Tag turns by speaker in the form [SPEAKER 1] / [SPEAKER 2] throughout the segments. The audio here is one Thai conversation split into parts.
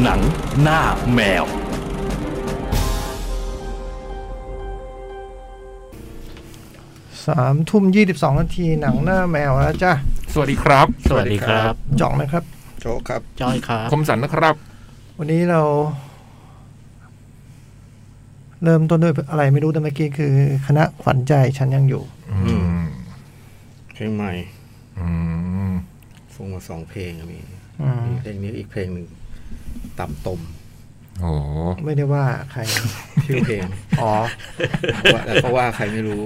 [SPEAKER 1] หนังหน้าแมว
[SPEAKER 2] สามทุ่มยี่สิบสองนาทีหนังหน้าแมวแล้วจ้ะ
[SPEAKER 3] สวัสดีครับ
[SPEAKER 4] สวัสดีครับ
[SPEAKER 2] จ่องนะครับ
[SPEAKER 5] โชคครับ
[SPEAKER 4] จอยครับ
[SPEAKER 3] คมสันนะครับ
[SPEAKER 2] วันนี้เรา เริ่มต้นด้วยอะไรไม่รู้แต่เมื่อกี้คือ คณะขวัญใจฉันยังอยู่
[SPEAKER 3] อืม
[SPEAKER 5] เพลงใหม่
[SPEAKER 3] อืม
[SPEAKER 5] ฟังมาสองเพลงอะมี
[SPEAKER 2] อืม
[SPEAKER 5] มีเพลงนี้อีกเพลงหนึ่งต่ำตม
[SPEAKER 3] โอ้โห
[SPEAKER 2] ไม่ได้ว่าใคร
[SPEAKER 5] ชื่อเพลง
[SPEAKER 2] อ๋อ
[SPEAKER 5] ว่าแต่ก็ว่าใครไม่รู้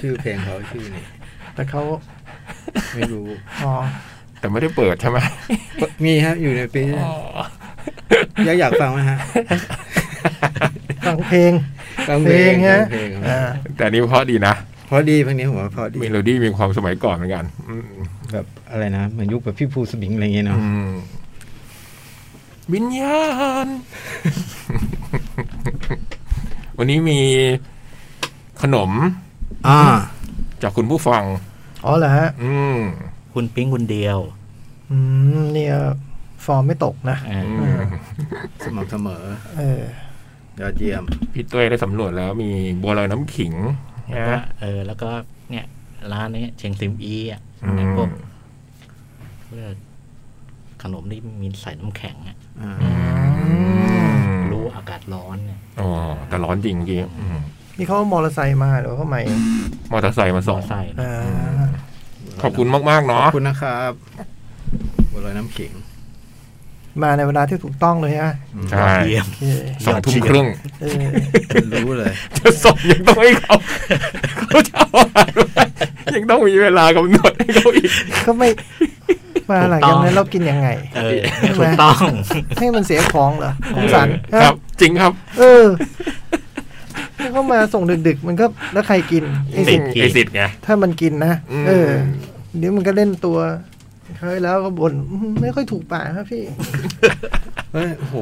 [SPEAKER 5] ชื่อเพลงเขาชื่อนี่
[SPEAKER 2] แต่เขา
[SPEAKER 5] ไม่รู้
[SPEAKER 2] อ๋อ
[SPEAKER 3] แต่ไม่ได้เปิดใช่ ไหม
[SPEAKER 5] มีฮะอยู่ในปีอยากอยากฟังไหมฮะ
[SPEAKER 2] ฟังเพลง
[SPEAKER 5] ฟัง
[SPEAKER 2] เพลงฮะ
[SPEAKER 5] เพลง
[SPEAKER 2] อ่า
[SPEAKER 3] แต่อันนี้เพราะดีนะ
[SPEAKER 5] พอดีเพลงนี้ผมว่าพอดี
[SPEAKER 3] เมโลดี้มีความสมัยก่อนเหมือนกัน อืม
[SPEAKER 5] แบบอะไรนะเหมือนยุคแบบพี่ภูสบิงอะไรเงี้ย
[SPEAKER 3] อื
[SPEAKER 5] เนาะ
[SPEAKER 3] มวิญญา ณ วันนี้มีขนม
[SPEAKER 5] อ่า
[SPEAKER 3] จากคุณผู้ฟัง
[SPEAKER 2] อ๋อเหรอฮะ
[SPEAKER 3] อืม
[SPEAKER 4] คุณปิ๊งคุณเดียว
[SPEAKER 2] อืมเนี่ยฟอร์มไม่ตกนะ
[SPEAKER 4] อ่า
[SPEAKER 3] อืม
[SPEAKER 5] สม่ำเสมอ
[SPEAKER 2] เออ
[SPEAKER 5] ยอดเยี่ยม
[SPEAKER 3] พี่เต้ยได้สำรวจแล้วมีบัวลอยน้ำขิง
[SPEAKER 4] แล้วก็
[SPEAKER 3] นะ
[SPEAKER 4] เออ แล้วก็เนี่ย ร้านนี้เชียงซิมอีอ่ะ
[SPEAKER 3] อื
[SPEAKER 4] พว
[SPEAKER 3] ม
[SPEAKER 4] กเรียกขนมที่มีใส่น้ำแข็งอ่ะ
[SPEAKER 5] อ่า
[SPEAKER 4] รู้อากาศร้อนเนี่ย
[SPEAKER 3] อ๋อแต่ร้อนจริงเมื่อกี้อืม
[SPEAKER 2] นี่เขามอเตอร์ไซค์มาหรือว่าเขาใหม่
[SPEAKER 3] มอเตอร์ไซค์มาส่ง
[SPEAKER 4] ใส่นะ
[SPEAKER 2] อ่า
[SPEAKER 3] ขอบคุณมากๆ
[SPEAKER 5] ข
[SPEAKER 3] เนาะ
[SPEAKER 5] อบคุณนะครับบัวลอยน้ำขิง
[SPEAKER 2] มาในเวลาที่ถูกต้องเลยฮะ
[SPEAKER 3] ใช่
[SPEAKER 4] เยี่ยม
[SPEAKER 2] โอเค
[SPEAKER 3] สองทุ่มครึ่ง
[SPEAKER 2] เออ
[SPEAKER 5] รู้เลย
[SPEAKER 3] จะส่งยังต้องให้เขา เขาจะเอาอาหารไว้ยังต้องมีเวลากำหนดให้เขาอีก
[SPEAKER 2] ก็ไม่ มาหลัง
[SPEAKER 4] ถู
[SPEAKER 2] จา
[SPEAKER 4] กต้อกง
[SPEAKER 2] นั้นเรากินยังไง
[SPEAKER 4] เออถูกต้อง
[SPEAKER 2] ให้มันเสียของเหรอสงสาร
[SPEAKER 3] เออครับ จริงครับ
[SPEAKER 2] เออถ้าเขามาส่งดึกๆ มันก็แล้วใครกินไอ้
[SPEAKER 3] ติ
[SPEAKER 2] สิ
[SPEAKER 3] ด
[SPEAKER 2] ทธิ์
[SPEAKER 3] ไอสิทธิ์ไง
[SPEAKER 2] ถ้ามันกินนะ
[SPEAKER 3] อืม
[SPEAKER 2] เออเดี๋ยวมันก็เล่นตัวเคยแล้วก็บ่นอื้อหือไม่ค่อยถูกปากครับพี่
[SPEAKER 5] เฮ้ยโอ้โห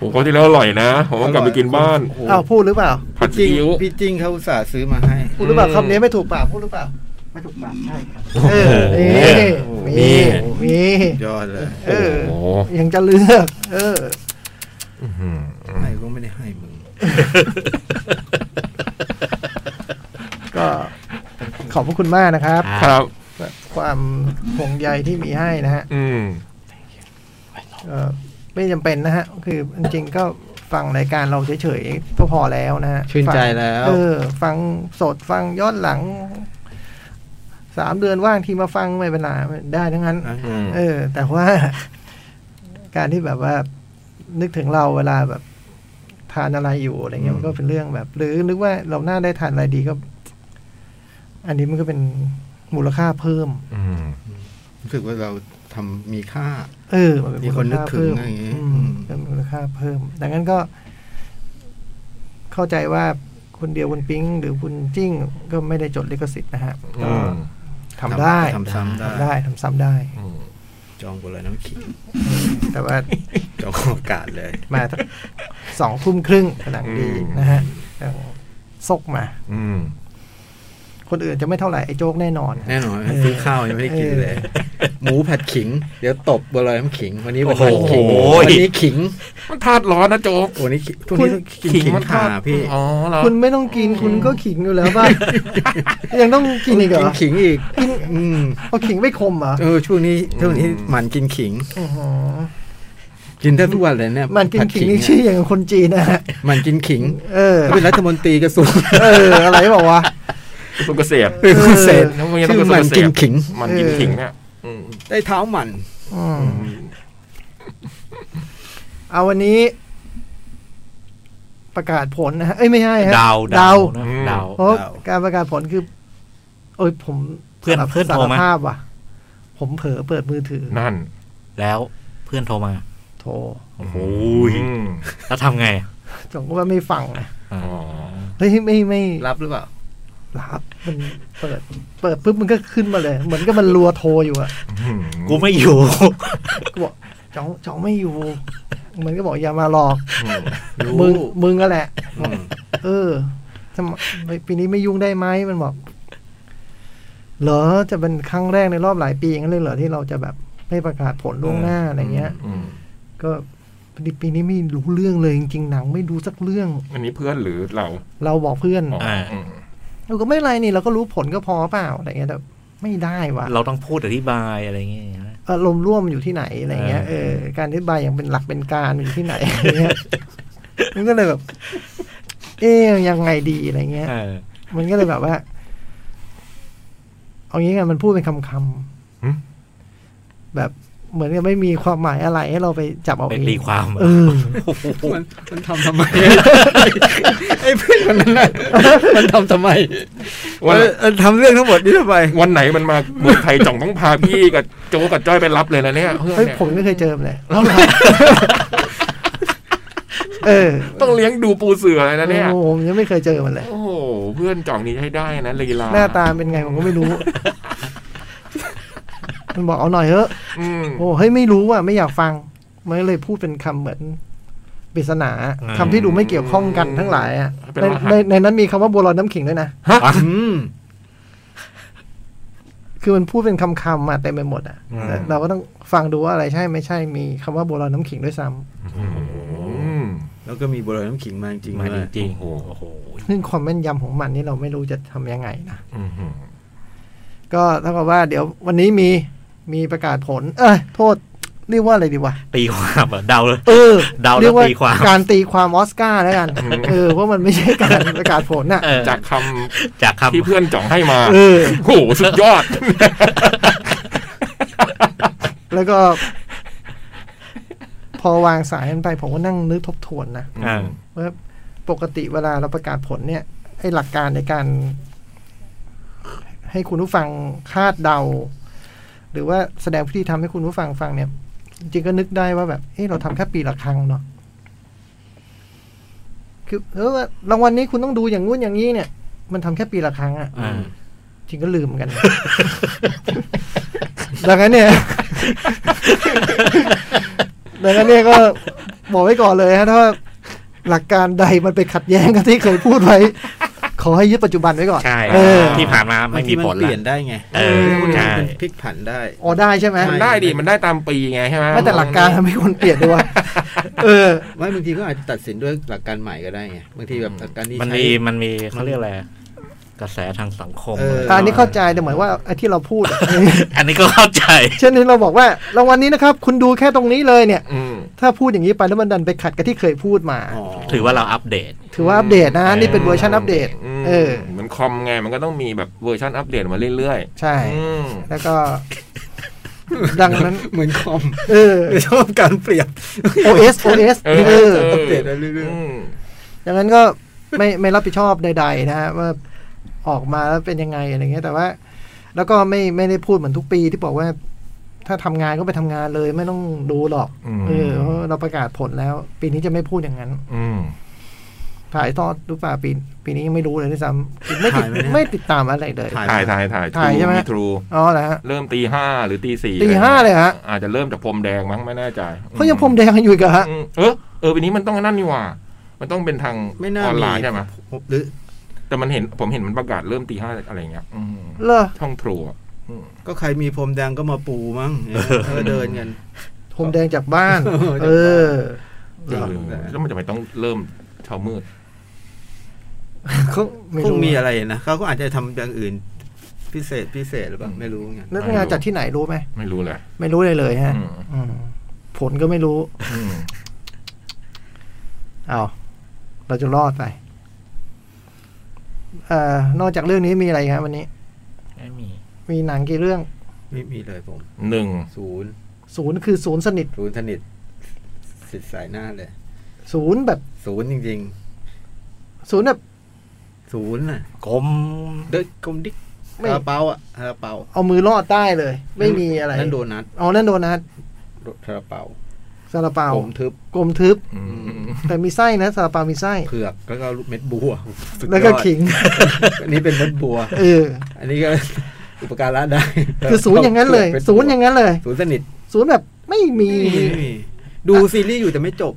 [SPEAKER 3] ผมก็ที่แล้วอร่อยนะผมก็กลับไปกินบ้าน
[SPEAKER 5] โอ้โห
[SPEAKER 2] อ้าวพูดหรือเปล่า
[SPEAKER 3] ผัดซี
[SPEAKER 5] พี่จิ้ง
[SPEAKER 3] อิ๊ว
[SPEAKER 5] พี่จิ้งเขาอุตส่าห์ซื้อมาให้
[SPEAKER 2] พูดหรือเปล่า
[SPEAKER 3] อืม
[SPEAKER 2] คำนี้ไม่ถูกปากพูดหรือเปล่า ไม่ถูกปากใช่ครับเออ
[SPEAKER 3] โอ้
[SPEAKER 2] นี่
[SPEAKER 3] โห นี่
[SPEAKER 2] มีมี
[SPEAKER 5] ยอดเลย
[SPEAKER 2] เออ
[SPEAKER 3] โอ้โห
[SPEAKER 2] ยังจะเลือก เออ
[SPEAKER 3] อืม
[SPEAKER 5] ให้ก็ไม่ได้ให้มึง
[SPEAKER 2] ก็ขอบพระคุณมากนะครับ
[SPEAKER 3] ครับ
[SPEAKER 2] ความห่วงใยที่มีให้นะฮะ
[SPEAKER 3] อืม
[SPEAKER 2] เอ่อไม่จำเป็นนะฮะ คือจริงๆก็ฟังรายการเราเฉยๆก็พอแล้วนะฮะ
[SPEAKER 5] ชื่นใจแล้ว
[SPEAKER 2] ฟังเออ ฟังสดฟังย้อนหลังสามเดือนว่างที่มาฟังไม่เป็นไรได้ทั้งนั้น
[SPEAKER 5] นะ
[SPEAKER 3] อืม
[SPEAKER 2] เออ แต่ว่า การที่แบบว่า นึกถึงเราเวลาแบบทานอะไรอยู่อะไรเงี้ยมันก็เป็นเรื่องแบบ หรือนึกว่าเราหน้าได้ทานอะไรดีก็ อันนี้มันก็เป็นมูลค่าเพิ่ม
[SPEAKER 3] อืม
[SPEAKER 5] รู้สึกว่าเราทำมีค่า
[SPEAKER 2] เออมันเป็น
[SPEAKER 5] มีคนนึกถึ
[SPEAKER 2] มู
[SPEAKER 5] ง
[SPEAKER 2] ล
[SPEAKER 5] อะไร
[SPEAKER 2] ค่า
[SPEAKER 5] อย่างงี้
[SPEAKER 2] เพิ่ม
[SPEAKER 5] อืม
[SPEAKER 2] เป็นมูลค่าเพิ่ม ดังนั้นก็ เข้าใจว่าคุณเดียวคุณปิ๊ง หรือคุณจิ้ง ก็ไม่ได้จดลิขสิทธิ์นะฮะก็
[SPEAKER 3] อืม
[SPEAKER 2] ทำได้
[SPEAKER 5] ทำซ้ำได้
[SPEAKER 2] ทำได้ทำซ้ำได้
[SPEAKER 3] อืม
[SPEAKER 5] จองบนเลยน้ำขิง
[SPEAKER 2] แต่ ว่า
[SPEAKER 5] จองโอกาสเลย
[SPEAKER 2] มาสองทุ่มครึ่งกำลังดีนะฮะกำลังซกมา
[SPEAKER 3] อืม
[SPEAKER 2] คนอื่นจะไม่เท่าไหร่ไอ้โจ๊กแน่นอน
[SPEAKER 5] แน่นอนซื้อข้าวยังไม่ได้กินเลย หมูผัดขิง เดี๋ยวตบบนเลยน้ำขิง วันนี้วันนี้ขิง
[SPEAKER 4] โอ้โห
[SPEAKER 5] วันนี้ขิง
[SPEAKER 3] มันทาดร้อนนะโจ๊ก
[SPEAKER 5] โอ้นี่ขิงทุกนี้ต้องกินขิง
[SPEAKER 3] มัทา
[SPEAKER 5] ข่า
[SPEAKER 3] ด
[SPEAKER 5] พี่
[SPEAKER 3] อ๋อเหรอ
[SPEAKER 2] คุณไม่ต้องกินคุณก็ขิงอยู่แล้วป่ะ ยังต้องกินอีกเหร
[SPEAKER 5] กิน
[SPEAKER 2] อ
[SPEAKER 5] ขิงอีกอืม
[SPEAKER 2] เอาขิงไม่คมเหรอ
[SPEAKER 5] เออช่วงนี้ช่วงนี้หมันกินขิง
[SPEAKER 2] อื้อหือ
[SPEAKER 5] กินแทบทุกวันเลยเนี่ย
[SPEAKER 2] มันกิน
[SPEAKER 5] ผัด
[SPEAKER 2] ขิงนี่
[SPEAKER 5] เย
[SPEAKER 2] ชื่ออย่างคนจีนนะฮะ
[SPEAKER 5] มันกินขิง
[SPEAKER 2] เออ
[SPEAKER 5] เขาเป็นรัฐมนตรีกระทรวง
[SPEAKER 2] เออ อะไรบอกว่าวะ
[SPEAKER 3] สุกเกษตร
[SPEAKER 5] เป็นคนเศษ
[SPEAKER 3] แล้วมันยังต้อ
[SPEAKER 5] ชื่
[SPEAKER 3] ง
[SPEAKER 5] อ
[SPEAKER 3] เกษตร
[SPEAKER 5] มันกินขิง
[SPEAKER 3] มันกินขิงเนี่ยอืม
[SPEAKER 5] ได้เท้ามัน
[SPEAKER 2] อืมเอาวันนี้ ประกาศผลนะฮะเอ้ยไม่ใช่ฮะ
[SPEAKER 4] ดาว
[SPEAKER 2] ดาว
[SPEAKER 4] นะ
[SPEAKER 3] อืม
[SPEAKER 4] ดาว
[SPEAKER 2] เพราะการประกาศผลคือเอ้ยผม
[SPEAKER 4] เพื่อน
[SPEAKER 2] สาร
[SPEAKER 4] เพื่อน
[SPEAKER 2] สา
[SPEAKER 4] โทร
[SPEAKER 2] ร
[SPEAKER 4] มา
[SPEAKER 2] ภาพว่ะ ผมเผลอเปิดมือถือ
[SPEAKER 3] นั่น
[SPEAKER 4] แล้วเพื่อนโทรมา
[SPEAKER 2] โทร
[SPEAKER 4] โอ้โห
[SPEAKER 3] อืม
[SPEAKER 4] แล้วทำไง
[SPEAKER 2] จงก็ว่าไม่ฟังนะ
[SPEAKER 4] อ๋อ
[SPEAKER 3] อ๋อ
[SPEAKER 2] เฮ้ยไม่ไม่
[SPEAKER 5] รับหรือเปล่า
[SPEAKER 2] รับมันเปิด เปิดปุ๊บมันก็ขึ้นมาเลย เหมือนกับมันรัวโทรอยู่อะ
[SPEAKER 4] กูไม่อยู่
[SPEAKER 2] ก็บอกจ้องจ้องไม่อยู่ มันก็บอกอย่ามาหลอก
[SPEAKER 5] รู้
[SPEAKER 2] มึงมึงก็แหละ
[SPEAKER 5] อืม
[SPEAKER 2] เออทำไมปีนี้ไม่ยุ่งได้ไหมมันบอก เหรอจะเป็นครั้งแรกในรอบหลายปีงั้นเลยเหรอที่เราจะแบบไม่ประกาศผลล่วงหน้าอะไรเงี้ย
[SPEAKER 3] อืม
[SPEAKER 2] ก็ ดิปีนี้ไม่รู้เรื่องเลยจริงๆหนังไม่ดูสักเรื่อง
[SPEAKER 3] อันนี้เพื่อนหรือเรา
[SPEAKER 2] เราบอกเพื่อน
[SPEAKER 4] อ่า
[SPEAKER 3] ม
[SPEAKER 2] เราก็ไม่เป็นไรนี่เราก็รู้ผลก็พอเปล่าอะไรเงี้ยแต่ไม่ได้ว่ะ
[SPEAKER 4] เราต้องพูดอธิบายอะไรอย่างเงี้ยนะ
[SPEAKER 2] อารมณ์ร่วมอยู่ที่ไหนอะไรเงี้ยเออการอธิบายอย่างเป็นหลักเป็นการอยู่ที่ไหนอะไรเงี้ย มันก็เลยแบบ เอ๊ยยังไงดีอะไรเงี้ย
[SPEAKER 4] เออ
[SPEAKER 2] มันก็เลยแบบว่า เอางี้กันมันพูดเป็นคำ
[SPEAKER 3] หึ
[SPEAKER 2] ๆแบบเหมือนกับไม่มีความหมายอะไรให้เราไปจับเอา
[SPEAKER 4] ไป
[SPEAKER 2] เอง
[SPEAKER 4] ตีความ
[SPEAKER 2] เออ
[SPEAKER 5] มันมันทำทำไม ไอ้เพื่อนคนนั้นน่ะมันทำทำไม
[SPEAKER 3] วัน
[SPEAKER 5] เออเออทำเรื่องทั้งหมดนี้ทำไม
[SPEAKER 3] วันไหนมันมาเมืองไทยจ่องต้องพาพี่กับโจกับจ้อยไปรับเลยนะเนี่ยเพื่อน
[SPEAKER 2] เฮ้ย
[SPEAKER 3] เนี่ย
[SPEAKER 2] ผมไม่เคยเจอมันเลย
[SPEAKER 3] แล้วเรา
[SPEAKER 2] เออ
[SPEAKER 3] ต้องเลี้ยงดูปูเสือเลยนะเนี่ย
[SPEAKER 2] โอ้โหผมยังไม่เคยเจอมันเลย
[SPEAKER 3] โอ้โหเพื่อนจ่องนี้ใช้ได้นะลีลา
[SPEAKER 2] หน้าตาเป็นไงผมก็ไม่รู้ มันบอกเอาหน่อยเถอะ
[SPEAKER 3] อืม
[SPEAKER 2] โอ้เฮ้ยไม่รู้อ่ะไม่อยากฟัง มันก็เลยพูดเป็นคำเหมือนปริศนาคำที่ดูไม่เกี่ยวข้องกันทั้งหลายอ่ะ
[SPEAKER 3] เป็น
[SPEAKER 2] ใน
[SPEAKER 3] รหั
[SPEAKER 2] ใน
[SPEAKER 3] ส
[SPEAKER 2] ในนั้นมีคำว่าบัวลอยน้ำขิงด้วยนะ
[SPEAKER 5] อืม
[SPEAKER 2] คือมันพูดเป็นคำๆมาเต็มไปหมดอ่ะแต่เราก็ต้องฟังดูว่าอะไรใช่ไม่ใช่มีคำว่าบัวลอยน้ำขิงด้วยซ้ำ
[SPEAKER 3] อืม
[SPEAKER 5] แล้วก็มีบัวลอยน้ำขิงมาจริงๆ
[SPEAKER 4] มาจ
[SPEAKER 5] ด้วย
[SPEAKER 4] ริงๆโอ้โห
[SPEAKER 2] ซึ่งความแม่นยำของมันนี่เราไม่รู้จะทำยังไงนะ
[SPEAKER 3] อืม
[SPEAKER 2] ก็เท่ากับว่าเดี๋ยววันนี้มีมีประกาศผล เอ้ยโทษ เรียกว่าอะไรดีวะ
[SPEAKER 4] ตีความอะเดาเลย
[SPEAKER 2] เออ
[SPEAKER 4] เดาแล้ว
[SPEAKER 2] เรียกว่า
[SPEAKER 4] ตีความ
[SPEAKER 2] การตีความออสการ์แล้วกัน เออว่ามันไม่ใช่การประกาศผลน่ะ
[SPEAKER 4] เออ
[SPEAKER 3] จากค
[SPEAKER 4] จาก
[SPEAKER 3] ำที่
[SPEAKER 4] คำ
[SPEAKER 3] เพื่อนจ่องให้มา
[SPEAKER 2] เออ
[SPEAKER 3] โอ้โหสุดยอด
[SPEAKER 2] แล้วก็ พอวางสายกันไปผมก็นั่งนึกทบทวนนะ
[SPEAKER 4] อ่า
[SPEAKER 2] ว่าปกติเวลาเราประกาศผลเนี่ยไอ้หลักการในการ ให้คุณผู้ฟังคาดเดา หรือว่าแสดงพิธีทำให้คุณผู้ฟังฟังเนี่ย จริงๆก็นึกได้ว่าแบบเอ้เราทำแค่ปีละครั้งเนาะคือเออว่ารางวัลนี้คุณต้องดูอย่างงู้นอย่างนี้เนี่ย มันทำแค่ปีละครั้งอะ
[SPEAKER 4] อ่า
[SPEAKER 2] จริงก็ลืมเหมือนกัน ดังนั้น เนี่ย ดังนั้นเนี่ยก็บอกไว้ก่อนเลยฮะถ้าหลักการใดมันไปขัดแย้งกับที่เคยพูด ไว้ ขอให้ยึดปัจจุบันไว้ก่อน
[SPEAKER 4] ใช่
[SPEAKER 2] เออ
[SPEAKER 4] ที่ผ่านมาไม่มีผล
[SPEAKER 5] บางทีนเปลี่ยน
[SPEAKER 4] ละ
[SPEAKER 5] ได้ไง
[SPEAKER 4] เออใช่
[SPEAKER 5] มันพลิกผันได้
[SPEAKER 2] อ๋อได้ใช่ไหม
[SPEAKER 5] ใช่
[SPEAKER 3] มันได้ดิมันได้ตามปีไงใช่ไหม
[SPEAKER 2] ไม่แต่หลักการไม่ควรเปลี่ยนด้วยวะเออ
[SPEAKER 5] ไม่บางทีก็อาจจะตัดสินด้วยหลักการใหม่ก็ได้ไงบางทีแบบหลักการนี้
[SPEAKER 4] มัน
[SPEAKER 5] ใช้
[SPEAKER 4] มีมันมีเขาเรียกอะไรกระแสทางสังคม
[SPEAKER 5] เออ
[SPEAKER 2] อันนี้เข้าใจแต่เหมือนว่าไอ้ที่เราพูด อะ
[SPEAKER 4] อันนี้ก็เข้าใจ
[SPEAKER 2] เช่นนี้เราบอกว่ารางวัลนี้นะครับ คุณดูแค่ตรงนี้เลยเนี่ย
[SPEAKER 3] อืม
[SPEAKER 2] ถ้าพูดอย่างนี้ไปแล้วมันดันไปขัดกับที่เคยพูดมา
[SPEAKER 5] อ๋อ
[SPEAKER 4] ถือว่าเราอัปเดต
[SPEAKER 2] ถือว่าอัปเดตนะนี่เป็นเวอร์ชันอัปเดต
[SPEAKER 3] ม
[SPEAKER 2] เออ
[SPEAKER 3] เหมือนคอมไงมันก็ต้องมีแบบเวอร์ชันอัปเดตมาเรื่อย
[SPEAKER 2] ใช่
[SPEAKER 3] ๆอืม
[SPEAKER 2] แล้วก็ ดังนั้น
[SPEAKER 5] เหมือนคอม
[SPEAKER 2] เออ
[SPEAKER 5] ชอบการเปรียบ
[SPEAKER 2] OS OS
[SPEAKER 3] เออ
[SPEAKER 2] เออ
[SPEAKER 5] อัปเดตไปเรื่อย
[SPEAKER 3] ม
[SPEAKER 2] ดังนั้นก็ไม่ไม่รับผิดชอบใด ๆ นะฮะว่าออกมาแล้วเป็นยังไงอะไรเงี้ย แต่ว่า แล้วก็ไม่ไม่ได้พูดเหมือนทุกปีที่บอกว่า ถ้าทำงานก็ไปทำงานเลยไม่ต้องดูหรอกเออเพราะเราประกาศผลแล้ว ปีนี้จะไม่พูดอย่างนั้น
[SPEAKER 3] อืม
[SPEAKER 2] ถ่ายทอดหรือเปล่าปี ปีนี้ยังไม่รู้เลยด้วยซ้ำไม่ติด
[SPEAKER 5] ถ่ายไหมเนี่ย
[SPEAKER 2] ไม่ติดตามอะไรเลย
[SPEAKER 5] ถ่าย
[SPEAKER 3] ถ่ายถ่ายถ่าย
[SPEAKER 2] ถ่ายใช่ไหม
[SPEAKER 3] ทรู
[SPEAKER 2] อ๋อนะฮะ
[SPEAKER 3] เริ่มตีห้าหรือตีสี่
[SPEAKER 2] ตีห้าเลยฮะ
[SPEAKER 3] อาจจะเริ่มจากพรมแดงมั้งไม่แน่ใจ
[SPEAKER 2] เขายังพรมแดงกันอยู่อีกเหรอฮะ
[SPEAKER 3] อืมเออเออวันนี้มันต้องนั่นนี่หว่า มันต้องเป็นทาง
[SPEAKER 5] ไม่น่า
[SPEAKER 3] ออน
[SPEAKER 5] มี
[SPEAKER 3] ไลน์ใช่ไหม
[SPEAKER 5] หรือ
[SPEAKER 3] แต่มันเห็นผมเห็นมันประกาศเริ่มตีห้าอะไรอย่างเงี้ยอืม
[SPEAKER 2] เลอ
[SPEAKER 3] ช่องทรูอะ
[SPEAKER 5] ก็ใครมีพรมแดงก็มาปูมั้งเออเดินกัน
[SPEAKER 2] พรมแดงจากบ้าน เอ
[SPEAKER 5] เอ
[SPEAKER 2] อ
[SPEAKER 5] เหรอ
[SPEAKER 3] เออแล้วมันจะไม่ต้องเริ่มเช้ามืด
[SPEAKER 2] เขาไม่
[SPEAKER 5] ค
[SPEAKER 2] รู้
[SPEAKER 5] งมีอะไรนะเขาก็อาจจะทำอย่างอื่น พิเศษพิเศษหรือเปล่าไม่รู้ไง
[SPEAKER 2] นักงานจัดที่ไหนรู้ไหม
[SPEAKER 3] ไม่รู้เลย
[SPEAKER 2] ไม่รู้เลยเลยฮะ
[SPEAKER 3] อืม
[SPEAKER 2] อืมผลก็ไม่รู้
[SPEAKER 3] อืม
[SPEAKER 2] เอาเราจะรอดไป เอ่อนอกจากเรื่องนี้มีอะไรครับวันนี้
[SPEAKER 4] ไม่มี
[SPEAKER 2] มีหนังกี่เรื่อง
[SPEAKER 5] ไม่มีเลยผม
[SPEAKER 3] หนึ่ง
[SPEAKER 5] ศูนย์
[SPEAKER 2] ศูนย์คือศูนย์สนิท
[SPEAKER 5] ศูนย์สนิทสิทธิ์สายหน้าเลย
[SPEAKER 2] ศูนย์แบบ
[SPEAKER 5] ศูนย์จริง
[SPEAKER 2] ศูนย์แบบ
[SPEAKER 5] ๆ ศูนย์น่ะ
[SPEAKER 4] กลม
[SPEAKER 5] เดินกลมดิ๊ก
[SPEAKER 2] ไม่
[SPEAKER 5] ซาลาเปาอ่ะซาลาเปา
[SPEAKER 2] เอามือรอดใต้เลย ไม่มีอะไร
[SPEAKER 5] นั่นโดนัท
[SPEAKER 2] เอานั่นโดนัท
[SPEAKER 5] ซาลาเปา
[SPEAKER 2] ซาลาเปา
[SPEAKER 5] ผมทึบ
[SPEAKER 2] กลมทึบ
[SPEAKER 3] อืม
[SPEAKER 2] แต่มีไส้นะซาลาเปามีไส้
[SPEAKER 5] เผือกแล้วก็ลูกเม็ดบัว สุดยอด
[SPEAKER 2] แล้วก็ขิง
[SPEAKER 5] อันนี้เป็นเม็ดบัว
[SPEAKER 2] เออ
[SPEAKER 5] อันนี้ก็ อุปการะได้
[SPEAKER 2] คือศูนย์อย่างนั้นเลย
[SPEAKER 5] ป็
[SPEAKER 2] ศูนย์อย่างนั้นเลย
[SPEAKER 5] ศูนย์สนิท
[SPEAKER 2] ศูนย์แบบไม่มี
[SPEAKER 5] ไม่มีดูซีรีส์อยู่แต่ไม่จบ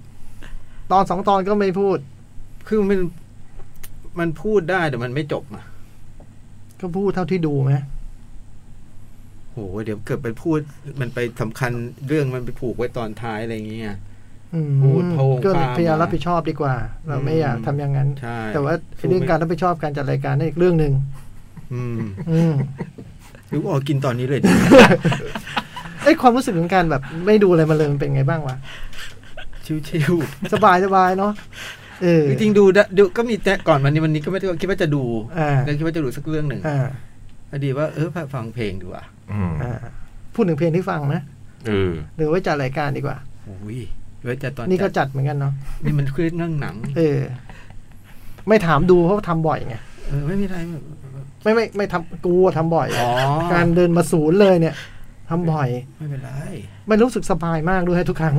[SPEAKER 2] ตอนสองตอนก็ไม่พูด
[SPEAKER 5] คือมันมันพูดได้แต่มันไม่จบอ่ะ
[SPEAKER 2] ก็พูดเท่าที่ดูไหม
[SPEAKER 5] โหเดี๋ยวเกิดไปพูดมันไปสำคัญเรื่องมันไปผูกไว้ตอนท้ายอะไรอย่างเงี้ย
[SPEAKER 2] อืม
[SPEAKER 5] พูดโพง
[SPEAKER 2] ก็
[SPEAKER 5] พาม
[SPEAKER 2] พยายามรับผิดชอบดีกว่า เราไม่อยากทำอย่างนั้น
[SPEAKER 5] ใช่
[SPEAKER 2] แต่ว่าไอ้เรื่องการรับผิดชอบการจัดรายการนี่อีกเรื่อง หนึ่ง
[SPEAKER 5] อืม
[SPEAKER 2] อืม
[SPEAKER 5] หรือว่าออกกินต อนนี้เลยดี
[SPEAKER 2] ไอ้ยความรู้สึกของการแบบไม่ดูอะไรมาเลยมันเป็นไงบ้างวะ
[SPEAKER 5] ชิว
[SPEAKER 2] สบายสบายเนาะเออ
[SPEAKER 5] ๆจริงๆดูดะดูก็มีแต่ก่อนวันนี้วันนี้ก็ไม่ได้คิดว่าจะดู
[SPEAKER 2] อ่า
[SPEAKER 5] แล้วคิดว่าจะดูสักเรื่องหนึ่ง
[SPEAKER 2] อ่า
[SPEAKER 5] พอดีว่าเออฟังเพลงดีกว่า
[SPEAKER 3] อืม
[SPEAKER 2] อ่าพูดถึงเพลงที่ฟังไหม
[SPEAKER 3] เออ
[SPEAKER 2] หรือไว่าจัดรายการดีกว่า
[SPEAKER 5] อุ้ยไว้จะตอน
[SPEAKER 2] นี่ก็
[SPEAKER 5] จัด
[SPEAKER 2] จัดเหมือนกันเนาะ
[SPEAKER 5] นี่มันคือเรื่องหนัง
[SPEAKER 2] เออ ไม่ถามดูเพราะว่าทำบ่อยไง
[SPEAKER 5] เออไม่มีอะไรแบบ
[SPEAKER 2] ไม่ไม่ไม่ทำกูอะทำบ่อย
[SPEAKER 5] อ๋อ
[SPEAKER 2] การเดินมาศูนย์เลยเนี่ยทำบ่อย
[SPEAKER 5] ไม่เป็นไร
[SPEAKER 2] มันรู้สึกสบายมากด้วยทุกครั้ง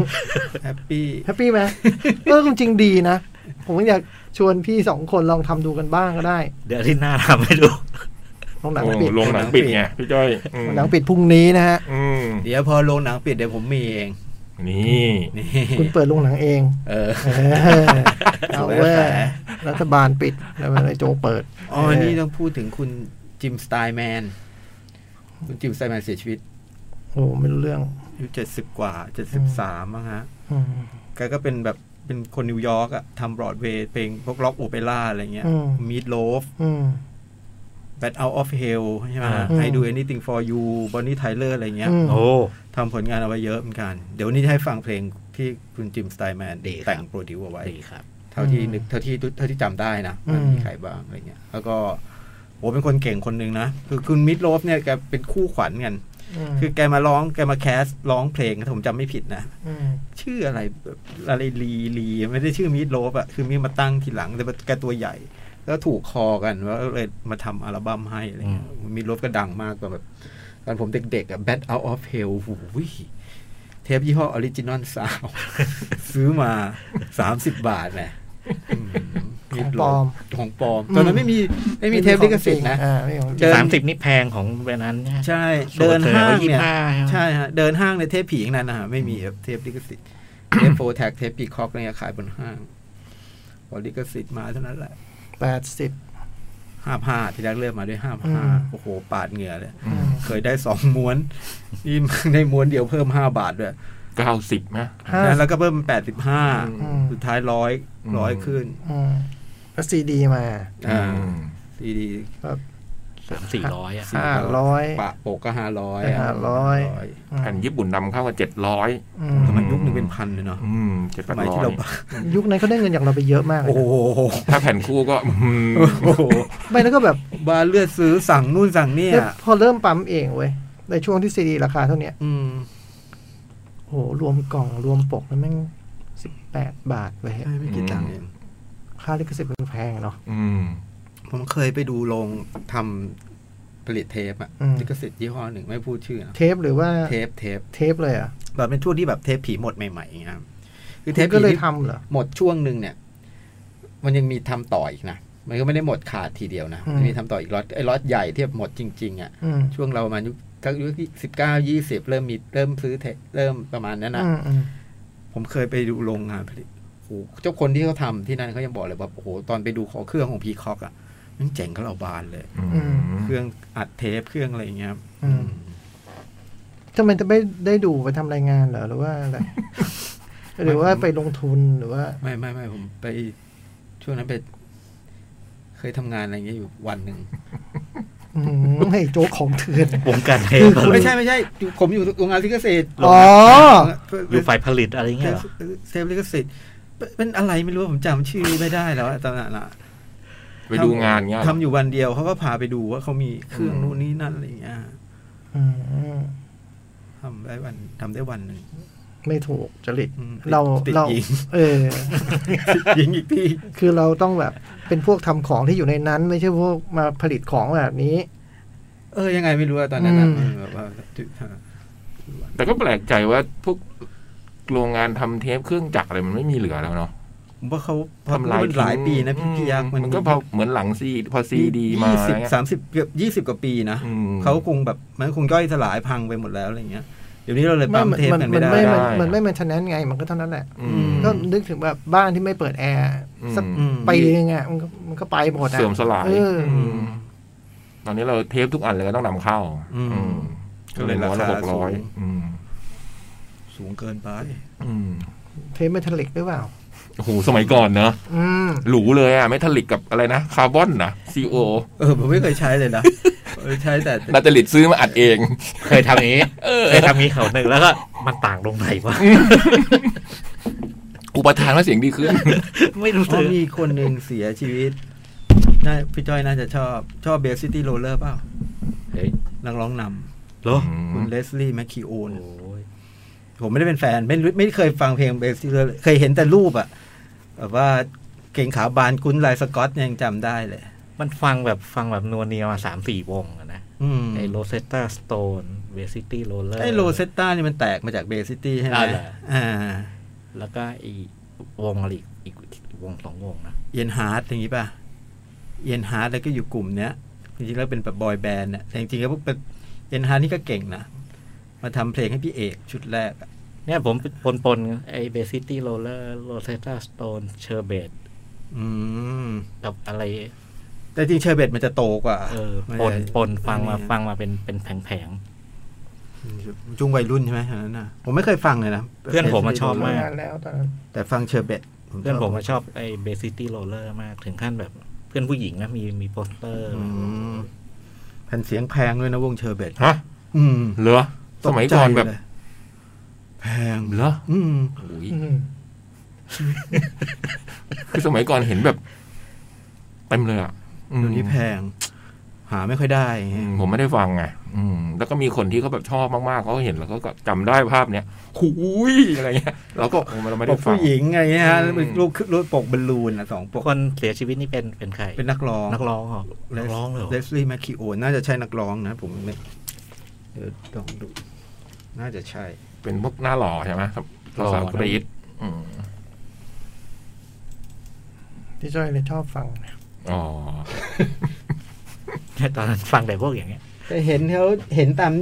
[SPEAKER 5] แฮปปี้
[SPEAKER 2] แฮปปี้ ไหม เออจริงๆดีนะ ผมอยากชวนพี่สองคนลองทำดูกันบ้างก็ได้
[SPEAKER 4] เดี๋ยวอาที่หน้าทำให้ดู
[SPEAKER 2] ลองหนังปิด
[SPEAKER 3] ลงหนังปิดไงพี่จ้อยอืม
[SPEAKER 2] หนังปิดพรุ่งนี้นะ ฮะ
[SPEAKER 3] อืม
[SPEAKER 5] เดี๋ยวพอโรงหนังปิดเดี๋ยวผมมีเอง
[SPEAKER 3] นี่
[SPEAKER 5] นี่
[SPEAKER 2] คุณเปิดโรงหนังเอง
[SPEAKER 5] เออ
[SPEAKER 2] เออเอาเว้ย
[SPEAKER 5] แหม
[SPEAKER 2] รัฐบาลปิดแล้วไอ้โจกเปิด
[SPEAKER 5] อ๋อนี่ต้องพูดถึงคุณจิมสไตล์แมนคุณจิมสไตล์แมนเสียชีวิต
[SPEAKER 2] โอ้ไม่รู้เรื่อง
[SPEAKER 5] อายุเจ็ดสิบกว่าเจ็ดสิบสามมั้งฮะ
[SPEAKER 2] อืม
[SPEAKER 5] แกก็เป็นแบบเป็นคนนิวยอร์กอะทำบรอดเวย์เพลงพวกล็อกโอเปร่าอะไรเงี้ย
[SPEAKER 2] อืม
[SPEAKER 5] มีดโลฟ
[SPEAKER 2] อืม
[SPEAKER 5] แบทเอาออฟเฮลใช่ไหม
[SPEAKER 2] อืม
[SPEAKER 5] ไอดู anything for you บอนนี่ไทเลอร์อะไรเงี้ย
[SPEAKER 2] อืม
[SPEAKER 4] โอ้
[SPEAKER 5] ทำผลงานเอาไว้เยอะเหมือนกัน เดี๋ยวนี้จะให้ฟังเพลงที่คุณจิมสไตล์แมน
[SPEAKER 4] ดีครับ
[SPEAKER 5] แต่งโปรดิวเอาไว้
[SPEAKER 4] ดีครับ
[SPEAKER 5] เท่าที่นึกเท่าที่เท่าที่จำได้นะมันมีใครบ้างอะไรเงี้ย แล้วก็โหเป็นคนเก่งคนหนึ่งนะ คือคุณมิดโลฟเนี่ยแกเป็นคู่ขวัญกันคือแกมาร้องแกมาแคสร้องเพลงถ้าผมจำไม่ผิดนะ
[SPEAKER 2] ม
[SPEAKER 5] ชื่ออะไรแบบอะไรลีลีไม่ได้ชื่อมีดโลฟอะคือมีมาตั้งทีหลังแต่ว่าแกตัวใหญ่ แล้วถูกคอกันว่าเลยมาทำอัลบั้มให้อะไรเงี้ยมีดโลฟก็ดังมากตอนแบบตอนผมเด็กๆอะ Bad Out of Hell หูยเทปยี่ห้อ Original Sound ซื้อมา 30 บาทนะอืมมีดโลฟของปลอม ตอนนั้นไม่มีไม่มีเทปลิขสิทธิ์นะ
[SPEAKER 2] อ่าไม่มีของจริง
[SPEAKER 5] เดิน
[SPEAKER 4] สามสิบนี่แพงของแบรนด์นั้น
[SPEAKER 5] ใช่ เดินห้างเนี่ย
[SPEAKER 4] ใช่
[SPEAKER 5] ใช่
[SPEAKER 4] ไหม
[SPEAKER 5] ฮะ เดินห้างในเทปผีอย่างนั้นนะฮะไม่มีแบบเทปลิขสิทธิ์ เทปโฟแท็กเทปปีคอกอะไรเงี้ยขายบนห้างพอลิขสิทธิ์มาเท่านั้นแหละ
[SPEAKER 2] แปดสิบ
[SPEAKER 5] ห้าผ้าที่แรกเริ่มมาด้วยห้า
[SPEAKER 2] อื
[SPEAKER 5] ผ้าม โอ้โห ปาดเหงื่อเลย เคยได้สองม้วน นี่ได้ม้วนเดียวเพิ่มห้าบาทด้วย
[SPEAKER 3] เก้าสิบนะ
[SPEAKER 2] ห้า
[SPEAKER 5] นะแล้วก็เพิ่มแปดสิบห้า
[SPEAKER 2] อืม
[SPEAKER 5] สุดท้ายร้อย
[SPEAKER 3] อืม
[SPEAKER 5] ร้อยขึ้น
[SPEAKER 2] อืมแล้วซีดีมา
[SPEAKER 5] อ่า
[SPEAKER 3] อืม
[SPEAKER 5] ดีดี
[SPEAKER 4] สามสี่ร้อยอ่ะ
[SPEAKER 5] สี่
[SPEAKER 2] ห้าร้อย
[SPEAKER 5] ปะโปกก็ห้าร้อย
[SPEAKER 2] ห้าร้อย
[SPEAKER 3] แผ่นญี่ปุ่นนำเข้ามาเจ็ดร้อย
[SPEAKER 2] อืม
[SPEAKER 5] สมัยยุคหนึ่งเป็นพันเลยเนาะ
[SPEAKER 3] เจ็ด
[SPEAKER 5] ส
[SPEAKER 3] แปด
[SPEAKER 5] มัย
[SPEAKER 3] ร้อ
[SPEAKER 5] ที่
[SPEAKER 3] ย
[SPEAKER 5] เรา
[SPEAKER 2] ยุคนั้นเขาได้เงินจากเราไปเยอะมากเลย
[SPEAKER 5] โอ้
[SPEAKER 2] นะ
[SPEAKER 5] โห
[SPEAKER 3] ถ้าแผ่นคู่ก็อืม
[SPEAKER 5] โอ้โห
[SPEAKER 2] ไม่แล้วก็แบบ
[SPEAKER 5] บาร์เลือดซื้อสั่งนู่นสั่งเนี่ย
[SPEAKER 2] พอเริ่มปั๊มเองเว้ยในช่วงที่ซีดีราคาเท่าเนี้ย
[SPEAKER 5] อืม
[SPEAKER 2] โหรวมกล่องรวมปกแล้วแม่งสิบแปดบาทเลยอะ
[SPEAKER 5] ใช่ไม่กี่ตังค์เอง
[SPEAKER 2] ค่าลิขสิทธิ์มันแพงเนาะ
[SPEAKER 3] อืม
[SPEAKER 5] ผมเคยไปดูโรงทำผลิตเทปอะ
[SPEAKER 2] อืม
[SPEAKER 5] ลิขสิทธิ์ยี่ห้อหนึ่งไม่พูดชื่อนะ
[SPEAKER 2] เทปหรือว่า
[SPEAKER 5] เทปเทป
[SPEAKER 2] เทปเลยเหรอ่ะ
[SPEAKER 5] แบบเป็นช่วงที่แบบเทปผีหมดใหม่ๆอย่างเงี้ยครับคือเทป
[SPEAKER 2] ก็
[SPEAKER 5] ผี
[SPEAKER 2] เลย
[SPEAKER 5] ที่
[SPEAKER 2] ทำเหรอ
[SPEAKER 5] หมดช่วงหนึ่งเนี่ย มันยังมีทำต่ออีกนะมันก็ไม่ได้หมดขาดทีเดียวนะ
[SPEAKER 2] อืม
[SPEAKER 5] มันมีทำต่ออีกล็อตไอ้ล็อตใหญ่ที่แบบหมดจริงๆอะ
[SPEAKER 2] อืม
[SPEAKER 5] ช่วงเรามายุคทักยุคสิบเก้ายี่สิบเริ่มมีเริ่มซื้อเทปเริ่มประมาณนั้นนะ
[SPEAKER 2] อืมอืม
[SPEAKER 5] ผมเคยไปดูโรงงานผลิตโอ้โหเจ้าคนที่เขาทำที่นั่นเขายังบอกเลยว่าโอ้โห ตอนไปดูของเครื่องของพีคอกอ่ะ มันเจ๋งเขาเราบานเลย
[SPEAKER 3] อืม
[SPEAKER 5] เครื่องอัดเทปเครื่องอะไรอย่างเงี้ยครับ
[SPEAKER 2] อืมทำไมจะไม่ได้ดูไปทำรายงานเหรอหรือว่าอะไร หรือว่าไปลงทุนหรือว่า
[SPEAKER 5] ไม่ไม่ไม่ผมไปช่วงนั้นไป เคยทำงานอะไรอย่างเงี้ยอยู่วันหนึ่ง
[SPEAKER 2] อืมไอ้โจ๊กของเถื่อน
[SPEAKER 4] วงการเทป
[SPEAKER 5] ไม่ใช่ไม่ใช่อยู่ผมอยู่โรงงานลิขสิทธิ์
[SPEAKER 2] อ๋อ
[SPEAKER 4] อยู่ฝ่ายผลิตอะไรเงี้ยเหรอ
[SPEAKER 5] เซฟลิขสิทธิ์เป็นอะไรไม่รู้ผมจำชื่อไม่ได้แล้วอะตอนนั้นอะ
[SPEAKER 3] ไปดูงานเงี้ยเหรอ
[SPEAKER 5] ทำอยู่วันเดียวเขาก็พาไปดูว่าเขามีเครื่อง
[SPEAKER 3] อืม
[SPEAKER 5] นู่นนี่นั่นอะไรอย่างเงี้ย
[SPEAKER 2] อืม
[SPEAKER 5] ทำได้วันทำได้วันหนึ่ง
[SPEAKER 2] ไม่ถูกจริต
[SPEAKER 5] อืม
[SPEAKER 2] เรา
[SPEAKER 5] ติด
[SPEAKER 2] เรา
[SPEAKER 5] หญิง
[SPEAKER 2] เออ
[SPEAKER 5] ยิงอีกที่
[SPEAKER 2] คือเราต้องแบบเป็นพวกทำของที่อยู่ในนั้น ไม่ใช่พวกมาผลิตของแบบนี้
[SPEAKER 5] เออ ยังไงไม่รู้อะตอนนั้นอะ
[SPEAKER 2] อืม
[SPEAKER 5] เออแบบว่าจุดห้า
[SPEAKER 3] แต่ก็แปลกใจว่าพวกโรงงานทำเทปเครื่องจักรอะไรมันไม่มีเหลือแล้วเนาะ
[SPEAKER 5] ผมว่าเขา
[SPEAKER 3] ทำลาย
[SPEAKER 5] มันหลายปีนะพี่
[SPEAKER 3] อืม
[SPEAKER 5] พี่ยักษ์
[SPEAKER 3] มันก็พอเหมือนหลังซีพอซีดีมา
[SPEAKER 5] ยี่
[SPEAKER 3] อะไร
[SPEAKER 5] สิบ
[SPEAKER 3] เงี้ย
[SPEAKER 5] สามสิบเกือบยี่สิบกว่าปีนะ
[SPEAKER 3] อืม
[SPEAKER 5] เขาคงแบบมันคงย่อยสลายพังไปหมดแล้วอะไรเงี้ยเดี๋ยวนี้เราเลย
[SPEAKER 2] ไม่
[SPEAKER 5] ปั๊ม
[SPEAKER 2] มัน
[SPEAKER 5] เทป
[SPEAKER 2] มัน
[SPEAKER 5] กัน
[SPEAKER 2] มั
[SPEAKER 5] ไม่
[SPEAKER 2] น
[SPEAKER 5] ได้
[SPEAKER 2] ไม่มัน
[SPEAKER 3] ได้
[SPEAKER 2] มันไม่มันชนะไง มันก็เท่านั้นแหละ
[SPEAKER 3] อืม
[SPEAKER 2] ก็นึกถึงแบบบ้านที่ไม่เปิดแอร์
[SPEAKER 3] อืม
[SPEAKER 2] สัก
[SPEAKER 5] อืม
[SPEAKER 2] ปีนึงอ่ะมันก็มันก็ไปหมดอ่ะ
[SPEAKER 3] เสื่อมสลาย
[SPEAKER 2] เอออ
[SPEAKER 3] มตอนนี้เราเทปทุกอันเลยก็ต้องนำเข้า
[SPEAKER 5] อืม
[SPEAKER 3] อืม
[SPEAKER 5] ก็เลยราคา
[SPEAKER 3] หกร้อย
[SPEAKER 5] สูง
[SPEAKER 3] อืม
[SPEAKER 5] สูงเกินไป
[SPEAKER 3] อืม
[SPEAKER 2] เทปเมทัลลิกหรือเปล่า
[SPEAKER 3] โอ้โหสมัยก่อนเนอะ
[SPEAKER 2] อืม
[SPEAKER 3] หรูเลยอะเมทัลลิกกับอะไรนะ คาร์บอนนะซีโอ
[SPEAKER 5] เออผมไม่เคยใช้เลยนะเออใช้แต่
[SPEAKER 3] นาตาลิดซื้อมาอัดเอง
[SPEAKER 4] เคยทำอย่างนี้เคยทำอย่างนี้เขาหนึ่งแล้วก็มันต่างตรงไหนวะ
[SPEAKER 3] อุปทานว่าเสียงดีขึ้น
[SPEAKER 4] ไม่รู้
[SPEAKER 5] เพ
[SPEAKER 4] สึ
[SPEAKER 5] ราะ
[SPEAKER 4] ก
[SPEAKER 5] มีคนหนึ่งเสียชีวิตน่าพี่จ้อยน่าจะชอบชอบเบลซิตี้โรเลอร์เปล่า
[SPEAKER 4] เฮ้ย
[SPEAKER 5] นักร้องน
[SPEAKER 4] เหรอ
[SPEAKER 5] ำคุณเลสลี่แมคคิโอน
[SPEAKER 4] โอ้ย
[SPEAKER 5] ผมไม่ได้เป็นแฟน ไม่รู้ไม่เคยฟังเพลงเบลซิตี้โรเลอร์เคยเห็นแต่รูปอะแบบว่าเก่งขาบานกุ้นลายสกอตยังจำได้เลย
[SPEAKER 4] มันฟังแบบฟังแบบนัวเนียมาสามสี่วงอะนะ
[SPEAKER 5] อืม
[SPEAKER 4] ไอโรเซตตาสโตนเวสิตี้โรเลอร์
[SPEAKER 5] ไอ้โรเซตตานี่มันแตกมาจากเบลซิตี้ใช่ไหม
[SPEAKER 4] อ่าเหรอ
[SPEAKER 5] อ่า
[SPEAKER 4] แล้วก็ไอีวงอะไรอีกอีกอีกวงสองวงนะ
[SPEAKER 5] เยนฮาร์ดอย่างนี้ป่ะเยนฮาร์ดแล้วก็อยู่กลุ่มเนี้ยจริงๆแล้วเป็นแบบบอยแบนด์อะแต่จริงๆแล้วพวกเป็นเยนฮาร์ดนี่ก็เก่งนะมาทำเพลงให้พี่เอกชุดแรกอะ
[SPEAKER 4] เนี่ยผมปนปนๆไอเบสิตี้โรเลอร์โรเซตตาสโตนเชอร์เบด
[SPEAKER 5] อืม
[SPEAKER 4] กับอะไร
[SPEAKER 5] แต่จริงเชอร์เบตมันจะโตกว่า
[SPEAKER 4] เออ
[SPEAKER 5] มั
[SPEAKER 4] ปน
[SPEAKER 5] จะ
[SPEAKER 4] ปนๆฟังมาฟังมาเป็นเป็นแผงแผง
[SPEAKER 5] จุงวัยรุ่นใช่ไหมอันนั้นน่ะผมไม่เคยฟังเลยนะ
[SPEAKER 4] ๆเพื่อนผมมาชอบมาก
[SPEAKER 2] นานแล้วตอนนั้น
[SPEAKER 5] แต่ฟังเชอร์เบต
[SPEAKER 4] เพื่อนผมมาชอบไอเบสิตี้โรเลอร์มากถึงขั้นแบบเพื่อนผู้หญิงนะมีมีโปสเตอร์
[SPEAKER 5] อืมแผ่นเสียงแพงด้วยนะวงเชอร์เบต
[SPEAKER 3] ฮะ
[SPEAKER 5] อืม
[SPEAKER 3] เหรอ สมัยก่อนแบบ
[SPEAKER 5] ตใจเลยแพง
[SPEAKER 3] เหรอ
[SPEAKER 5] อืม
[SPEAKER 3] โอ้ย
[SPEAKER 2] อืม
[SPEAKER 3] คือสมัยก่อนเห็นแบบเต็มเลยอ่ะอืม
[SPEAKER 5] เดี๋ยวนี้แพง หาไม่ค่อยได้
[SPEAKER 3] อืมผมไม่ได้ฟังไงอืม แล้วก็มีคนที่เขาแบบชอบมากๆเขาก็เห็นแล้วก็จำได้ภาพเนี้ยหูยอะไรเงี้ยเราก็โอ้เราไม่
[SPEAKER 5] ป
[SPEAKER 3] ได้
[SPEAKER 5] ก
[SPEAKER 3] ฟัง
[SPEAKER 5] ผู้หญิงไงเงี้ยฮะ
[SPEAKER 3] อืม
[SPEAKER 5] รูปรูปปกบอลลูนอ่ะสองปก
[SPEAKER 4] คนเสียชีวิตนี่เป็นเป็นใคร
[SPEAKER 5] เป็นนักร้อง
[SPEAKER 4] นักร้องเหรอนักร้องเหรอ
[SPEAKER 5] เลสลี่แมคคิโอนน่าจะใช่นักร้องนะผมไม่เดี๋ยวลองดู น่าจะใช่
[SPEAKER 3] เป็นพวกหน้าหล่อใช่ไหมครับเราสาวกรีดอืม
[SPEAKER 2] ที่จ้อยเลยชอบฟังนะ
[SPEAKER 3] อ๋อ
[SPEAKER 4] เนี่ยตอนนั้นฟังแต่พวกอย่างเงี้ย
[SPEAKER 5] แต่เห็นเขาเห็นตาม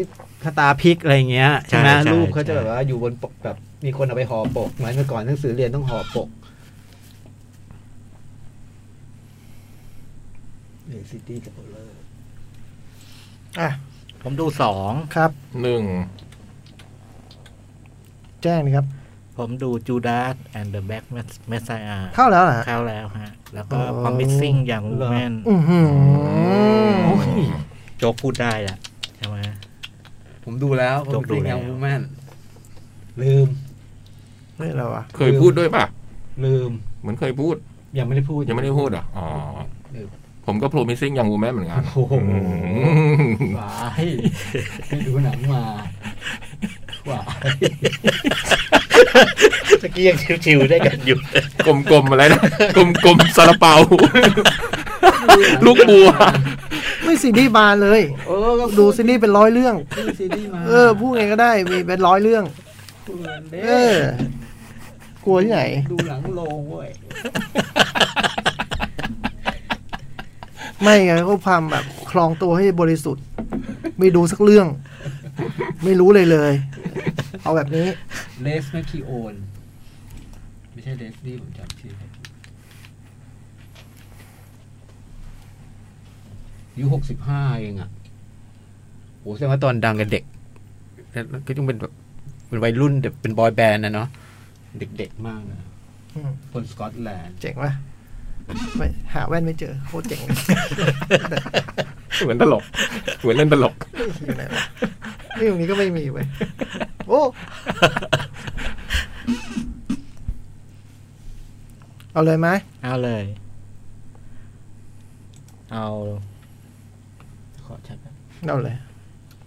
[SPEAKER 5] คาตาพริกอะไรเงี้ย ใช่ไหม
[SPEAKER 4] ใช่ใช่
[SPEAKER 5] รูปเขาจะแบบว่าอยู่บนปกแบบมีคนเอาไปห่อปกเหมือนเมื่อก่อนหนังสือเรียนต้องห่อปกเดซิตี้กับโอเลอร์
[SPEAKER 2] อ่ะ
[SPEAKER 4] ผมดูสอง
[SPEAKER 2] ครับ
[SPEAKER 3] หนึ่ง
[SPEAKER 2] แจ้งนะครับ
[SPEAKER 4] ผมดู Judas and the Black Messiah
[SPEAKER 2] เข้าแล้วเหรอฮะ
[SPEAKER 4] เข้าแล้วฮะ แล้วก็
[SPEAKER 2] อ๋อ
[SPEAKER 4] Promising Young Woman
[SPEAKER 2] อือหือ
[SPEAKER 3] โอ้ย
[SPEAKER 4] โจ๊กพูดได้ละใช่ไหม
[SPEAKER 5] ผมดูแล้วผม
[SPEAKER 4] ยกดู
[SPEAKER 5] ดู
[SPEAKER 4] แล้
[SPEAKER 5] แล้ว วแมนลืม
[SPEAKER 2] นี่เราอะ
[SPEAKER 3] เคยพูดด้วยป่ะ
[SPEAKER 5] ลืม
[SPEAKER 3] เหมือนเคยพูด
[SPEAKER 5] ยังไม่ได้พูด
[SPEAKER 3] ยังไม่ได้พูดเหรอ่ะอ๋อ
[SPEAKER 5] เออ
[SPEAKER 3] ผมก็ promising อย่าง woman เหมือนกัน
[SPEAKER 5] โอ้โห
[SPEAKER 3] อืม
[SPEAKER 5] ว้ายไปดูหนังมาว้าย
[SPEAKER 4] ตะกี้ยังชิวๆได้กันอยู่
[SPEAKER 3] กลมๆอะไรนะ กลมๆซาลาเปา ลูกบัว
[SPEAKER 2] ไม่ซีรีส์มาเลย
[SPEAKER 5] เออก็
[SPEAKER 2] ดูซีรีส์เป็นร้อยเรื่อง
[SPEAKER 5] ดูซีรีส์มา
[SPEAKER 2] เออ พูดไงก็ได้ มีเป็นร้อยเรื่อง
[SPEAKER 5] พูดกัน
[SPEAKER 2] เอ
[SPEAKER 5] เด้
[SPEAKER 2] อ กลัวที่ไหน
[SPEAKER 5] ดูหลังโลงเว้ย
[SPEAKER 2] ไม่ไงเขาพามแบบคลองตัวให้บริสุทธิ์ ไม่ดูสักเรื่อง ไม่รู้เลยเลย เอาแบบนี้
[SPEAKER 5] เลสแมคคิโอนไม่ใช่เลสลี่ผมจำชื่ออายุหกสิบห้าเองอ่ะโหแสดงว่าตอนดังกับเด็กแล้วก็ต้องเป็นแบบเป็นวัยรุ่นแบบเป็นบอยแบนด์นะเนาะเด็กๆมากนะ
[SPEAKER 2] อืม
[SPEAKER 5] คนสกอตแลนด์
[SPEAKER 2] เจ๋งป่ะไม่หาแว่นไม่เจอโคตรเจ๋งเลย
[SPEAKER 3] เหมือนตลก เหมือนเล่นตลก
[SPEAKER 2] อยู่ไหนวะนี่ตรงนี้ก็ไม่มีเว้ยโอ้เอาเลยไหม
[SPEAKER 4] เอาเลย เอา
[SPEAKER 5] ขอชัดนะ
[SPEAKER 2] เอาเลย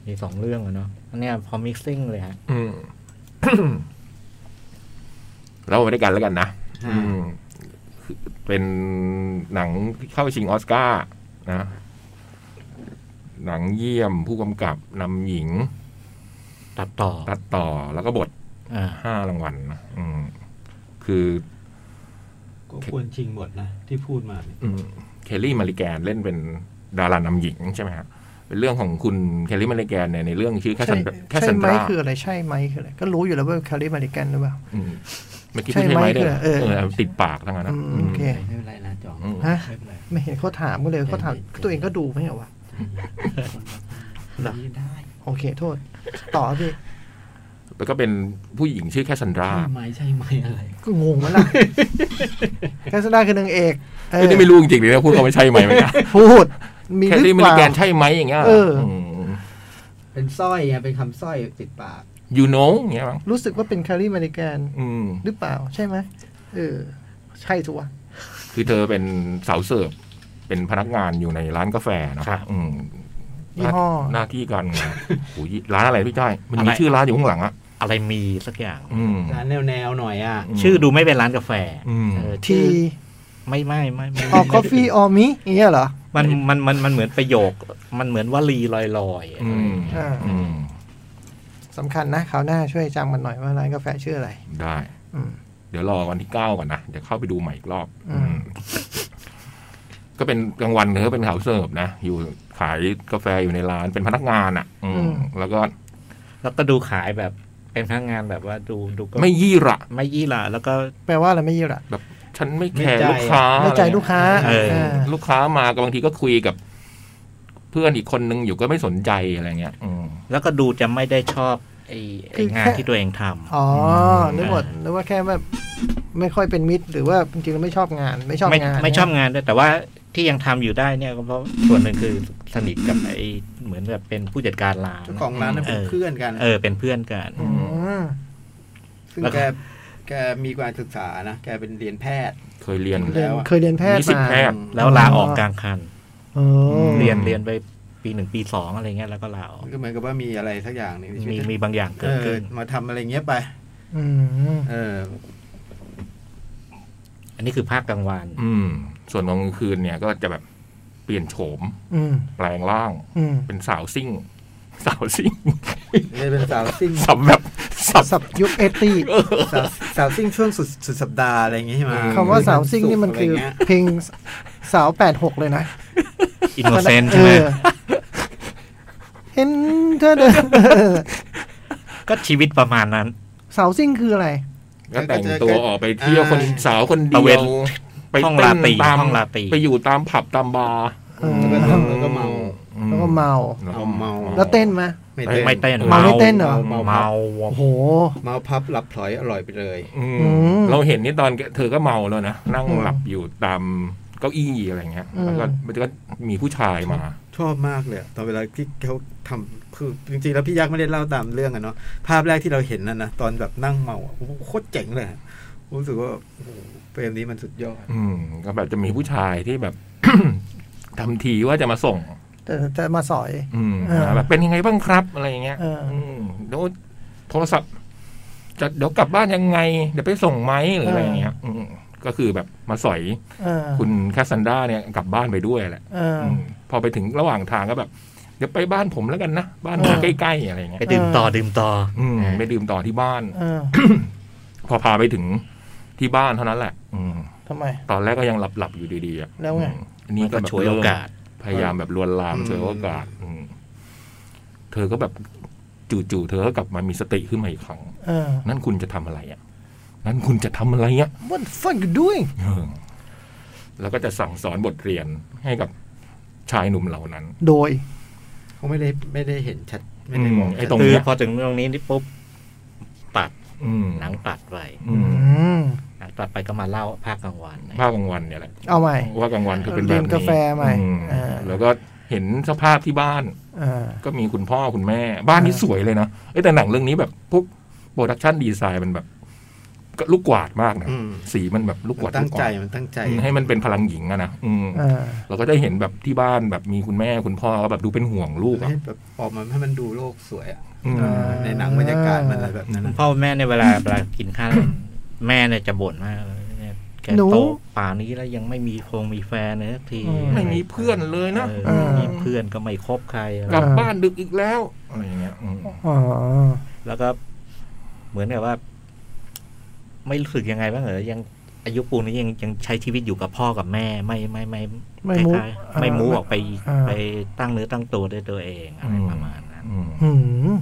[SPEAKER 4] มีสองเรื่องอะเนาะอันเนี้ย Promising เลยฮะ
[SPEAKER 3] อืม เราไปด้วยกันแล้วกันนะอืมเป็นหนังที่เข้าชิงออสการ์นะ หนังเยี่ยมผู้กำกับนำหญิง
[SPEAKER 4] ตัดต่อ
[SPEAKER 3] ตัดต่อแล้วก็บท
[SPEAKER 4] อ่า
[SPEAKER 3] ห้ารางวัลนะอืม คือ
[SPEAKER 5] ก็ควรชิงหมดนะ ที่พูดมาเนี่ย
[SPEAKER 3] อืมเคลลี่มาริแกนเล่นเป็นดารานำหญิงใช่ไหมฮะเป็นเรื่องของคุณเคลลี่มาริแกนเนี่ยในเรื่องชื่อแค่
[SPEAKER 2] ใช่
[SPEAKER 3] สันแค่
[SPEAKER 2] ใช่
[SPEAKER 3] สัน
[SPEAKER 2] ไหม
[SPEAKER 3] ตรา
[SPEAKER 2] คืออะไรใช่ไหมคืออะไรก็รู้อยู่แล้วว่าแคลิมาริกันหรือเปล่า
[SPEAKER 3] อืมเมื่อกี้
[SPEAKER 2] ใช่
[SPEAKER 3] พูดใช่ไหมเนี่ย
[SPEAKER 2] ไหมคือเออ
[SPEAKER 3] เออติดปากทั้งนั้นนะ
[SPEAKER 2] อืมโอเค
[SPEAKER 5] ไม่เป็นไรนะจอง
[SPEAKER 3] อืม
[SPEAKER 2] ฮะ
[SPEAKER 5] ไม่เป็นไร
[SPEAKER 2] ไม่เห็นเขาถามก็เลยเขาถามตัวเองก็ดูไหมเหรอวะ
[SPEAKER 5] ได้
[SPEAKER 2] โอเค โทษ ต่อพี่
[SPEAKER 3] แล้วก็เป็นผู้หญิงชื่อแคสซันดรา
[SPEAKER 6] ใช่ไหมใช่ไหมอะไร
[SPEAKER 2] ก็งงไหมั้ ล่ะ แคสดาคือนางเอกเออ
[SPEAKER 3] เอ้ยนี่ไม่รู้จริงๆเลยนะพูดเขาไม่ใช่ไหมไหมนะ
[SPEAKER 2] พูด มี
[SPEAKER 3] แค
[SPEAKER 2] ห
[SPEAKER 3] ท
[SPEAKER 2] รือ
[SPEAKER 3] รี่มิ
[SPEAKER 2] เป
[SPEAKER 3] ลิ
[SPEAKER 2] ล่า
[SPEAKER 3] แกนใช่ไหมอย่างเงี้ย
[SPEAKER 2] เออ
[SPEAKER 3] ม
[SPEAKER 6] เป็นสร้อยไงเป็นคำสร้อยติดปาก
[SPEAKER 3] you know อย่างเงี้ยมั้ง
[SPEAKER 2] รู้สึกว่าเป็นแคลรี่มาริแกน
[SPEAKER 3] อืม
[SPEAKER 2] หรือเปล่า ใช่ไหมเออ ใช่ทัวะ
[SPEAKER 3] คือเธอเป็นสาวเสิร์ฟ เป็นพนักงานอยู่ในร้านกาแฟเนอะ
[SPEAKER 4] ครับ
[SPEAKER 3] อืม
[SPEAKER 2] ยี่ห้อ
[SPEAKER 3] หน้าที่การงานโอ้ยร้านอะไรพี่จ้อยมันมี
[SPEAKER 4] อะไร
[SPEAKER 3] ชื่อร้านอยู่ข้างหลังอ่ะ
[SPEAKER 4] อะไรมีสักอย่าง
[SPEAKER 3] อืม
[SPEAKER 6] ร้านแนวๆหน่อยอ่ะ
[SPEAKER 4] ชื่อดูไม่เป็นร้านกาแฟ
[SPEAKER 3] อืม
[SPEAKER 4] เออ
[SPEAKER 2] ที
[SPEAKER 4] ชื่อไม่ไม่ไม่ไม่
[SPEAKER 2] ออกคอฟฟี่ออมิอย่างเงี้ยเหรอ
[SPEAKER 4] มันมันมันมันเหมือนประโยค มันเหมือนวลีลอยๆอะ
[SPEAKER 3] อืม
[SPEAKER 2] อ่า
[SPEAKER 3] อืม
[SPEAKER 2] สำคัญนะคราวหน้าช่วยจำกันหน่อยว่าร้านกาแฟชื่ออะไร
[SPEAKER 3] ได้
[SPEAKER 2] อืม
[SPEAKER 3] เดี๋ยวรอวันที่เก้าก่อนนะ เดี๋ยวเข้าไปดูใหม่อีกรอบ
[SPEAKER 2] อืม
[SPEAKER 3] อืม ก็เป็นกลางวันเธอเป็นสาวเสิร์ฟนะ อยู่ขายกาแฟอยู่ในร้านเป็นพนักงานอ่ะ อืม แล้วก็
[SPEAKER 4] แล้วก็ดูขายแบบเป็นพนักงานแบบว่าดูดูก็
[SPEAKER 3] ไม่ยี่ระ
[SPEAKER 4] ไม่ยี่หล่ะแล้วก็
[SPEAKER 2] แปลว่าอะไรไม่ยี่หรอ
[SPEAKER 3] ฉันไม่แคร์
[SPEAKER 6] ไม่ใจ
[SPEAKER 3] ลูกค้า
[SPEAKER 2] ไม่ใจ
[SPEAKER 3] อะไร
[SPEAKER 2] ลูกค้า
[SPEAKER 4] เออ
[SPEAKER 2] อ่า
[SPEAKER 3] ลูกค้ามาก็บางทีก็คุยกับ เพื่อนอีกคนนึงอยู่ก็ไม่สนใจอะไรเงี้ย อืม
[SPEAKER 4] แล้วก็ดูจะไม่ได้ชอบไอ้
[SPEAKER 2] คือง
[SPEAKER 4] ไอ้าน
[SPEAKER 2] แค่
[SPEAKER 4] ที่ตัวเองทำ
[SPEAKER 2] อ๋อ
[SPEAKER 3] อืม
[SPEAKER 2] นึกหมดนึกว่าแค่แบบไม่ค่อยเป็นมิตร หรือว่าจริงๆแล้วไม่ชอบงาน ไม่ชอบ
[SPEAKER 4] ไม่
[SPEAKER 2] งาน
[SPEAKER 4] ไม่ชอบ
[SPEAKER 2] นะ
[SPEAKER 4] งานด้วยแต่ว่าที่ยังทำอยู่ได้เนี่ยก็เพราะส่วนหนึ่งคือสนิทกับไอ้เหมือนแบบเป็นผู้จัดการร้าน
[SPEAKER 5] เจ้าของร้านน่ะเป็นเพื่อนกัน
[SPEAKER 4] เออเป็นเพื่อนกัน
[SPEAKER 2] อืม
[SPEAKER 5] ซึ่ง
[SPEAKER 4] แล้วก็
[SPEAKER 5] แกแกมีการศึกษานะ แกเป็นเรียนแพทย์
[SPEAKER 3] เคยเรียน
[SPEAKER 2] เรียน
[SPEAKER 5] แล้วอะ
[SPEAKER 2] เคยเรียนแพทย์
[SPEAKER 3] นิสิต
[SPEAKER 2] มา
[SPEAKER 3] แพทย์
[SPEAKER 4] แล้วลาออกกลางคัน
[SPEAKER 2] เออ
[SPEAKER 4] เรียนเรียนไปปีหนึ่งปีสองอะไรเงี้ยแล้วก็ลาออก
[SPEAKER 5] มันก็เหมือนกับว่ามีอะไรสักอย่างหนึ่งในชี
[SPEAKER 4] มี
[SPEAKER 5] วิต
[SPEAKER 4] มีบางอย่าง
[SPEAKER 5] เอ
[SPEAKER 4] เกิด
[SPEAKER 5] อ
[SPEAKER 4] ขึ้น
[SPEAKER 5] มาทำอะไรเงี้ยไป
[SPEAKER 2] อืม
[SPEAKER 5] เออ
[SPEAKER 4] อันนี้คือภาคกลางวัน
[SPEAKER 3] อืม ส่วนตอนกลางคืนเนี่ยก็จะแบบเปลี่ยนโฉม
[SPEAKER 2] อืม
[SPEAKER 3] แปลงร่าง
[SPEAKER 2] อืม
[SPEAKER 3] เป็นสาวซิ่ง สาวซิ่ง
[SPEAKER 5] เลยเป็นสาวซิ่ง
[SPEAKER 3] สับแบบสับ
[SPEAKER 2] สับยุคเอตี้
[SPEAKER 5] สาวสาวซิ่งช่วงสุดสุดสัปดาห์อะไรอย่างเงี้ยใช่ไหม
[SPEAKER 2] คำว่าสาวซิ่งนี่มันคือ
[SPEAKER 5] ะไรเงี้ย
[SPEAKER 2] เพลงสาวแปดหกเลยนะ
[SPEAKER 4] อินโนเซนต์ใช่ไหม
[SPEAKER 2] เออเห็นเธอเดิน
[SPEAKER 4] ก็ชีวิตประมาณนั้น
[SPEAKER 2] สาวซิ่งคืออะไร
[SPEAKER 3] ก็แต่งตัวออกไปเที่ยวคนสาวคนเดี
[SPEAKER 4] ตะเวย น
[SPEAKER 3] วไป
[SPEAKER 4] ท่อง
[SPEAKER 3] เต้
[SPEAKER 4] ราน ตรี
[SPEAKER 3] ตาม
[SPEAKER 4] ท่องราตรี
[SPEAKER 3] ไปอยู่ตามผับตามบาร์
[SPEAKER 2] เออ
[SPEAKER 5] แล้วก็ทำแล้วก็เมา
[SPEAKER 2] แล้วก็เมา
[SPEAKER 5] เอาเมา
[SPEAKER 2] แล้วเต้นไหม
[SPEAKER 4] ไม่เต้น
[SPEAKER 2] เมาไม่เต้นเหรอ
[SPEAKER 5] เมา
[SPEAKER 4] เมา
[SPEAKER 2] โอ้โห
[SPEAKER 5] เมาพับหลับพลอยอร่อยไปเลย
[SPEAKER 3] อืม
[SPEAKER 2] อืม
[SPEAKER 3] เราเห็นนี่ตอนเธอก็เมาแล้วนะ นั่ง
[SPEAKER 2] อืม
[SPEAKER 3] หลับอยู่ตามเก้าอี้อะไรเงี้ย แล้วก็
[SPEAKER 2] อืม
[SPEAKER 3] มันก็มีผู้ชายมา
[SPEAKER 5] ชอบมากเลยอะตอนเวลาที่เขาทำคือจริงๆแล้วพี่ยักษ์ไม่ได้เล่าตามเรื่องอะเนาะภาพแรกที่เราเห็นนั่นนะตอนแบบนั่งเมาอะโอ้โหโคตรเจ๋งเลยอะรู้สึกว่าโอ้โหเฟรมนี้มันสุดยอด
[SPEAKER 3] อืมก็แบบจะมีผู้ชายที่แบบ ทำทีว่าจะมาส่ง
[SPEAKER 2] แต่จะมาสอย
[SPEAKER 3] อืม
[SPEAKER 2] เออ
[SPEAKER 3] แบบเป็นยังไงบ้างครับอะไรอย่างเงี้ย
[SPEAKER 2] เอออื
[SPEAKER 3] มเดี๋ยวโทรศัพท์ จะเดี๋ยวกลับบ้านยังไง เดี๋ยวไปส่งไหมหรืออะไรอย่างเงี้ย อืมก็คือแบบมาสอย
[SPEAKER 2] เออ
[SPEAKER 3] คุณแคสซันด้าเนี่ยกลับบ้านไปด้วยแหละ
[SPEAKER 2] เออ
[SPEAKER 3] มพอไปถึงระหว่างทางก็แบบ เดี๋ยวไปบ้านผมแล้วกันนะบ้าน
[SPEAKER 2] เออ
[SPEAKER 3] ใกล้ๆอะไรอย่างเงี้
[SPEAKER 4] ไป
[SPEAKER 3] ย
[SPEAKER 4] ดื่มต่อดื่มต่อ
[SPEAKER 3] อืมไปดื่มต่อที่บ้าน
[SPEAKER 2] เออ
[SPEAKER 3] พอพาไปถึงที่บ้านเท่านั้นแหละ อืม
[SPEAKER 2] ทำไม
[SPEAKER 3] ตอนแรกก็ยังหลับๆอยู่ดีๆอะ
[SPEAKER 2] แล้วไง
[SPEAKER 3] อืมอัน
[SPEAKER 4] มั
[SPEAKER 3] นี่
[SPEAKER 4] น
[SPEAKER 3] ก็
[SPEAKER 4] ก็
[SPEAKER 3] แบบ
[SPEAKER 4] ช่วยโอ
[SPEAKER 3] เริ่ม
[SPEAKER 4] กาส
[SPEAKER 3] พยายามแบบลวนลาม
[SPEAKER 5] อืม
[SPEAKER 3] เธอโอกาสอืมเธอก็แบบจู่ๆเธอก็กลับมามีสติขึ้นมาอีกครั้ง
[SPEAKER 2] เออ
[SPEAKER 3] นั่นคุณจะทำอะไรอ่ะ นั่นคุณจะทำอะไรอ่ะ
[SPEAKER 2] what the fuck you doing
[SPEAKER 3] เออแล้วก็จะสั่งสอนบทเรียนให้กับชายหนุ่มเหล่านั้น
[SPEAKER 2] โดย
[SPEAKER 5] เขาไม่ได้ไม่ได้เห็นชัดไม่ได้มอง
[SPEAKER 3] อืมไอ้
[SPEAKER 5] ชัด
[SPEAKER 3] ตรง
[SPEAKER 4] คือ
[SPEAKER 3] เนี้ย
[SPEAKER 4] พอถึงตรงนี้นี่ปุ๊บตัด
[SPEAKER 3] อืม
[SPEAKER 4] หนังตัดไป
[SPEAKER 3] อืม
[SPEAKER 2] อืม
[SPEAKER 4] หลังตัดไปก็มาเล่าภาคกลางวันนะ
[SPEAKER 3] ภาพกลางวันเนี่ยแหละ
[SPEAKER 2] เอาใหม่
[SPEAKER 3] ว่ากลางวันเธอเป็นแบ
[SPEAKER 2] เรี
[SPEAKER 3] บ
[SPEAKER 2] ยน
[SPEAKER 3] นี้
[SPEAKER 2] กาแฟใหม่
[SPEAKER 3] อื
[SPEAKER 2] อ่า
[SPEAKER 3] แล้วก็เห็นสภาพที่บ้าน
[SPEAKER 2] เออ
[SPEAKER 3] ก็มีคุณพ่อคุณแม่ บ้านที่
[SPEAKER 2] อ่า
[SPEAKER 3] สวยเลยนะเอ้ยแต่หนังเรื่องนี้แบบพวกโปรดักชันดีไซน์มันแบบก็ลูกกวาดมากนะ
[SPEAKER 5] อืม
[SPEAKER 3] สีมันแบบลูกก
[SPEAKER 5] มั
[SPEAKER 3] วาด
[SPEAKER 5] นตั้
[SPEAKER 3] ลู
[SPEAKER 5] ง
[SPEAKER 3] กก
[SPEAKER 5] ใจ
[SPEAKER 3] วาด
[SPEAKER 5] มันตั้งใจ
[SPEAKER 3] อืมให้มันเป็นพลังหญิงอะนะอืม
[SPEAKER 2] เออ
[SPEAKER 3] เราก็ได้เห็นแบบที่บ้านแบบมีคุณแม่คุณพ่อก็แบบดูเป็นห่วงลูกอะ
[SPEAKER 5] ให้แบบออกมาให้มันดูโลกสวยอ่ะ
[SPEAKER 3] อืม
[SPEAKER 5] เออในหนังบรรยากาศมันอะไรแบบนั้น
[SPEAKER 4] คุณ
[SPEAKER 5] อะ
[SPEAKER 4] พ่อคุณแม่เนี่ยเวลาเวลากินข้าว แม่เนี่ยจะบ่นมากเนี่ยแก
[SPEAKER 2] หนู
[SPEAKER 4] โตป่านนี้แล้วยังไม่มีคงมีแฟนเลยสักที
[SPEAKER 2] อืม
[SPEAKER 3] ไม่มีเพื่อนเลยนะ
[SPEAKER 4] เออ
[SPEAKER 2] เออ
[SPEAKER 4] ไม่มีเพื่อนก็ไม่คบใครอะไร
[SPEAKER 3] กลับบ้านดึกอีกแล้วอะไรอย่างเงี้ยอืม
[SPEAKER 2] อ๋อ
[SPEAKER 4] แล้วก็เหมือนกับว่า ไม่รู้สึกยังไงบ้างเหรอยังอายุปูนนี้ยังยังใช้ชีวิตอยู่กับพ่อกับแม่ ไม่ไม่ไม่
[SPEAKER 2] ไม่ move
[SPEAKER 4] คล้ายๆไม่มูออกไป
[SPEAKER 2] อ่า
[SPEAKER 4] ไปตั้งเนื้อตั้งตัวด้วยตัวเองอะไรประมาณนั้น
[SPEAKER 3] อืม
[SPEAKER 2] หืม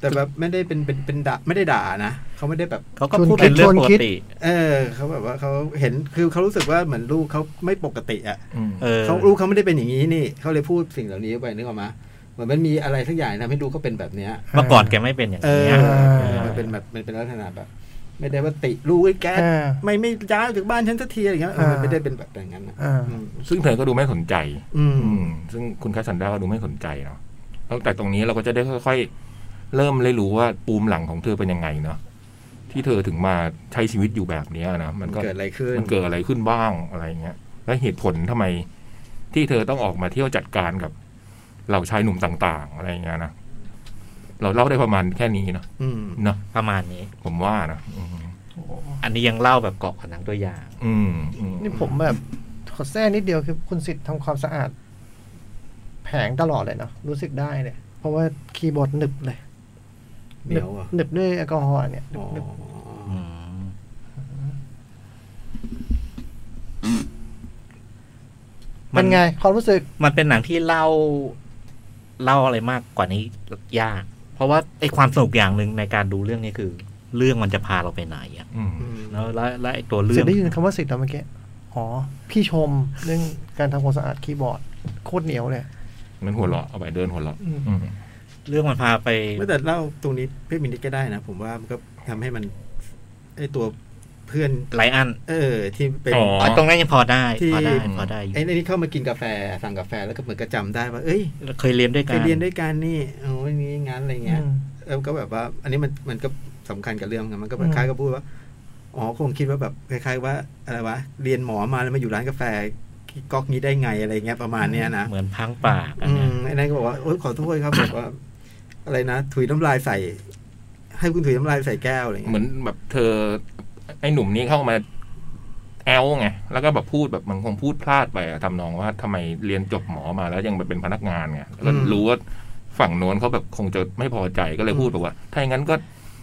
[SPEAKER 5] แต่แบบไม่ได้เป็นเป็นเป็นด่าไม่ได้ด่านะเขาไม่ได้แบบ
[SPEAKER 4] เขาก็
[SPEAKER 2] ชวน
[SPEAKER 4] พูดเป็นเรื่อง
[SPEAKER 2] ชวน
[SPEAKER 4] ป
[SPEAKER 2] คิ
[SPEAKER 4] ก
[SPEAKER 2] ด
[SPEAKER 4] ติ
[SPEAKER 5] เออเขาแบบว่าเขาเห็นคือเขารู้สึกว่าเหมือนลูกเขาไม่ปกติอ่ะ
[SPEAKER 3] อืม
[SPEAKER 4] เออ
[SPEAKER 5] เขาลูกเขาไม่ได้เป็นอย่างนี้นี่เขาเลยพูดสิ่งเหล่านี้ไปนึกออกมา
[SPEAKER 6] เหมือนมันมีอะไรสักอย่างนะให้ดูก็เป็นแบบเนี้ย
[SPEAKER 4] เมื่อก่อนแกไม่เป็นอย่าง
[SPEAKER 5] เออ
[SPEAKER 4] นี้ย
[SPEAKER 2] เออ
[SPEAKER 6] มันเป็นแบบมันเป็นลักษณะแบบ ไม่ได้ว่าติลูกไอ้แก
[SPEAKER 2] อ่า
[SPEAKER 6] ไม่ไม่ย้ายออกจากบ้านฉันสักทีอะไรเงี้ยเออมัน
[SPEAKER 2] อ่า
[SPEAKER 6] ไม่ได้เป็นแบบอย่างนั้นนะ
[SPEAKER 2] อ่า
[SPEAKER 6] อืม
[SPEAKER 3] ซึ่งเธอก็ดูไม่สนใจ
[SPEAKER 6] อืม
[SPEAKER 3] อืม ซึ่งคุณคัสซันดราก็ดูไม่สนใจเนาะตั้งแต่ตรงนี้เราก็จะได้ค่อยๆ เริ่มเลยรู้ว่าปูมหลังของเธอเป็นยังไงเนาะที่เธอถึงมาใช้ชีวิตอยู่แบบเนี้ยนะ
[SPEAKER 6] มั
[SPEAKER 3] มัน
[SPEAKER 6] น
[SPEAKER 3] ก็
[SPEAKER 6] เกิดอะไรขึ้น
[SPEAKER 3] มันเกิดอะไรขึ้นบ้างอะไรเงี้ย และเหตุผลทำไมที่เธอต้องออกมาเที่ยวจัดการกับเหล่าชายหนุ่มต่าง ๆ อะไรเงี้ยนะ เราเล่าได้ประมาณแค่นี้เนาะ
[SPEAKER 6] อืม
[SPEAKER 3] เนาะ
[SPEAKER 4] ประมาณนี้
[SPEAKER 3] ผมว่านะอืม
[SPEAKER 4] อันนี้ยังเล่าแบบเกาะผนังตัวอย่าง
[SPEAKER 3] อืมอืม
[SPEAKER 2] นี่ผมแบบขอแทรกนิดเดียวคือคุณสิทธิ์ทำความสะอาด แผงตลอดเลยเนาะรู้สึกได้เลย เพราะว่าคีย์บอร์ดหนึบเลย
[SPEAKER 6] เหนียวอ่ะ
[SPEAKER 2] หนึบด้วยแอลกอฮอล์เนี่ย
[SPEAKER 6] อ๋อ
[SPEAKER 2] หนึบ
[SPEAKER 4] อืม
[SPEAKER 2] ๆเป็นไง ความรู้สึก
[SPEAKER 4] มันเป็นหนังที่เล่าเล่าอะไรมากกว่านี้ยาก เพราะว่าไอความสนุกอย่างหนึ่งในการดูเรื่องนี้คือ เรื่องมันจะพาเราไปไหนอะ
[SPEAKER 3] อืม
[SPEAKER 6] อืม
[SPEAKER 4] แล้วแล้วแล้วไอตัวเรื่
[SPEAKER 2] สิ
[SPEAKER 4] อ
[SPEAKER 2] ท
[SPEAKER 4] ง
[SPEAKER 2] ธิ์ได้ยินคำว่าสิทธิ์ตอนเมื่อกี้ อ๋อ พี่ชมเรื่องการทำความสะอาดคีย์บอร์ด โคตรเหนียวเลย
[SPEAKER 3] นั่นหัวเราะเอาไปเดินหัวเราะ
[SPEAKER 2] อืม
[SPEAKER 3] อืม
[SPEAKER 4] เรื่องมันพาไป
[SPEAKER 5] ไม่แต่เล่าตรงนี้เพื่อนมินิก็ได้นะ ผมว่ามันก็ทำให้มันไอตัวเพื่อน
[SPEAKER 4] ไลอัน
[SPEAKER 5] เออ ที่เป็น
[SPEAKER 3] อ๋อ
[SPEAKER 4] อ๋อตรงนั้นยังพอได้
[SPEAKER 5] ที่
[SPEAKER 4] พอได้พอได้อยู่
[SPEAKER 5] ไอ้นี่เข้ามากินกาแฟสั่งกาแฟแล้วก็เหมือนกระจำได้ว่า เอ้ย
[SPEAKER 4] เคยเรียนด้วย
[SPEAKER 5] เค
[SPEAKER 4] กัน
[SPEAKER 5] ยเรียนด้วยกันนี่โอ้ยนี้งานอะไรเงี้ย แล้วก็แบบว่า อันนี้มันมันก็สำคัญกับเรื่องนะมันก็แบบ
[SPEAKER 2] อืม
[SPEAKER 5] คล้ายก็พูดว่าอ๋อคงคิดว่าแบบคล้ายๆว่าอะไรวะเรียนหมอมาแล้วมาอยู่ร้านกาแฟก๊อกนี้ได้ไงอะไรเงี้ยประมาณเนี้ยนะ
[SPEAKER 4] เหมือนพังปากอัน
[SPEAKER 5] อื
[SPEAKER 4] เนี้ย
[SPEAKER 5] มไอ้นั่นก็บอกว่าโอ๊ยขอโทษครับแบบว่า อะไรนะถุยน้ำลายใส่ ให้คุณถุยน้ำลายใส่แก้วอะไรเงี้ย
[SPEAKER 3] เหมือนแบบเธอ ไอ้หนุ่มนี้เข้ามาแอลไงแล้วก็แบบพูดแบบมันคงพูดพลาดไปอะทำนองว่าทำไมเรียนจบหมอมาแล้วยังไปเป็นพนักงานไงแล้วก็รู้ว่าฝั่งโน้นเขาแบบคงจะไม่พอใจก็เลยพูดแบบว่า ถ้าอย่างนั้นก็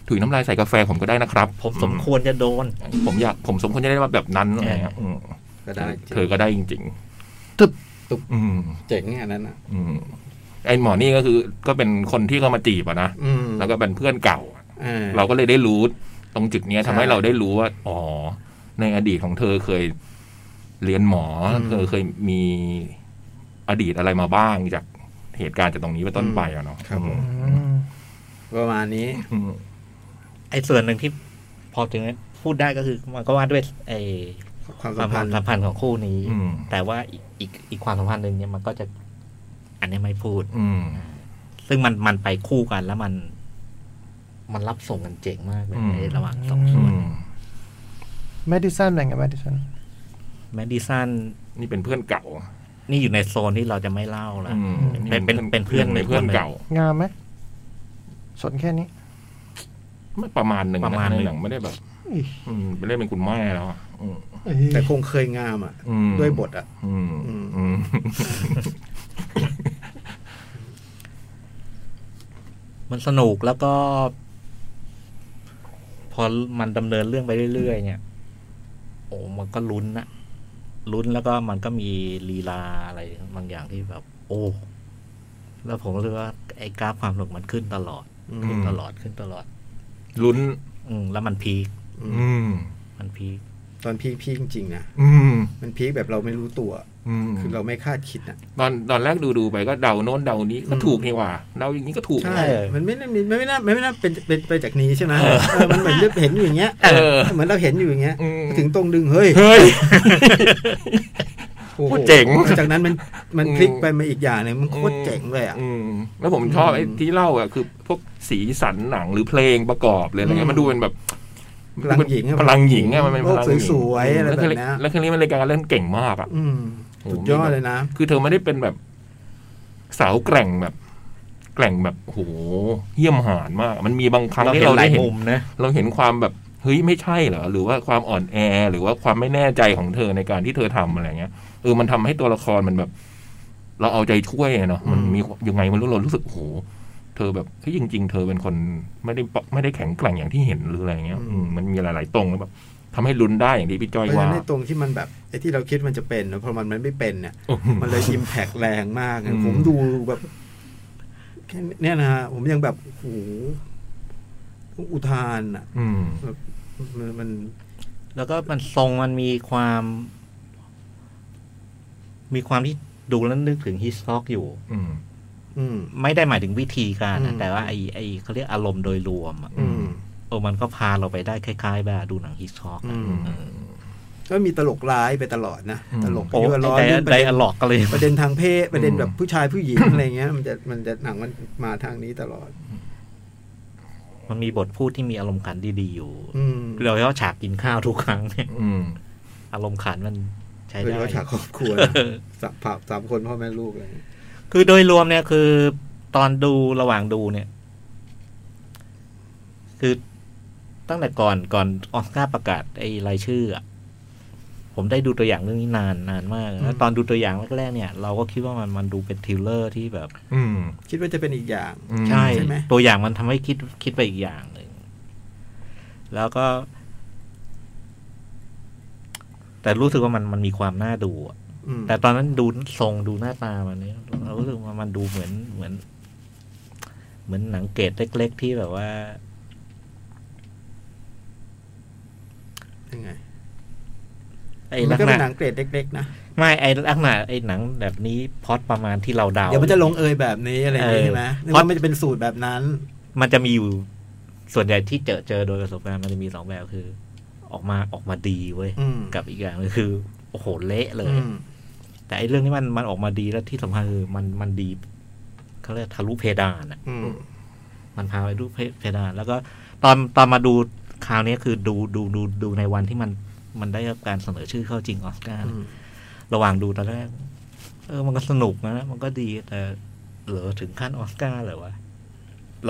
[SPEAKER 3] ถุยน้ำลายใส่กาแฟผมก็ได้นะครับ
[SPEAKER 4] ผมสมควรจะโดน
[SPEAKER 3] อืมผมอยากผมสมควรจะได้รับแบบนั้นอะไรเงี้ยอืม
[SPEAKER 5] ก็ได้
[SPEAKER 3] เธอก็ได้จริงๆ
[SPEAKER 2] ตึบ
[SPEAKER 3] อืม
[SPEAKER 6] เจ๋งอันนั้นอ่ะ
[SPEAKER 3] อืมไอ้หมอนี่ก็คือ ก็เป็นคนที่เขามาจีบอะนะ
[SPEAKER 5] อืม
[SPEAKER 3] แล้วก็เป็นเพื่อนเก่า
[SPEAKER 5] เออ
[SPEAKER 3] เราก็เลยได้รู้ตรงจุดเนี้ย
[SPEAKER 5] ใช่
[SPEAKER 3] ทำให้เราได้รู้ว่า อ๋อ ในอดีตของเธอเคยเรียนหมออ
[SPEAKER 5] ม
[SPEAKER 3] เธอเคยมีอดีตอะไรมาบ้างจากเหตุการณ์จากตรงนี้ไปนต้นไปอะเนาะ
[SPEAKER 5] ครับผมประมาณนี้
[SPEAKER 3] อืม
[SPEAKER 4] ไอ้ส่วนหนึ่งที่พอถึงพูดได้ก็คือมันก็ว่าด้วยไอ้
[SPEAKER 5] ความ
[SPEAKER 4] ค
[SPEAKER 5] สั
[SPEAKER 4] วาม ม
[SPEAKER 5] พันธ์
[SPEAKER 4] สัมพันธ์ของคู่นี้
[SPEAKER 3] อืม
[SPEAKER 4] แต่ว่าอีกอีกอีกความสัมพันธ์หนึ่งเนี่ยมันก็จะ อันนี้ไม่พูด
[SPEAKER 3] อืม
[SPEAKER 4] ซึ่งมันมันไปคู่กันแล้วมัน มันรับส่งกันเจ๋งมากเลยในระหว่างสอง
[SPEAKER 3] อื
[SPEAKER 4] ส่วน
[SPEAKER 3] ม
[SPEAKER 2] แมดิสันอะไรเงี้ยแมดิสัน
[SPEAKER 4] แมดดิสัน
[SPEAKER 3] นี่เป็นเพื่อนเก่า
[SPEAKER 4] นี่อยู่ในโซนที่เราจะไม่เล่าละ
[SPEAKER 3] อืม
[SPEAKER 4] เป็นเป็นเป็นเพื่อน
[SPEAKER 3] ในเพื่อนเก่า
[SPEAKER 2] งามไหม สนแค่นี้
[SPEAKER 3] ไม่ประมาณหนึ่ง
[SPEAKER 4] ประมาณหนึ่
[SPEAKER 3] ใน
[SPEAKER 4] ง
[SPEAKER 3] หนังไม่ได้แบบ
[SPEAKER 2] อุ๊ย
[SPEAKER 3] อืมไปเล่นเป็นคุณแม่แล้วอะอืม
[SPEAKER 5] แต่คงเคยงามอ่ะ
[SPEAKER 3] อืม
[SPEAKER 5] ด้วยบทอ่ะ
[SPEAKER 3] อืมอืม
[SPEAKER 4] มันสนุกแล้วก็ พอมันดำเนินเรื่องไปเรื่อยๆเนี่ย โอ้มันก็ลุ้นนะลุ้นแล้วก็มันก็มีลีลาอะไรบางอย่างที่แบบ โอ้ แล้วผมรู้สึกว่าไอ้กราฟความสนุกมันขึ้นตลอด
[SPEAKER 5] อืม
[SPEAKER 4] ขึ้นตลอดขึ้นตลอด
[SPEAKER 3] ลุ้น
[SPEAKER 4] อืมแล้วมันพีค
[SPEAKER 3] อืม
[SPEAKER 4] มันพีค
[SPEAKER 5] ตอนพีคพีคจริงๆนะ
[SPEAKER 3] อืม
[SPEAKER 5] มันพีคแบบเราไม่รู้ตัว
[SPEAKER 3] อืม
[SPEAKER 5] คือเราไม่คาดคิดอ่ะ
[SPEAKER 3] ตอนตอนแรกดูดูๆไปก็เดาโน้นเดานี้ก็
[SPEAKER 5] อืม
[SPEAKER 3] ถูกนี่หว่าเดาอย่างนี้ก็ถูก
[SPEAKER 5] ใช่ มันไม่น่ามันไม่น่ามันไม่น่าเป็นเป็นไปจากนี้ใช่ไหมเออมันเหมือนเห็นอยู่อย่างเงี้ย
[SPEAKER 3] เออ
[SPEAKER 5] เหมือนเราเห็นอยู่อย่างเงี้ย
[SPEAKER 3] อืม
[SPEAKER 5] ถึงตรงดึงเฮ้ย
[SPEAKER 3] เฮ้ย
[SPEAKER 5] โอ้โห
[SPEAKER 3] โคตรเจ๋ง
[SPEAKER 5] จากนั้นมันมัน
[SPEAKER 3] อืม
[SPEAKER 5] พลิกไปมาอีกอย่างหนึงมันโคตรเจ๋งเลยอ่ะ
[SPEAKER 3] อืมแล้วผมชอบไอ้
[SPEAKER 5] อืม
[SPEAKER 3] ที่เล่าอ่ะคือพวกสีสันหนังหรือเพลงประกอบเลยอะไรเงี้
[SPEAKER 5] อื
[SPEAKER 3] ย
[SPEAKER 5] ม
[SPEAKER 3] มันดูเป็นแบบ
[SPEAKER 5] พลังหญิงอะ
[SPEAKER 3] พลังหญิงอะมันเป็น
[SPEAKER 5] โล
[SPEAKER 3] พ
[SPEAKER 5] ก
[SPEAKER 3] ลังหญิง
[SPEAKER 5] สวยๆอะไรแบบเนี้ย
[SPEAKER 3] แล้วเครื่องนี้มันเลยการเล่นเก่งมากอ่ะ
[SPEAKER 5] อืม
[SPEAKER 3] โอ้โห
[SPEAKER 5] สุดยอดเลยนะ
[SPEAKER 3] คือเธอไม่ได้เป็นแบบสาวแกร่งแบบ แกร่งแบบโหเยี่ยมหาญมาก มันมีบางครั้งที่เรา
[SPEAKER 4] หลา
[SPEAKER 3] ได้
[SPEAKER 4] ย
[SPEAKER 3] เห็น
[SPEAKER 4] มุมนะ
[SPEAKER 3] เราเห็นความแบบเฮ้ยไม่ใช่เหรอหรือว่าความอ่อนแอ หรือว่าความไม่แน่ใจของเธอในการที่เธอทำอะไรเงี้ยเออมันทำให้ตัวละครมันแบบ เราเอาใจช่วยอะเนาะมัน
[SPEAKER 5] อืม
[SPEAKER 3] มียังไงมันรู้เรารู้สึกโอ้โหเธอแบบเฮ้ยจริง ๆ เธอเป็นคนไม่ได้ปะไม่ได้แข็งแกร่งอย่างที่เห็นหรืออะไรเงี้ยอืมมันมีหลาย ๆ ตรงแล้วแบบทำให้ลุ้นได้อย่างที่พี่จ้
[SPEAKER 5] เพ
[SPEAKER 3] อย
[SPEAKER 5] ราะฉะ
[SPEAKER 3] ว่า
[SPEAKER 5] นั้นไอ้ตรงที่มันแบบไอ้ที่เราคิดมันจะเป็นนะพอมันมันไม่เป็นเนี่ย
[SPEAKER 3] อืม
[SPEAKER 5] มันเลยอิมแพกแรงมากนะ
[SPEAKER 3] อืม
[SPEAKER 5] ผมดูแบบแค่เนี่ยนะฮะผมยังแบบโอ้โหอุทานอ่ะ
[SPEAKER 3] อืม
[SPEAKER 5] มันมัน
[SPEAKER 4] แล้วก็มันทรงมันมีความ มีความที่ดูแล้วนึกถึงฮิสซอกอยู่
[SPEAKER 3] อืม
[SPEAKER 5] อืม
[SPEAKER 4] ไม่ได้หมายถึงวิธีการ
[SPEAKER 5] อื
[SPEAKER 4] นะ
[SPEAKER 5] ม
[SPEAKER 4] แต่ว่าไอไอเขาเรียกอารมณ์โดยรวมอะ
[SPEAKER 5] อืม
[SPEAKER 4] เออมันก็พาเราไปได้คล้ายๆแบบดูหนังฮิตชอก
[SPEAKER 5] อืม ก็มีตลกร้ายไปตลอดนะ
[SPEAKER 3] อืม
[SPEAKER 5] ตลก
[SPEAKER 4] โอ้
[SPEAKER 5] ที่ว่าร้อน
[SPEAKER 4] ได
[SPEAKER 5] เรื่องประ
[SPEAKER 4] ได
[SPEAKER 5] เด็น
[SPEAKER 4] อะล็อกก็เลย
[SPEAKER 5] ประเด็นทางเพศประเด็นแบบ
[SPEAKER 3] อืม
[SPEAKER 5] ผู้ชายผู้หญิง อะไรเงี้ย มันจะมันจะหนังมันมาทางนี้ตลอด
[SPEAKER 4] มันมีบทพูดที่มีอารมณ์ขันดีๆอยู่
[SPEAKER 5] อืม
[SPEAKER 4] โดยเฉพาะฉากกินข้าวทุกครั้งเนี่ย
[SPEAKER 3] อืม
[SPEAKER 4] อารมณ์ขันมันใช้
[SPEAKER 5] โดยเฉ
[SPEAKER 4] ได้
[SPEAKER 5] พาะฉากครอบครัวนะสามภาพสามคนพ่อแม่ลูกอะไรเงี้ย
[SPEAKER 4] คือโดยรวมเนี่ยคือตอนดูระหว่างดูเนี่ย คือตั้งแต่ก่อนก่อนออสการ์ประกาศไอ้รายชื่ออะผมได้ดูตัวอย่างเรื่องนี้นานนานมากแล้วตอนดูตัวอย่างแรกๆเนี่ย เราก็คิดว่ามันมันดูเป็นทริลเลอร์ที่แบบ
[SPEAKER 3] อืม
[SPEAKER 5] คิดว่าจะเป็นอีกอย่าง
[SPEAKER 3] อืม
[SPEAKER 4] ใช่
[SPEAKER 5] ใช่ไหม
[SPEAKER 4] ตัวอย่างมันทำให้คิดคิดไปอีกอย่างหนึ่งแล้วก็ แต่รู้สึกว่ามันมันมีความน่าดูอะ
[SPEAKER 5] อืม
[SPEAKER 4] แต่ตอนนั้นดูทรงดูหน้าตามันเนี่ยเรารู้สึกว่ามันดูเหมือนเหมือน เหมือนหนังเกตเล็ก ๆ ที่แบบว่า
[SPEAKER 5] ยังไง
[SPEAKER 4] ไอ้
[SPEAKER 5] มั
[SPEAKER 4] ลัก
[SPEAKER 5] นก็
[SPEAKER 4] ษ
[SPEAKER 5] เป็นห
[SPEAKER 4] ณะ
[SPEAKER 5] นังเกรดเล็กๆนะ
[SPEAKER 4] ไม่ไอ้ลักษณะไอ้หนังแบบนี้พล็อดประมาณที่เราเดา
[SPEAKER 5] เดี๋ยวมันจะลงเอยแบบนี้อะไรอย่างเงี้ย
[SPEAKER 4] เออ
[SPEAKER 5] ใช่ไหมนึก
[SPEAKER 4] เพราะ
[SPEAKER 5] ว่ามันจะเป็นสูตรแบบนั้น
[SPEAKER 4] มันจะมีอยู่ส่วนใหญ่ที่เจอเจอโดยประสบการณ์มันจะมีสองแบบคือ ออกมาออกมาดีเว้ย
[SPEAKER 5] อืม
[SPEAKER 4] กับอีกอย่างหนึงคือ โอ้โหเละเลย
[SPEAKER 5] อืม
[SPEAKER 4] แต่ไอ้เรื่องนี้มันมันออกมาดีแล้วที่สำคัญคือมันมันดีเขาเรียกทะลุเพดานอะ
[SPEAKER 5] อืม
[SPEAKER 4] มันพาไปดูเพดานแล้วก็ตอนตอนมาดูคราวนี้คือดูดูดูดูในวันที่มันมันได้รับการเสนอชื่อเข้าจริงออสการ์
[SPEAKER 5] อืม
[SPEAKER 4] ระหว่างดูตอนแรก เออ มันก็สนุกนะมันก็ดีแต่เหลือถึงขั้นออสการ์เหรอวะ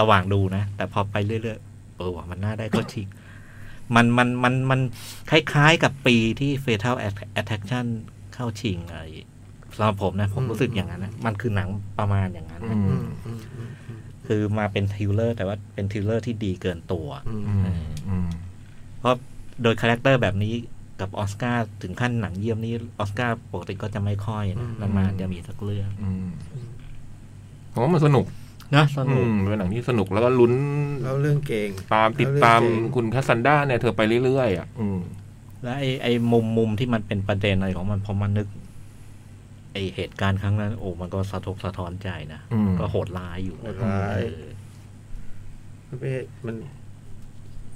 [SPEAKER 4] ระหว่างดูนะ แต่พอไปเรื่อยๆเออว่ามันน่าได้เข้าชิงมันมันมันมันคล้ายๆกับปีที่ Fatal Attraction เข้าชิงอะไรสำหรับผมนะ ผมรู้สึกอย่างนั้นนะมันคือหนังประมาณอย่างนั้นนะ
[SPEAKER 3] อืม
[SPEAKER 5] อืมอืมอืมอืม
[SPEAKER 4] คือมาเป็นทริลเลอร์แต่ว่าเป็นทริลเลอร์ที่ดีเกินตัว
[SPEAKER 5] อืม
[SPEAKER 3] อืมอืม
[SPEAKER 4] เพราะโดยคาแรคเตอร์แบบนี้กับออสการ์ถึงขั้นหนังเยี่ยมนี้ออสการ์ปกติก็จะไม่ค่อยนะ
[SPEAKER 5] อืม
[SPEAKER 4] นานๆจะมีสักเรื่อง
[SPEAKER 3] อืมผมว่ามันสนุก
[SPEAKER 4] นะส
[SPEAKER 3] อื
[SPEAKER 4] นุก
[SPEAKER 3] มเป็นหนังที่สนุกแล้วก็ลุ้น
[SPEAKER 5] แล้วเรื่องเก่ง
[SPEAKER 3] ตามติดตาม
[SPEAKER 5] แล้วเรื่องจริง
[SPEAKER 3] คุณคัสซันด้าเนี่ยเธอไปเรื่อยๆอ่ะอืม
[SPEAKER 4] และไอ้ไอ้มุมมุมที่มันเป็นประเด็นอะไรของมันพอมันนึก ไอเหตุการณ์ครั้งนั้น โอ้มันก็สะทกสะท้อนใจนะ
[SPEAKER 3] อืม
[SPEAKER 4] ก็โหดร้ายอยู่นะ
[SPEAKER 5] โหดร้าย
[SPEAKER 4] เออ
[SPEAKER 5] ประเภทมัน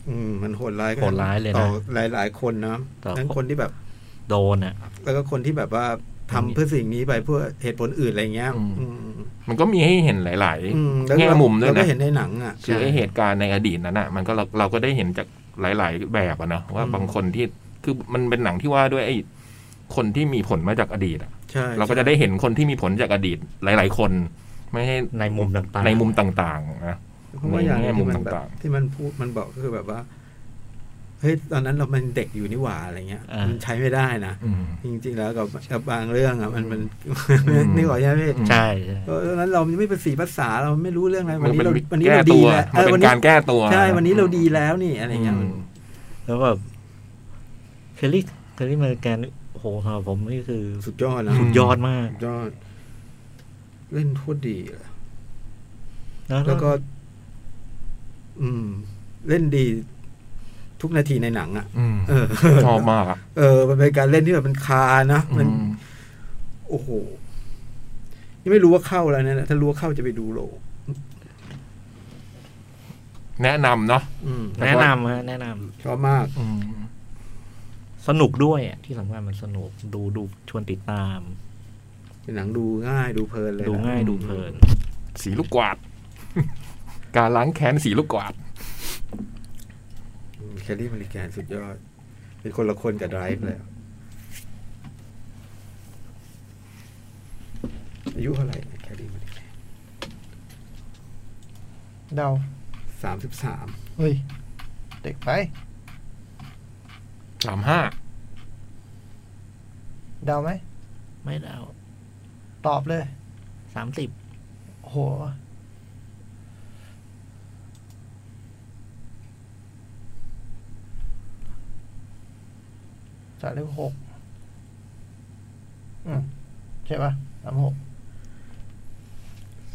[SPEAKER 5] อืม มันโหดร้ายกัน
[SPEAKER 4] โหดร้ายเลยนะ
[SPEAKER 5] ต่อหลายหลายๆคนนะ
[SPEAKER 4] ต่อ
[SPEAKER 5] ทั้งคนที่แบบ
[SPEAKER 4] โดนอ่ะ
[SPEAKER 5] แล้วก็คนที่แบบว่าทำเพื่อสิ่งนี้ไปเพื่อเหตุผลอื่นอะไรเงี้ย
[SPEAKER 3] อืม
[SPEAKER 5] อืม
[SPEAKER 3] มันก็มีให้เห็นหลาย
[SPEAKER 5] อืม
[SPEAKER 3] ๆแง่มุมด้วย
[SPEAKER 5] เราก็
[SPEAKER 3] นะ
[SPEAKER 5] เห็นในหนังอ่ะ
[SPEAKER 3] คือไอเหตุการณ์ในอดีตนั้นอ่ะ มันก็เราเราก็ได้เห็นจากหลาย ๆ แบบอะเนาะว่า
[SPEAKER 5] อืม
[SPEAKER 3] บางคนที่คือมันเป็นหนังที่ว่าด้วยไอคนที่มีผลมาจากอดีตอะ
[SPEAKER 5] ใช่
[SPEAKER 3] เราก็จะได้เห็นคนที่มีผลจากอดีตหลาย ๆ คน ไม่ให้
[SPEAKER 4] ในมุมต่างๆ
[SPEAKER 3] ในมุมต่างๆนะ
[SPEAKER 5] เพราะว่าอย่างห
[SPEAKER 3] ใน
[SPEAKER 5] นึ่ง
[SPEAKER 3] แง่มุม
[SPEAKER 5] ที่มันแบบ
[SPEAKER 3] ต่างๆ
[SPEAKER 5] ที่มันพูดมันบอกก็คือแบบว่าเฮ้ยตอนนั้นเรามันเด็กอยู่นี่หว่าอะไรเงี้ย
[SPEAKER 4] อ่ามั
[SPEAKER 5] มันใช้ไม่ได้นะ
[SPEAKER 3] อืม
[SPEAKER 5] จริง ๆ แล้วกับกับบางเรื่องอ่ะ มันมัน
[SPEAKER 3] อืม
[SPEAKER 5] นี่ก่อนใช่ไหมพี่
[SPEAKER 4] ใช่ใช่
[SPEAKER 5] เพราะตอนนั้นเราไม่เป็นสีภาษาเราไม่รู้เรื่องอะไรวันนี้
[SPEAKER 3] มั
[SPEAKER 5] เรา
[SPEAKER 3] เป็
[SPEAKER 5] วันนี้
[SPEAKER 3] แก้
[SPEAKER 5] เรา
[SPEAKER 3] ตั
[SPEAKER 5] ดี
[SPEAKER 3] ว
[SPEAKER 5] แล้ว
[SPEAKER 3] มัน
[SPEAKER 5] เออ
[SPEAKER 3] เป็
[SPEAKER 5] วัน นนี้
[SPEAKER 3] การแก้ตัว
[SPEAKER 5] ใช่ วันนี้เราดีแล้วนี่อะไรเงี้ยมัน
[SPEAKER 3] ม
[SPEAKER 4] แล้วแบบเคลลี่เคลลี่เมอร์แกนโอ้โหสำหรับผมนี่คือ
[SPEAKER 5] สุดยอดนะ
[SPEAKER 3] อื
[SPEAKER 4] สุ
[SPEAKER 3] ม
[SPEAKER 4] ดยอดมาก
[SPEAKER 5] สุดยอด เล่นโคตรดีเลย
[SPEAKER 4] นะ
[SPEAKER 5] แล้วก็ อืม เล่นดี ทุกนาทีในหนังอ่ะ
[SPEAKER 3] อืม
[SPEAKER 5] เออ
[SPEAKER 3] ชอบมากอะ
[SPEAKER 5] เออ มันเป็นการเล่นที่แบบมันคานะ
[SPEAKER 3] อืม
[SPEAKER 5] มันโอ้โหยังไม่รู้ว่าเข้าแล้วเนี่ยนะถ้ารู้ว่าเข้าจะไปดูโลก
[SPEAKER 3] แนะนำเนาะ
[SPEAKER 5] อืม
[SPEAKER 4] แนะนำฮะแนะนำ
[SPEAKER 5] ชอบมาก
[SPEAKER 3] อืม
[SPEAKER 4] สนุกด้วยอะที่สำคัญมันสนุกดูดูชวนติดตาม
[SPEAKER 5] เป็นหนังดูง่ายดูเพลินเลย
[SPEAKER 4] ดูง่าย
[SPEAKER 3] อืม
[SPEAKER 4] ดูเพลิน
[SPEAKER 3] สีลูกกวาด การล้างแค้นสีลูกกวาด
[SPEAKER 5] แคลรี่มาริแกนสุดยอด เป็นคนละคนกับไดรฟ์เลยอะอายุเท่าไหร่แคลรี่มาริแกน
[SPEAKER 2] เดา
[SPEAKER 5] สามสิบสาม
[SPEAKER 2] เฮ้ย เด็กไป
[SPEAKER 3] สามห้า
[SPEAKER 2] เดาไหม
[SPEAKER 4] ไม่ได้
[SPEAKER 2] ตอบเลย
[SPEAKER 4] สามสิบ
[SPEAKER 2] โอ้โห สามสิบหกอืมใช่ปะสามหก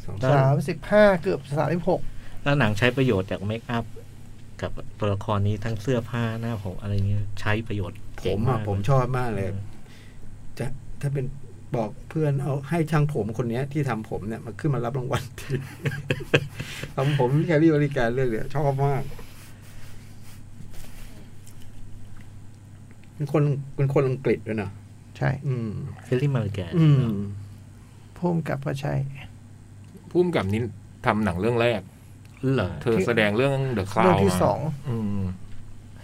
[SPEAKER 5] สอง
[SPEAKER 2] สามสิบห้าเกือบสามสิบหก
[SPEAKER 4] แล้วหนังใช้ประโยชน์จากเมคอัพ กับตัวละครนี้ทั้งเสื้อผ้าหน้าผมอะไรเงี้ยใช้ประโยชน์
[SPEAKER 5] ผม
[SPEAKER 4] เจ๋งมา
[SPEAKER 5] อ่ะ
[SPEAKER 4] ก
[SPEAKER 5] ผมชอบมากเลย จะถ้าเป็น บอกเพื่อนเอาให้ช่างผมคนเนี้ย ที่ทำผมเนี่ยมาขึ้นมารับรางวัลที ทำผมแครี่บริการเรื่องเนี่ยชอบมากเป็นคนเป็นคนอังกฤษด้วยนะ
[SPEAKER 2] ใช่
[SPEAKER 5] อืม
[SPEAKER 4] เฟลลี่มาริแกน
[SPEAKER 5] อืม
[SPEAKER 2] พุ่มกับก็ใช่
[SPEAKER 3] พุ่มกับนี้ทำหนังเรื่องแรก
[SPEAKER 4] เหรอ
[SPEAKER 3] เธอแสดงเรื่อง The
[SPEAKER 2] เรื่อง
[SPEAKER 3] Cloud
[SPEAKER 2] ที่สอง
[SPEAKER 3] อืม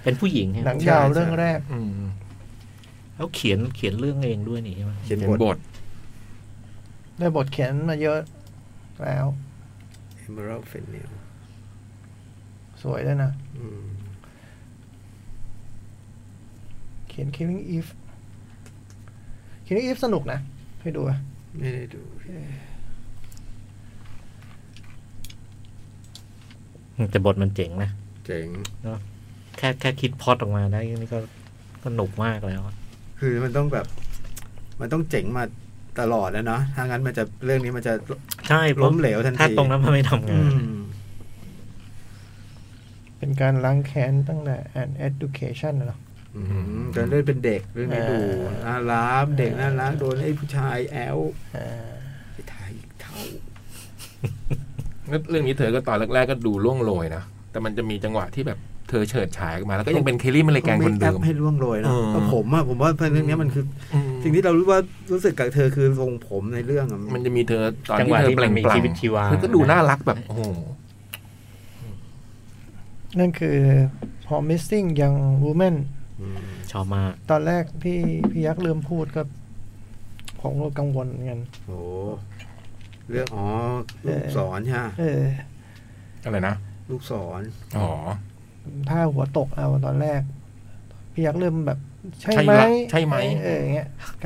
[SPEAKER 4] เป็นผู้หญิงใช่ไห
[SPEAKER 2] ห
[SPEAKER 4] ม
[SPEAKER 2] นังดาวเรื่องแรก
[SPEAKER 3] อืม
[SPEAKER 4] แล้วเขียนเขียนเรื่องเองด้วยนี่ใช่ไหม
[SPEAKER 5] เขี
[SPEAKER 3] เขี
[SPEAKER 5] ย
[SPEAKER 3] ย
[SPEAKER 5] น
[SPEAKER 3] น
[SPEAKER 5] บท
[SPEAKER 3] บท
[SPEAKER 2] ได้บทเขียนมาเยอะแล้ว
[SPEAKER 5] Emerald Fennell
[SPEAKER 2] สวยด้วยนะ
[SPEAKER 5] อืม
[SPEAKER 2] เขียน Killing Eve Killing Eve สนุกนะไปดูอะ
[SPEAKER 5] ไม่ได้ดู
[SPEAKER 4] แต่บทมันเจ๋งนะ
[SPEAKER 5] เจ๋ง
[SPEAKER 4] แค่แค่คิดพล็อตออกมาได้นี่ก็ก็หนุกมากแล้วอะ
[SPEAKER 5] คือมันต้องแบบ มันต้องเจ๋งมาตลอดนะเนาะถ้างั้นมันจะเรื่องนี้มันจะ
[SPEAKER 4] ใช่พราะ
[SPEAKER 5] ล้มเหลวทันที
[SPEAKER 4] ถ้าตรงนั้นมันไม่ทำงาน
[SPEAKER 2] เป็นการล้างแค้นตั้งแต่ an education น่ะเนอะ
[SPEAKER 5] อืมจนเล่นเป็นเด็กเรื่องนี้ดู
[SPEAKER 2] อ่า
[SPEAKER 5] น่ารักเด็กน่ารักโดนไอ้ผู้ชายแอล
[SPEAKER 2] อ่า
[SPEAKER 5] ไอ้ไทยเท่า
[SPEAKER 3] เรื่องนี้เธอก็ตอนแรก ๆ ก็ดูล่วงโรยนะ แต่มันจะมีจังหวะที่แบบเธอเฉิดฉายออกมา แล้วก็ยังเป็นเคลลี่มาเลยแกนคน
[SPEAKER 5] ต้
[SPEAKER 3] เดิ
[SPEAKER 5] อง
[SPEAKER 3] ม
[SPEAKER 5] make up ให้ร่วงโรยนะ
[SPEAKER 3] เออ
[SPEAKER 5] เอาผมอะผมว่าเรื่องนี้มันคือ
[SPEAKER 3] อืม
[SPEAKER 5] อสิ่งที่เรารู้ว่ารู้สึกกับเธอคือทรงผมในเรื่องอะ
[SPEAKER 3] มันจะมีเธอตอน
[SPEAKER 4] จัง
[SPEAKER 3] ที่
[SPEAKER 4] หวะ
[SPEAKER 3] เธอ
[SPEAKER 4] ที่
[SPEAKER 3] เป
[SPEAKER 4] มั
[SPEAKER 3] ล่
[SPEAKER 4] น
[SPEAKER 3] ง
[SPEAKER 4] มี
[SPEAKER 3] ปลั่
[SPEAKER 4] ชี
[SPEAKER 3] ง
[SPEAKER 4] วิตชีวา
[SPEAKER 3] เธอก็ดูน่ารักแบบโอ้โห
[SPEAKER 2] นั่นคือ promising young woman
[SPEAKER 5] อืม
[SPEAKER 4] ชอบมาก
[SPEAKER 2] ตอนแรกที่พี่ยักษ์ลืมพูดก็ผมก็กังวลเหมือนกัน
[SPEAKER 5] โอ้เรื่องอ๋อลูกศรใช่ไหม
[SPEAKER 2] เออ
[SPEAKER 3] อะไรนะ
[SPEAKER 5] ลูกศร
[SPEAKER 3] อ๋อ
[SPEAKER 2] ผ้าหัวตกเอาตอนแรก พี่ยักษ์เริ่มแบบ ใช่
[SPEAKER 3] ใช่
[SPEAKER 2] ไหม
[SPEAKER 3] ละใช่ไหม
[SPEAKER 2] เอออย่างเงี้ยก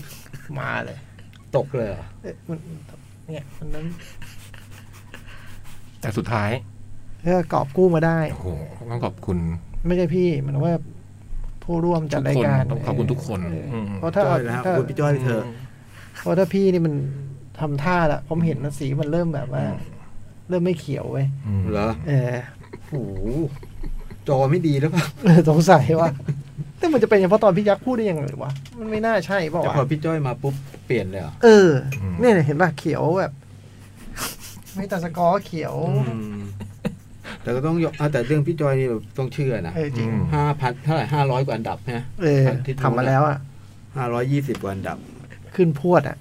[SPEAKER 2] ำมาเลย
[SPEAKER 5] ตกเลยเหรอ
[SPEAKER 2] เอ๊ะมันเนี่ยมันนั้น
[SPEAKER 3] แต่สุดท้าย
[SPEAKER 2] เออกอบกู้มาได้
[SPEAKER 3] โอ้โหต้องขอบคุณ
[SPEAKER 2] ไม่ใช่พี่มันว่าผู้ร่วมจั
[SPEAKER 3] ทุ
[SPEAKER 2] ด
[SPEAKER 3] ก
[SPEAKER 2] ราย
[SPEAKER 3] คน
[SPEAKER 2] การ
[SPEAKER 3] ต้องขอบคุณทุกคน
[SPEAKER 2] เออ
[SPEAKER 3] อืม
[SPEAKER 2] เพราะ
[SPEAKER 5] จ้
[SPEAKER 2] ถ้า
[SPEAKER 5] อยนะฮะขอบ
[SPEAKER 2] ถ้า
[SPEAKER 5] คุณพี่จ้อยเธอะ
[SPEAKER 2] เพราะถ้าพี่นี่มันทำท่าละผมเห็นนะสีมันเริ่มแบบว่า เริ่มไม่เขียวเว้ย
[SPEAKER 3] อืม
[SPEAKER 5] เหรอ
[SPEAKER 2] เออ
[SPEAKER 5] โอ้โหจอไม่ดีแล้วป่ะ
[SPEAKER 2] เลยสงสัยว่าแต่มันจะเป็นอย่างเพราะตอนพี่ยักษ์พูดได้ยังไงวะมันไม่น่าใช่เปล่า
[SPEAKER 5] แต่
[SPEAKER 2] วะ
[SPEAKER 5] พอพี่จ้อยมาปุ๊บเปลี่ยนเลยเหรอ
[SPEAKER 2] เออ เนี่ยเห็นป่ะเขียวแบบ ไม่แต่สกอร์เขียว
[SPEAKER 5] อืมแต่ก็ต้องยกอ่ะแต่เรื่องพี่จอยนี่แบบต้องเชื่อนะ
[SPEAKER 2] เออจริง
[SPEAKER 3] อืม
[SPEAKER 5] ห้าพันเท่าไหร่ห้าร้อยกว่าอันดับใช่ไหม
[SPEAKER 2] เออ
[SPEAKER 5] อาทิตย์นู้น
[SPEAKER 2] ทำมาแล้วอ่ะ
[SPEAKER 5] ห้าร้อยยี่สิบกว่าอันดับ
[SPEAKER 2] ขึ้นพวดอ่ะ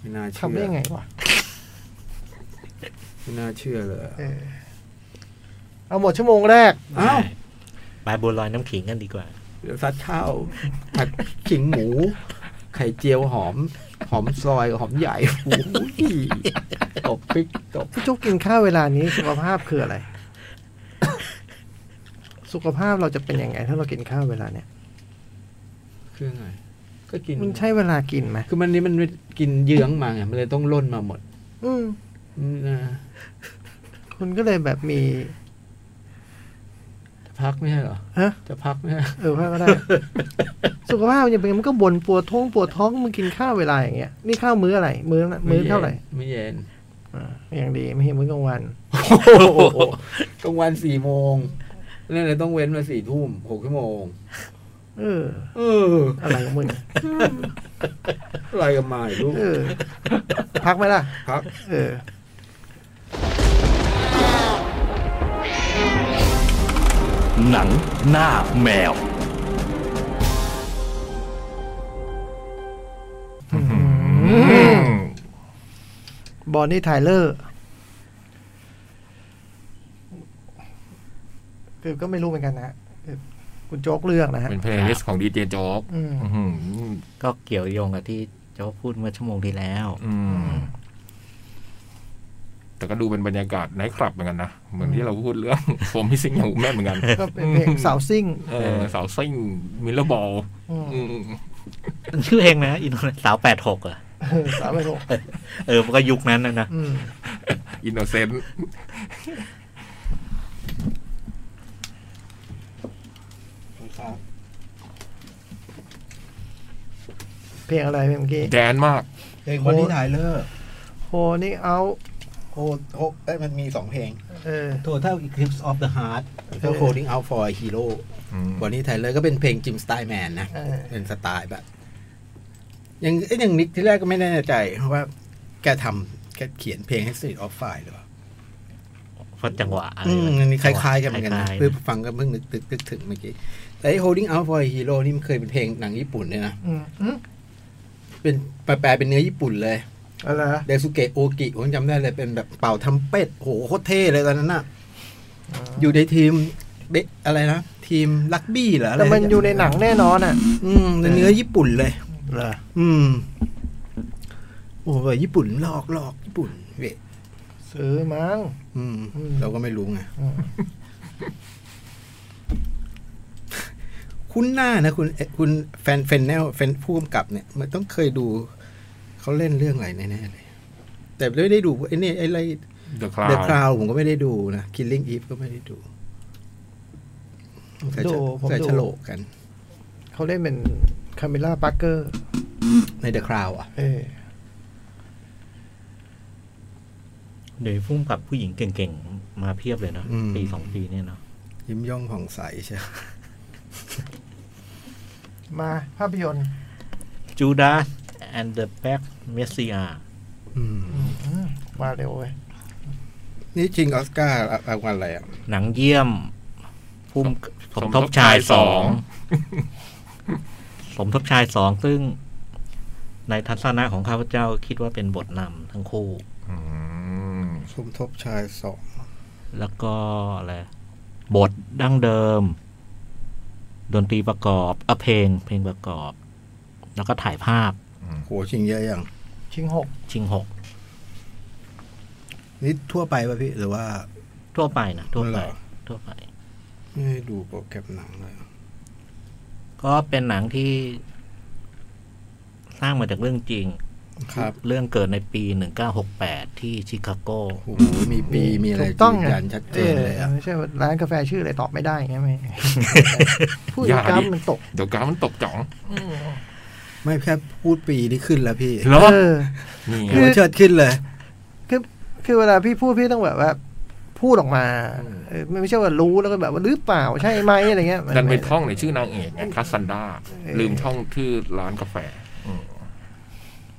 [SPEAKER 5] ไม่น่าเชื่
[SPEAKER 2] ทำได้
[SPEAKER 5] อ
[SPEAKER 2] ยังไงวะ
[SPEAKER 5] ไม่น่าเชื่อเลยอะ
[SPEAKER 2] เออเอาหมดชั่วโมงแรก
[SPEAKER 5] อ้าว
[SPEAKER 4] บายบัวลอยน้ำขิงกันดีกว่า
[SPEAKER 5] เดี๋ยวซัดข้าวผัดขิงหมู ไข่เจียวหอม หอมซอยกับหอมใหญ่โอ้โหตบพริกตบ
[SPEAKER 2] พี่จุกกินข้าวเวลานี้สุขภาพคืออะไร สุขภาพเราจะเป็นยังไง ถ้าเรากินข้าวเวลาเนี้ย
[SPEAKER 5] คือไงก็กิน
[SPEAKER 2] มันใช่เวลากินไหม
[SPEAKER 5] คือมันนี่มันกินเยื้องมาไงมันเลยต้องล่นมาหมด
[SPEAKER 2] อืม
[SPEAKER 5] อืมนะ
[SPEAKER 2] คุณก็เลยแบบมี
[SPEAKER 5] จะพักไม่ใช่เหรอ
[SPEAKER 2] ฮะ
[SPEAKER 5] จะพักไม่ใช่
[SPEAKER 2] เออว่าก็ ได้ สุขภาพมันยังเป็นไงมันก็บ่นปวดท้องปวดท้องมึงกินข้าวเวลาอย่างเงี้ยนี่ข้าวมื้ออะไร มื้อละมื้อเท่าไหร่
[SPEAKER 5] ไม่เย็น
[SPEAKER 2] อ่าอย่างดีไม่ใช่มื้อกลางวัน
[SPEAKER 5] โอ้โหกลางวันสี่โมงนั่นเลยต้องเว้นมาสี่ทุ่มหกชั่วโมง
[SPEAKER 2] เออ
[SPEAKER 5] เออ
[SPEAKER 2] อะไรของมึง
[SPEAKER 5] อะไรกันมาอีกลูก
[SPEAKER 2] เออ พักไหมล่ะ
[SPEAKER 5] พัก
[SPEAKER 2] เออ
[SPEAKER 1] หนังหน้าแมว
[SPEAKER 2] บอนนี่ไทเลอร์คือก็ไม่รู้เหมือนกันนะฮะคือคุณโจ๊กเลือกนะฮะ
[SPEAKER 3] เป็นเพลย์ลิสต์ของดีเจโจ๊ก
[SPEAKER 2] อืม
[SPEAKER 3] อื้อหือ
[SPEAKER 4] ก็เกี่ยวโยงกับที่เจ้าพูดเมื่อชั่วโมงที่แล้ว
[SPEAKER 3] อืมแต่ก็ดูเป็นบรรยากาศไนท์คลับเหมือนกันนะ เหมือนที่เราพูดเรื่อง โฟมพิซิ่งอย่างแม่เหมือนกัน
[SPEAKER 2] ก็เป็นเพลงสาวซิ่ง
[SPEAKER 3] เออเสาวซิ่งมิลเลอร์บอล
[SPEAKER 2] อืม
[SPEAKER 3] อืม
[SPEAKER 4] ชื่อเพลงนะอินโนสาวแปดหกอ่ะ
[SPEAKER 2] เออสาวไปหก
[SPEAKER 4] เออมันก็ยุคนั้นนะนะ
[SPEAKER 2] อืม
[SPEAKER 3] อินโนเซนต์
[SPEAKER 2] เพลงอะไรเพลงเมื่อกี้
[SPEAKER 3] แดนมาก
[SPEAKER 7] เพลงวันนี้ถ่ายเลิก
[SPEAKER 2] โฮนี่เอา
[SPEAKER 7] โคโอ้เอ้ยมันมีสองเพลง
[SPEAKER 2] เออ
[SPEAKER 7] Total Eclipse of the Heart แล้วก็
[SPEAKER 2] เออ
[SPEAKER 7] Coding Out for a Hero
[SPEAKER 3] อืม
[SPEAKER 7] วันนี้ไทยเลยก็เป็นเพลงจิมสไตล์แมนนะ
[SPEAKER 2] เออ
[SPEAKER 7] เป็นสไตล์แบบ
[SPEAKER 5] ยังเอ้ยยังนิกที่แรกก็ไม่แน่ใจว่าแกทำแกเขียนเพลงให้ Street of Fire หรือเปล่า
[SPEAKER 4] เพราะจังหวะอะไร
[SPEAKER 5] อืม
[SPEAKER 4] มั
[SPEAKER 5] อันนี้คล้าย ๆ กันเหมือนกันนะ
[SPEAKER 4] คล้ายๆ
[SPEAKER 5] คือฟังก็เพิ่งนึกนึกนึกถึงเมื่อกี้ แต่ไอ้ Holding Out for a Hero นี่มันเคยเป็นเพลงหนังญี่ปุ่นเนี่ยนะ
[SPEAKER 2] อืมอืม
[SPEAKER 5] เป็นแปลเป็นเนื้อญี่ปุ่นเลย
[SPEAKER 2] อะไรนะ
[SPEAKER 5] เดซุเกะโอกิผมจำได้เลยเป็นแบบเป่าทำเป็ดโหโคตรเท่เลยตอนนั้นน่ะ อยู่ในทีมเบะอะไรนะ ทีมลักบี้เหรออะไร
[SPEAKER 2] แต่มันอยู่ในหนังแน่นอนอ่ะ
[SPEAKER 5] อืมในเนื้อญี่ปุ่นเลย
[SPEAKER 2] เหรอ
[SPEAKER 5] อืม โอ้ยญี่ปุ่นหลอกหลอกญี่ปุ่นเวย
[SPEAKER 2] ซื้อมั้ง
[SPEAKER 5] อืม
[SPEAKER 2] อืม
[SPEAKER 5] เราก็ไม่รู้ไง
[SPEAKER 2] อืม
[SPEAKER 5] คุณหน้านะคุณเอ๊ะคุณแฟนเฟนแนลแฟนผู้กำกับเนี่ย มันต้องเคยดู เขาเล่นเรื่องอะไรแน่ๆเลย แต่ไม่ได้ดูไอ้นี่ไอ้ไร
[SPEAKER 3] เดอะคลา
[SPEAKER 5] เดอะคลาว วผมก็ไม่ได้ดูนะ Killing Eve ก็ไม่ได้ดูใส่
[SPEAKER 2] ดูผม
[SPEAKER 5] ใส่
[SPEAKER 2] ดู
[SPEAKER 5] ฉลกกัน
[SPEAKER 2] เขาเล่นเป็นคาเมล่าปาร์เกอร์
[SPEAKER 5] ในเดอะคลาวอ่ะ
[SPEAKER 2] เออ
[SPEAKER 4] เดี๋ยวพุ่มกับผู้หญิงเก่งๆ มาเพียบเลยเนาะ
[SPEAKER 5] อืม
[SPEAKER 4] ปีสองปีเนี่ยเนาะ
[SPEAKER 5] ยิ้มย่องผ่องใสใช่ไหม
[SPEAKER 2] มาภาพยนตร์
[SPEAKER 4] จูดาสแอนเดอร์แบ็กเมสซิอา
[SPEAKER 5] อืม
[SPEAKER 2] อืมมาเร็วเว้ย
[SPEAKER 5] นี่จริงออสการ์รางวัลอะไรอ่ะ
[SPEAKER 4] หนังเยี่ยมพุ่มสมทบชายสองสมทบชายสองซึ่ง ในทัศนะของข้าพเจ้าคิดว่าเป็นบทนำทั้งคู่
[SPEAKER 3] อืม
[SPEAKER 5] สมทบชายสอง
[SPEAKER 4] แล้วก็อะไรบทดั้งเดิม ดนตรีประกอบเอ่อเพลง เพลงประกอบ แล้วก็ถ่ายภาพ
[SPEAKER 5] โหชิงเยอะอย่าง
[SPEAKER 2] ชิงหก
[SPEAKER 4] ชิงหก
[SPEAKER 5] นี่ทั่วไปป่ะพี่ หรือว่า
[SPEAKER 4] ทั่วไปนะทั่วไป
[SPEAKER 5] เหรอ
[SPEAKER 4] ทั่วไป
[SPEAKER 5] ไม่ได้ดูโปรแกรมหนังเลย
[SPEAKER 4] ก็เป็นหนังที่ สร้างมาจากเรื่องจริง
[SPEAKER 5] ครับ
[SPEAKER 4] เรื่องเกิดในปี 1968 ที่ชิคาโก
[SPEAKER 5] โอ้โหมีปีมีอะไร
[SPEAKER 2] ถูกต้อง
[SPEAKER 5] ยืนยันชัดเจนเลยอ่ะ
[SPEAKER 2] ไม่ใช่ว่าร้านกาแฟชื่ออะไรตอบไม่ได้ไง ไหม พูด
[SPEAKER 3] อย่า
[SPEAKER 2] กั
[SPEAKER 3] ดิ
[SPEAKER 2] มมันตก
[SPEAKER 3] เดี๋ยวกราฟมันตกจ่อง
[SPEAKER 5] ไม่แค่พูดปีนี่ขึ้นแล้วพี่
[SPEAKER 3] เหรอ
[SPEAKER 2] เออ
[SPEAKER 3] นี่ไง
[SPEAKER 5] หัวเชิดขึ้นเลย
[SPEAKER 2] คือคือเวลาพี่พูดพี่ต้องแบบว่า พูดออกมาเออไม่ใช่ว่ารู้แล้วก็แบบว่าหรือเปล่าใช่ไหมอะไรเงี้ยมั
[SPEAKER 3] ดันไป
[SPEAKER 2] ม่
[SPEAKER 3] ท่องในชื่อนางเอกไงคัสซันดา
[SPEAKER 2] เออ
[SPEAKER 3] ลืมท่องชื่อร้านกาแฟอืม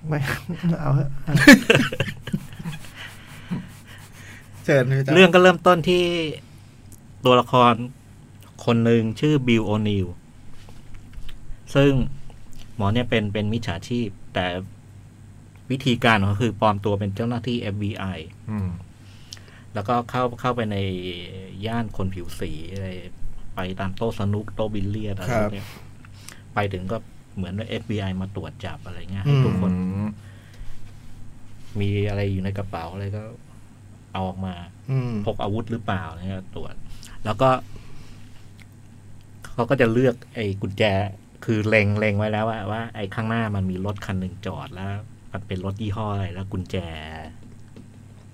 [SPEAKER 2] ไม่ เอาเถอะ
[SPEAKER 5] เชิญพี่ตั้ม
[SPEAKER 4] เรื่องก็เริ่มต้นที่ตัวละครคนหนึ่งชื่อบิลโอนิลซึ่งหมอเนี่ยเป็นเป็นมิจฉาชีพ แต่วิธีการของเขาคือปลอมตัวเป็นเจ้าหน้าที่ FBI
[SPEAKER 3] อืม
[SPEAKER 4] แล้วก็เข้าเข้าไปในย่านคนผิวสีอะไรไปตามโต๊ะสนุกโต๊ะบิลเลียดอะไรพวกเนี้ยไปถึงก็เหมือนว่า FBI มาตรวจจับอะไรเงี้ยให้ทุกคน
[SPEAKER 3] อืม
[SPEAKER 4] มีอะไรอยู่ในกระเป๋าอะไรก็เอาออกมา
[SPEAKER 5] อืม
[SPEAKER 4] พกอาวุธหรือเปล่าเนี่ยตรวจ แล้วก็ เขาก็จะเลือกไอ้กุญแจ คือเล็งเล็งไว้แล้วว่าว่าไอ้ข้างหน้ามันมีรถคันหนึ่งจอดแล้ว มันเป็นรถยี่ห้ออะไรแล้วกุญแจ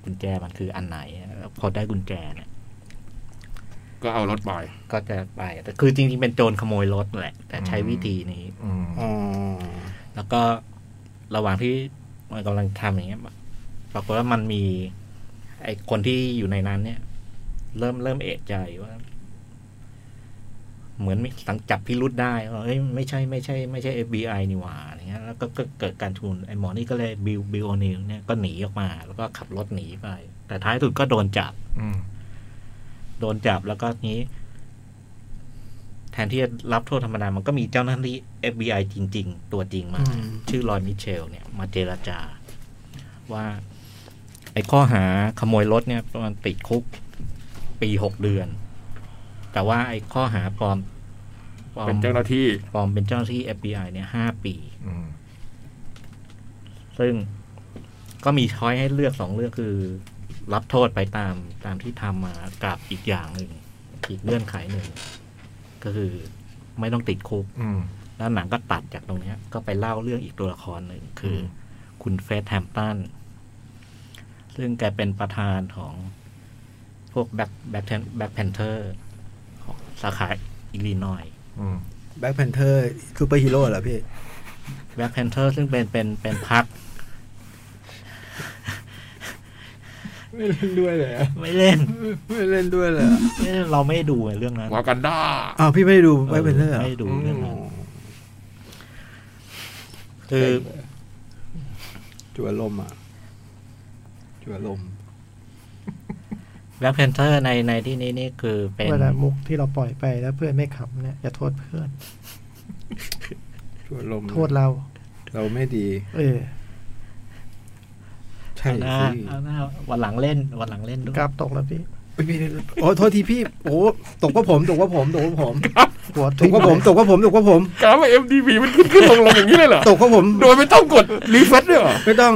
[SPEAKER 4] กุญแจมันคืออันไหนแล้วพอได้กุญแจเนี่ย
[SPEAKER 3] ก็เอารถไป
[SPEAKER 4] ก็จะไปแต่คือจริงๆเป็นโจรขโมยรถแหละ แต่ใช้วิธีนี้
[SPEAKER 3] อืม
[SPEAKER 5] อ๋อ
[SPEAKER 4] แล้วก็ระหว่างที่มันกำลังทำอย่างเงี้ยปรากฏว่ามันมี ไอคนที่อยู่ในนั้น เนี่ย เริ่มเริ่มเอะใจว่า เหมือนมีสังจับพิรุษได้ว่าเอ้ยไม่ใช่ไม่ใช่ไม่ใช่ FBI นี่หว่าอะไรเงี้ยแล้วก็ก็ก็เกิดการชุนไอหมอนี่ก็เลยบิลบิลโอนิลเนี่ยก็หนีออกมา แล้วก็ขับรถหนีไป แต่ท้ายสุดก็โดนจับ
[SPEAKER 3] อืม
[SPEAKER 4] โดนจับแล้วก็นี้ แทนที่จะรับโทษธรรมดา มันก็มีเจ้าหน้าที่ FBI จริง ๆ ตัวจริงมา ชื่อลอยมิเชล เนี่ยมาเจราจา ว่า ไอ้ข้อหาขโมยรถเนี่ยมันติดคุกปีหกเดือน แต่ว่าไอ้ข้อหาปลอมปลอม
[SPEAKER 3] เป็นเจ้าหน้าที่
[SPEAKER 4] ปลอมเป็นเจ้าหน้าที่ FBI เนี่ยห้าปี
[SPEAKER 3] อืม
[SPEAKER 4] ซึ่งก็มีช้อยให้เลือกสองเลือกคือ รับโทษไปตามตามที่ทำมากับอีกอย่างหนึ่งอีกเงื่อนไขหนึ่ง ก็คือไม่ต้องติดคุก
[SPEAKER 3] อืม
[SPEAKER 4] แล้วหนังก็ตัดจากตรงเนี้ย ก็ไปเล่าเรื่องอีกตัวละครหนึ่งคืออ
[SPEAKER 3] ม
[SPEAKER 4] คุณเฟสแฮมตันซึ่งแกเป็นประธานของพวกแบ็คแบ็คแบ็คแพนเทอร์ของสาขาอิลลินอย
[SPEAKER 3] อืม
[SPEAKER 5] แบ็คแพนเทอร์ซูเปอร์ฮีโร่เหรอพี่
[SPEAKER 4] แบ็คแพนเทอร์ซึ่งเป็นเป็นเป็นพัก
[SPEAKER 5] ไม่เล่นด้วยเลยอะ
[SPEAKER 4] ไม่เล่น
[SPEAKER 5] ไม่เล่นด้วยเลยอะ
[SPEAKER 4] ไม่เล่นเราไม่ได้ดูเรื่องนั้น
[SPEAKER 3] วากันดา
[SPEAKER 5] อ้าวพี่ไม่ได้ดูไม่เป็นเรื่อง
[SPEAKER 4] ไม่ได้ดูเรื่องนั้น คือ
[SPEAKER 5] จั่วลมอ่ะ จั่วลม
[SPEAKER 4] แบล็คแพนเทอร์ในในที่นี้นี่คือเป็น
[SPEAKER 2] เวลามุกที่เราปล่อยไปแล้วเพื่อนไม่ขำเนี่ยอย่าโทษเพื่อน
[SPEAKER 5] จั่วลม
[SPEAKER 2] โทษเรา
[SPEAKER 5] เราไม่ดี
[SPEAKER 2] เออ
[SPEAKER 5] ใช่
[SPEAKER 4] หน้า
[SPEAKER 5] สิ
[SPEAKER 4] เอาหน้าวันหลังเล่นวันหลังเล่นด้วย
[SPEAKER 2] กราฟตกแล้วพี่
[SPEAKER 5] ไม่มีโอ้โทษทีพี่ โอ้ตกว่าผม ตกว่าผม ตกว่าผม
[SPEAKER 2] หัว
[SPEAKER 5] ตกว่าผม ตกว่าผม ตกว่าผม
[SPEAKER 3] กราฟ MDB มันขึ้นขึ้นลงลงอย่างนี้เลยเหรอ
[SPEAKER 5] ตกว่าผม
[SPEAKER 3] โดยไม่ต้องกดรีเฟรชด้วยเหรอ
[SPEAKER 5] ไม่ต้อง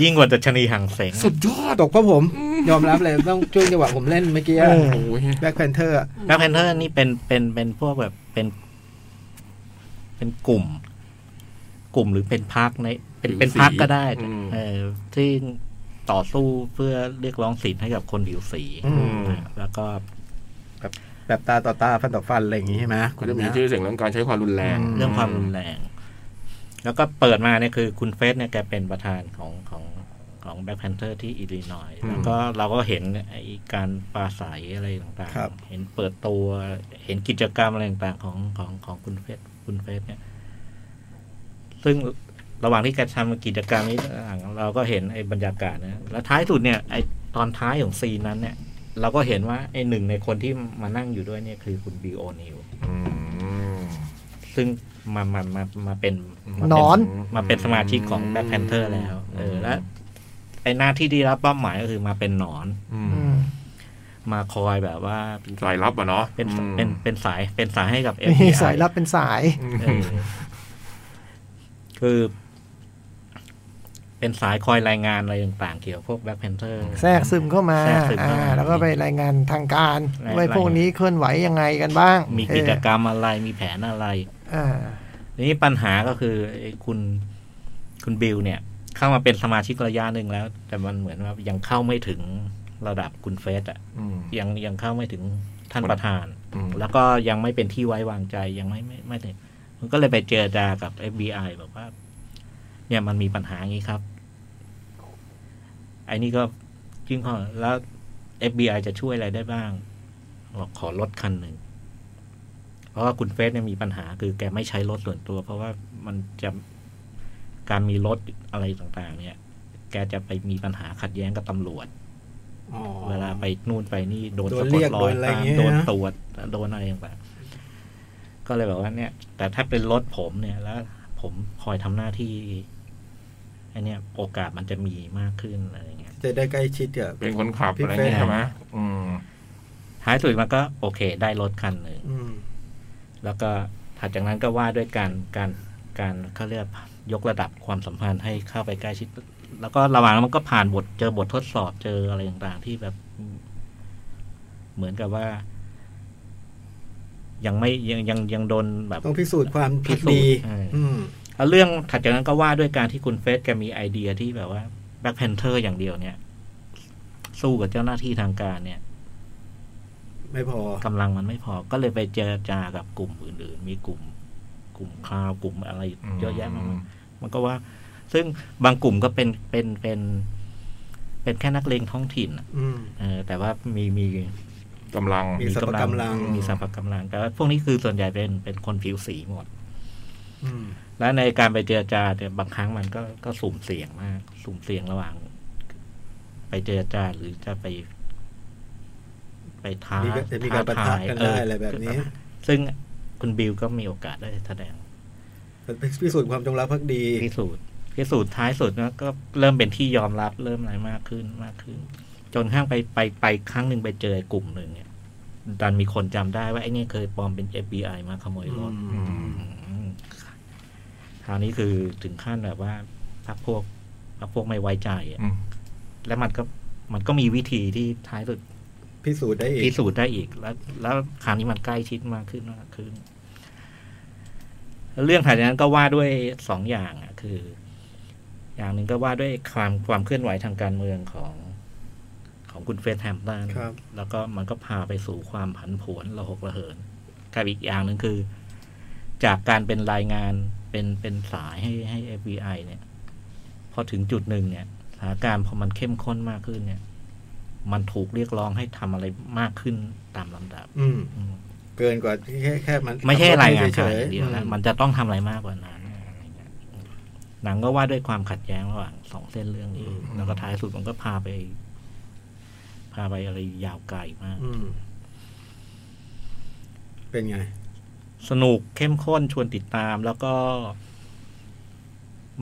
[SPEAKER 4] ยิ่งกว่าดัชนีห่างเสง
[SPEAKER 3] สุดยอด
[SPEAKER 5] ตกว่าผม ยอมรับเลย ต้องช่วงจังหวะผมเล่นเมื่อกี้
[SPEAKER 2] เออ
[SPEAKER 3] โอ้ย
[SPEAKER 5] แบ็คแพนเทอร์
[SPEAKER 4] แบล็คแพนเทอร์นี่เป็นเป็นเป็นพวกแบบเป็น เป็นกลุ่ม กลุ่มหรือเป็นพักใน เป็นเป็นพักก็ได้
[SPEAKER 3] อืม
[SPEAKER 4] เออที่ต่อสู้เพื่อเรียกร้องสิทธิ์ให้กับคนผิวสี
[SPEAKER 3] ม
[SPEAKER 4] แล้วก็
[SPEAKER 5] แบบตาต่อตา ฟันต่อฟัน อะไรอย่างงี้ใช่ไหม
[SPEAKER 3] ก็จะมีชื่อเสียงเรื่องการใช้ความรุนแรง
[SPEAKER 4] เรื่องความรุนแรง แล้วก็เปิดมาเนี่ยคือคุณเฟสเนี่ยแกเป็นประธานของของของแบ็คแพนเทอร์ที่อิลลินอยส์
[SPEAKER 3] อืม
[SPEAKER 4] แล้วก็เราก็เห็นไอ้การปราศัยอะไรต่างๆ เห็นเปิดตัวเห็นกิจกรรมอะไรต่างๆ ของของของคุณเฟสคุณเฟสเนี่ย ซึ่งระหว่างที่แกทำกิจกรรมนี้ต่างๆเราก็เห็นไอ้บรรยากาศนะแล้วท้ายสุดเนี่ยไอ้ตอนท้ายของซีนนั้นเนี่ย เราก็เห็นว่าไอ้หนึ่งในคนที่มานั่งอยู่ด้วยเนี่ยคือคุณบิโอนิว
[SPEAKER 3] อืม
[SPEAKER 4] ซึ่งมามามามาเป็นมา
[SPEAKER 2] หน
[SPEAKER 4] เป็
[SPEAKER 2] อน
[SPEAKER 4] มาเป็นสมาชิกของแบ็คแพนเทอร์แล้ว เออ และไอหน้าที่ที่รับเป้าหมายก็คือมาเป็นหนอน
[SPEAKER 3] อืม
[SPEAKER 2] อืม
[SPEAKER 4] มาคอยแบบว่า
[SPEAKER 3] สายลับอ่ะเนาะ
[SPEAKER 4] เป็น
[SPEAKER 3] อืม
[SPEAKER 4] เป็นเป็นสายเป็นสายให้กับเอ
[SPEAKER 2] มีสายลับเป็นสาย
[SPEAKER 3] อืม
[SPEAKER 4] คือ เป็นสายคอยรายงานอะไรต่างๆ เกี่ยวกับพวกแบ็คแพนเทอร์
[SPEAKER 2] แทรกซึมเข้ามา
[SPEAKER 4] แทรกซึมเข้า
[SPEAKER 2] อ่า
[SPEAKER 4] มา
[SPEAKER 2] แล้วก็ไปรายงานทางการ
[SPEAKER 4] รา
[SPEAKER 2] ว่าร
[SPEAKER 4] ยาย
[SPEAKER 2] พวกนี้เคลื่อนไหวยังไงกันบ้าง
[SPEAKER 4] มี
[SPEAKER 2] เออ
[SPEAKER 4] กิจกรรมอะไรมีแผนอะไร
[SPEAKER 2] อ่า
[SPEAKER 4] ทีนี้ปัญหาก็คือไอ้คุณคุณบิลเนี่ย เข้ามาเป็นสมาชิกระยะหนึ่งแล้ว แต่มันเหมือนว่ายังเข้าไม่ถึงระดับคุณเฟสอะ
[SPEAKER 3] อืม
[SPEAKER 4] ยังยังเข้าไม่ถึงท่านประธาน
[SPEAKER 3] อืม
[SPEAKER 4] แล้วก็ยังไม่เป็นที่ไว้วางใจยังไม่ไม่ไม่ถึงมันก็เลยไปเจรจากับ FBI บอกว่า เนี่ยมันมีปัญหาอย่างนี้ครับ ไอ้นี่ก็ยิ่งข้อแล้ว FBI จะช่วยอะไรได้บ้างบอกขอรถคันหนึ่ง เพราะว่าคุณเฟสเนี่ยมีปัญหาคือแกไม่ใช้รถส่วนตัว เพราะว่ามันจะการมีรถอะไรต่างๆ เนี่ย แกจะไปมีปัญหาขัดแย้งกับตำรวจ
[SPEAKER 5] อ๋อ
[SPEAKER 4] เวลาไปนู่นไปนี่โดน
[SPEAKER 5] โดน
[SPEAKER 4] สะก
[SPEAKER 5] เรี
[SPEAKER 4] ด
[SPEAKER 5] ย
[SPEAKER 4] ร
[SPEAKER 5] กโด
[SPEAKER 4] อย
[SPEAKER 5] นอะไรอ
[SPEAKER 4] ตา
[SPEAKER 5] ย่าม งเงี้ย
[SPEAKER 4] โดน
[SPEAKER 5] นะ
[SPEAKER 4] ตรวจโดนอะไรต่างๆก็เลยบอกว่าเนี่ย แต่ถ้าเป็นรถผมเนี่ย แล้ว ผมคอยทำหน้าที่ไอเนี่ยโอกาสมันจะมีมากขึ้นอะไรอย่างเงี้ย
[SPEAKER 5] จะได้ใกล้ชิดกับ
[SPEAKER 3] เป็นคนขับ
[SPEAKER 5] พี่
[SPEAKER 3] อะไร
[SPEAKER 5] เฟซ
[SPEAKER 3] เงี้ยใช่ไหมอืม
[SPEAKER 4] ท้ายสุดมันก็โอเค ได้รถคันหนึ่ง
[SPEAKER 5] อืม
[SPEAKER 4] แล้วก็ถัดจากนั้นก็ว่าด้วยการการการเขาเรียกยกระดับความสัมพันธ์ให้เข้าไปใกล้ชิด แล้วก็ระหว่างนั้นมันก็ผ่านบทเจอบททดสอบเจออะไรต่างๆที่แบบ เหมือนกับว่า ยังไม่ยังยังยังโดนแบบ
[SPEAKER 5] ต้องพิสูจน์ความ
[SPEAKER 4] พิ
[SPEAKER 5] พัก
[SPEAKER 4] สูจน์
[SPEAKER 5] ดี
[SPEAKER 4] เออ
[SPEAKER 5] อืม
[SPEAKER 4] แล้วเรื่องถัดจากนั้นก็ว่าด้วยการที่คุณเฟสแกมีไอเดียที่แบบว่าแบ็คแพนเทอร์อย่างเดียวเนี่ย สู้กับเจ้าหน้าที่ทางการเนี่ย
[SPEAKER 5] ไม่พอ
[SPEAKER 4] กำลังมันไม่พอ ก็เลยไปเจรจากับกลุ่มอื่นๆ มีกลุ่ม กลุ่มคลาวกลุ่มอะไรเยอะแยะมากมายมันก็ว่า ซึ่งบางกลุ่มก็เป็นเป็นเป็น เป็นแค่นักเลงท้องถิ่นน่ะ
[SPEAKER 5] อืม
[SPEAKER 4] เออแต่ว่ามีมี
[SPEAKER 3] กำลัง
[SPEAKER 5] มีสรรพกำลัง
[SPEAKER 4] มีสัพพกำลัง แต่ว่าพวกนี้คือส่วนใหญ่เป็นเป็นคนผิวสีหมด
[SPEAKER 5] อืม
[SPEAKER 4] และในการไปเจรจาเนี่ยบางครั้งมันก็ก็สุ่มเสี่ยงมาก สุ่มเสี่ยงระหว่าง ไปเจรจาหรือจะไป ไปท้า
[SPEAKER 5] มีก็จะมีการปะทะ
[SPEAKER 4] ย
[SPEAKER 5] กัน
[SPEAKER 4] เ
[SPEAKER 5] ได้อะไรแบบนี้
[SPEAKER 4] ซึ่งคุณบิวก็มีโอกาสได้แสดง
[SPEAKER 5] พิสูจน์ความจงรักภักดี
[SPEAKER 4] พิสูจน์พิสูจน์ท้ายสุดนะก็เริ่มเป็นที่ยอมรับเริ่มอะไรมากขึ้นมากขึ้น จนข้างไปไปไปครั้งหนึ่งไปเจอกลุ่มหนึ่งเนี่ยดันมีคนจำได้ว่าไอ้นี่เคยปลอมเป็น FBI มาขโมยรถ
[SPEAKER 5] อืม
[SPEAKER 4] อืมคราวนี้คือถึงขั้นแบบว่าพักพวกพักพวกไม่ไว้ใจอะ
[SPEAKER 3] อืม
[SPEAKER 4] และมันก็มันก็มีวิธีที่ท้ายสุด
[SPEAKER 5] พิสูจน์ได้อี
[SPEAKER 4] พิ
[SPEAKER 5] ก
[SPEAKER 4] สูจน์ได้อีก แล้ว แล้วคราวนี้มันใกล้ชิดมากขึ้นมากขึ้น เรื่องถัดจากนั้นก็ว่าด้วยสองอย่างอ่ะ คือ อย่างหนึ่งก็ว่าด้วยความความเคลื่อนไหวทางการเมืองของของคุณเฟรดแฮมตัน
[SPEAKER 5] ครับ
[SPEAKER 4] แล้วก็มันก็พาไปสู่ความผันผวนระหกระเหินกับอีกอย่างหนึ่งคือ จากการเป็นรายงานเป็นเป็นสายให้ให้ FBI เนี่ย พอถึงจุดหนึ่งเนี่ยสถานการณ์พอมันเข้มข้นมากขึ้นเนี่ย มันถูกเรียกร้องให้ทำอะไรมากขึ้นตามลำดับ
[SPEAKER 5] อืม
[SPEAKER 4] อืม
[SPEAKER 5] เกินกว่าแค่แค่มัน
[SPEAKER 4] ไม่ใช่รายงาน
[SPEAKER 5] เฉ
[SPEAKER 4] ข่าวย อย่างเดียวนะ
[SPEAKER 5] อืม
[SPEAKER 4] มันจะต้องทำอะไรมากกว่านั้นอะไรเงี้ย หนังก็ว่าด้วยความขัดแย้งระหว่างสองเส้นเรื่องนี้ แล้วก็ท้ายสุดมันก็พาไป พาไปอะไรยาวไกลมาก
[SPEAKER 5] อืม เป็นไง
[SPEAKER 4] สนุกเข้มข้นชวนติดตามแล้วก็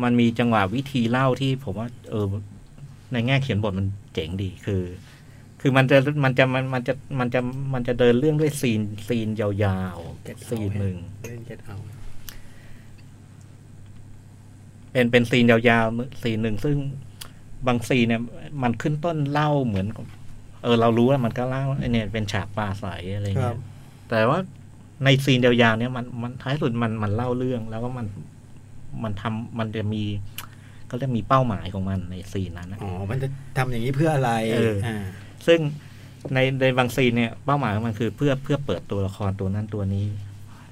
[SPEAKER 4] มันมีจังหวะวิธีเล่าที่ผมว่า เออ ในแง่เขียนบทมันเจ๋งดีคือ คือมันจะมันจะมันมันจะมันจะมันจะเดินเรื่องด้วยซีนซีนยาว
[SPEAKER 5] เก็ต
[SPEAKER 4] ๆ
[SPEAKER 5] เอา
[SPEAKER 4] ซีนหนึ่ง
[SPEAKER 5] เล่นเก็ตเอา
[SPEAKER 4] เป็นเป็นซีนยาวๆซีนหนึ่งซึ่งบางซีนเนี่ย มันขึ้นต้นเล่าเหมือนกับเออ เรารู้ว่ามันก็เล่าไอเนี่ยเป็นฉากปลาใสอะไร
[SPEAKER 5] ครั
[SPEAKER 4] เงี้
[SPEAKER 5] บ
[SPEAKER 4] ยแต่ว่าในซีนยาวๆเนี่ยมันมันท้ายสุดมันมันเล่าเรื่อง แล้วก็มันมันทำมันจะมีก็เรียกมีเป้าหมายของมันในซีนนั้นนะ
[SPEAKER 5] อ๋อ มันจะทำอย่างนี้เพื่ออะไร
[SPEAKER 4] เอออ่
[SPEAKER 5] า
[SPEAKER 4] ซึ่งในในบางซีนเนี่ยเป้าหมายของมันคือเพื่อเพื่อเปิดตัวละครตัวนั้นตัวนี้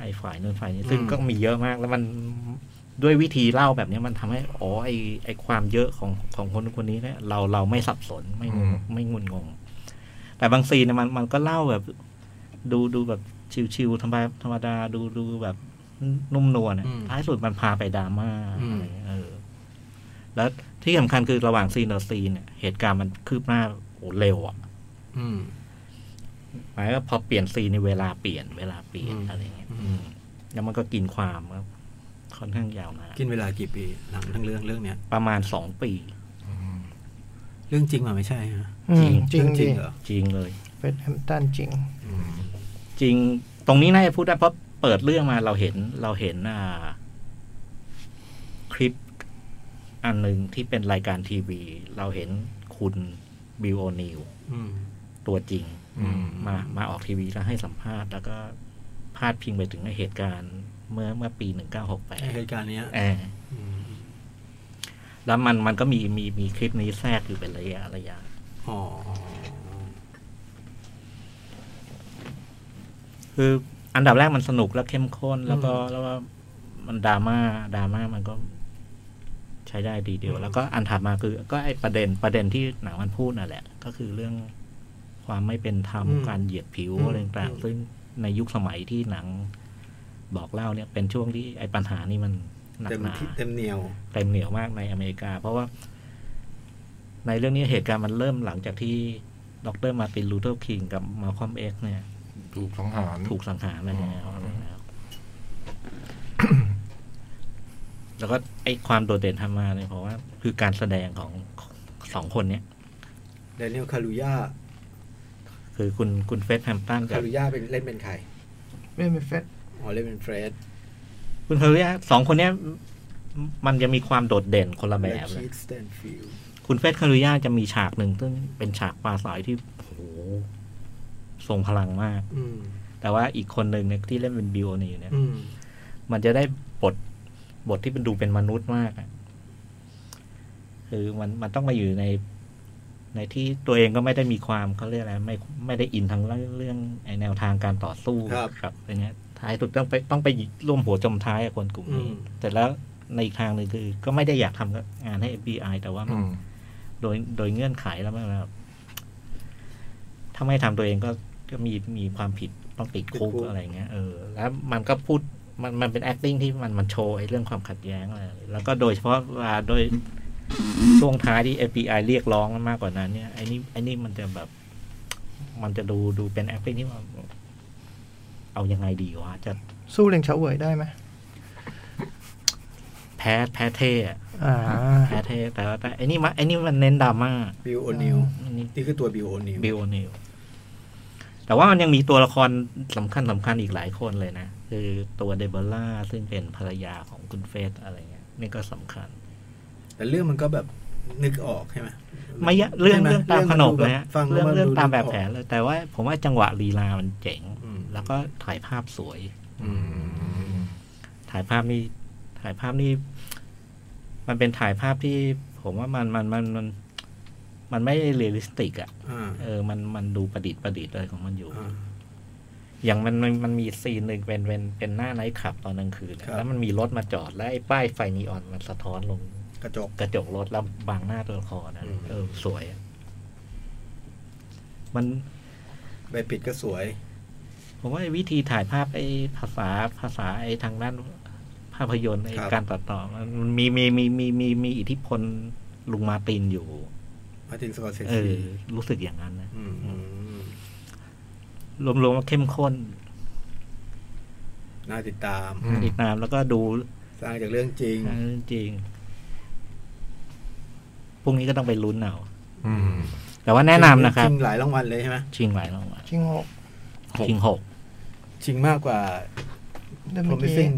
[SPEAKER 4] ไอ้ฝ่ายนู้นฝ่ายนี้ซึ่งก็มีเยอะมาก แล้วมันด้วยวิธีเล่าแบบเนี้ยมันทำให้อ๋อไอ้ไอ้ความเยอะของของคนคนนี้เนี่ยเราเราไม่สับสนไม่งง
[SPEAKER 3] อืม
[SPEAKER 4] ไม่งุนงง แต่บางซีนเนี่ยมันมันก็เล่าแบบ ดูดูแบบชิวๆธรรมดาธรรมดาดูดูแบบนุ่มนวลอะท้ายสุดมันพาไปดราม่าอะไรเงี้ยเออ แล้วที่สำคัญคือระหว่างซีนต่อซีนเนี่ยเหตุการณ์มันคืบหน้าโอ้เร็วอ่ะ
[SPEAKER 5] อืม
[SPEAKER 4] หมายว่าพอเปลี่ยนซีนในเวลาเปลี่ยนเวลาเปลี่ยน
[SPEAKER 5] อืม
[SPEAKER 4] อะไรเงี้ยอืมแล้วมันก็กินความครับค่อนข้างยาวนาน
[SPEAKER 5] กินเวลากี่ปี หลังทั้งเรื่องเรื่องเนี้ย
[SPEAKER 4] ประมาณสองปี
[SPEAKER 5] เรื่องจริงมันไม่ใช่ฮะ
[SPEAKER 2] อืมจริง
[SPEAKER 5] เอจ
[SPEAKER 2] จ
[SPEAKER 5] ริ
[SPEAKER 2] ริง
[SPEAKER 5] งเหรอ
[SPEAKER 4] จริงเลย
[SPEAKER 2] เฟสแฮมตันจริง
[SPEAKER 4] จริง ตรงนี้น่าจะพูดได้เพราะเปิดเรื่องมาเราเห็นเราเห็นอ่า คลิปอันหนึ่งที่เป็นรายการทีวี เราเห็นคุณบิวโอนิว
[SPEAKER 5] อืม
[SPEAKER 4] ตัวจริง
[SPEAKER 3] อืม
[SPEAKER 4] มามาออกทีวีแล้วให้สัมภาษณ์ แล้วก็พาดพิงไปถึงไอ้เหตุการณ์ เมื่อเมื่อปีหนึ่งเก้าหกแปด
[SPEAKER 5] ไอ้เหตุการณ์เนี้ย
[SPEAKER 4] ออ
[SPEAKER 5] อืม
[SPEAKER 4] แล้วมันมันก็มีมีมีคลิปนี้แทรกอยู่เป็นระยะระยะ
[SPEAKER 5] อ๋อ
[SPEAKER 4] คืออันดับแรกมันสนุกแล้วเข้มข้น แล้วก็แล้วว่ามันดราม่าดราม่ามันก็ใช้ได้ดีเดียว แล้วก็อันถัดมาคือ ก็ไอประเด็นประเด็นที่หนังมันพูดนั่นแหละ ก็คือเรื่องความไม่เป็นธรรม
[SPEAKER 5] อืม
[SPEAKER 4] การเหยียดผิว
[SPEAKER 5] อืม
[SPEAKER 4] อะไรต่าง
[SPEAKER 5] อืม
[SPEAKER 4] ๆซึ่งในยุคสมัยที่หนังบอกเล่าเนี่ย เป็นช่วงที่ไอปัญหานี่มันหนัก
[SPEAKER 5] เต็ม
[SPEAKER 4] หนา
[SPEAKER 5] ที่เต็มเหนียว
[SPEAKER 4] เต็มเหนียวมากในอเมริกา เพราะว่า ในเรื่องนี้เหตุการณ์มันเริ่มหลังจากที่ดรมาร์ตินลูเทอร์คิงกับมาคอมเอ็กเนี่ย
[SPEAKER 3] ถูกสังหาร
[SPEAKER 4] ถูกสังหารไปแล้ว
[SPEAKER 3] อ๋อ
[SPEAKER 4] อะไรแล้ว แล้วก็ไอความโดดเด่นทำมาเนี่ยเพราะว่า คือการแสดงของสองคนเนี่ย
[SPEAKER 5] d ด n นี l ลคารุยา
[SPEAKER 4] คือคุณคุณเฟสแฮมป์ตันกั
[SPEAKER 5] คา
[SPEAKER 4] บ
[SPEAKER 5] รุยาเป็นเล่นเป็นใคร
[SPEAKER 2] ไม่เป็นเฟส
[SPEAKER 5] อ๋อ เล่นเป็นเฟรด
[SPEAKER 4] คุณเขาเรียกสองคนเนี้ยมันจะมีความโดดเด่นคนละแบ
[SPEAKER 5] และ
[SPEAKER 4] บเล
[SPEAKER 5] คี
[SPEAKER 4] ย
[SPEAKER 5] ตสแตนฟิลด์
[SPEAKER 4] คุณเฟสคารุย่าจะมีฉากหนึ่งซึ่งเป็นฉากปลาสายที่โอ้โหทรงพลังมาก
[SPEAKER 5] อืม
[SPEAKER 4] แต่ว่าอีกคนหนึ่งเนี่ยที่เล่นเป็นบิวนี่เนี่ย
[SPEAKER 5] อืม
[SPEAKER 4] มันจะได้บทบทที่มันดูเป็นมนุษย์มากอะคือมันมันต้องมาอยู่ใน ในที่ตัวเองก็ไม่ได้มีความเขาเรียกอะไรไม่ไม่ได้อินทางเรื่องเรื่องไอแนวทางการต่อสู้
[SPEAKER 5] ครับ
[SPEAKER 4] กับอะไรเงี้ยท้ายสุดต้องไปต้องไปร่วมหัวจมท้ายกับคนกลุ่ม
[SPEAKER 5] อื
[SPEAKER 4] นี้
[SPEAKER 5] ม
[SPEAKER 4] แต่แล้วในอีกทางหนึ่งคือ ก็ไม่ได้อยากทำงานให้ FBI แต่ว่ามัน
[SPEAKER 3] อืม
[SPEAKER 4] โดยโดยเงื่อนไขแล้วมันแบบถ้าไม่ทำตัวเองก็ก็มีมีความผิดต้องติดคุก
[SPEAKER 5] ติดคุก
[SPEAKER 4] อะไรเงี้ยเออ แล้วมันก็พูดมันมันเป็น acting ที่มันมันโชว์ไอ้เรื่องความขัดแย้งอะไรแล้วก็โดยเฉพาะเวลาโดยช่วงท้ายที่ FBI เรียกร้องมากกว่านั้น เนี่ยไอ้นี่ไอ้นี่มันจะแบบ มันจะดูดูเป็น acting ที่ว่าเอายังไงดีวะจะ
[SPEAKER 2] สู้เลงเฉาเวยได้ไหม
[SPEAKER 4] แพ้แพ้เท่อะ
[SPEAKER 2] อ่า
[SPEAKER 4] แพ้เท่แต่ว่าแต่ไอ้นี่มาไอ้นี่มันเน้นดราม่า
[SPEAKER 5] บิลโอนิล
[SPEAKER 4] อันนี้
[SPEAKER 5] นี่คือตัวบิลโอนิล
[SPEAKER 4] บิลโอนิลแต่ว่ามันยังมีตัวละครสำคัญสำคัญอีกหลายคนเลยนะ คือตัวเดเบล่าซึ่งเป็นภรรยาของคุณเฟสอะไรเงี้ยนี่ก็สำคัญ
[SPEAKER 5] แต่เรื่องมันก็แบบนึกออกใช่ไหม
[SPEAKER 4] ไม่ยะเรื่อง
[SPEAKER 5] ใช่ไห
[SPEAKER 4] เรื่องตามขนบ
[SPEAKER 5] เรื่อ
[SPEAKER 4] นะฮะ
[SPEAKER 5] งมัดูฟัง
[SPEAKER 4] เรื่อง
[SPEAKER 5] แล้ว
[SPEAKER 4] เรื่อง
[SPEAKER 5] มันดู
[SPEAKER 4] ตามแบบแผ
[SPEAKER 5] นึกออก
[SPEAKER 4] นเลย แต่ว่าผมว่าจังหวะลีลามันเจ๋ง
[SPEAKER 5] อืม
[SPEAKER 4] แล้วก็ถ่ายภาพสวย
[SPEAKER 5] อืม
[SPEAKER 4] ถ่ายภาพนี่ถ่ายภาพนี่มันเป็นถ่ายภาพที่ ผมว่ามันมันมันมัน มันไม่เรียลลิสติกอะ
[SPEAKER 5] อ่า
[SPEAKER 4] เออมันมันดูประดิษฐ์ประดิษฐ์อะไรของมันอยู่
[SPEAKER 5] อ่า
[SPEAKER 4] อย่างมันมันมันมีซีนหนึ่งเป็นเป็นเป็นหน้าไนท์ขับตอนกลางคืนอะ
[SPEAKER 5] ครับ
[SPEAKER 4] แล้วมันมีรถมาจอดแล้วไอ้ป้ายไฟนีออนมันสะท้อนลง
[SPEAKER 5] กระจก
[SPEAKER 4] กระจกรถแล้วบังหน้าตัวละครนะ
[SPEAKER 5] อืม
[SPEAKER 4] เออสวยอะมัน
[SPEAKER 5] ใบปิดก็สวย
[SPEAKER 4] ผมว่าไอ้วิธีถ่ายภาพไอ้ภาษาภาษาไอ้ทางด้าน ภาพยนตร์ไอ้
[SPEAKER 5] ครับ
[SPEAKER 4] การตัดต่อมันมีมีมีมีมีมีอิทธิพลลุงมาร์ตินอยู่
[SPEAKER 5] มาร์ตินสกอร์เซ
[SPEAKER 4] เออ
[SPEAKER 5] ซี
[SPEAKER 4] รู้สึกอย่างนั้นนะ
[SPEAKER 5] อืม
[SPEAKER 4] รวมๆว่าเข้มข้น
[SPEAKER 5] น่าติดตาม
[SPEAKER 3] อืม
[SPEAKER 4] ติดตามแล้วก็ดู
[SPEAKER 5] สร้างจากเรื่องจริง
[SPEAKER 4] เออจริงพรุ่งนี้ก็ต้องไปลุ้นเอา
[SPEAKER 3] อืม
[SPEAKER 4] แต่ว่าแนะนำนะครับ
[SPEAKER 5] ชิงหลายรางวัลเลยใช่ไหม
[SPEAKER 4] ชิงหลายรางวัล
[SPEAKER 2] ชิงหก
[SPEAKER 3] หก
[SPEAKER 4] ชิงหก
[SPEAKER 5] ชิงมากกว่า
[SPEAKER 2] เรื่องเมื่อกี้
[SPEAKER 5] promising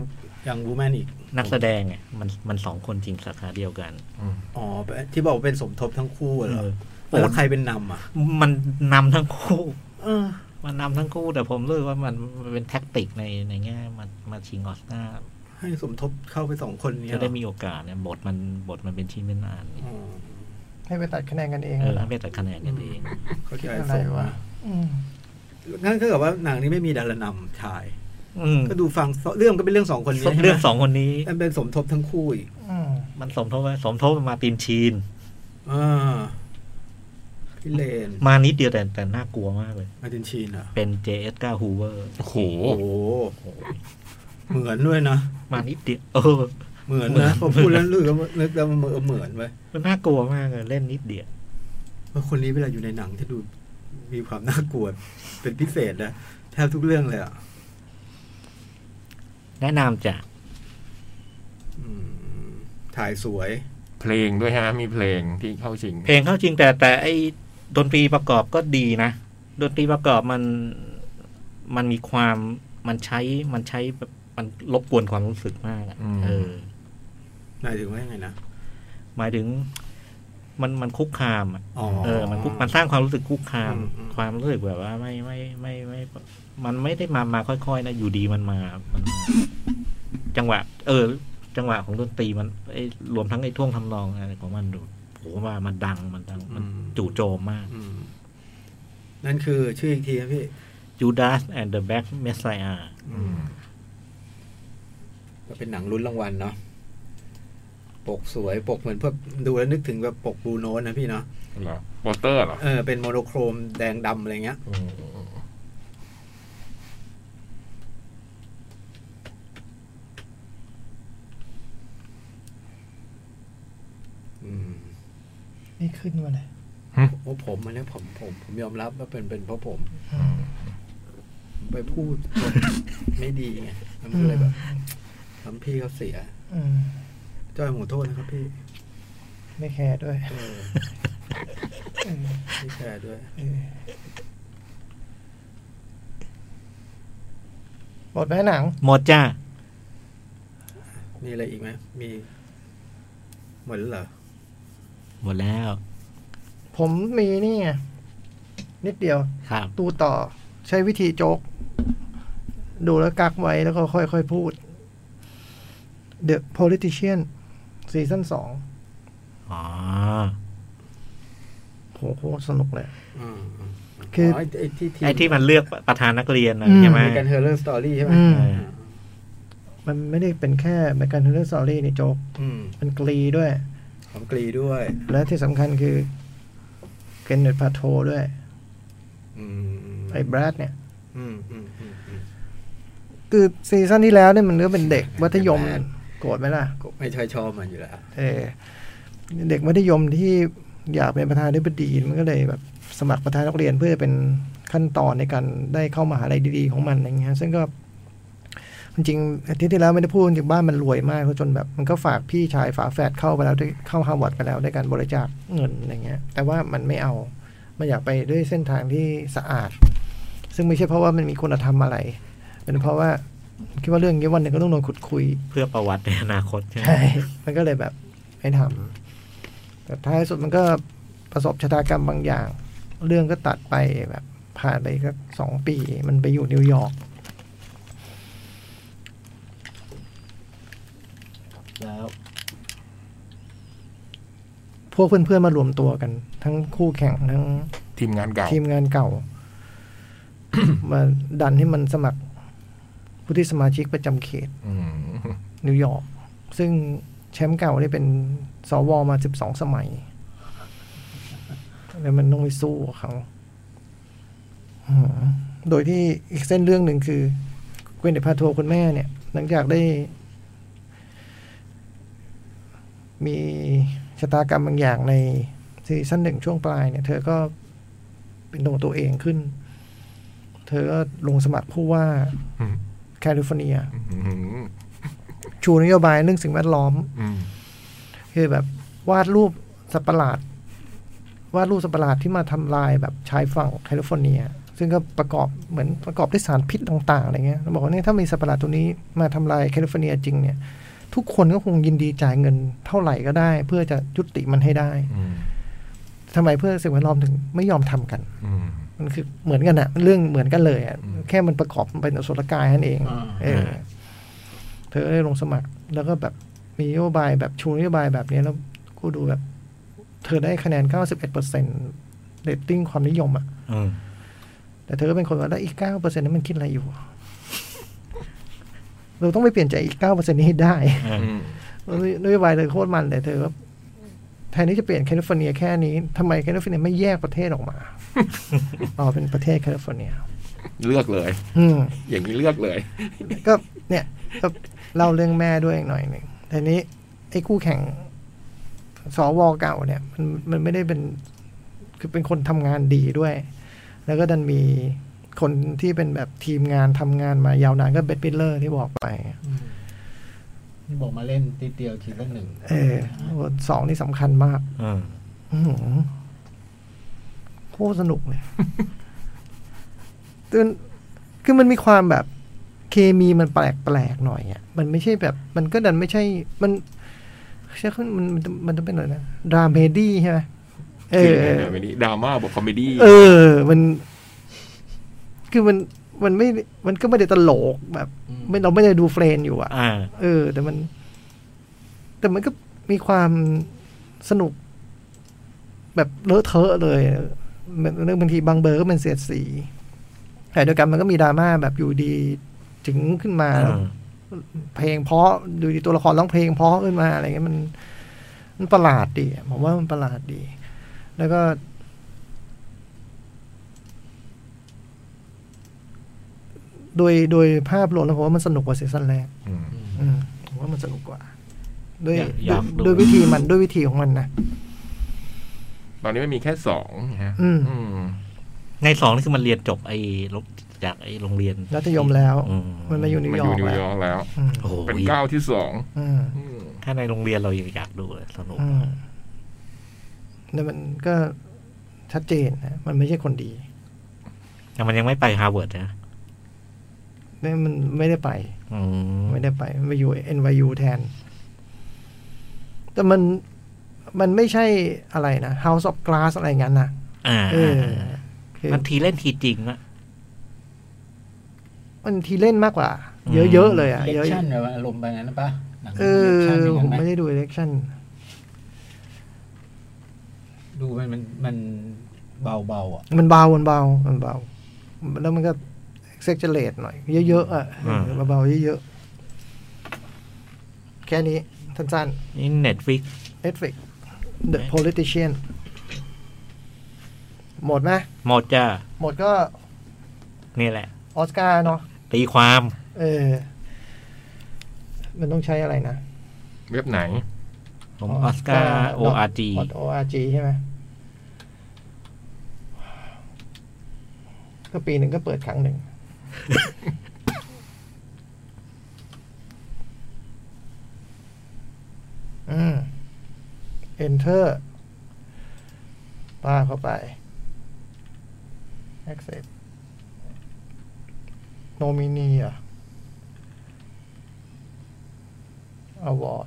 [SPEAKER 5] young woman อีก
[SPEAKER 4] นักแสดงเนี่ยมันมันสองคนจริงสาขาเดียวกัน
[SPEAKER 3] อืม
[SPEAKER 5] อ๋อ ที่บอกว่าเป็นสมทบทั้งคู่เหรอ
[SPEAKER 4] เออ
[SPEAKER 5] แล้วใครเป็นนำอ่ะ
[SPEAKER 4] มันนำทั้งคู่
[SPEAKER 5] เออ
[SPEAKER 4] มันนำทั้งคู่ แต่ผมรู้สึกว่ามันมันเป็นแท็กติกในในแง่มามาชิงออสการ์
[SPEAKER 5] ให้สมทบเข้าไปสองคนเนี้ย
[SPEAKER 4] จะ
[SPEAKER 5] เหรอ
[SPEAKER 4] ได้มีโอกาสเนี่ยบทมันบทมันเป็นชิ้นเป็นอัน
[SPEAKER 5] อ๋อ
[SPEAKER 2] ให้ไปตัดคะแนนกันเอง
[SPEAKER 4] เออ
[SPEAKER 2] เหรอ
[SPEAKER 4] ให้ไปตัดคะแนนกันเอง
[SPEAKER 5] เขา
[SPEAKER 2] คิ
[SPEAKER 5] จะ
[SPEAKER 2] ด
[SPEAKER 5] ให้
[SPEAKER 2] อะไร
[SPEAKER 5] ส่ง
[SPEAKER 2] วะ
[SPEAKER 5] มา
[SPEAKER 2] อืม
[SPEAKER 5] งั้นก็แบบว่าหนังนี้ไม่มีดารานำชาย
[SPEAKER 4] อืม
[SPEAKER 5] ก็ดูฟังเรื่องก็เป็นเรื่องสองคนนี้ใช่ไหม
[SPEAKER 4] เรื่องสองคนนี้
[SPEAKER 5] มันเป็นสมทบทั้งคู่อีก
[SPEAKER 2] อืม
[SPEAKER 4] มันสมทบไหมสมทบมาร์ตินชีน
[SPEAKER 5] อ่าพี่เลน
[SPEAKER 4] มานิดเดียวแต่แต่น่ากลัวมากเลย
[SPEAKER 5] มาร์ตินชีนเหรอ
[SPEAKER 4] เป็น JS9 Hoover
[SPEAKER 3] โอ้โห
[SPEAKER 5] โอ้โห เหมือนด้วยนะ
[SPEAKER 4] มานิดเดียวเออ
[SPEAKER 5] เหมือน
[SPEAKER 4] เหมือ
[SPEAKER 5] นะ
[SPEAKER 4] น
[SPEAKER 5] ผมพูดแล้วรู้สึกว่านึกแล้วมันเหมือนไว้ย
[SPEAKER 4] มันน่ากลัวมากเลยเล่นนิดเดียว
[SPEAKER 5] เพราะคนนี้เวลาอยู่ในหนังจะดูมีความน่ากลัวเป็นพิเศษนะแทบทุกเรื่องเลยอ่ะ
[SPEAKER 4] แนะนำจ้ะ
[SPEAKER 5] อืมถ่ายสวย
[SPEAKER 3] เพลงด้วยฮะ มีเพลงที่เข้าชิง
[SPEAKER 4] เพลงเข้าจริงแต่แต่ไอ้ดนตรีประกอบก็ดีนะ ดนตรีประกอบมันมันมีความมันใช้มันใช้แบบมันรบกวนความรู้สึกมากอะ
[SPEAKER 3] อืม
[SPEAKER 4] เออ
[SPEAKER 5] หมายถึงว่ายังไงนะ
[SPEAKER 4] หมายถึงมันมันคุกคามอะ
[SPEAKER 5] อ๋อ
[SPEAKER 4] เออ มันคุกมันสร้างความรู้สึกคุกคาม
[SPEAKER 5] อืมอืม
[SPEAKER 4] ความรู้สึกแบบว่าไม่ไม่ไม่ไม่ไม่ มันไม่ได้มามาค่อยๆนะอยู่ดีมันมามันมาจังหวะ เออ จังหวะของดนตรีมันไอ้รวมทั้งไอ้ท่วงทำนองอะไรของมันดูผมว่ามันดังมันดังมันจู่โจมมาก
[SPEAKER 5] อืมนั่นคือชื่ออีกทีครับพี่
[SPEAKER 4] Judas and the Black Messiah
[SPEAKER 3] อืม
[SPEAKER 5] ก็เป็นหนังรุ่นรางวัลเนาะปกสวยปกเหมือนพวกดูแล้วนึกถึงแบบปกบลูโนสนะพี่เนาะ
[SPEAKER 3] เหรอโปสเตอร์เหรอ
[SPEAKER 5] เออเป็นโมโนโครมแดงดำอะไรเงี้ย
[SPEAKER 3] อืมอืมอืม
[SPEAKER 5] อืม
[SPEAKER 2] นี่ขึ้นมาเลย
[SPEAKER 5] โอ้ผมอันเนี้ยผมผมผมยอมรับว่าเป็นเป็นเพราะผม ไปพูด คนไม่ดีไงมันก็เลยแบบทำพี่เขาเสีย
[SPEAKER 2] อืม
[SPEAKER 5] จ้อยหมูโทษนะครับพี่
[SPEAKER 2] ไม่แคร์ด้วย
[SPEAKER 5] เออ
[SPEAKER 2] เออ
[SPEAKER 5] พี่แชร์ด้วย
[SPEAKER 2] เออหมดไหมหนัง
[SPEAKER 4] หมดจ้า
[SPEAKER 5] มีอะไรอีกไหมมีหมดแล้วเหรอ
[SPEAKER 4] หมดแล้ว
[SPEAKER 2] ผมมีนี่ไงนิดเดียว
[SPEAKER 4] ครับ
[SPEAKER 2] ดูต่อใช้วิธีโจก ดูแล้วกักไว้แล้วก็ค่อยๆพูด The Politician ซีซั่นสอง
[SPEAKER 4] อ๋อ
[SPEAKER 2] โหโคตรสนุกเลย
[SPEAKER 5] อืมอืม
[SPEAKER 2] คือ
[SPEAKER 5] ไไอ้ที่ที
[SPEAKER 4] ไอ้ที่มันเลือกประธานนักเรียนนะ
[SPEAKER 2] อืม
[SPEAKER 4] ใช่ไหม
[SPEAKER 5] มีการเฮอร์เรอร์สตอรี่ใช่ไหม
[SPEAKER 2] อืม
[SPEAKER 4] เออ
[SPEAKER 2] มันไม่ได้เป็นแค่แมกการเทอร์ซอรี่นี่โจก
[SPEAKER 5] อืม
[SPEAKER 2] มันกรีด้วย
[SPEAKER 5] ของกรีด้วย
[SPEAKER 2] และที่สำคัญคือเกนเนตพาโทด้วย
[SPEAKER 5] อืมอืม
[SPEAKER 2] ไอ้แบรดเนี่ย
[SPEAKER 5] อืมอืมอืมอืม
[SPEAKER 2] คือซีซั่นที่แล้วเนี่ยมันก็เป็นเด็กมัธยม
[SPEAKER 5] แบรด
[SPEAKER 2] โกรธไหมล่ะ
[SPEAKER 5] ก็ไม่ชอยชอบมันอยู่แล้ว
[SPEAKER 2] เออเด็กมัธยมที่อยากเป็นประธานได้บดีมันก็เลยแบบสมัครประธานนักเรียนเพื่อเป็นขั้นตอนในการได้เข้ามหาลัยดีๆของมันอะไรเงี้ยซึ่งก็จริงๆอาทิตย์ที่แล้วไม่ได้พูดจริงๆบ้านมันรวยมากจนแบบ มันก็ฝากพี่ชายฝาแฝดเข้าไปแล้วด้วยเข้าฮาร์วาร์ดไปแล้วด้วยการบริจาคเงินอะไรเงี้ย แต่ว่ามันไม่เอา มันอยากไปด้วยเส้นทางที่สะอาด ซึ่งไม่ใช่เพราะว่ามันมีคุณธรรมอะไรเป็นเพราะว่าคิดว่าเรื่องนี้วันหนึ่งก็ต้องโดนขุดคุย
[SPEAKER 4] เพื่อประวัติในอนาคตใช่ไหม
[SPEAKER 2] ใช่ มันก็เลยแบบไม่ทำ แต่ท้ายสุดมันก็ประสบชะตากรรมบางอย่าง เรื่องก็ตัดไปแบบผ่านไปก็สองปี มันไปอยู่นิวยอร์ก
[SPEAKER 4] แล้ว
[SPEAKER 2] พวกเพื่อนๆมารวมตัวกัน ทั้งคู่แข่งทั้ง
[SPEAKER 3] ทีมงานเก่า
[SPEAKER 2] ทีมงานเก่ า มาดันให้มันสมัครผู้ที่สมาชิกประจำเขต
[SPEAKER 3] อืม
[SPEAKER 2] นิวยอร์กซึ่งแชมป์เก่านี่เป็นสวมาสิบสองสมัย แล้วมันต้องไปสู้กับเขาหือโดยที่อีกเส้นเรื่องหนึ่งคือ เกวนเดพาโทคุณแม่เนี่ย หลังจากได้ มีชะตากรรมบางอย่างในซีซั่นหนึ่งช่วงปลายเนี่ย เธอก็เป็นตัวของตัวเองขึ้น เธอก็ลงสมัครผู้ว่า
[SPEAKER 3] อืม
[SPEAKER 2] แคลิฟอร์เนีย
[SPEAKER 3] อืม
[SPEAKER 2] ชูนโยบายเรื่องสิ่งแวดล้อม
[SPEAKER 3] อืม
[SPEAKER 2] คือแบบวาดรูปสัตว์ประหลาด วาดรูปสัตว์ประหลาดที่มาทำลายแบบชายฝั่งแคลิฟอร์เนีย ซึ่งก็ประกอบเหมือนประกอบด้วยสารพิษต่าง ๆอะไรเงี้ยเราบอกว่าเนี่ยถ้ามีสัตว์ประหลาดตัวนี้มาทำลายแคลิฟอร์เนียจริงเนี่ย ทุกคนก็คงยินดีจ่ายเงินเท่าไหร่ก็ได้ เพื่อจะยุติมันให้ได้
[SPEAKER 3] อืม
[SPEAKER 2] ทำไมเพื่อสิ่งแวดล้อมถึงไม่ยอมทำกัน
[SPEAKER 3] อืม
[SPEAKER 2] มันคือเหมือนกันอะเรื่องเหมือนกันเลยอะ
[SPEAKER 3] อืม
[SPEAKER 2] แค่มันประกอบมันเป็นอสุรกายนั่นเอง
[SPEAKER 6] อ่า
[SPEAKER 2] เออเธอได้ลงสมัคร แล้วก็แบบมีนโยบายแบบชูนโยบายแบบเนี้ยแล้วกูดูแบบ เธอได้คะแนน 91%เปอร์เซ็นต์เรตติ้งความนิยมอะ
[SPEAKER 4] อืม
[SPEAKER 2] แต่เธอก็เป็นคนว่าแล้วอีก 9%นั้นมันคิดอะไรอยู่ เราต้องไปเปลี่ยนใจอีก 9%นี้ให้ได้
[SPEAKER 4] อืม
[SPEAKER 3] อืม
[SPEAKER 2] นโยบายเลยโคตรมันเลยเธอก็แทนที่จะเปลี่ยนแคลิฟอร์เนียแค่นี้ทำไมแคลิฟอร์เนียไม่แยกประเทศออกมา เราเป็นประเทศแคลิฟอร์เนีย
[SPEAKER 3] เลือกเลย
[SPEAKER 2] อืม
[SPEAKER 3] อย่างนี้เลือกเลย
[SPEAKER 2] ก็เนี่ยก็เล่าเรื่องแม่ด้วยอีกหน่อยหนึ่งทีนี้ ไอ้คู่แข่งสวเก่าเนี่ย มันมันไม่ได้เป็น คือเป็นคนทำงานดีด้วย แล้วก็ดันมีคนที่เป็นแบบทีมงานทำงานมายาวนานก็เบดบิลเลอร์ที่บอกไป
[SPEAKER 6] นี่บอกมาเล่นติดเดียวทีละหนึ่ง
[SPEAKER 2] เออสองนี่สำคัญมาก
[SPEAKER 4] อืม
[SPEAKER 2] อื้อหือโคตรสนุกเลย ตื่นคือมันมีความแบบเคมีมันแปลกแปลกๆหน่อยอ่ะ มันไม่ใช่แบบ มันก็ดันไม่ใช่ มันใช่มันมันมันจะเป็นอะไรนะดราเมดี้ใช่ไหมเอ
[SPEAKER 3] คือ
[SPEAKER 2] อ
[SPEAKER 3] ดราม่าดราม่าบวกคอมเมดี้
[SPEAKER 2] เออ มัน คือมันมันไม่ มันก็ไม่ได้ตลกแบบไม่เราไม่ได้ดูเฟรนอยู่อ่ะ
[SPEAKER 4] อ่า
[SPEAKER 2] เออ แต่มัน แต่มันก็มีความสนุก แบบเลอะเทอะเลยมันเรื่องบางทีบางเบอร์ก็เป็นเสียดสี แต่เดียวกันมันก็มีดราม่าแบบอยู่ดีถึงขึ้นมาแล้วเพลงเพราะดูดีตัวละครร้องเพลงเพราะขึ้นมาอะไรเงี้ยมันมันประหลาดดีอะผมว่ามันประหลาดดี แล้วก็ โดยโดยภาพรวมแล้วผมว่ามันสนุกกว่าซีซั่นแรก
[SPEAKER 3] ม
[SPEAKER 2] อืมผมว่ามันสนุกกว่า ด้วย
[SPEAKER 4] อยาก
[SPEAKER 2] ด้วย
[SPEAKER 4] อยากดู
[SPEAKER 2] ด้วยวิธีมันด้วยวิธีของมันนะ
[SPEAKER 3] ตอนนี้ไม่มีแค่สองนะฮะ
[SPEAKER 2] อืม
[SPEAKER 3] อืม
[SPEAKER 4] ในสองนี่คือมันเรียนจบไอ้โรงจากไอ้โรงเรียน
[SPEAKER 2] รัฐยมแล้ว
[SPEAKER 4] อื
[SPEAKER 2] มันมาอยู่นิ
[SPEAKER 3] มา
[SPEAKER 2] วย
[SPEAKER 3] อ
[SPEAKER 2] อร์
[SPEAKER 3] ยู่
[SPEAKER 2] ก
[SPEAKER 3] นิว
[SPEAKER 2] แล้ว
[SPEAKER 3] ยอร์กแล้ว
[SPEAKER 2] อืม
[SPEAKER 4] โอ้โห
[SPEAKER 3] เป็นก้าวที่สอง
[SPEAKER 2] อืม
[SPEAKER 3] อืม
[SPEAKER 4] ถ้าในโรงเรียนเรายังอยากดูเลยสนุก
[SPEAKER 2] อืมแล้วมันก็ชัดเจนนะ มันไม่ใช่คนดี
[SPEAKER 4] แต่มันยังไม่ไปฮาร์วาร์ดนะ
[SPEAKER 2] นี่มันไม่ได้ไป
[SPEAKER 4] อืม
[SPEAKER 2] ไม่ได้ไปมันไปอยู่ NYU แทน แต่มันมันไม่ใช่อะไรนะ House of Glass อะไรอย่างนั้นนะ
[SPEAKER 4] อ่า
[SPEAKER 2] เออคือ
[SPEAKER 4] มันทีเล่นทีจริงอะ
[SPEAKER 2] มันทีเล่นมากกว่า
[SPEAKER 4] อืม
[SPEAKER 2] เยอะๆเลยอ่ะ
[SPEAKER 6] เล
[SPEAKER 2] เย
[SPEAKER 6] ค
[SPEAKER 2] อะ
[SPEAKER 6] ชั่นแบบว่าอารมณ์แบบนั้นนะปะหนัง
[SPEAKER 2] เอ
[SPEAKER 6] เลคชั่น
[SPEAKER 2] อ
[SPEAKER 6] อย่าง
[SPEAKER 2] ผม
[SPEAKER 6] นั้นไหม
[SPEAKER 2] ไม่ได้ดู election
[SPEAKER 6] ดูมันมันมันเบาๆอ่ะ
[SPEAKER 2] มันเบา มันเบา มันเบา แล้วมันก็เซ็กเจเลตหน่อย เยอะๆอ่ะ
[SPEAKER 4] อ่า
[SPEAKER 2] เบาๆเยอะๆ แค่นี้สั้น
[SPEAKER 4] นี่เน็ตฟิก
[SPEAKER 2] ๆ Netflix The Politician หมดไหม
[SPEAKER 4] หมดจ้า
[SPEAKER 2] หมดก็
[SPEAKER 4] นี่แหละ
[SPEAKER 2] ออสการ์เนาะ
[SPEAKER 4] ตีความ
[SPEAKER 2] เออ มันต้องใช้อะไรนะ
[SPEAKER 3] เว็บไหน
[SPEAKER 4] ผมออสการ์โออาร์จี
[SPEAKER 2] โออาร์จีใช่ไหมก็ปีหนึ่งก็เปิดครั้ง หนึ่ง อืม enter ป้าเข้าไป access nominee อ่ะ award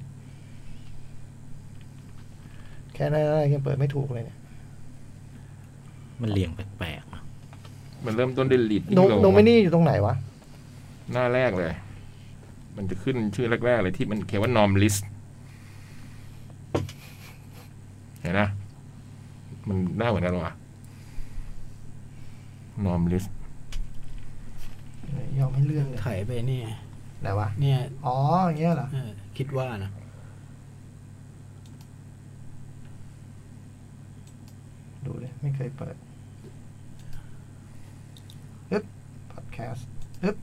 [SPEAKER 2] แค่นั้นอะไรยังเปิดไม่ถูกเลยเนี่ย
[SPEAKER 4] มันเรียงแปลกๆอะ
[SPEAKER 3] มันเริ่มต้นด้วยลิด
[SPEAKER 2] โนโนมินีอยู่ตรงไหนวะ
[SPEAKER 3] หน้าแรกเลย มันจะขึ้นชื่อแรกๆเลยที่มันเขียนว่านอมลิสเห็นนะ มันหน้าเหมือนกันหรอ นอมลิส
[SPEAKER 2] ยอมให้เลื่อนเลย
[SPEAKER 6] ไถ่ายไปเนี่ย
[SPEAKER 2] ไหนวะ
[SPEAKER 6] เนี่ย
[SPEAKER 2] อ๋อ อย่างเงี้ยเหรอ
[SPEAKER 6] เออคิดว่านะ
[SPEAKER 2] ดูเลย ไม่เคยเปิดอึ๊บพอดแคสต์อึ๊บ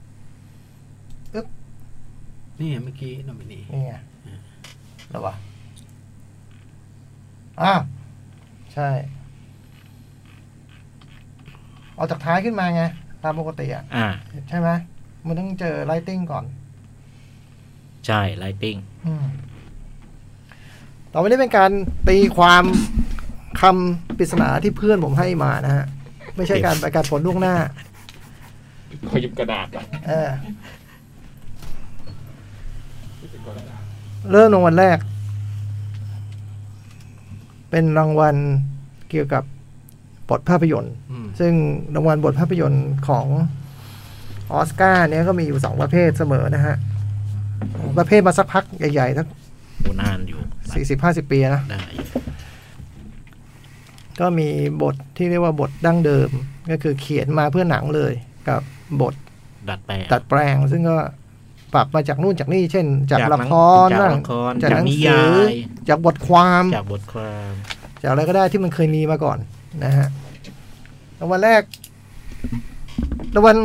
[SPEAKER 6] เนี่ยเมื่อกี้นอมินี
[SPEAKER 2] นี่ไงแล้ววะ อ่ะใช่ เอาจากท้ายขึ้นมาไง ตามปกติอ่ะ
[SPEAKER 4] อ่า
[SPEAKER 2] ใช่ไหมมันต้องเจอไลติ n งก่อน
[SPEAKER 4] ใช่ไลติง
[SPEAKER 2] อืมต่อไปนี้เป็นการตีความ คำปริศนาที่เพื่อนผมให้มานะฮะ ไม่ใช่การประกาศผลล่วงหน้า
[SPEAKER 3] ขอหยิบกระดาษก่อน
[SPEAKER 2] เออ เริ่มรางวัลแรก เป็นรางวัลเกี่ยวกับบทภาพยนตร์
[SPEAKER 5] อืม
[SPEAKER 2] ซึ่งรางวัลบทภาพยนตร์ของออสการ์เนี่ยก็มีอยู่สองประเภทเสมอนะฮะ ประเภทมาสักพักใหญ่ๆทั้ง
[SPEAKER 4] โอนานอยู่
[SPEAKER 2] สี่สิบห้าสิบปีนะ
[SPEAKER 4] ได้
[SPEAKER 2] ก็มีบทที่เรียกว่าบทดั้งเดิม ก็คือเขียนมาเพื่อหนังเลย กับบท
[SPEAKER 4] ดัดแปลง
[SPEAKER 2] ตัดแปลง ซึ่งก็ปรับมาจากนู่นจากนี่เช่น จาก
[SPEAKER 4] จากหนั
[SPEAKER 2] ละ
[SPEAKER 4] ง
[SPEAKER 2] คร
[SPEAKER 4] จาก
[SPEAKER 2] บ้ง
[SPEAKER 4] ละคร
[SPEAKER 2] จากหนัง
[SPEAKER 4] จากนิยา
[SPEAKER 2] สือย จากบทความ
[SPEAKER 4] จากบทความ
[SPEAKER 2] จากอะไรก็ได้ที่มันเคยมีมาก่อนนะฮะรางวัลแรกรางวัล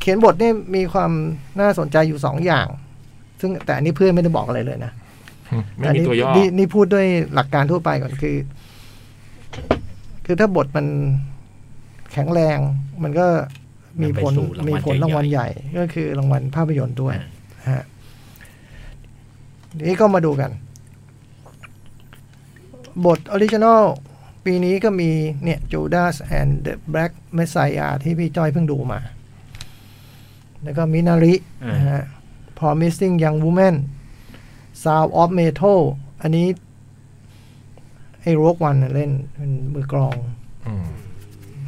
[SPEAKER 2] เขียนบทเนี่ยมีความน่าสนใจอยู่สองอย่าง ซึ่งแต่อันนี้เพื่อนไม่ได้บอกอะไรเลยนะ
[SPEAKER 3] ไม่มีตัวย่อ
[SPEAKER 2] นนี้นี่นี่พูดด้วยหลักการทั่วไปก่อนคือ คือถ้าบทมันแข็งแรง มันก็มีผล
[SPEAKER 4] น
[SPEAKER 2] มี
[SPEAKER 4] ไป
[SPEAKER 2] ผ
[SPEAKER 4] สู่
[SPEAKER 2] ลรางวัลใหญ่ ก็คือรางวัลภาพยนตร์ด้วยฮะนี่ก็มาดูกัน บทออริจินอลปีนี้ก็มีเนี่ย Judas and the Black Messiah ที่พี่จ้อยเพิ่งดูมา แล้วก็มินาริ
[SPEAKER 4] อ่า
[SPEAKER 2] นะฮะ Promising Young Woman Sound of Metal อันนี้ ไอ้โรกวันเล่นเป็นมือกลอง
[SPEAKER 3] อืม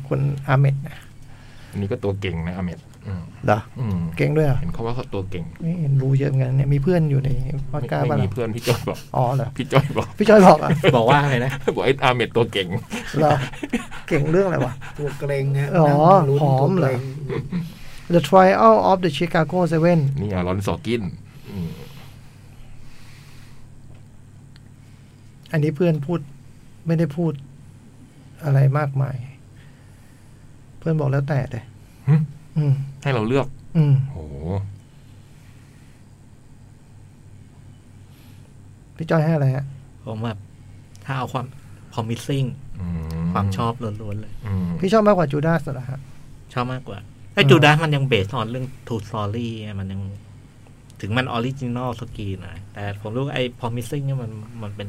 [SPEAKER 2] คนอาเมดนะ
[SPEAKER 3] อันนี้ก็ตัวเก่งนะอาเมดอืม
[SPEAKER 2] เหรอ
[SPEAKER 3] อืม
[SPEAKER 2] เก่งด้วยเหรอ
[SPEAKER 3] เห็นเขาว่าเขาตัวเก่ง
[SPEAKER 2] ไม่เห็นรู้เยอะเหมือนกันเนี่ยมีเพื่อนอยู่ใน
[SPEAKER 3] ไม่
[SPEAKER 2] วัดกา
[SPEAKER 3] ไม่
[SPEAKER 2] บ้าง
[SPEAKER 3] มีเพื่อนพี่จอยบอก
[SPEAKER 2] อ๋อเหรอ
[SPEAKER 3] พี่จอยบอก
[SPEAKER 2] พี่จอยบอกเหรอ
[SPEAKER 4] บอกว่าอะไรนะ
[SPEAKER 3] บอกไอ้อาเมดตัวเก่ง
[SPEAKER 2] เหรอ เก่งเรื่องอะไรวะ
[SPEAKER 6] ตัวเกรงฮะ
[SPEAKER 2] อ๋อ
[SPEAKER 6] นั่งลุ้น
[SPEAKER 2] ผอมเหรอ
[SPEAKER 6] ตัวกง
[SPEAKER 2] The Trial of the Chicago Seven
[SPEAKER 3] นี่อารอนโซกินอืม
[SPEAKER 2] อันนี้เพื่อนพูดไม่ได้พูดอะไรมากมาย เพื่อนบอกแล้วแต่เลยอืม
[SPEAKER 3] ให้เราเลือก
[SPEAKER 2] อืม
[SPEAKER 3] โอ้โห
[SPEAKER 2] พี่จอยให้อะไรฮะ
[SPEAKER 4] ผมแบบถ้าเอาความ promising
[SPEAKER 3] อื
[SPEAKER 4] ความชอบล้วนๆเลย
[SPEAKER 3] อืม
[SPEAKER 2] พี่ชอบมากกว่าจูดาสเหรอฮะ
[SPEAKER 4] ชอบมากกว่าไอ้จูดาสมันยังเบสออนเรื่อง True Story ไงมันยังถึงมันออริจินอลสกีนนะแต่ผมรู้ว่าไอ้ promising เนี่ยมันมันเป็น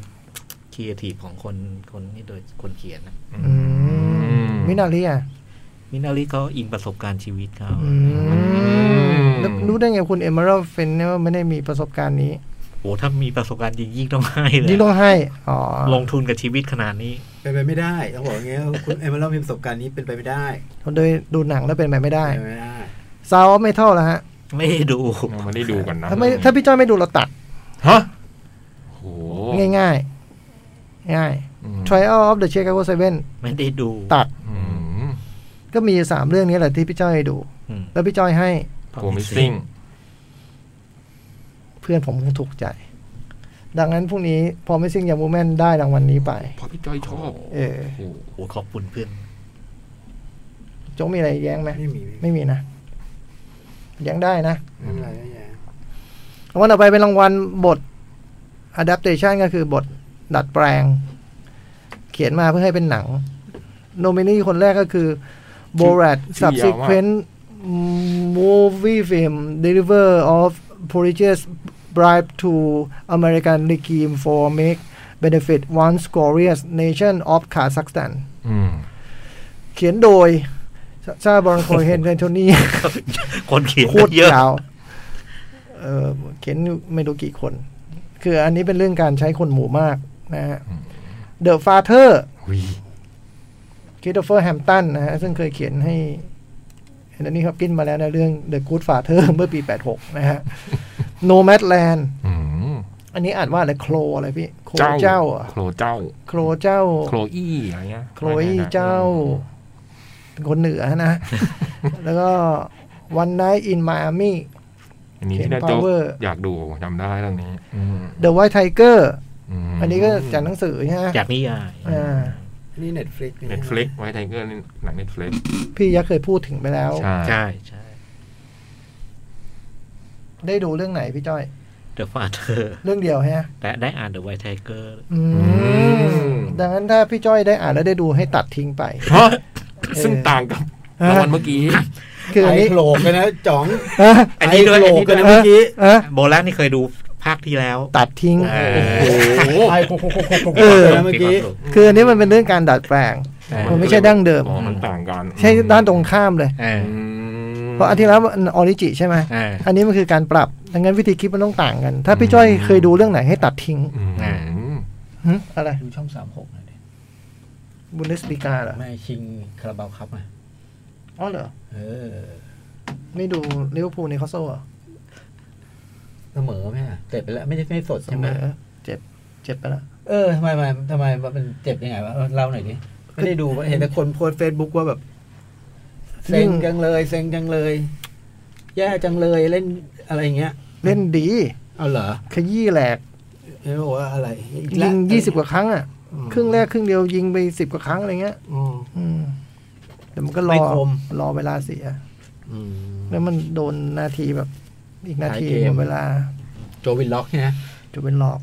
[SPEAKER 4] ครีเอทีฟของคนคนนี่โดยคนเขียนนะ
[SPEAKER 2] อืมมินาลีอ่ะ
[SPEAKER 4] มินาริเขาอิงประสบการณ์ชีวิตเขา
[SPEAKER 3] ม
[SPEAKER 2] แล้วรู้ได้ไงคุณเอม a ร d เฟนเนี่ยว่าไม่ได้มีประสบการณ์นี้
[SPEAKER 4] โอ้ถ้ามีประสบการณ์จริงยิ่งต้องให้เลย
[SPEAKER 2] ยิ่งต้องให้ อ๋อ
[SPEAKER 4] ลงทุนกับชีวิตขนาดนี้
[SPEAKER 5] เป็นไปไม่ได้ต้องบอกอย่างเงี้ยคุณเอมเมอรัลมีประสบการณ์นี้เป็นไปไม่ได้
[SPEAKER 2] คนโดยดูหนังแล้วเป็นไปไม่ได้
[SPEAKER 5] เป็นไปไม่ได้
[SPEAKER 2] ซาวไม่เท่าแล้วฮะ
[SPEAKER 4] ไม่ได้ดู
[SPEAKER 3] เรามาได้ดูกันนะ
[SPEAKER 2] ถ้าไม่ถ้าพี่จ้อยไม่ดูเราตัด
[SPEAKER 3] ฮะโอ้โห
[SPEAKER 2] ง่ายง่ายๆง่าย
[SPEAKER 3] อืม
[SPEAKER 2] Trial of the Chicago Seven
[SPEAKER 4] ไม่ได้ดู
[SPEAKER 2] ตัด
[SPEAKER 3] อืม
[SPEAKER 2] ก็มีสามเรื่องนี้แหละที่พี่จ้อยดู
[SPEAKER 4] อืม
[SPEAKER 2] แล้วพี่จ้อยให้
[SPEAKER 3] promising
[SPEAKER 2] เพื่อนผมคงถูกใจ ดังนั้นพรุ่งนี้พอไม่ซิ่งยามูแมนได้รางวัลนี้ไป
[SPEAKER 3] เพราะพี่จ้อยชอบ
[SPEAKER 2] เออ
[SPEAKER 3] โอ้โห
[SPEAKER 4] โอ้ขอบคุณเพื่อน
[SPEAKER 2] โจ๊กมีอะไรแย้งไหม
[SPEAKER 5] ไม่มีไม่
[SPEAKER 2] ไม่มีนะแย้งได้นะ
[SPEAKER 5] มีอะไรไม่มีอะไร
[SPEAKER 2] รางวัลต่อไปเป็นรางวัลบท adaptation ก็คือบทดัดแปลง เขียนมาเพื่อให้เป็นหนัง โนมินีคนแรกก็คือ Borat subsequent movie film deliver of prodigious bribe to American regime for make benefit once glorious nation of Kazakhstan
[SPEAKER 3] อืม
[SPEAKER 2] เขียนโดยซาบอนโคเฮนเทนี
[SPEAKER 4] คนเขียน
[SPEAKER 2] โค
[SPEAKER 4] ก็
[SPEAKER 2] ตร
[SPEAKER 4] เยอะ
[SPEAKER 2] ยาวเออเขียนอยู่ไม่รู้กี่คน คืออันนี้เป็นเรื่องการใช้คนหมู่มากนะฮะ The Father
[SPEAKER 3] วี
[SPEAKER 2] Christopher Hampton นะฮะ ซึ่งเคยเขียนให้แอนนี่ฮอปกินมาแล้วในเรื่อง The Good Father เมื่อปี 86 นะฮะ Nomadland
[SPEAKER 3] อืม
[SPEAKER 2] อันนี้อ่านว่าอะไรโคลอะไรพี่ โคลเจ้าเหรอ
[SPEAKER 3] โคลเจ้า
[SPEAKER 2] โคลเจ้า
[SPEAKER 3] โคลอี้อะไรเงี้ย
[SPEAKER 2] โคลอีเจ้า เป็นคนเหนือนะ แล้วก็ One Night in Miami
[SPEAKER 3] อันนี้ที่ได้โจ๊ก
[SPEAKER 2] เห็น power
[SPEAKER 3] อยากดูจำได้เรื่องนี้อืม
[SPEAKER 2] The White Tiger
[SPEAKER 3] ม
[SPEAKER 2] อันนี้ก็จากหนังสือใช่ไหม
[SPEAKER 4] จากนิยาย
[SPEAKER 2] อ่า
[SPEAKER 5] อันนี่เน็ตฟลิก
[SPEAKER 3] Netflix ไว้ไทเกอร์นี่หนัง Netflix
[SPEAKER 2] พี่ยักษ์เคยพูดถึงไปแล้ว
[SPEAKER 3] ใช่
[SPEAKER 4] ใช่ใช่
[SPEAKER 2] ได้ดูเรื่องไหนพี่จ้อย
[SPEAKER 4] The Father
[SPEAKER 2] เรื่องเดียวฮะ
[SPEAKER 4] แต่ได้อ่าน The White Tiger
[SPEAKER 2] อื
[SPEAKER 3] อื
[SPEAKER 2] ม
[SPEAKER 3] ม
[SPEAKER 2] ดังนั้นถ้าพี่จ้อยได้อ่านแล้วได้ดูให้ตัดทิ้งไป
[SPEAKER 3] ฮะซึ่งต่างกับ
[SPEAKER 2] เออ
[SPEAKER 3] รางวัลเมื่อกี้
[SPEAKER 2] คืออัน
[SPEAKER 5] ไอ้
[SPEAKER 2] นี้
[SPEAKER 5] โผล่กันนะจ๋อง
[SPEAKER 2] เออ
[SPEAKER 4] อันนี้ด้วย
[SPEAKER 5] ไโผล่กันนะเมื่อกี้
[SPEAKER 2] เออ
[SPEAKER 4] โบแลนนี่เคยดูภาคที่แล้ว
[SPEAKER 2] ตัดทิ้ง
[SPEAKER 5] โอ้โหไอ้โผล่
[SPEAKER 2] เออ
[SPEAKER 5] เมื่อกี้
[SPEAKER 2] คืออันนี้มันเป็นเรื่องการดัดแปลง
[SPEAKER 4] เออ
[SPEAKER 2] มันไม่ใช่ดั้งเดิม
[SPEAKER 3] อ๋อ มันต่างกัน
[SPEAKER 2] ใช่ด้านตรงข้ามเลย
[SPEAKER 4] เออ
[SPEAKER 3] อืม
[SPEAKER 2] เพราะอันที่แล้วมันออริจิใช่ไหม
[SPEAKER 4] เออ
[SPEAKER 2] อันนี้มันคือการปรับ ดังนั้นวิธีคิดมันต้องต่างกัน ถ้าพี่จ้อยเคยดูเรื่องไหนให้ตัดทิ้ง
[SPEAKER 3] อืม
[SPEAKER 4] อ่า
[SPEAKER 2] หึอะไร
[SPEAKER 5] ดูช่องสามหกหน่อยดิ
[SPEAKER 2] บุนเดสติกาเหรอ
[SPEAKER 5] แม่ชิงคาราบาวครับอ่ะ
[SPEAKER 2] อ๋อเหรอ
[SPEAKER 5] เออ
[SPEAKER 2] ไม่ดูลิเวอร์พูลในคอสโซ่เหรอ
[SPEAKER 5] เสมอไหมอ่ะเจ็บไปแล้วไม่ได้ไม่สด
[SPEAKER 2] เส
[SPEAKER 5] ใช่ไห
[SPEAKER 2] ม
[SPEAKER 5] ม
[SPEAKER 2] อเจ็บเจ็บไปละ
[SPEAKER 5] เออทำไมทำไมทำไมมันเจ็บยังไงวะเออเล่าหน่อยดิไม่ได้ดูวะเห็นแต่คนโพสเฟซบุ๊กว่าแบบเซ็งจังเลยเซ็งจังเลย แย่จังเลยเล่นอะไรอย่างเงี้ย
[SPEAKER 2] เล่นดี
[SPEAKER 5] เอาเหรอ
[SPEAKER 2] ขยี้แหลก
[SPEAKER 5] เห็นบอกว่าอะไรอีก
[SPEAKER 2] ยิ
[SPEAKER 5] แล้
[SPEAKER 2] ง
[SPEAKER 5] ว
[SPEAKER 2] ยี่สิบกว่าครั้งอ่ะ
[SPEAKER 5] อืม
[SPEAKER 2] ครึ่งแรกครึ่งเดียวยิงไปสิบกว่าครั้งอะไรเงี้ย
[SPEAKER 5] อืม
[SPEAKER 2] อืมแต่มันก็ร
[SPEAKER 5] ไม่
[SPEAKER 2] อ
[SPEAKER 5] คม
[SPEAKER 2] รอเวลาเสีย
[SPEAKER 5] อืม
[SPEAKER 2] แล้วมันโดนนาทีแบบ อีกนาที
[SPEAKER 5] หลายเก
[SPEAKER 2] ห
[SPEAKER 5] ม
[SPEAKER 2] มดเวลา
[SPEAKER 5] โจวินล็อกเนี่ยนะ
[SPEAKER 2] จะเป็นหลอก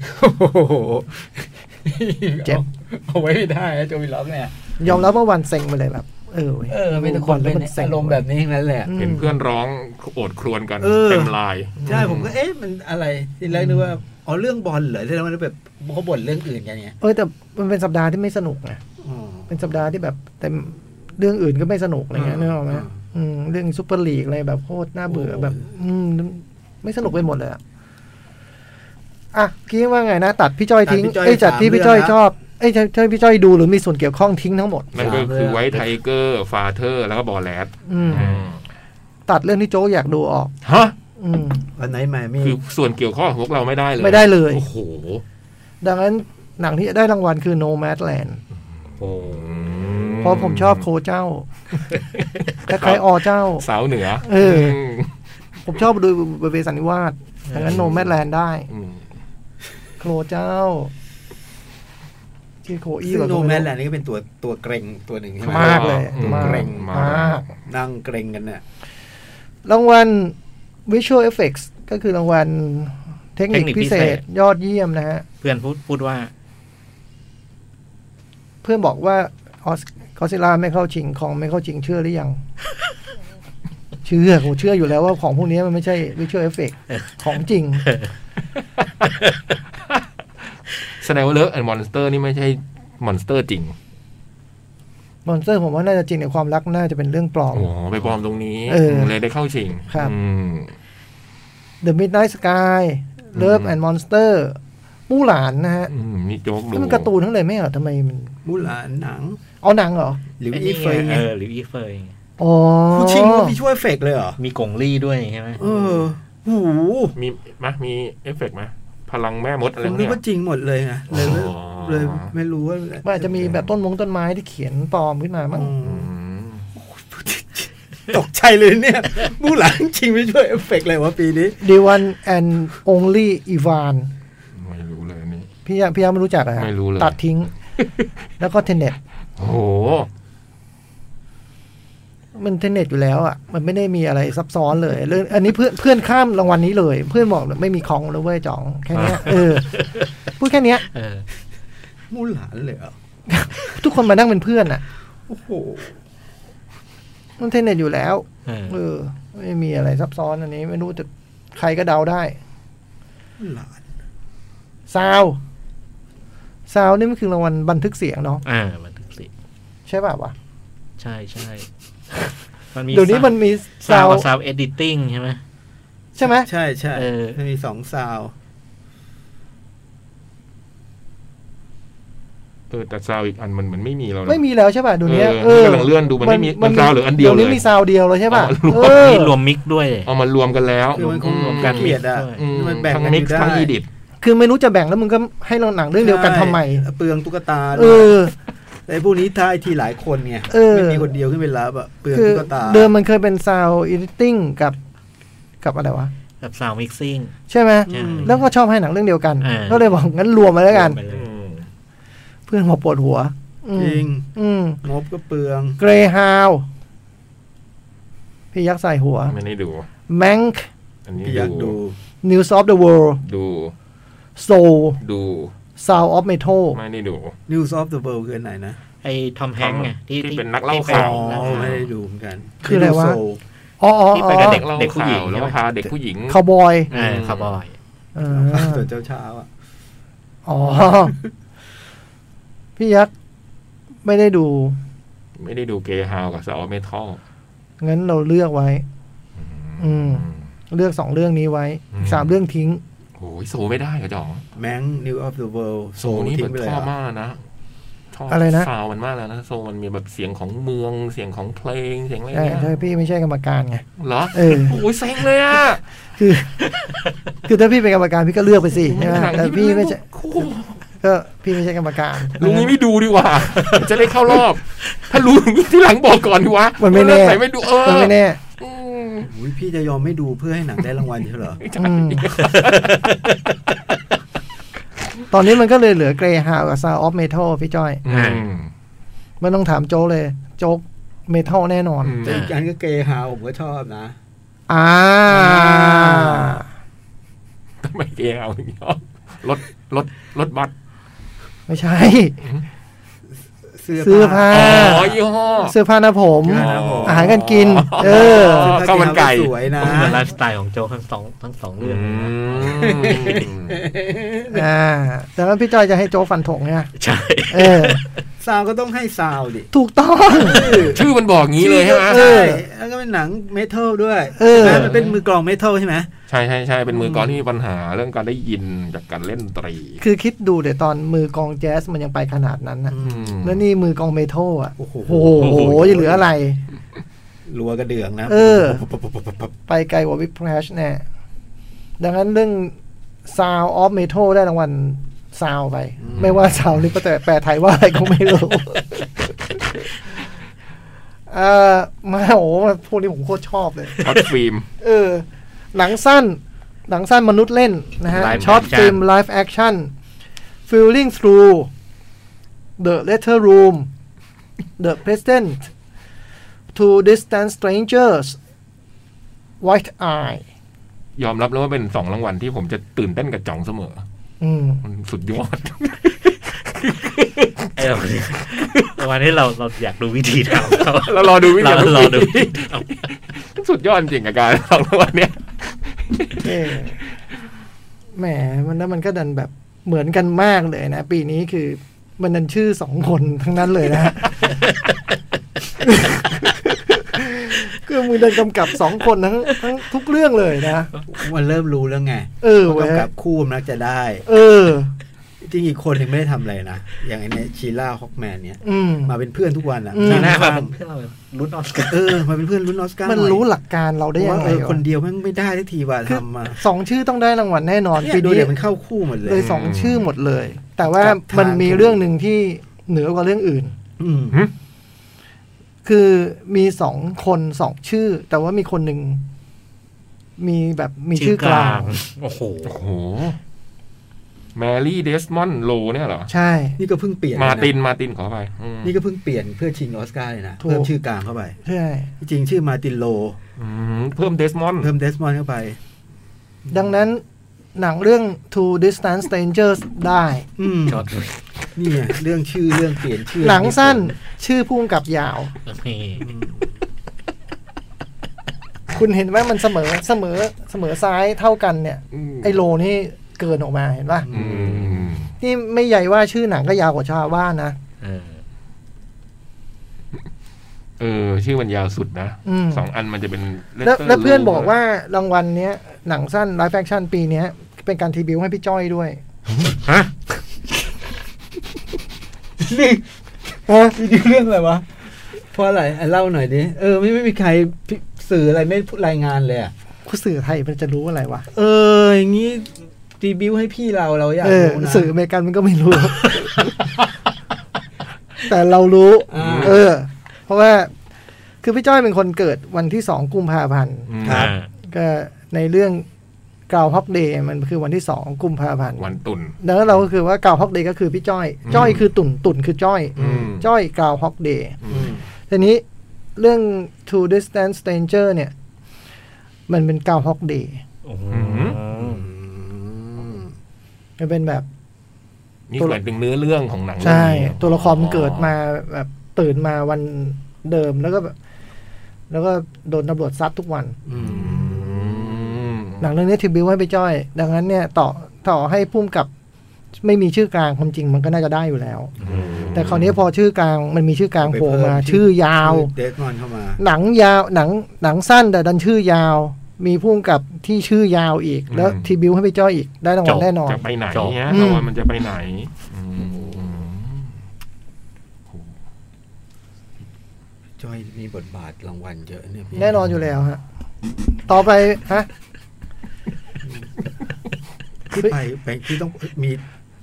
[SPEAKER 2] เจ็บ
[SPEAKER 5] เอาเอาไว้ไม่ได้นะโจวินล็อกเนี่ย
[SPEAKER 2] ยอมรับว่าวันเซ็งไปเลยแบบ เออว้ย
[SPEAKER 5] เออไม่ทุกคน
[SPEAKER 2] ดูบอล
[SPEAKER 5] เป็น
[SPEAKER 2] ล้วซ็ง
[SPEAKER 5] อารมณ์แบบนี้ทั้งนั้นแหละ
[SPEAKER 3] เห็นเพื่อนร้องโอดครวญกัน
[SPEAKER 5] เออ
[SPEAKER 3] เต็มลาย
[SPEAKER 5] ใช่ผมก็เอ๊ะมันอะไรทีแรกนึกว่าอ๋อเรื่องบอลเหรอที่แล้วมันแบบเขาบ่นเรื่องอื่นกันไง
[SPEAKER 2] เออแต่มันเป็นสัปดาห์ที่ไม่สนุกนะ
[SPEAKER 5] อืม
[SPEAKER 2] เป็นสัปดาห์ที่แบบเต็มเรื่องอื่นก็ไม่สนุกอะไรเงี้ย
[SPEAKER 5] อืม
[SPEAKER 2] นึกออกไหม
[SPEAKER 5] อืม
[SPEAKER 2] อืมเรื่องซูเปอร์ลีกอะไรแบบโคตรน่าเบื่อ
[SPEAKER 5] โอ้
[SPEAKER 2] แบบ อืมไม่สนุกไปหมดเลยอะอ่ะกี้ว่าไงนะตัดพี่จ้อยทิ้ง
[SPEAKER 5] ตัดพี่จ้อย
[SPEAKER 2] ไอ้ยจัดที่
[SPEAKER 5] สาม
[SPEAKER 2] พี่จ้อย
[SPEAKER 5] เรื่องนะ
[SPEAKER 2] ชอบไอ้ยจัดที่พี่จ้อยดูหรือมีส่วนเกี่ยวข้องทิ้งทั้งหมด
[SPEAKER 3] นั่นก็คือไว้ไทเกอร์ ฟาเธอร์ แล้วก็บอลแลด
[SPEAKER 2] อืม ตัดเรื่องที่โจ๊กอยากดูออก
[SPEAKER 3] ฮะ
[SPEAKER 2] อืม
[SPEAKER 5] วันไหนมามี
[SPEAKER 3] คือส่วนเกี่ยวข้องของพวกเราไม่ได้เลย
[SPEAKER 2] ไม่ได้เลย
[SPEAKER 3] โอ้โห
[SPEAKER 2] ดังนั้นหนังที่ได้รางวัลคือ Nomadland
[SPEAKER 3] โอ้
[SPEAKER 2] เพราะผมชอบโคเจ้าคล้ายๆอเจ้า
[SPEAKER 3] สาวเหนือ
[SPEAKER 2] เออ
[SPEAKER 3] ม
[SPEAKER 2] ผมชอบดูบริเวณสันนิวาสดังนั้น Nomadland ได้
[SPEAKER 3] อืม
[SPEAKER 2] โคเจ้าชื่อโคอี้
[SPEAKER 5] ซึ่ง
[SPEAKER 2] แบบ
[SPEAKER 5] โนแมนแหละนี่ก็เป็นตัวตัวเกรงตัวหนึ่งใช่ไหม
[SPEAKER 2] มากเลย
[SPEAKER 3] อืม
[SPEAKER 2] มาก
[SPEAKER 3] เกรงมาก
[SPEAKER 2] มาก
[SPEAKER 5] นั่งเกรงกันน่ะ
[SPEAKER 2] รางวัล Visual Effects ก็คือรางวัลเทคนิค
[SPEAKER 4] เทคนิคพิ
[SPEAKER 2] พิเศ
[SPEAKER 4] เศษ
[SPEAKER 2] ษยอดเยี่ยมนะฮะ
[SPEAKER 4] เพื่อนพูดพูดว่า
[SPEAKER 2] เพื่อนบอกว่าออสคอสิล่าไม่เข้าชิงของไม่เข้าชิงเชื่อหรือยัง เชื่อผมเชื่ออยู่แล้วว่าของพวกนี้มันไม่ใช่วิชวลเอฟเฟกของจริง
[SPEAKER 3] แสดงว่าเลิฟแอนด์มอนสเตอร์นี่ไม่ใช่มอนสเตอร์จริง
[SPEAKER 2] มอนสเตอร์ผมว่าน่าจะจริงในความรักน่าจะเป็นเรื่องปลอม
[SPEAKER 3] โอ้โหไปปลอมตรงนี้
[SPEAKER 2] เออ
[SPEAKER 3] เลยได้เข้าชิง
[SPEAKER 2] ครับ
[SPEAKER 3] อืม
[SPEAKER 2] The Midnight Sky Love
[SPEAKER 3] อืม
[SPEAKER 2] and Monster มู่หลานนะฮะ
[SPEAKER 3] อืมมีโจ๊กดู
[SPEAKER 2] นี่มันการ์ตูนทั้งเลยไหมเหรอทำไมมัน
[SPEAKER 5] มูหลานหนัง
[SPEAKER 2] เอาหนังเหรอ
[SPEAKER 5] หรือ
[SPEAKER 4] ไอ้
[SPEAKER 5] อี
[SPEAKER 4] นี่
[SPEAKER 5] เฟยไง
[SPEAKER 4] เออหรืออีเฟย
[SPEAKER 2] อ๋อ
[SPEAKER 5] ผู้ชิงว่าพี่ช่วยเฟกเลยเหรอ
[SPEAKER 4] มีกงลี่ด้วยใช่ไหม
[SPEAKER 5] เออโอ้โห
[SPEAKER 3] มีมะมีเอฟเฟกต์มะพลังแม่มดอะไร
[SPEAKER 5] ผมนึก
[SPEAKER 3] เนี่ย
[SPEAKER 5] ว่าจริงหมดเลยนะเลยไม่
[SPEAKER 3] อ๋อ
[SPEAKER 5] เลยไม่รู้ว่า
[SPEAKER 2] มันอาจจะมีแบบต้นมงต้นไม้ที่เขียนปลอมขึ้นมามั้ง
[SPEAKER 5] อื
[SPEAKER 3] อื
[SPEAKER 5] ม
[SPEAKER 3] ม
[SPEAKER 5] ตกใจเลย เนี่ยมูหลานจริงไม่ช่วยเอฟเฟกต์เลยวะปีนี้
[SPEAKER 2] ดีวันแอนอง y ี่อีวาน
[SPEAKER 3] ไม่รู้เลยอันนี่
[SPEAKER 2] พี่ยะพี่ยะไม่รู้จักอะฮะ
[SPEAKER 3] ไม่รู้เลย
[SPEAKER 2] ตัดทิ้ง แล้วก็เทเน็ต
[SPEAKER 3] โอ้โห
[SPEAKER 2] มันเทนเน็ตอยู่แล้วอ่ะ มันไม่ได้มีอะไรซับซ้อนเลยเรื่องอันนี้เพื่อนเพื่อนข้ามรางวัลนี้เลย เพื่อนบอกเลยไม่มีของแล้วเว้ยจ่องแค่เนี้ยเออ พูดแค่เนี้ย
[SPEAKER 4] เออ
[SPEAKER 5] มูหลานเลยเหรอ
[SPEAKER 2] ทุกคนมานั่งเป็นเพื่อนอ่ะ
[SPEAKER 5] โอ้โห
[SPEAKER 2] มันเทนเน็ตอยู่แล้ว
[SPEAKER 4] เออ
[SPEAKER 2] เออ ไม่มีอะไรซับซ้อนอันนี้ ไม่รู้แต่ใครก็เดาได้
[SPEAKER 5] หลาน
[SPEAKER 2] ซาวซาวนี่มันคือรางวัลบันทึกเสียงเนาะ
[SPEAKER 4] อ่ามันถึงสิ
[SPEAKER 2] ใช่ป่าวะ
[SPEAKER 4] ใช่ใช่มันมี
[SPEAKER 2] เดี๋ยวนี้มันมี
[SPEAKER 4] ซา
[SPEAKER 2] ซาวว
[SPEAKER 4] ซาวเอดิติ้งใช่ไหม
[SPEAKER 2] ใช่ไหม
[SPEAKER 5] ใช่ใช่
[SPEAKER 4] เออ
[SPEAKER 5] มันมีสองซาวด์
[SPEAKER 3] เออแต่ซาวอีกอันมันเหมือนไม่มีเรานะ
[SPEAKER 2] ไม่มีแล้วใช่ป่ะเดี๋ยวนี้
[SPEAKER 3] เออมันกำลังเลื่อนดูมันไม่มีมันซาวเหลืออันเดียว
[SPEAKER 2] ดี๋ยวนี้
[SPEAKER 3] เลย
[SPEAKER 2] มีซาวเดียวเลยใช่ป่ะ
[SPEAKER 3] เอามารวม
[SPEAKER 2] เออ
[SPEAKER 4] นี่รวมมิกด้วย
[SPEAKER 3] เอามารวมกันแล้ว
[SPEAKER 5] คือมันคงรวมกันเกลียดอ่ะ
[SPEAKER 3] อืม
[SPEAKER 5] มันแบ่ง
[SPEAKER 3] ทั้ง
[SPEAKER 5] กัน
[SPEAKER 3] มิ
[SPEAKER 5] อก ยู่
[SPEAKER 3] ซ์
[SPEAKER 5] ได้
[SPEAKER 3] ทั้งอีดิท
[SPEAKER 2] คือไม่รู้จะแบ่งแล้วมึงก็ให้เราหนังเรื่องเดียวกันทำไม
[SPEAKER 5] ใช่เปลืองตุ๊กตา
[SPEAKER 2] เออ
[SPEAKER 5] แต่พวกนี้ท้ายทีหลายคนไง
[SPEAKER 2] เออ
[SPEAKER 5] ไม่มีคนเดียวขึ้นไปรับอะเปลือง
[SPEAKER 2] คือ
[SPEAKER 5] ตุ๊กตา
[SPEAKER 2] เดิมมันเคยเป็นซาวอิดิติ้งกับกับอะไรวะ
[SPEAKER 4] กับซาวมิกซิ่ง
[SPEAKER 2] ใช่ไหม
[SPEAKER 4] ใช่
[SPEAKER 2] แล้วก็ชอบให้หนังเรื่องเดียวกัน
[SPEAKER 4] อ่า
[SPEAKER 2] ก็เลยบอกงั้นรวมมาแล้วกัน
[SPEAKER 4] ไปเลย
[SPEAKER 2] เพื่อนหัวปวดหัว อืม
[SPEAKER 5] จริง
[SPEAKER 2] อืม
[SPEAKER 5] งบก็เปลือง
[SPEAKER 2] เกรฮาว พี่ยักษ์ใส่หัว
[SPEAKER 3] ไม่ได้ดู
[SPEAKER 2] แมงค์
[SPEAKER 3] อันนี้
[SPEAKER 5] พี่อยาก
[SPEAKER 3] ดู
[SPEAKER 5] ดู
[SPEAKER 2] นิวส์ออฟเดอะเวิลด์
[SPEAKER 3] ดู
[SPEAKER 2] โซล
[SPEAKER 3] ดู
[SPEAKER 2] Sound of Metal
[SPEAKER 3] ไม่ได้ดู
[SPEAKER 5] News of the World คืออันไหนนะ
[SPEAKER 4] ไอ้ทอมแฮงค์ไงที่
[SPEAKER 3] ที่เป็นนักเล่าข่าว
[SPEAKER 5] อ
[SPEAKER 4] ที่เป็นนั
[SPEAKER 5] ๋
[SPEAKER 4] ก
[SPEAKER 5] อ
[SPEAKER 4] ข่าว
[SPEAKER 5] ไม่ได้ดูเหมือนกัน
[SPEAKER 2] คืออะไรวะ
[SPEAKER 5] ม่ดูโซล
[SPEAKER 2] อ๋ออ๋อ
[SPEAKER 4] ที่
[SPEAKER 2] อ๋
[SPEAKER 4] ไป
[SPEAKER 2] อ
[SPEAKER 4] กับ
[SPEAKER 3] เด็ก
[SPEAKER 4] เด็
[SPEAKER 3] เด็ก
[SPEAKER 4] กผู้
[SPEAKER 3] ผู้ห
[SPEAKER 4] หญิ
[SPEAKER 3] ญิง
[SPEAKER 4] ง
[SPEAKER 3] แล้วก็พาเด็กผู้หญิง
[SPEAKER 2] คาวบอย
[SPEAKER 4] เออคาร์บอย
[SPEAKER 2] เออ
[SPEAKER 5] ตอนเช้าๆอ่ะ
[SPEAKER 2] อ๋อ พี่ยักษ์ไม่ได้ดู
[SPEAKER 3] ไม่ได้ดูเกย์ฮาวกับสาวเมทัล
[SPEAKER 2] งั้นเราเลือกไว้ อืม เลือกสองเรื่องนี้ไว้อีกสามเรื่องทิ้ง
[SPEAKER 3] โอ้ยโซไม่ได้เหรอจ๋อง
[SPEAKER 5] แมง News of the World
[SPEAKER 3] โซ
[SPEAKER 5] โซล
[SPEAKER 3] นี่
[SPEAKER 5] ทิ้
[SPEAKER 3] มัน
[SPEAKER 5] งไปเล
[SPEAKER 3] ช
[SPEAKER 5] ย
[SPEAKER 3] อบ
[SPEAKER 5] อะ
[SPEAKER 3] มากนะชอบ
[SPEAKER 2] อะไรนะ
[SPEAKER 3] ซาวมันมากแล้วนะโซมันมีแบบเสียงของเมืองเสียงของเพลงเสียงอะไร
[SPEAKER 2] ใช่
[SPEAKER 3] เงี้ย
[SPEAKER 2] ใช่พี่ไม่ใช่กรรมการไง
[SPEAKER 3] เหรอ
[SPEAKER 2] เออ
[SPEAKER 3] โอ้ยเซ็งเลยอ่ะ
[SPEAKER 2] คือ คือถ้าพี่เป็นกรรมการพี่ก็เลือกไปสิใช่ไหม
[SPEAKER 3] หนัง
[SPEAKER 2] แต่
[SPEAKER 3] ที่
[SPEAKER 2] พี่ไม่ใช่
[SPEAKER 3] โอ้โห
[SPEAKER 2] ก็พี่ไม่ใช่กรรมการ
[SPEAKER 3] ลุงนี้
[SPEAKER 2] นะ
[SPEAKER 3] ไม่ดูดีกว่า จะได้เข้ารอบ ถ้ารู้อย่างนี้ที่หลังบอกก่อนดีวะ
[SPEAKER 2] มันไม่แน่
[SPEAKER 3] เรื่องหไม่ดูเออ
[SPEAKER 2] มันไม่แน่
[SPEAKER 3] อืม
[SPEAKER 5] อุ๊ยพี่จะยอมไม่ดูเพื่อให้หนังได้รางวัลใช่เหรอ
[SPEAKER 2] อืม ตอนนี้มันก็เลยเหลือเกรฮาวกับซาออฟเมทัลพี่จ้อย
[SPEAKER 3] อืม
[SPEAKER 2] ไม่ต้องถามโจ๊กเลย โจ๊กเมทัลแน่นอน
[SPEAKER 3] อืม
[SPEAKER 5] แต่อีกอันก็เกย์ฮาวผมก็ชอบนะ
[SPEAKER 2] อ่า
[SPEAKER 3] ทำไมเกเอาอย่างนี้รถรถรถบัส
[SPEAKER 2] ไม่ใช่
[SPEAKER 5] เสื้อ
[SPEAKER 2] เสื้อ
[SPEAKER 5] ผ้า
[SPEAKER 2] ผ้า
[SPEAKER 3] อ๋อยี่ห้อ
[SPEAKER 2] เสื้อผ้าหน้าผม
[SPEAKER 5] เสื้อผ้าหน้าผม
[SPEAKER 2] อาหารการกิน เออ
[SPEAKER 3] ข้าวมันไก่
[SPEAKER 5] สวยนะ
[SPEAKER 4] เหมือนไลฟ์สไตล์ของโจกทั้งสองทั้งสองเรื่อง
[SPEAKER 3] อื
[SPEAKER 4] เลย
[SPEAKER 3] ม
[SPEAKER 4] นะ
[SPEAKER 2] อ่า แต่ว่าพี่จ้อยจะให้โจ๊กฟันธงไง
[SPEAKER 4] ใช่
[SPEAKER 2] เออ
[SPEAKER 5] ซาวก็ต้องให้ซาวดิ
[SPEAKER 2] ถูกต้อง
[SPEAKER 3] ชื่อมันบอกงี้เลยใช่ไหม
[SPEAKER 2] เอ
[SPEAKER 5] ใช่
[SPEAKER 2] อ
[SPEAKER 5] แล้วก็เป็นหนังเมทัลด้วย
[SPEAKER 2] เออ
[SPEAKER 5] ใช่ไหมมันเป็นมือกลองเมทัลใช่ไหม
[SPEAKER 3] ใช่ใช่ใช่เป็นมือกลองที่มีปัญหาเรื่องการได้ยินจากการเล่นดนตรี
[SPEAKER 2] คือคิดดูเดี๋ยวตอนมือกลองแจ๊สมันยังไปขนาดนั้นนะ
[SPEAKER 5] อื
[SPEAKER 3] อืม
[SPEAKER 2] แล้วนี่มือกลองเมทัลอ่ะ
[SPEAKER 5] โอ้โห
[SPEAKER 2] โหจะเหลืออะไร
[SPEAKER 5] รัวกระเดื่องนะ
[SPEAKER 2] เออ
[SPEAKER 5] ปุ๊บปุ๊บปุ๊บปุ๊บปุ๊บ
[SPEAKER 2] ไปไกลกว่าวิปแคชแน่ ดังนั้นเรื่อง Sound of Metal ได้รางวัลซาวไป ไม่ว่าซาวนี่ก็แต่แปลไทยว่าอะไรก็ไม่รู้ เอ่อมาโอ้โหพวกนี้ผมโคตรชอบเลย
[SPEAKER 3] ช็อตฟิล์ม
[SPEAKER 2] เออ หนังสั้น หนังสั้นมนุษย์เล่นนะฮะ
[SPEAKER 3] Live
[SPEAKER 2] ช็อต
[SPEAKER 3] action
[SPEAKER 2] ฟิล์มไลฟ์แอคชั่น Feeling Through The Letter Room The Present To Distant Strangers White Eye
[SPEAKER 3] ยอมรับเลยว่าเป็นสองรางวัลที่ผมจะตื่นเต้นกับจ่องเสมอ
[SPEAKER 2] อืม
[SPEAKER 3] มันสุดยอด
[SPEAKER 4] ไอ้วันนี้วันนี้เราเราอยากดูวิธีทำเขา
[SPEAKER 3] เรารอดูวิ
[SPEAKER 4] เรา
[SPEAKER 3] ธี
[SPEAKER 4] รอดูวิธีท
[SPEAKER 3] สุดยอดจริงกับการสองรางวัลเนี้ย
[SPEAKER 2] เอ่อแหมมันแล้วมันก็ดันแบบเหมือนกันมากเลยนะ ปีนี้คือ มันดันชื่อสองคนทั้งนั้นเลยนะ คือมึงดันกำกับสองคนทั้งทั้งทุกเรื่องเลยนะ
[SPEAKER 5] มันเริ่มรู้แล้วไง
[SPEAKER 2] เออเว้ย
[SPEAKER 5] กำกับคู่มันนักจะได้
[SPEAKER 2] เออ
[SPEAKER 5] จริงอีกคนหนึ่งไม่ได้ทำอะไรนะ อย่างไอ้เนี่ยชีล่าฮอกแมนเนี่ย
[SPEAKER 2] อืม
[SPEAKER 5] มาเป็นเพื่อนทุกวันอ่ะ
[SPEAKER 2] อืม
[SPEAKER 4] ำหน้าแบบ
[SPEAKER 5] ข้ง
[SPEAKER 4] เพื่อนเราแบบลุ้นออสการ์
[SPEAKER 5] เออ มาเป็นเพื่อนรุ่นออสการ์
[SPEAKER 2] มัน
[SPEAKER 5] หอย
[SPEAKER 2] รู้หลักการเราได้ยัง
[SPEAKER 5] ว่า
[SPEAKER 2] ไง
[SPEAKER 5] เออ
[SPEAKER 2] วะ
[SPEAKER 5] คนเดียวแมันไม่ได้ทักทีว่าทำมา
[SPEAKER 2] สองชื่อต้องได้รางวัลแน่นอน
[SPEAKER 5] เนี่ย
[SPEAKER 2] ปี
[SPEAKER 5] ดู
[SPEAKER 2] นี้
[SPEAKER 5] เดี๋ยวมันเข้าคู่หมดเลย
[SPEAKER 2] เลยสองชื่อหมดเลย แต่ว่า
[SPEAKER 5] จับทาง
[SPEAKER 2] มันมีเรื่องหนึ่งที่เหนือกว่าเรื่องอื่น
[SPEAKER 5] อืม
[SPEAKER 2] คือมีสองคนสองชื่อ แต่ว่ามีคนหนึ่งมีแบบมีชื่อกลาง
[SPEAKER 4] โอ้โห
[SPEAKER 3] โอ้โหแมรี่เดสมอนโลเนี่ยเหรอ
[SPEAKER 2] ใช่
[SPEAKER 5] นี่ก็เพิ่งเปลี่ยน
[SPEAKER 3] มาร์ติน
[SPEAKER 5] เลย
[SPEAKER 3] มาร์ตินขอไปอืม
[SPEAKER 5] ะนี่ก็เพิ่งเปลี่ยนเพื่อชิงออสการ์เลยนะ
[SPEAKER 2] ถูก
[SPEAKER 5] เพิ่มชื่อกลางเข้าไป
[SPEAKER 2] ใช่
[SPEAKER 5] จริงๆชื่อมาร์ตินโล
[SPEAKER 3] อืมเพิ่มเดสมอน
[SPEAKER 5] เพิ่มเดสมอนด์เข้าไป
[SPEAKER 2] ดังนั้นหนังเรื่อง Two Distant Strangers ได้
[SPEAKER 5] อืม
[SPEAKER 4] ช็อตเลย
[SPEAKER 5] นี่ไงเรื่องชื่อเรื่องเปลี่ยนชื่อ
[SPEAKER 2] หนังสั้นชื่อพุ่งกับยาว
[SPEAKER 4] นี่
[SPEAKER 5] อืม
[SPEAKER 2] คุณเห็นว่ามันเสมอเสมอเสมอซ้ายเท่ากันเนี่ย
[SPEAKER 3] อืม
[SPEAKER 2] ไอโลนี่เกินออกมาเห็นป่ะ
[SPEAKER 3] อืม
[SPEAKER 2] นี่ไม่ใหญ่ว่าชื่อหนังก็ยาวกว่าชาวบ้านนะ
[SPEAKER 4] เออ
[SPEAKER 3] เออ ชื่อมันยาวสุดนะ
[SPEAKER 2] อืม
[SPEAKER 3] สองอันมันจะเป็น
[SPEAKER 2] แล้ว
[SPEAKER 3] letter
[SPEAKER 2] แล้วเพื่อน
[SPEAKER 3] room
[SPEAKER 2] บอกว่ารางวัลเนี้ยหนังสั้นไลฟ์แฟคชั่นปีเนี้ย เป็นการทีบิวให้พี่จ้อยด้วย
[SPEAKER 3] ฮะ
[SPEAKER 5] นี่
[SPEAKER 2] ฮะ
[SPEAKER 5] นี่เรื่องอะไรวะ เพราะอะไรอ่ะเล่าหน่อยดิ เออ ไม่ไม่มีใครพิสื่ออะไรไม่รายงานเลยอ่ะ
[SPEAKER 2] ผู้สื่อไทยมันจะรู้อะไรวะ
[SPEAKER 5] เออ อย่างนี้รีบิวให้พี่เราเราอยาก
[SPEAKER 2] เออ
[SPEAKER 5] รู้นะ
[SPEAKER 2] สื่ออเมริกันมันก็ไม่ รู้ แต่เรารู้
[SPEAKER 5] อ่า
[SPEAKER 2] เออ เพราะว่า คือพี่จ้อยเป็นคนเกิดวันที่สองกุมภาพันธ์
[SPEAKER 3] อืม
[SPEAKER 5] ครับ
[SPEAKER 2] ก็ในเรื่องกาวฮอกเดย์มันคือวันที่สองกุมภาพันธ์
[SPEAKER 3] วันตุน
[SPEAKER 2] แล้วเราก็คือว่ากาวฮอกเดย์ก็คือพี่จ้อย
[SPEAKER 3] อืม
[SPEAKER 2] จ้อยคือตุ่นตุ่นคือจ้อย
[SPEAKER 3] อืม
[SPEAKER 2] จ้อยกาวฮอกเดย์
[SPEAKER 3] อื
[SPEAKER 5] อื
[SPEAKER 3] ม
[SPEAKER 5] ม
[SPEAKER 2] ทีนี้เรื่อง Two Distant Stranger เนี่ย มันเป็นกาวฮอกเดย์
[SPEAKER 4] โอ้โห
[SPEAKER 5] อืม
[SPEAKER 2] มันเป็นแบบ
[SPEAKER 3] นี่หมายถึงเนื้อเรื่องของหนังเรื่อง
[SPEAKER 2] ใช่
[SPEAKER 3] นี้เหรอ
[SPEAKER 2] ตัวละครมันเกิดมาแบบตื่นมาวันเดิมแล้วก็แบบแล้วก็โดนตำรวจซัดทุกวัน
[SPEAKER 5] อืม
[SPEAKER 3] อืม
[SPEAKER 2] หนังเรื่องนี้ถือบิวไว้ไปจ้อย ดังนั้นเนี่ยต่อต่อให้พุ่มกับไม่มีชื่อกลางความจริงมันก็น่าจะได้อยู่แล้ว
[SPEAKER 3] อืม
[SPEAKER 2] แต่คราวนี้พอชื่อกลางมันมีชื่อกลาง
[SPEAKER 5] ไป
[SPEAKER 2] โผล่
[SPEAKER 5] เพิ่ม
[SPEAKER 2] มา
[SPEAKER 5] ชื่
[SPEAKER 2] ชื่
[SPEAKER 5] อ
[SPEAKER 2] อยาว
[SPEAKER 5] เดดมอนเข้ามา
[SPEAKER 2] หนังยาวหนังหนังสั้นแต่ดันชื่อยาว มีพุ่มกับที่ชื่อยาวอีก แล้วทีบิวให้ไปจ้อยอีกได้รางวัลแน่นอน
[SPEAKER 3] จะไปไหนเนี่ย
[SPEAKER 2] จบ
[SPEAKER 3] แต่ว่ามันจะไปไหนอืม
[SPEAKER 5] จอยมีบทบาทรางวัลเยอะเนี่ยพี่
[SPEAKER 2] แน่นอนอยู่แล้วฮะ ต่อไปฮะ
[SPEAKER 5] พี่ไปไปพี่ต้องมี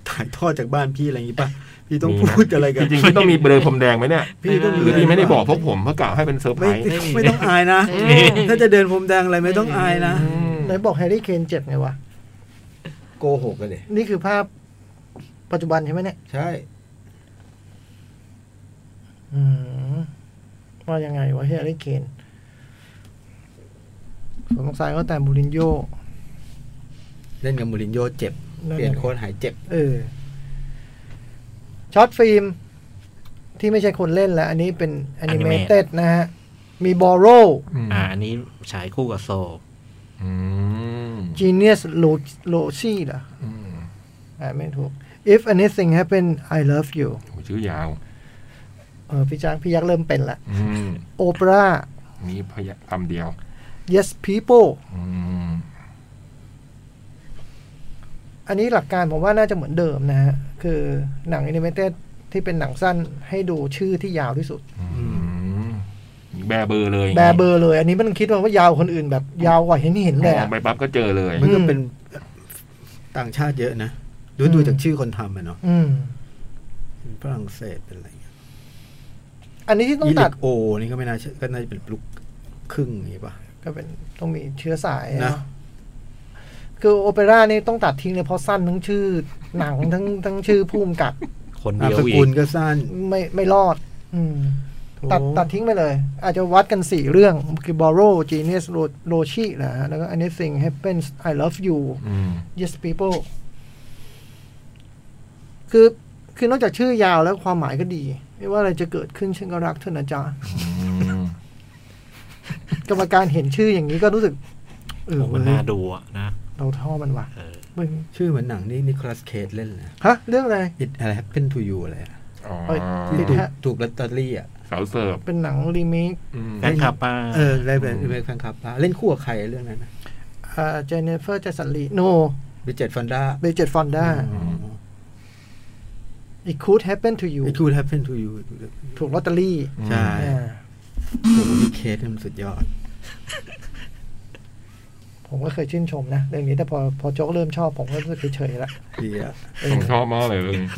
[SPEAKER 5] ถ่ายทอดจากบ้านพี่อะไรอย่างงี้ป่ะ พี่ต้องพูดอะไรกัน
[SPEAKER 3] จริงๆพี่ต้องมีเบลอพรมแดงไหมเนี่ย
[SPEAKER 5] พี่ต้องมี
[SPEAKER 3] หรือพี่ไม่ได้บอกพวกผมเพื่อกล่าวให้เป็นเซอร์ไพร
[SPEAKER 5] ไม่
[SPEAKER 3] ส์
[SPEAKER 5] ไม่ไม่ต้องอาย นะ ถ้าจะเดินพรมแดงอะไรไม่ต้องอายนะ
[SPEAKER 3] อืม
[SPEAKER 2] ไหนบอกแฮร์รี่เคนเจ็บไงวะ
[SPEAKER 5] โกหกกันเลย
[SPEAKER 2] นี่คือภาพปัจจุบันใช่ไหมเนี่ย
[SPEAKER 5] ใช่
[SPEAKER 2] อืมว่ายังไงวะแฮร์รี่เคนสวนสงสัยก็แต่มูรินโญ่
[SPEAKER 5] เล่นกับมูรินโญ่เจ็บ
[SPEAKER 2] นั่นไง
[SPEAKER 5] เปลี่ยนโค้ชหายเจ็บ
[SPEAKER 2] เออช็อตฟิล์ม ที่ไม่ใช่คนเล่นแล้ว อันนี้เป็นแอนิเม
[SPEAKER 4] Animate
[SPEAKER 2] เต็ดนะฮะ มีบอโร
[SPEAKER 4] อ่าอันนี้ฉายคู่กับโซ
[SPEAKER 3] อืม
[SPEAKER 2] จีเนียสโลโลซี่เหรอ
[SPEAKER 3] อืม
[SPEAKER 2] อ่านไม่ถูก if anything happen I love you
[SPEAKER 3] โอ้ชื่อยาว
[SPEAKER 2] เออพี่จ้างพี่ยักษ์เริ่มเป็นละ
[SPEAKER 3] อืม
[SPEAKER 2] โอเปร่า
[SPEAKER 3] นี่พยะคำเดียว
[SPEAKER 2] yes people
[SPEAKER 3] อืม
[SPEAKER 2] อันนี้หลักการผมว่าน่าจะเหมือนเดิมนะฮะ คือหนัง a อนิเมเต็ดที่เป็นหนังสั้นให้ดูชื่อที่ยาวที่สุด
[SPEAKER 3] อืมแบเบอร์เลย
[SPEAKER 2] แบร์เบอร์เลย อันนี้มันคิดว่าว่ายาวกว่าคนอื่นแบบยาวกว่าเห็นเห็นๆเลย
[SPEAKER 3] มอ
[SPEAKER 2] อะ
[SPEAKER 3] งไปปั๊บก็เจอเลย
[SPEAKER 5] มันก็
[SPEAKER 2] อืม
[SPEAKER 5] เป็นต่างชาติเยอะนะ ดู
[SPEAKER 2] อืม
[SPEAKER 5] ดูจากชื่อคนทำอะเนาะ
[SPEAKER 2] อืม
[SPEAKER 5] เป็นฝรั่งเศสเป็นอะไรเงี้ย
[SPEAKER 2] อันนี้ที่ต้อง
[SPEAKER 5] ยิ
[SPEAKER 2] ตั
[SPEAKER 5] ลิ
[SPEAKER 2] ด
[SPEAKER 5] กโอ นี่ก็ไม่น่าเชื่อก็น่าจะเป็นลูกครึ่งอย่างงี้ป่ะ
[SPEAKER 2] ก็เป็นต้องมีเชื้อสาย
[SPEAKER 5] นะ
[SPEAKER 2] เนาะคือโอเปร่านี่ต้องตัดทิ้งเลยเพราะสั้นทั้งชื่อ หนัง ทั้งทั้งชื่อผู้กำกับ
[SPEAKER 4] คน
[SPEAKER 5] นาม
[SPEAKER 4] เดียว
[SPEAKER 5] ส
[SPEAKER 4] อี
[SPEAKER 5] กุล
[SPEAKER 4] ก
[SPEAKER 5] ก็สั้น
[SPEAKER 2] ไม่ไม่รอด อืม ตัด
[SPEAKER 5] โอ้
[SPEAKER 2] ตัดทิ้งไปเลย อาจจะวัดกันสี่เรื่อง คือบอโรจีเนียสโรชีนะฮะแล้วก็ anything happens I love you
[SPEAKER 3] อืม
[SPEAKER 2] yes people คือ คือนอกจากชื่อยาวแล้วความหมายก็ดี ไม่ว่าอะไรจะเกิดขึ้นฉันก็รักเธอนะจ๊ะ
[SPEAKER 3] อืม
[SPEAKER 2] กรรมการเห็นชื่ออย่างนี้ก็รู้สึก เออ
[SPEAKER 4] โอ้มัน
[SPEAKER 2] เว้ย
[SPEAKER 4] น่าดูอะนะ
[SPEAKER 2] เราท่อมันว่ะ
[SPEAKER 4] เออ
[SPEAKER 2] มึง
[SPEAKER 5] ชื่อเหมือนหนังนี่นิโคลัสเคสเล่นนะ
[SPEAKER 2] ฮะ เรื่องอะไร
[SPEAKER 5] It Had Happened to You อะไรอะ
[SPEAKER 3] อ๋อ
[SPEAKER 2] เอ้ย
[SPEAKER 5] ที่
[SPEAKER 2] It
[SPEAKER 5] ถูก
[SPEAKER 2] Had
[SPEAKER 5] ถูกลอตเตอรี่อ่ะ
[SPEAKER 3] สาวเสิร์ฟ
[SPEAKER 2] เป็นหนังรีเมค
[SPEAKER 3] อืม
[SPEAKER 4] แฟนคลับป้า
[SPEAKER 5] เออเล่นเป็นเป็นแฟนคลับปะเล่นคู่กับใครเรื่องนั้นนะ
[SPEAKER 2] อ่าเจเนฟเฟอร์เจสันลีโน
[SPEAKER 5] บิเจตฟันด้า
[SPEAKER 2] เบเจตฟอนด้า It could happen to you
[SPEAKER 5] ไอ้คู่ Happen to You
[SPEAKER 2] ถูกลอตเตอรี่
[SPEAKER 5] ใช่
[SPEAKER 2] อ่า
[SPEAKER 5] โอ้โหนี่เคสนี่มันสุดยอด
[SPEAKER 2] ผมก็เคยชื่นชมนะ เรื่องนี้แต่พอพอโจ๊กเริ่มชอบผมก็รู้สึกเฉยๆละ
[SPEAKER 5] ดีอ่ะ
[SPEAKER 2] เอ
[SPEAKER 3] ผม
[SPEAKER 2] อ
[SPEAKER 3] ชอบมากเลยเรื่องนี้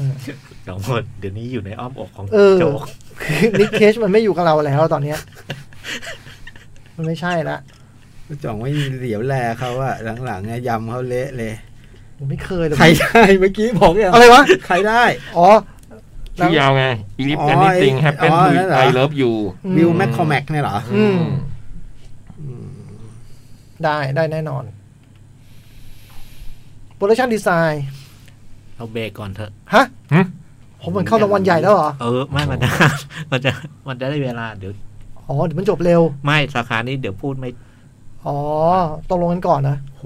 [SPEAKER 4] ทั้งหมดเดี๋ยวนี้อยู่ในอ้อมอกของ
[SPEAKER 2] เออ
[SPEAKER 4] โจ๊ก
[SPEAKER 2] คือนิกเคชมันไม่อยู่กับเราแล้วตอนเนี้ย มันไม่ใช่ละ
[SPEAKER 5] จ่องไม่เหลียวแลเขาอะหลังๆเนี่ยยำเขาเละเลย
[SPEAKER 2] ผมไม่เคยเลย
[SPEAKER 5] ใครได้ เมื่อกี้บอกอย่าง
[SPEAKER 2] อะไรวะ
[SPEAKER 5] ใครได้
[SPEAKER 2] อ๋อ
[SPEAKER 3] ชื่อยาวไง If anything happen to you I love you
[SPEAKER 2] อืม
[SPEAKER 5] วิลแมคคอแมกเนี่ยเหรอ
[SPEAKER 2] อืม ได้ได้แน่นอน โปรดักชันดีไซน์
[SPEAKER 4] เราเบรกก่อนเถอะ
[SPEAKER 2] ฮะผมมันเข้ารางวัลใหญ่แล้วเหรอ
[SPEAKER 4] เออ ไม่มันจะ มันจะมันจะได้เวลาเดี๋ยว
[SPEAKER 2] อ๋อเดี๋ยวมันจบเร็ว
[SPEAKER 4] ไม่สาขานี้เดี๋ยวพูดไม่
[SPEAKER 2] อ๋อตกลงกันก่อนนะ
[SPEAKER 5] โห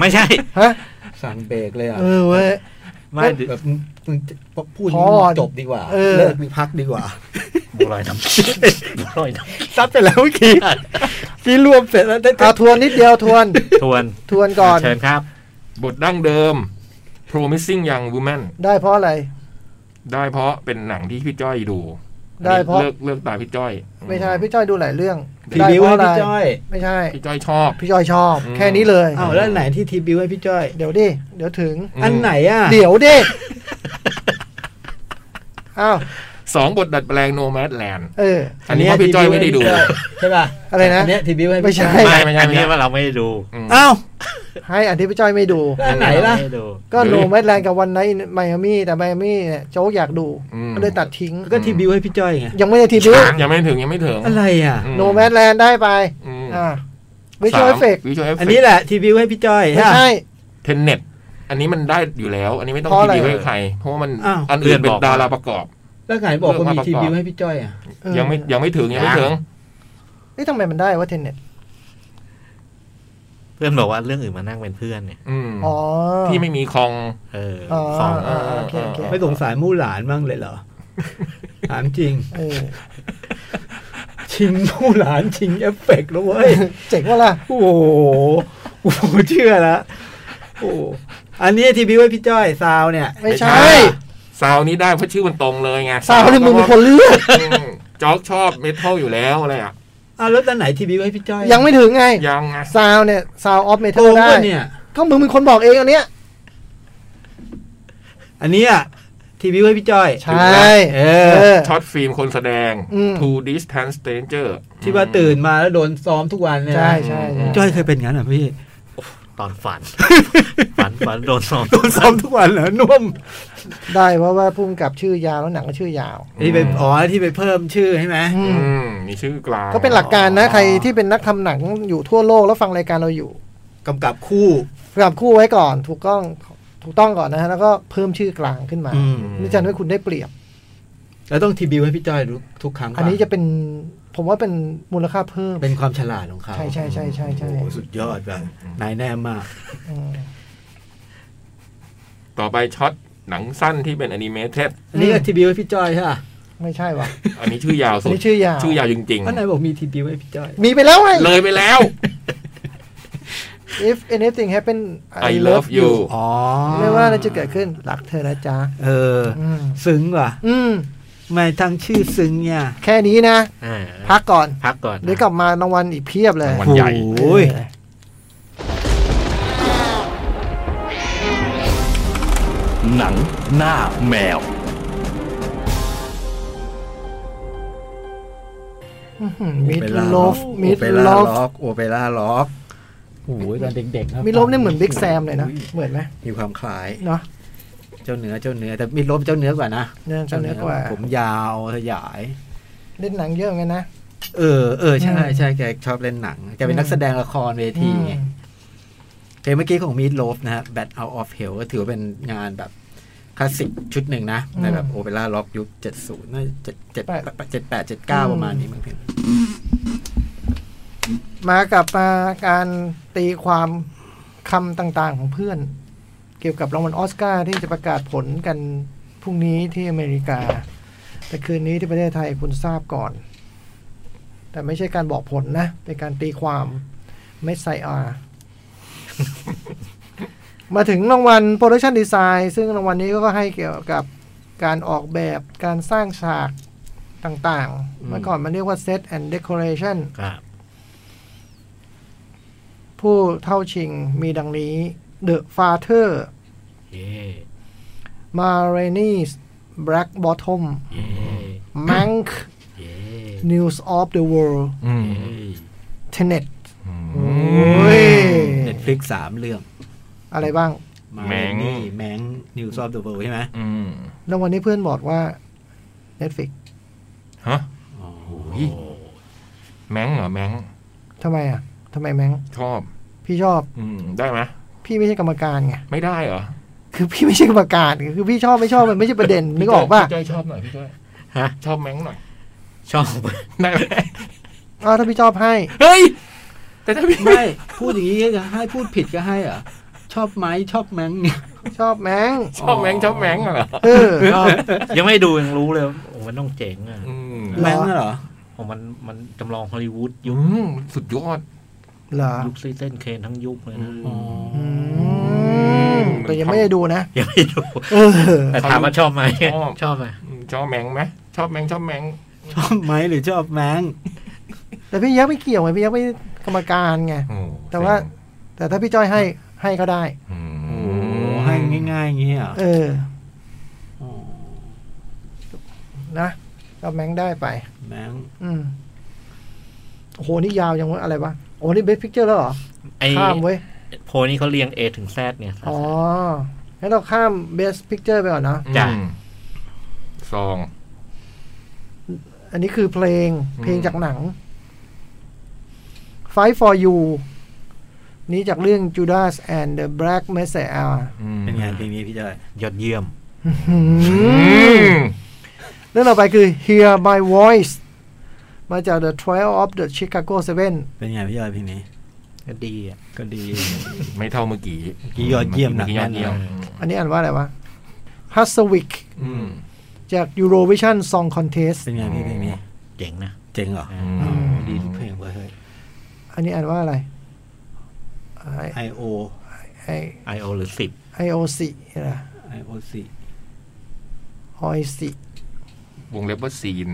[SPEAKER 4] ไม่ใช่
[SPEAKER 2] ฮะ
[SPEAKER 5] สั่งเบรกเลยอ่ะ
[SPEAKER 2] เออเว้ย
[SPEAKER 4] ไม่เดี๋ยว
[SPEAKER 5] แบบมึงพูด
[SPEAKER 2] พอ
[SPEAKER 5] จบดีกว่า
[SPEAKER 2] เออ
[SPEAKER 5] เลิกมีพักดีกว่า
[SPEAKER 4] บัวลอยน้ำบัวลอยน้
[SPEAKER 5] ซัดไปแล้วเมื่อกี้ ที่รวมเสร็จแล้วได้
[SPEAKER 2] เอาทวนนิดเดียวทวน
[SPEAKER 4] ำทวน
[SPEAKER 2] ทวนก่อน
[SPEAKER 4] เชิญครับ
[SPEAKER 3] บทดั้งเดิม Promising Young Woman
[SPEAKER 2] ได้เพราะอะไร
[SPEAKER 3] ได้เพราะเป็นหนังที่พี่จ้อยดู
[SPEAKER 2] ได้เพราะ
[SPEAKER 3] เลือกเลือกตาพี่จ้อย
[SPEAKER 2] ไม่ใช่พี่จ้อยดูหลายเรื่อง
[SPEAKER 5] ที
[SPEAKER 2] ได้
[SPEAKER 5] บิว
[SPEAKER 2] เพราะอะ
[SPEAKER 5] ให้
[SPEAKER 2] ไร
[SPEAKER 5] พี่จ้อย
[SPEAKER 2] ไม่ใช่
[SPEAKER 3] พี่จ้อยชอบ
[SPEAKER 2] พี่จ้อยชอบ
[SPEAKER 3] อืม
[SPEAKER 2] แค่นี้เลย
[SPEAKER 5] อ้าวแล้วไหนที่ทีบิวให้พี่จ้อย
[SPEAKER 2] เดี๋ยวดิ เดี๋ยวถึง
[SPEAKER 5] อันไหนอ่ะ
[SPEAKER 2] เดี๋ยวดิอ้าว
[SPEAKER 3] สองบทดัดแปลง Nomad Land
[SPEAKER 2] เออ
[SPEAKER 3] อันนี้เพราะพี่จ้อยไม่ได้ดู
[SPEAKER 5] ใช่ป่ะ
[SPEAKER 2] อะไรนะ
[SPEAKER 5] เนี้ยทีบิวให้พี่
[SPEAKER 2] ไม่ใช่
[SPEAKER 5] จ้อย
[SPEAKER 4] ไม่
[SPEAKER 3] ไม่ใช่
[SPEAKER 4] อันนี้
[SPEAKER 3] ไม่ใช่
[SPEAKER 4] ว่าเราไม่ได้ดู
[SPEAKER 3] อืม
[SPEAKER 5] อ้าว
[SPEAKER 2] ให้อันที่พี่จ้อยไม่ดู
[SPEAKER 5] แล้วอันไหนล่ะ
[SPEAKER 4] เราม่ด้ดู
[SPEAKER 2] ก็
[SPEAKER 3] หรื
[SPEAKER 2] โน
[SPEAKER 3] อ
[SPEAKER 2] แมดแลนกับวันไนท์ไมอามี่แต่ไมอามี่เนี่ยโจ๊กอยากดู
[SPEAKER 3] อืม
[SPEAKER 2] ก็เลยตัดทิ้ง
[SPEAKER 5] ก็ทีบิวให้พี่จ้อยไง
[SPEAKER 2] ยังไม่ได้ทีดู
[SPEAKER 3] ยังไม่ถึงยังไม่ถึง
[SPEAKER 5] อะไรอ่ะ
[SPEAKER 2] โนแมดแลนได้ไป อ่าวิชวลเอฟเฟก
[SPEAKER 3] วิชวลเอฟเฟ
[SPEAKER 5] อั
[SPEAKER 3] ก
[SPEAKER 5] นนี้แหละทีบิวให้พี่จ้อย
[SPEAKER 2] ไม่
[SPEAKER 5] ฮะ
[SPEAKER 2] ใช่
[SPEAKER 3] เทนเน็ต อันนี้มันได้อยู่แล้ว อันนี้ไม่ต้อง
[SPEAKER 2] เพราะ
[SPEAKER 3] ที
[SPEAKER 2] อะไร
[SPEAKER 3] ดีไว้ใคร เพราะว่ามัน
[SPEAKER 5] อ้าว
[SPEAKER 3] อันอื่นเป็
[SPEAKER 4] เลื่อ
[SPEAKER 3] น
[SPEAKER 4] นบอก
[SPEAKER 3] ดาราประกอบ
[SPEAKER 6] แล้วไหนบอกว่า
[SPEAKER 3] เรื่อง
[SPEAKER 6] มี
[SPEAKER 3] มาประกอบ
[SPEAKER 6] ทีวีให้พี่จ้อยอ่ะ
[SPEAKER 2] เออ
[SPEAKER 3] ยังไม่ยังไม่ถึงยังไม่ถึง
[SPEAKER 2] เอ้ยทำไมมันได้ว่าเทนเน็ต
[SPEAKER 4] เพื่อนบอกว่าเรื่องอื่นมานั่งเป็นเพื่อนเนี่ย
[SPEAKER 3] อืม
[SPEAKER 2] อ๋อ
[SPEAKER 3] ที่ไม่มีคอง
[SPEAKER 4] เออ
[SPEAKER 2] อ๋อ
[SPEAKER 4] สอง
[SPEAKER 2] อ๋อโอเคโอเค
[SPEAKER 5] ไม่สงสารมู่หลานบ้างเลยเหรอ ถามจริง
[SPEAKER 2] เออ
[SPEAKER 5] ชิงมู่หลานชิงเอฟเฟกต์แล้วเว้ย
[SPEAKER 2] เจ๋งว่าล่ะ
[SPEAKER 5] โอ้โหโอ้โหเชื่อละโอ้โหอันนี้ทีพีไว้พี่จ้อยซาวเนี่ย
[SPEAKER 2] ไม่ใช่
[SPEAKER 3] ไม่ใช่ ซาวนี้ได้เพราะชื่อมันตรงเลยไง
[SPEAKER 2] สาวนี่มึงเป็นคนเลือก
[SPEAKER 3] อืมจ๊อกชอบเมทัลอยู่แล้วอะไรอ่ะ
[SPEAKER 5] อ้าวแล้วตอนไหนทีพีไว้พี่จ้อย
[SPEAKER 2] ยังไม่ถึงไง
[SPEAKER 3] ยังไง
[SPEAKER 2] ซาวเนี่ยซาวออฟเม
[SPEAKER 5] โก
[SPEAKER 2] ทัล
[SPEAKER 5] ง
[SPEAKER 2] ได้
[SPEAKER 5] วะเนี่ย
[SPEAKER 2] ก็มึงเป็นคนบอกเองอันเนี้ย
[SPEAKER 5] อันเนี้อ่ะทีพีไว้พี่จ้อย
[SPEAKER 2] ใช่
[SPEAKER 5] เออ
[SPEAKER 3] ช็อตฟิล์มคนแสดง
[SPEAKER 2] อืม
[SPEAKER 3] Two Distant Stranger
[SPEAKER 5] ที่ว่าตื่นมาแล้วโดนซ้อมทุกวันเนี่ย
[SPEAKER 2] ใช่ใช่ใช่
[SPEAKER 5] จ้อยเคยเป็นงั้นเหรอพี่
[SPEAKER 4] ตอนฝัน ฝันฝันโดนสอง
[SPEAKER 5] โดนซ้อมทุกวันเหรอนุ่ม
[SPEAKER 2] ได้เพราะว่าพุ่มกับชื่อยาวแล้วหนังก็ชื่อยาว
[SPEAKER 5] ที่ไปอ๋อที่ไปเพิ่มชื่อใช่ไหม
[SPEAKER 3] อืมมีชื่อกลาง
[SPEAKER 2] ก็เป็นหลักการนะ
[SPEAKER 5] อ๋อ
[SPEAKER 2] ใครที่เป็นนักทำหนังอยู่ทั่วโลกแล้วฟังรายการเราอยู่
[SPEAKER 5] กำกับคู่
[SPEAKER 2] กลับคู่ไว้ก่อน ถูกต้องถูกต้องก่อนนะฮะแล้วก็เพิ่มชื่อกลางขึ้นมา
[SPEAKER 5] อืม
[SPEAKER 2] นี่จะทำให้คุณได้เปรียบ
[SPEAKER 5] แล้วต้องทีบิวให้พี่จ้อยทุกทุกครั้ง
[SPEAKER 2] อันนี้จะเป็นผมว่าเป็นมูลค่าเพิ่ม
[SPEAKER 5] เป็นความฉลาดของเขา
[SPEAKER 2] ใช่ใช่ใช่ใช่ใช่
[SPEAKER 5] โอ้โหสุดยอดแบบนายแน่มาก
[SPEAKER 2] อืม
[SPEAKER 3] ต่อไปช็อตหนังสั้นที่เป็นอนิเมเต็ด
[SPEAKER 5] อันนี้ก็
[SPEAKER 2] อืม
[SPEAKER 5] ทีบิวให้พี่จ้อยใช่ปะ
[SPEAKER 2] ไม่ใช่ว่ะ
[SPEAKER 3] อันนี้ชื่อยาว
[SPEAKER 2] อั
[SPEAKER 3] สุ
[SPEAKER 2] น
[SPEAKER 3] ด
[SPEAKER 2] นี้ชื่อยาว
[SPEAKER 3] ชื่อยาวจริง
[SPEAKER 5] อันไหนบอกมีทีบิวให้พี่จ้อย
[SPEAKER 2] มีไปแล้วไง
[SPEAKER 3] ๆ เลยไปแล้ว
[SPEAKER 2] if anything happen
[SPEAKER 3] I love you
[SPEAKER 5] อ๋อ
[SPEAKER 2] ไม่ว่าอะไรจะเกิดขึ้นรักเธอนะจ๊ะ
[SPEAKER 5] เออ
[SPEAKER 2] อืม
[SPEAKER 5] ซึ้งว่ะ
[SPEAKER 2] อืม
[SPEAKER 5] ไม่ทั้งชื่อซึ้งเนี่ย
[SPEAKER 2] แค่นี้นะ พักก่อน
[SPEAKER 4] พักก่อน
[SPEAKER 2] เดี๋ยวกลับมารางวัลอีกเพียบเลย
[SPEAKER 3] รางวัล ใหญ่
[SPEAKER 5] โอ้ย
[SPEAKER 1] หนังหน้าแมว
[SPEAKER 2] มิดโลฟมิด
[SPEAKER 5] โอเปร่า
[SPEAKER 2] โลฟ
[SPEAKER 5] ล็อกโอเปร่าล็อก
[SPEAKER 6] โอ้โหตอนเด็กๆนะ
[SPEAKER 2] มิดโลฟเนี่ยเหมือนบิ๊กแซมเลยนะ เหมือนไหม
[SPEAKER 5] มีความคล้าย
[SPEAKER 2] เนาะ
[SPEAKER 5] เจ้าเหนือเจ้าเหนือแต่มีลบเจ้าเหนือกว่านะ
[SPEAKER 2] เนี่ยเจ้าเนื้อกว่า
[SPEAKER 5] ผมยาวขยาย
[SPEAKER 2] เล่นหนังเยอะเหมือนกันนะ
[SPEAKER 5] เออเออใช่
[SPEAKER 2] อืม
[SPEAKER 5] ใช่แกชอบเล่นหนังแกเป็
[SPEAKER 2] อื
[SPEAKER 5] น
[SPEAKER 2] ม
[SPEAKER 5] นักแสดงละครเว
[SPEAKER 2] อื
[SPEAKER 5] ที
[SPEAKER 2] ม
[SPEAKER 5] ไงเพลงเมื่อกี้ของมีดโลฟนะฮะ Bat Out of Hell ก็ถือว่าเป็นงานแบบคลาสสิกชุดหนึ่งนะ ในแบบโอเปร่าล็อกยุค70น่าจะ7 7 8 7 9 ประมาณนี้มั้งเพียง
[SPEAKER 2] มากลับมาการตีความคำต่างๆของเพื่อน เกี่ยวกับรางวัลออสการ์ที่จะประกาศผลกันพรุ่งนี้ที่อเมริกา แต่คืนนี้ที่ประเทศไทยคุณทราบก่อน แต่ไม่ใช่การบอกผลนะ เป็นการตีความไม่ใส่อา มาถึงรางวัล Production Design ซึ่งรางวัลนี้ก็ให้เกี่ยวกับการออกแบบการสร้างฉากต่าง
[SPEAKER 5] อื
[SPEAKER 2] ๆ
[SPEAKER 5] ม
[SPEAKER 2] เมื่อก่อนมันเรียกว่า Set and Decoration
[SPEAKER 4] ครับ
[SPEAKER 2] ผู้เท่าชิงมีดังนี้ The Father
[SPEAKER 4] เย่
[SPEAKER 2] m a r a n i s Black Bottom
[SPEAKER 4] เย่
[SPEAKER 2] Mank
[SPEAKER 4] เย่
[SPEAKER 2] News of the World
[SPEAKER 3] อืม
[SPEAKER 2] Tenet
[SPEAKER 3] ม
[SPEAKER 2] โอ้ย
[SPEAKER 5] เน็ตฟลิกสามเรื่อง
[SPEAKER 2] อะไรบ้าง
[SPEAKER 3] แมง
[SPEAKER 5] นี่แมงนิวซอฟเดอะเวิลใช่ไหม
[SPEAKER 3] อืม
[SPEAKER 2] แล้ววันนี้เพื่อนบอกว่า Netflix
[SPEAKER 3] ฮะ
[SPEAKER 5] อ๋อ
[SPEAKER 3] แมงเหรอแมง
[SPEAKER 2] ทำไมอ่ะทำไมแม้ง
[SPEAKER 3] ชอบ
[SPEAKER 2] พี่ชอบ
[SPEAKER 3] อืมได้ไหม
[SPEAKER 2] พี่ไม่ใช่กรรมการไง
[SPEAKER 3] ไม่ได้เหรอ
[SPEAKER 2] คือพี่ไม่ใช่กรรมการ คือพี่ชอบไม่ชอบมันไม่ใช่ประเด็น นึกออกป่ะ
[SPEAKER 3] พี่จ้อยชอบหน่อยพี่จ้อย
[SPEAKER 4] ฮะ
[SPEAKER 3] ชอบแมงหน่อย
[SPEAKER 4] ชอบ
[SPEAKER 3] ได้ไหม
[SPEAKER 2] อ้าวถ้าพี่ชอบให้
[SPEAKER 3] เฮ้ยแต่ถ้าพี่
[SPEAKER 5] ไม่พูดอย่างนี้ก็ให้พูดผิดก็ให้เหรอ่ะ ชอบไหมชอบแม งเนี่ย
[SPEAKER 2] ชอบแม้ง
[SPEAKER 3] ชอบแมงชอบแมงเหรอ
[SPEAKER 2] เอ อ
[SPEAKER 4] ชอบ ยังไม่ดูยังรู้เลยว่าโอ้มันต้องเจ๋งอ่ะ
[SPEAKER 3] อืม
[SPEAKER 2] เหรอ
[SPEAKER 5] แมงน่ะเหรอ
[SPEAKER 4] โอ้มันมันจำลองฮอลลีวูด
[SPEAKER 3] อื
[SPEAKER 4] ยุค
[SPEAKER 3] มสุดยอด
[SPEAKER 2] เหรอ
[SPEAKER 4] ยุคซีเซนเคนทั้งยุคเลยนะ
[SPEAKER 5] อ๋อ
[SPEAKER 2] อืมแต่ยังไม่ได้ดูนะ
[SPEAKER 4] ยังไม่ดู
[SPEAKER 2] เออ
[SPEAKER 4] แต่ถามว่าชอบไหม
[SPEAKER 3] ชอบ
[SPEAKER 4] ชอบไหม
[SPEAKER 3] อืมชอบแมงไหมชอบแมงชอบแมง
[SPEAKER 5] ชอบไหมหรือชอบแมง
[SPEAKER 2] แต่พี่ยักษ์ไม่เกี่ยวไงพี่ยักษ์ไม่กรรมการไง
[SPEAKER 3] โอ้
[SPEAKER 2] แต่ว่า แต่ถ้าพี่จ้อยให้ให้ก็ได้
[SPEAKER 3] อืม
[SPEAKER 5] โอ้โหให้ง่ายๆอย่างนี้เหรอ
[SPEAKER 2] เออ
[SPEAKER 5] อ๋อ
[SPEAKER 2] นะเราแมงได้ไป
[SPEAKER 5] แมง
[SPEAKER 2] อืมโอ้โหนี่ยาวยังวะอะไรวะโอ้นี่เบสพิกเจอร์แล้วเหรอ
[SPEAKER 4] ไอ้
[SPEAKER 2] ข้ามเว้ย
[SPEAKER 4] โพลนี่เขาเรียง A ถึง Z เนี่ย
[SPEAKER 2] อ๋อ งั้นเราข้ามเบสพิกเจอร์ไปก่อนเนอะ
[SPEAKER 3] อืม
[SPEAKER 4] จ้ะ
[SPEAKER 3] ซอง
[SPEAKER 2] อันนี้คือเพลง
[SPEAKER 3] อืม
[SPEAKER 2] เพลงจากหนัง Fight for you นี้จากเรื่อง Judas and the Black Messiah
[SPEAKER 3] อืม
[SPEAKER 5] เป็นไงเพลงนี้พี่จอย
[SPEAKER 4] ยอดเยี่ยม
[SPEAKER 3] อืม
[SPEAKER 2] เรื่องต่อไปคือ Hear My Voice มาจาก The Trial of the Chicago Seven
[SPEAKER 5] เป็นไงพี่จอยเพลงนี้
[SPEAKER 4] ก็ดีอ่ะ
[SPEAKER 5] ก็ดี
[SPEAKER 3] ไม่เท่าเมื่อกี้
[SPEAKER 5] เมื่อกี้ยอดเยี่ยมนะ
[SPEAKER 3] อกี้ยอดเยี่ยม
[SPEAKER 2] อันนี้อ่านว่าอะไรวะ p a s w i c
[SPEAKER 3] อืม
[SPEAKER 2] จาก Eurovision Song Contest
[SPEAKER 5] เป็นไงพี่เพลงนี้
[SPEAKER 4] เจ๋งนะ
[SPEAKER 5] เจ๋งเหรอ
[SPEAKER 3] อืม
[SPEAKER 5] ดีทุกเพลงเว้ย
[SPEAKER 2] อันนี้อ่านว่าอะไร I
[SPEAKER 5] ไอโอ
[SPEAKER 2] I
[SPEAKER 4] I O หรือสิบ
[SPEAKER 2] I O C นะ
[SPEAKER 5] ไอโอสี่
[SPEAKER 2] I O C
[SPEAKER 3] วงเล็บว่าซีน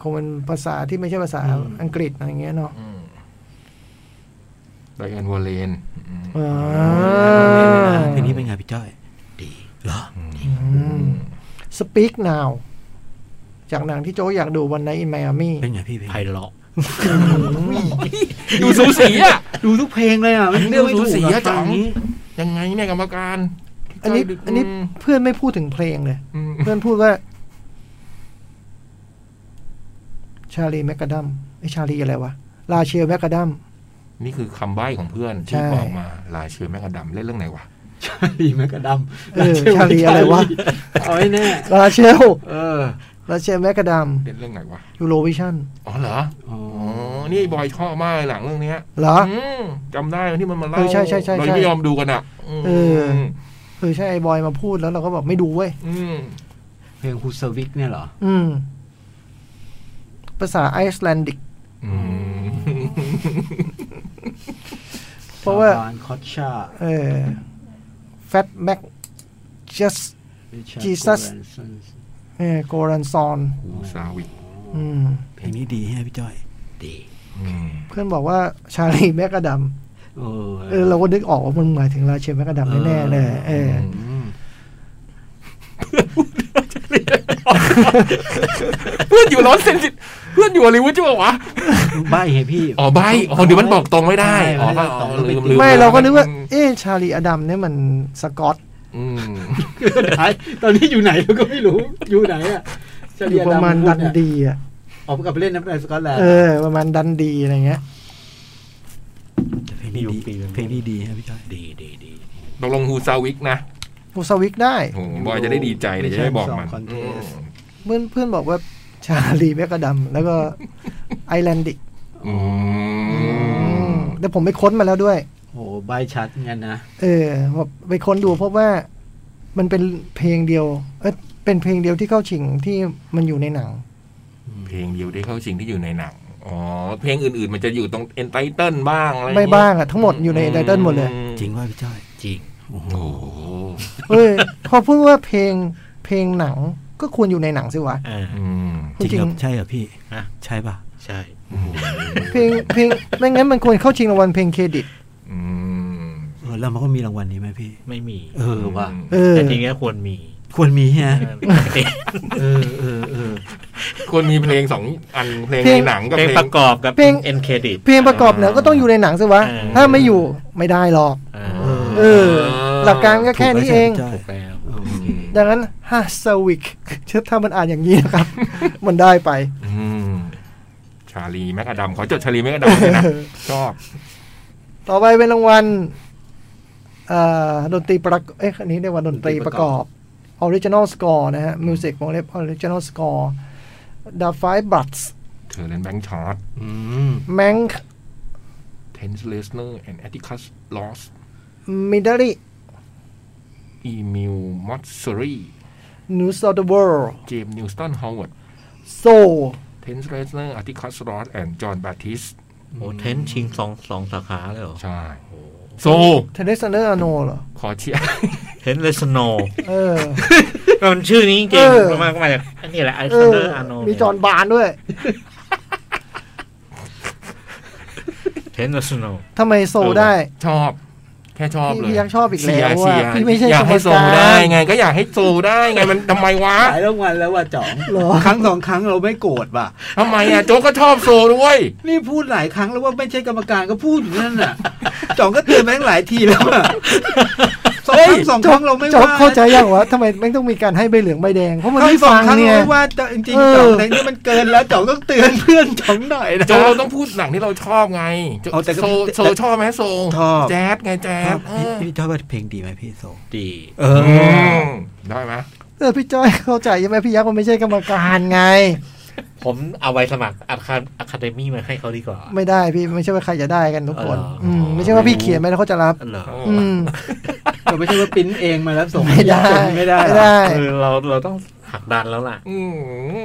[SPEAKER 2] คงเป็นภาษาที่ไม่ใช่ภาษาอังกฤษอะไรอย่างเงี้ยเนาะ
[SPEAKER 3] อืมไดแอนวอลเลนอืม
[SPEAKER 2] อ่า
[SPEAKER 5] เพลงนี้เป็นไงพี่จ้อย
[SPEAKER 2] อืม Speak Now จากหนังที่โจอยากดูวัน i น h t in Miami
[SPEAKER 5] เป็นไงพี่เพลง
[SPEAKER 4] ไพเราะ
[SPEAKER 3] ดูสูสีอ่ะ
[SPEAKER 5] ดูทุกเพลงเลยอ่ะไม่
[SPEAKER 3] เรื่องสูสี
[SPEAKER 5] ไม่
[SPEAKER 3] อะ
[SPEAKER 5] ถูก
[SPEAKER 3] จ๋อง
[SPEAKER 5] นี้
[SPEAKER 3] ยังไงเนี่ยกรรมการ
[SPEAKER 2] อันนี้อันนี้เพื่อนไม่พูดถึงเพลงเลย
[SPEAKER 3] อืม
[SPEAKER 2] เพื่อนพูดว่า ชาลีแมกกาดัมไอชาลีอะไรวะ ลาเชลแมกกาดัม
[SPEAKER 3] นี่คือคำใบ้ของเพื่อน
[SPEAKER 2] ใช่
[SPEAKER 3] ที่บอกมาลายเชื่อแม่กระดำเล่นเรื่องไหนวะ
[SPEAKER 5] ชาลีแมกกาดัม
[SPEAKER 2] เออชาลีอะไรวะ
[SPEAKER 5] เอาให้แน่
[SPEAKER 2] ลาเชล
[SPEAKER 5] เออ
[SPEAKER 2] ลาเชลแมกกาดัม
[SPEAKER 3] เล่นเรื่องไหนวะ
[SPEAKER 2] ยูโรวิชั่น
[SPEAKER 3] อ๋อเหรอ
[SPEAKER 5] อ๋อ
[SPEAKER 3] อ๋อ นี่บอยชอบมากเลยหลังเรื่องเนี้ย
[SPEAKER 2] เหรอ
[SPEAKER 3] อืมจำได้ที่มันมาเล่า
[SPEAKER 2] เออใช่ใช่ใช่
[SPEAKER 3] เรา
[SPEAKER 2] ใช่
[SPEAKER 3] ไม่ยอมดูกันอ่ะม
[SPEAKER 2] เออ เออใช่ไอบอยมาพูดแล้วเราก็บอกไม่ดูเว้ย
[SPEAKER 3] ม
[SPEAKER 5] เพลงฮูเซอร์วิกเนี่ยเหรอ
[SPEAKER 2] อืม ภาษาไอซ์แลนดิก
[SPEAKER 3] อืม
[SPEAKER 2] เพราะว่า
[SPEAKER 5] คอตชา
[SPEAKER 2] เออแฟตแม็กจัส Jesus เออโกรันซอน
[SPEAKER 3] หูซาวิก
[SPEAKER 2] อืม
[SPEAKER 5] เพลงนี้ดีใช่ไหมพี่จ้อย
[SPEAKER 4] ดี
[SPEAKER 3] อืม
[SPEAKER 2] เพื่อนบอกว่าชาลีแมกกาดัม
[SPEAKER 5] เออ
[SPEAKER 2] เออเราก็นึกออกว่ามันหมายถึงลาเชลแมกกาดัมแน่ๆเลยเออ
[SPEAKER 5] อืม
[SPEAKER 3] เพื่อนอยู่ร้อนเซนสิตเพื่อนอยู่ฮอลลีวูดใช่ปะวะ
[SPEAKER 5] ใบไงพี่
[SPEAKER 3] อ๋อใบอ๋อเดี๋ยวมันบอกตรงไม่ได้
[SPEAKER 5] ใช่
[SPEAKER 3] อ๋อก็
[SPEAKER 5] ไม่ได้ตรง
[SPEAKER 3] ลืมลืม
[SPEAKER 2] ไม่เราก็นึกว่า เอ๊ะชาลีอดัมเนี่ยมันสกอต
[SPEAKER 3] อืม
[SPEAKER 5] หายตอนนี้อยู่ไหนเราก็ไม่รู้ อยู่ไหนอ่ะ
[SPEAKER 2] อยู่ประมาณดันดีอ่ะ
[SPEAKER 5] ออกกลับไปเล่นน้ำในสกอตแลนด์
[SPEAKER 2] เออ ประมาณดันดีอะไรเงี้ย
[SPEAKER 5] เพลงนี้ดีเพลงนี้ดีฮะพี่จ้อย ดีดีดี
[SPEAKER 3] ตกลงฮูซาวิกนะ
[SPEAKER 2] ฮูสวิกได้
[SPEAKER 3] โหบอยจะได้ดีใจเลยจะได้บอกมันอืม
[SPEAKER 2] เพื่อนเพื่อนบอกว่าชาลีแมกกาดัมแล้วก็ไอแลนดิก
[SPEAKER 3] อืม
[SPEAKER 2] แต่ผมไปค้นมาแล้วด้วย
[SPEAKER 5] โอ้ใบชัดเงี้ยนะ
[SPEAKER 2] เออผมไปค้นดูพบว่ามันเป็นเพลงเดียว เอยเป็นเพลงเดียวที่เข้าชิงที่มันอยู่ในหนัง
[SPEAKER 3] เพลงเดียวได้เข้าชิงที่อยู่ในหนัง อ๋อ เพลงอื่นๆ มันจะอยู่ตรงเอนไตเติลบ้างอะไรอย่
[SPEAKER 2] ไม่
[SPEAKER 3] เย
[SPEAKER 2] บ้างอะทั้งหมดอยู่ใน Entitled หมดเลย
[SPEAKER 3] อื
[SPEAKER 5] จริงว่าพี่จ้อย
[SPEAKER 4] จริง
[SPEAKER 5] โอ้โห
[SPEAKER 3] โอ้โห
[SPEAKER 2] เอ้ย พอพูดว่าเพลงเพลงหนังก็ควรอยู่ในหนังสิวะ
[SPEAKER 4] เอ่า
[SPEAKER 3] อืม
[SPEAKER 5] จริง
[SPEAKER 2] จริง
[SPEAKER 5] เหรอใช่เหรอพี่
[SPEAKER 4] ฮะ
[SPEAKER 5] ใช่ป่ะ
[SPEAKER 4] ใช่
[SPEAKER 2] เพลงเพลงไม่งั้นมันควรเข้าชิงรางวัลเพลงเครดิต
[SPEAKER 3] อืม
[SPEAKER 5] เออแล้วมันก็มีรางวัลนี้ไหมพี่
[SPEAKER 4] ไม่มี
[SPEAKER 5] เออว่ะ
[SPEAKER 2] เออ
[SPEAKER 4] แต่จริงๆแล้วควรมี
[SPEAKER 5] ควรมีฮะ
[SPEAKER 4] เพลง
[SPEAKER 5] เออเออเออ
[SPEAKER 3] ควรมีเพลงสองอันเพลง
[SPEAKER 2] เพล
[SPEAKER 3] ใน
[SPEAKER 2] ง
[SPEAKER 3] หนังกับ
[SPEAKER 4] เพลง
[SPEAKER 3] เพลง
[SPEAKER 4] ประกอบกับ
[SPEAKER 2] เพลง
[SPEAKER 4] เอ็นเครดิต
[SPEAKER 2] เพลงประกอบหนังก็ต้องอยู่ในหนังสิวะ
[SPEAKER 4] เออ
[SPEAKER 2] ถ้าไม่อยู่ไม่ได้หรอก เออ หลักการก็แค่นี้เอง
[SPEAKER 5] ถูกแล้วใช่ไหมพี่จ้อย
[SPEAKER 4] แล้ว
[SPEAKER 5] เออ
[SPEAKER 2] ดังนั้นฮัสวิกถ้ามันอ่านอย่างนี้นะครับ มันได้ไป
[SPEAKER 3] อืมชาลีแมกอดัมขอจดชาลีแมกอดัมเลย นะชอบ
[SPEAKER 2] ต่อไปเป็นรางวัลเอ่อดนตรีประกอบเอ๊ะอันนี้เรียกว่าดนตรีประกอบ original score นะฮะ music วงเล็บ original score The Five Buds
[SPEAKER 3] เธอเล่นแบงค์ชาร์ต
[SPEAKER 5] อืม
[SPEAKER 2] Mank
[SPEAKER 3] Tense Lesnar and Atticus Ross
[SPEAKER 2] Midori
[SPEAKER 3] Emil Motsuri
[SPEAKER 2] News of the World
[SPEAKER 3] James Newton Howard
[SPEAKER 2] Soul
[SPEAKER 3] Tense Lesnar Atticus Ross and John Baptiste
[SPEAKER 4] โอ้เทนชิงสองสองสาขาเลยเหรอ
[SPEAKER 3] ใช่
[SPEAKER 4] โอ้
[SPEAKER 3] โซ
[SPEAKER 2] t e n n i s a n d e r Arno เหรอ
[SPEAKER 3] ขอเชียร์
[SPEAKER 4] เทนเลสโน
[SPEAKER 2] เออ
[SPEAKER 4] มันชื่อนี้จ
[SPEAKER 2] เอ
[SPEAKER 4] ริง
[SPEAKER 2] อ
[SPEAKER 4] ๆมันก็มาจากอันนี้แหละไอ
[SPEAKER 2] เอ
[SPEAKER 4] ซ์
[SPEAKER 2] อ
[SPEAKER 4] เดอร์อาโน
[SPEAKER 2] มีจอห์นบาร์นด้วย
[SPEAKER 4] เทนเนสโน
[SPEAKER 2] ทำไมโซ
[SPEAKER 3] เออ
[SPEAKER 2] ได้
[SPEAKER 3] ชอบ แค่ชอบเลย
[SPEAKER 2] พี่พี่ยังชอบอีกแล้ว
[SPEAKER 3] เชียร์
[SPEAKER 2] อะ
[SPEAKER 3] เชียร์
[SPEAKER 2] พี่ไม่ใช่
[SPEAKER 3] อยากให้โซ
[SPEAKER 2] กรรมการ
[SPEAKER 3] ได้ไง ก็อยากให้โซได้ไงมันทำไม วะ
[SPEAKER 5] หลายรางวัลแล้วว่ะจ๋อง
[SPEAKER 2] เหรอ
[SPEAKER 5] ครั้งสองครั้งเราไม่โกรธว่ะ
[SPEAKER 3] ทำไมอ่ะโจ๊กก็ชอบโซด้วย
[SPEAKER 5] นี่พูดหลายครั้งแล้วว่าไม่ใช่กรรมการก็พูดอยู่นั่นน่ะ จ๋องก็เตือนแม่งหลายทีแล้วอะโซ เฮ้ยสองครั้งเราไม่
[SPEAKER 2] จ๊อบ
[SPEAKER 5] ว่า
[SPEAKER 2] เข้าใจยังวะทำไมแม่งต้องมีการให้ใบเหลืองใบแดง เพราะมัน
[SPEAKER 5] เข้า
[SPEAKER 2] ไม่
[SPEAKER 5] สอง
[SPEAKER 2] ฟัง
[SPEAKER 5] ครั้ง
[SPEAKER 2] เนี่ย
[SPEAKER 5] เราไม่ว่าแต่จริง
[SPEAKER 2] เออ
[SPEAKER 5] ๆจ๋องในนี้มันเกินแล้วจ๋องต้องเตือนเพื่อนจ๋องหน่อยนะ
[SPEAKER 3] โจเราต้องพูดหนังที่เราชอบไงโจ
[SPEAKER 5] เอาแต่ก็
[SPEAKER 3] โซโซชอบไหมโซ
[SPEAKER 5] ชอบ
[SPEAKER 3] แจ๊ดไงแจ๊ดเออ
[SPEAKER 5] พี่ชอบว่าเพลงดีไหมพี่โซ
[SPEAKER 4] ดี
[SPEAKER 5] เอ
[SPEAKER 3] อื
[SPEAKER 5] อ
[SPEAKER 3] มได้ไหม
[SPEAKER 2] เออพี่จ้อยเข้าใจใช่ไหมพี่ยักษ์มันไม่ใช่กรรมการไง
[SPEAKER 4] ผมเอาใบสมัครอาคาอาคาเดมี่มาให้เขาดีกว่า
[SPEAKER 2] ไม่ได้พี่ไม่ใช่ว่าใครจะได้กันทุกคน
[SPEAKER 4] อ๋ออื
[SPEAKER 2] มไม่ใช่ว่าพี่เขียนไปแล้วเขาจะรับ
[SPEAKER 4] เหรอ
[SPEAKER 2] อืม
[SPEAKER 5] เราไม่ใช่ว่าปริ้นเองมาแล้วส่ง
[SPEAKER 2] ไม่ได้
[SPEAKER 5] ส่งไม่ได้
[SPEAKER 2] ไม่ได้
[SPEAKER 4] คือเราเราต้องหักดันแล้วล่ะ
[SPEAKER 3] อืม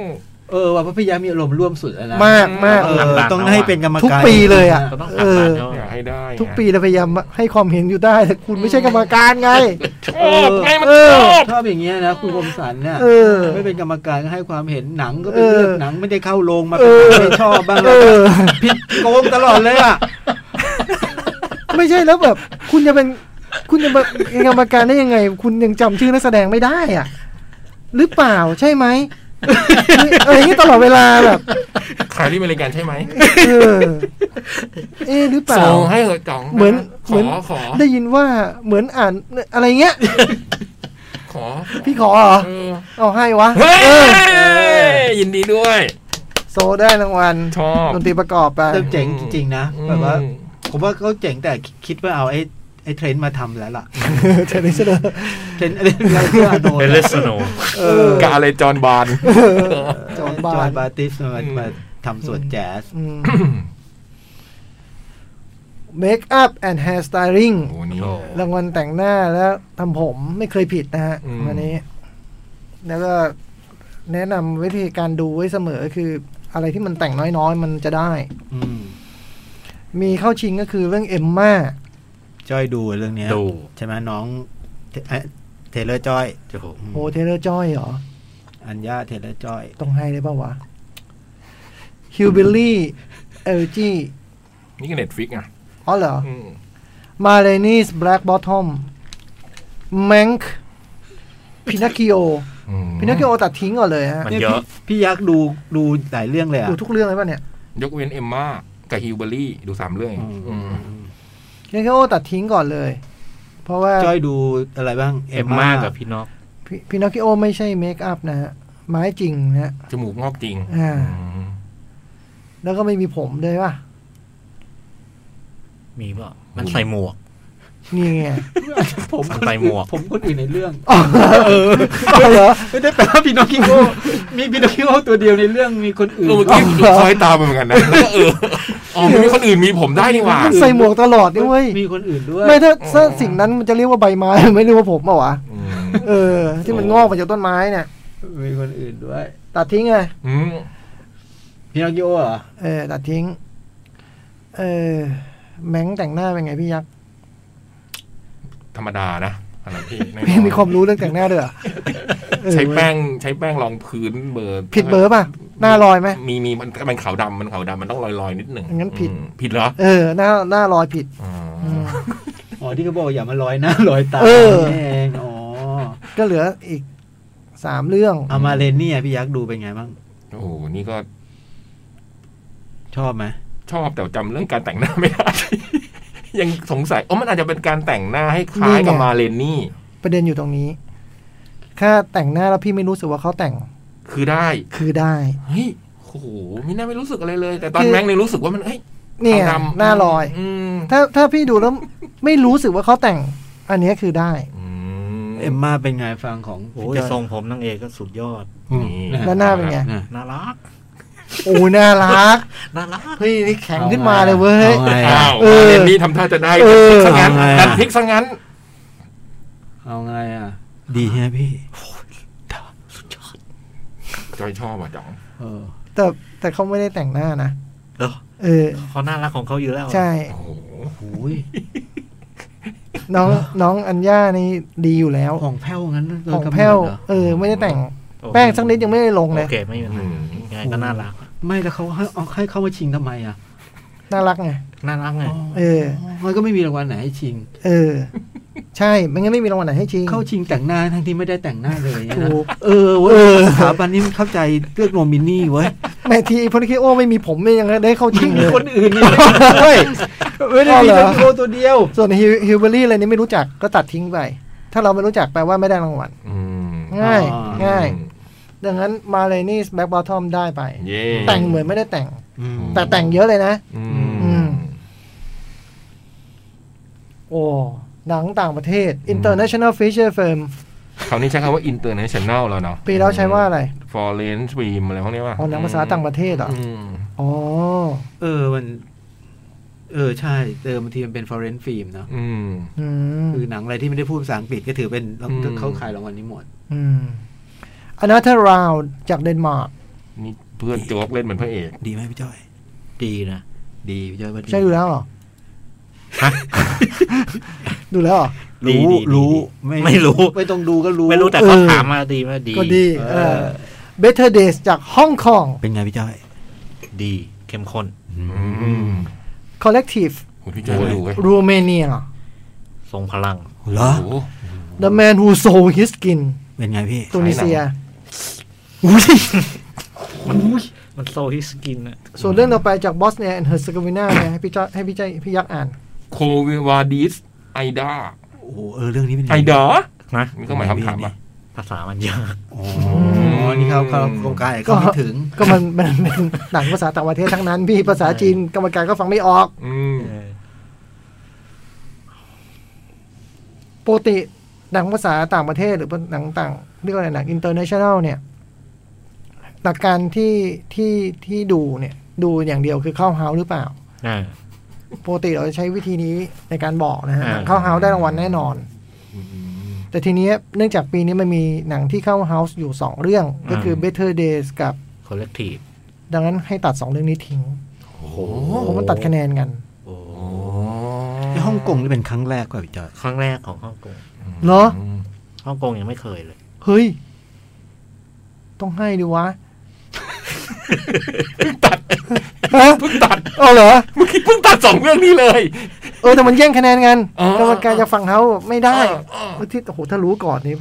[SPEAKER 5] เออว่าเพราะพี่ยามีอารมณ์ร่วมสุดแล้วนะ
[SPEAKER 2] มากมาก
[SPEAKER 5] เอ
[SPEAKER 4] หนัก
[SPEAKER 5] อ
[SPEAKER 4] หนัก
[SPEAKER 5] ต้องให้เป็นกรรมการ
[SPEAKER 2] ทุกปีเลยอ่ะ
[SPEAKER 4] เราต้องหั
[SPEAKER 2] เอก
[SPEAKER 4] ดั
[SPEAKER 2] อ
[SPEAKER 4] นแล้ว
[SPEAKER 3] อยากให้ได้ไง
[SPEAKER 2] ทุกปีเราพยายามให้ความเห็นอยู่ได้แต่คุณไม่ใช่กรรมการไง
[SPEAKER 3] ชอบไงมัน
[SPEAKER 2] เอ
[SPEAKER 3] ช
[SPEAKER 2] อ
[SPEAKER 3] อบ
[SPEAKER 5] ชอบอย่างเงี้ยนะคุณคมสันเนี่ย
[SPEAKER 2] เออ
[SPEAKER 5] ไม่เป็นกรรมการก็ให้ความเห็นหนังก็ไป
[SPEAKER 2] เออ
[SPEAKER 5] เลือกหนังไม่ได้เข้าโรงมาเป็นหนังไม่ชอบบ้าง
[SPEAKER 2] เอ
[SPEAKER 5] แล้ว
[SPEAKER 2] อ
[SPEAKER 5] ผิดโกงตลอดเลยอ่ะ
[SPEAKER 2] ไม่ใช่แล้วแบบ คุณจะเป็น คุณจะเป็นกรรมการได้ยังไง คุณยังจำชื่อนักแสดงไม่ได้อ่ะ หรือเปล่าใช่ไหมเอออย่างนี้ตลอดเวลาแบบ
[SPEAKER 3] ใครที่บริการใช่ไหม
[SPEAKER 2] เออเอะหรือเปล่า
[SPEAKER 3] ส่งให้เหอะจ่อง
[SPEAKER 2] เหมือน
[SPEAKER 3] ข
[SPEAKER 2] เหมื
[SPEAKER 3] อ
[SPEAKER 2] อน
[SPEAKER 3] ขอ
[SPEAKER 2] ได้ยินว่าเหมือนอ่านอะไรเงี้ย
[SPEAKER 3] ขอ
[SPEAKER 2] พี่ขอเหรอ
[SPEAKER 3] เออ
[SPEAKER 2] เอาให้วะ
[SPEAKER 3] เฮ้ย
[SPEAKER 2] เออ
[SPEAKER 3] ยินดีด้วย
[SPEAKER 2] โซได้รางวัล
[SPEAKER 3] ชอบ
[SPEAKER 2] ดนตรีประกอบไป
[SPEAKER 5] แต่เจ๋งจริงๆนะแบบว่า
[SPEAKER 3] อืม
[SPEAKER 5] ผมว่าเขาเจ๋งแต่คิดว่าเอาไอ้ไอ้เทรนด์มาทำแล้วล่ะ
[SPEAKER 2] เทนนิสเนอร์
[SPEAKER 5] เทรนด์อะไรอะไรที่อาโน
[SPEAKER 4] เอเลสโน
[SPEAKER 5] เออก
[SPEAKER 3] าเลยจอห์นบาน
[SPEAKER 2] จอห์น
[SPEAKER 5] จ
[SPEAKER 2] บา
[SPEAKER 5] อห์
[SPEAKER 2] น
[SPEAKER 5] นบาติสมา
[SPEAKER 3] อืม
[SPEAKER 5] มาทำส่วนแจ๊ส
[SPEAKER 2] เมคอัพแอนด์ i r ร์สไตลิ่ง
[SPEAKER 3] โอ้โหนี่
[SPEAKER 4] โอ้
[SPEAKER 2] รางวัลแต่งหน้าแล้วทำผมไม่เคยผิดนะฮะ
[SPEAKER 3] อืม
[SPEAKER 2] วันนี้ แล้วก็แนะนำวิธีการดูไว้เสมอคือ อะไรที่มันแต่งน้อยๆ มันจะได้
[SPEAKER 5] อืม
[SPEAKER 2] มีเข้าชิงก็คือเรื่องเอมม่า
[SPEAKER 5] จอยดูเรื่องเนี้ย
[SPEAKER 4] ดู
[SPEAKER 5] ใช่ไหมน้องเทเอ๊ะเทเลอร์จอย
[SPEAKER 4] โอ้โห
[SPEAKER 2] โอเทเลอร์จอยเหรอ
[SPEAKER 5] อัญญาเทเลอร์จอย
[SPEAKER 2] ต้องให้ได้ป่าวะฮิวบิลลี่เอลจี
[SPEAKER 3] นี่ก็เน็ตฟิกอ่ะ
[SPEAKER 2] อ๋อเหรอ
[SPEAKER 3] อืม
[SPEAKER 2] มาเลนีสแบล็กบอททอมแมงค์พินาคิโอ
[SPEAKER 3] อืม
[SPEAKER 2] พินาคิโอตัดทิ้งก่อนเลยฮะ
[SPEAKER 4] มันเยอะ
[SPEAKER 5] พี่ยักษ์ดูดูหลายเรื่องเลยอ่ะ
[SPEAKER 2] ดูทุกเรื่องเลยป่ะเนี่ย
[SPEAKER 3] ยกเว้นเอมม่ากับฮิวเบอรี่ ดูสามเรื่องเอง
[SPEAKER 5] อื
[SPEAKER 3] อื
[SPEAKER 5] ม
[SPEAKER 3] ม
[SPEAKER 2] พินาคิโอตัดทิ้งก่อนเลย เพราะว่า
[SPEAKER 5] จอยดูอะไรบ้าง
[SPEAKER 4] เอ็มมากับพี่น็อก
[SPEAKER 2] พิพินาคิโอไม่ใช่เมคอัพนะฮะ ไม้จริงนะฮะ
[SPEAKER 3] จมูกงอกจริง
[SPEAKER 2] อ่า
[SPEAKER 3] ม
[SPEAKER 2] แล้วก็ไม่มีผมเลยป่ะ
[SPEAKER 4] มีเปล่ามันใส่หมวก
[SPEAKER 2] นี่ไง
[SPEAKER 5] ผม
[SPEAKER 4] มันใส่หมวก
[SPEAKER 5] ผมคนอื่นในเรื่อง
[SPEAKER 2] อ๋อเอออ๋อเหรอ
[SPEAKER 5] ไม่ได้แปลว่าพี่นอคิโอมีพี่นอคิโอตัวเดียวในเรื่องมีคนอื่น
[SPEAKER 3] เออเมื่อกี้คอยตามไปเหมือนกันนะแล้วก็เอออ๋อมันมีคนอื่นมีผมได้นี่หว่า
[SPEAKER 2] ใส่หมวกตลอดนี่เว้ย
[SPEAKER 5] มีคนอื่นด้วย
[SPEAKER 2] ไม่ถ้าถ้า
[SPEAKER 3] อ๋อ
[SPEAKER 2] สิ่งนั้นมันจะเรียกว่าใบไม้ ไม่เรียกว่าผมเปล่าวะ
[SPEAKER 3] อืม
[SPEAKER 2] เออ ที่มันงอกมาจากต้นไม้เนี่ย
[SPEAKER 5] มีคนอื่นด้วย
[SPEAKER 2] ตัดทิ้งไง
[SPEAKER 3] อืม
[SPEAKER 5] พี่นอคิโอเหรอ
[SPEAKER 2] เออตัดทิ้ง เออแมงแต่งหน้าเป็นไงพี่ยักษ์
[SPEAKER 3] ธรรมดานะอะไรพี่แน่นอน
[SPEAKER 2] พี่มีความรู้เรื่องแต่งหน้าด้วยเหรอเออ
[SPEAKER 3] ใช้แป้งใช้แป้งรองพื้นเบอร์
[SPEAKER 2] ผิดเบอร์ป่ะ หน้าลอยไหม
[SPEAKER 3] มีมีมันมันขาวดำมันขาวดำมันต้องลอยลอยๆนิดหนึ่ง
[SPEAKER 2] งั้นผิด
[SPEAKER 3] อืมผิดเหรอ
[SPEAKER 2] เออ หน้าหน้าลอยผิด
[SPEAKER 3] อ๋อ
[SPEAKER 2] อืม
[SPEAKER 5] อ๋อที่เขาบอกอย่ามาลอยหน้า ลอยตา
[SPEAKER 2] เออ
[SPEAKER 5] นี่เองอ๋อ
[SPEAKER 2] ก็เหลืออีกสามเรื่อง
[SPEAKER 5] อามาเรนเนี่ยพี่ยักษ์ดูเป็นไงบ้าง
[SPEAKER 3] โอ้โหนี่ก็
[SPEAKER 5] ชอบไหม
[SPEAKER 3] ชอบแต่จำเรื่องการแต่งหน้าไม่ได้ ยังสงสัยโอ้มันอาจจะเป็นการแต่งหน้าให้คล้ายกับ
[SPEAKER 2] นี่ไง
[SPEAKER 3] มาเลนนี่
[SPEAKER 2] ประเด็นอยู่ตรงนี้ ค่าแต่งหน้าแล้วพี่ไม่รู้สึกว่าเขาแต่ง
[SPEAKER 3] คือได้
[SPEAKER 2] คือได้
[SPEAKER 3] เฮ้ยโอ้โหไม่น่าไม่รู้สึกอะไรเลย แต่ตอน
[SPEAKER 2] คือ
[SPEAKER 3] แม็กซ์เนี่ยรู้สึกว่ามันเอ้ย
[SPEAKER 2] เนี่ย
[SPEAKER 3] ขาวดำ
[SPEAKER 2] หน้าลอย
[SPEAKER 3] ม
[SPEAKER 2] ถ้าถ้าพี่ดูแล้วไม่รู้สึกว่าเขาแต่ง อันเนี้ยคือได้
[SPEAKER 3] อืม
[SPEAKER 5] เอ็มมาเป็นไงฟังของ
[SPEAKER 4] โอ้ย
[SPEAKER 5] พี่จอย
[SPEAKER 4] ทรงผมนางเอกก็สุดยอด
[SPEAKER 3] นี่
[SPEAKER 5] ะ
[SPEAKER 2] แล้วหน้าเป็นไง
[SPEAKER 5] นะ
[SPEAKER 4] น่ารัก
[SPEAKER 2] โอ้ยน่ารัก
[SPEAKER 4] น่ารัก
[SPEAKER 2] เฮ้ยนี่แข็งขึ้นมาเลยเว้ย
[SPEAKER 5] อาไง
[SPEAKER 3] อ้าว
[SPEAKER 2] เออ
[SPEAKER 3] มาเลนนี่ทำท่าจะได้
[SPEAKER 2] เออ
[SPEAKER 3] ซะงั้นดันพลิกซะงั้น
[SPEAKER 5] เอาไงอ่ะดีฮะพี่
[SPEAKER 3] จอยชอบอ่ะจ๋อง
[SPEAKER 5] เออ
[SPEAKER 2] แต่แต่เขาไม่ได้แต่งหน้านะ
[SPEAKER 4] เหรอ
[SPEAKER 2] เออ
[SPEAKER 4] เขาน่ารักของเขาอยู่แล้ว
[SPEAKER 2] ใช่
[SPEAKER 3] โอ้โห
[SPEAKER 5] หูย
[SPEAKER 2] น้องน้องอัญญานี่ดีอยู่แล้ว
[SPEAKER 5] ผ่องแผ้วงั้นโดย
[SPEAKER 2] ของ
[SPEAKER 5] กำเนิด
[SPEAKER 2] แพ้ว
[SPEAKER 5] เหรอ
[SPEAKER 2] เออ ไม่ได้แต่ง
[SPEAKER 4] โอ้
[SPEAKER 2] แป้งสักนิดยังไม่ได้ลงเลย
[SPEAKER 4] โอเคไม่เป็นไรยังไงก็น่ารัก
[SPEAKER 5] ไม่แล้วเขาให้เอาให้เข้ามาชิงทำไมอ่ะ
[SPEAKER 2] น่ารักไง
[SPEAKER 4] น่ารักไง
[SPEAKER 2] เออ
[SPEAKER 5] มันก็ไม่มีรางวัลไหนให้ชิง
[SPEAKER 2] เอ อ ใช่ ไม่งั้นไม่มีรางวัลไหนให้ชิง
[SPEAKER 5] เข้าชิงแต่งหน้าทั้งที่ไม่ได้แต่งหน้าเลยอย่างเงี้ยนะ
[SPEAKER 2] ถูก
[SPEAKER 5] เออเว้ยสถาบันนี้มันเข้าใจเลือกโนมินี่เว้ย
[SPEAKER 2] แม่ทีพนิคิโอไม่มีผมไม่ยังได้เข้าชิง
[SPEAKER 5] มี
[SPEAKER 2] เลย
[SPEAKER 5] คนอื่นนี่เว้ยไม่ได้มี
[SPEAKER 2] อ๋อเหรอ
[SPEAKER 5] แต่โนตัวเดียว
[SPEAKER 2] ส่วนฮิวเบอรี่อะไรนี่ไม่รู้จักก็ตัดทิ้งไป ถ้าเราไม่รู้จักแปลว่าไม่ได้รางวัล
[SPEAKER 3] อืม
[SPEAKER 2] ง่าย
[SPEAKER 5] อ๋อ
[SPEAKER 2] ง่าย ดังนั้นมาเลนี่แบ็กบอททอมได้ไป
[SPEAKER 3] เย่
[SPEAKER 2] แต่งเหมือนไม่ได้แต่ง
[SPEAKER 5] อืม
[SPEAKER 2] แต่แต่งเยอะเลยนะ
[SPEAKER 3] อื
[SPEAKER 2] อื
[SPEAKER 3] ม
[SPEAKER 2] ม โอ้หนังต่างประเทศ
[SPEAKER 3] อืม
[SPEAKER 2] international feature film
[SPEAKER 3] คราวนี้ใช้คำว่า international แล้วเนาะ
[SPEAKER 2] ปีแล้วใช้ว่าอะไร
[SPEAKER 3] foreign film อะไรพวกนี้ว่า
[SPEAKER 2] อ๋อหนังภาษาต่างประเทศเหรอ
[SPEAKER 3] อืม
[SPEAKER 2] อ๋อ
[SPEAKER 5] เออมัน เออใช่เออบางทีมันเป็น foreign film เนอะ
[SPEAKER 3] อืม
[SPEAKER 2] อืม
[SPEAKER 5] คือหนังอะไรที่ไม่ได้พูดภาษาอังกฤษก็ถือเป็น
[SPEAKER 3] อืม
[SPEAKER 5] เข้าขายรางวัลนี้หมด
[SPEAKER 2] อืมอันนั้นถ้าราวจากเดนมาร์ก
[SPEAKER 3] นี่เพื่อนโจ๊กเล่นเป็นพระเอก
[SPEAKER 5] ดีไหมพี่จ้อย
[SPEAKER 4] ดีนะ
[SPEAKER 5] ดีพี่จ้อยว่าดี
[SPEAKER 2] ใช่ดูแล้วเหรอดูแล้วเหรอ
[SPEAKER 4] ดี
[SPEAKER 5] รู้
[SPEAKER 4] ดีดี
[SPEAKER 5] รู้
[SPEAKER 4] ดีไม่รู้
[SPEAKER 5] ไม่ต้องดูก็รู้
[SPEAKER 4] ไม่รู้แต่เขา
[SPEAKER 2] เออ
[SPEAKER 4] ถามมาดีไหมดี
[SPEAKER 2] ก็ดี
[SPEAKER 5] เอ
[SPEAKER 2] เอ
[SPEAKER 5] อ
[SPEAKER 2] อ Better Days จากฮ่องกง
[SPEAKER 5] เป็นไงพี่จ้อย
[SPEAKER 4] ดีเข้มข้น
[SPEAKER 3] อืม
[SPEAKER 2] Collective
[SPEAKER 3] โหพี่จ้อยมาดูเว้ย
[SPEAKER 2] Romania
[SPEAKER 4] ทรงพลัง
[SPEAKER 5] เหรอ
[SPEAKER 3] โอ้โห
[SPEAKER 2] The Man Who Sold His Skin
[SPEAKER 5] เป็นไงพี่
[SPEAKER 2] ตุนิเซีย
[SPEAKER 3] หนั
[SPEAKER 2] อุ๊ย
[SPEAKER 4] มันโซฮิสกินอะ
[SPEAKER 2] ส่วนเรื่องต่อไปจากบอสเนียแอนเฮอร์เซโกวินาเนี่ยให้พี่จ้อยให้พี่จ้อยพี่ยักษ์อ่าน
[SPEAKER 3] โควิวาดิสไอดา
[SPEAKER 5] โอ้โหเออเรื่องนี้เป็นไง
[SPEAKER 3] ไอดา
[SPEAKER 4] นะ
[SPEAKER 3] มีเครื่องหมายคำถามอ่ะ
[SPEAKER 4] ภาษามันยาก
[SPEAKER 5] อ๋ออนี่เขาเขาโครงการเขาไม่ถึง
[SPEAKER 2] ก็มันมันเป็นหนังภาษาต่างประเทศทั้งนั้นพี่ภาษาจีนกรรมการก็ฟังไม่ออก
[SPEAKER 3] อืม
[SPEAKER 2] ปกติหนังภาษาต่างประเทศหรือหนังต่างเรียกว่าอะไรหนัง international เนี่ย หลักการที่ที่ที่ดูเนี่ย ดูอย่างเดียวคือเข้าเฮาหรือเปล่า ปกติเราจะใช้วิธีนี้ในการบอกนะฮะ
[SPEAKER 4] อ่า
[SPEAKER 2] เข้าเฮาได้รางวัลแน่นอน แต่ทีเนี้ยเนื่องจากปีนี้มันมีหนังที่เข้าเฮาส์อยู่ 2 เรื่องก็คือ Better Days กับ
[SPEAKER 4] คอลเลกทีฟ
[SPEAKER 2] ดังนั้นให้ตัด 2 เรื่องนี้ทิ้ง
[SPEAKER 4] โอ้โห
[SPEAKER 2] เพราะมันตัดคะแนนกัน
[SPEAKER 4] โอ้โห
[SPEAKER 5] ที่ฮ่องกงนี่เป็นครั้งแรกกว่าพี่จอย
[SPEAKER 4] ครั้งแรกของฮ่องกง
[SPEAKER 2] เหรอ
[SPEAKER 4] ฮ่องกงยังไม่เคยเลย
[SPEAKER 2] เฮ้ย ต้องให้ดิวะตัดฮะ
[SPEAKER 3] เพิ่งตัด
[SPEAKER 2] เอาเหรอ
[SPEAKER 3] เมื่อกี้เพิ่งตัดสองเรื่องนี้เลย
[SPEAKER 2] เออแต่มันแย่งคะแนนกัน
[SPEAKER 3] อ๋อ
[SPEAKER 2] กรรมการจะฟังเขาไม่ได้
[SPEAKER 3] เออ
[SPEAKER 2] เออที่โอ้โหถ้ารู้ก่อนนี่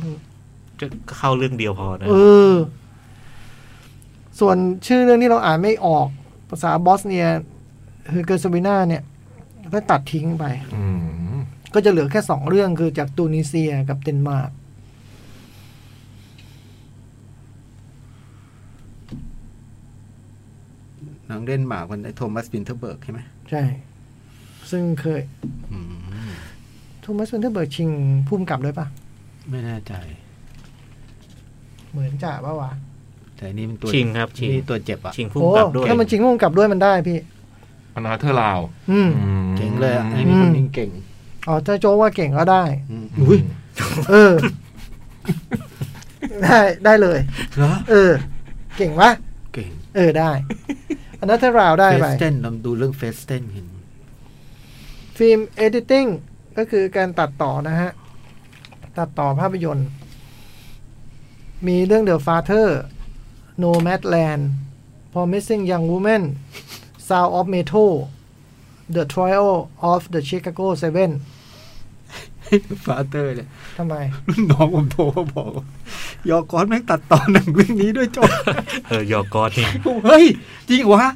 [SPEAKER 4] จะเข้าเรื่องเดียวพอนะ
[SPEAKER 2] เออ ส่วนชื่อเรื่องที่เราอ่านไม่ออกภาษาบอสเนียคือเกอร์ซบิน่าเนี่ย ก็ตัดทิ้งไป
[SPEAKER 3] อืม
[SPEAKER 2] ก็จะเหลือแค่สองเรื่องคือจากตูนิเซียกับเดนมาร์ก
[SPEAKER 5] หนังเดนมาร์กมันไอ้โทมัสปินเทอร์เบิร์กใช่ไหม
[SPEAKER 2] ใช่ ซึ่งเคย
[SPEAKER 5] อืม
[SPEAKER 2] โทมัสเวนเทอร์เบิร์กชิงพุ่มกลับด้วยปะ
[SPEAKER 5] ไม่แน่ใจ
[SPEAKER 2] เหมือนจ่าปะวะ
[SPEAKER 5] แต่นี่มันตัว
[SPEAKER 4] ชิงครับชิง
[SPEAKER 5] นี่ตัวเจ็บอ่ะ
[SPEAKER 4] ชิงพุ่ม
[SPEAKER 2] โอ้
[SPEAKER 4] กลับด้วย
[SPEAKER 2] ถ้ามันชิงพุ่มกลับด้วยมันได้พี่
[SPEAKER 3] อนาเธอร์ลาว
[SPEAKER 2] อืม
[SPEAKER 5] เก่งเลยอ่ะไอ้
[SPEAKER 3] ม
[SPEAKER 5] นี่คนนี้เก่ง
[SPEAKER 2] อ๋อถ้าโจว่าเก่งก็ได้
[SPEAKER 5] อืม
[SPEAKER 3] อุ้ย
[SPEAKER 2] เออ ได้ได้เลย
[SPEAKER 5] เหรอ
[SPEAKER 2] เออ เก่งวะ
[SPEAKER 5] เก่ง
[SPEAKER 2] เออได้ อันนั้นถ้าราวได้
[SPEAKER 5] เฟ
[SPEAKER 2] ไป
[SPEAKER 5] สเทนเราดูเรื่องเฟสเทนเห็น
[SPEAKER 2] ฟิล์มเอดิติ้งก็คือการตัดต่อนะฮะ ตัดต่อภาพยนตร์ มีเรื่อง The Father Nomadland Promising Young Woman Sound of Metal The Trial of the Chicago Seven
[SPEAKER 5] ฟาเตอร์เลย
[SPEAKER 2] ทำไม
[SPEAKER 5] รุ่นน้องผมโทรมาบอกว่ายอกอนแม่งตัดตอนหนังเรื่องนี้ด้วยจบ
[SPEAKER 4] เออยอกอดเนี่ย
[SPEAKER 5] ผมเฮ้ย จริงเหรอวะ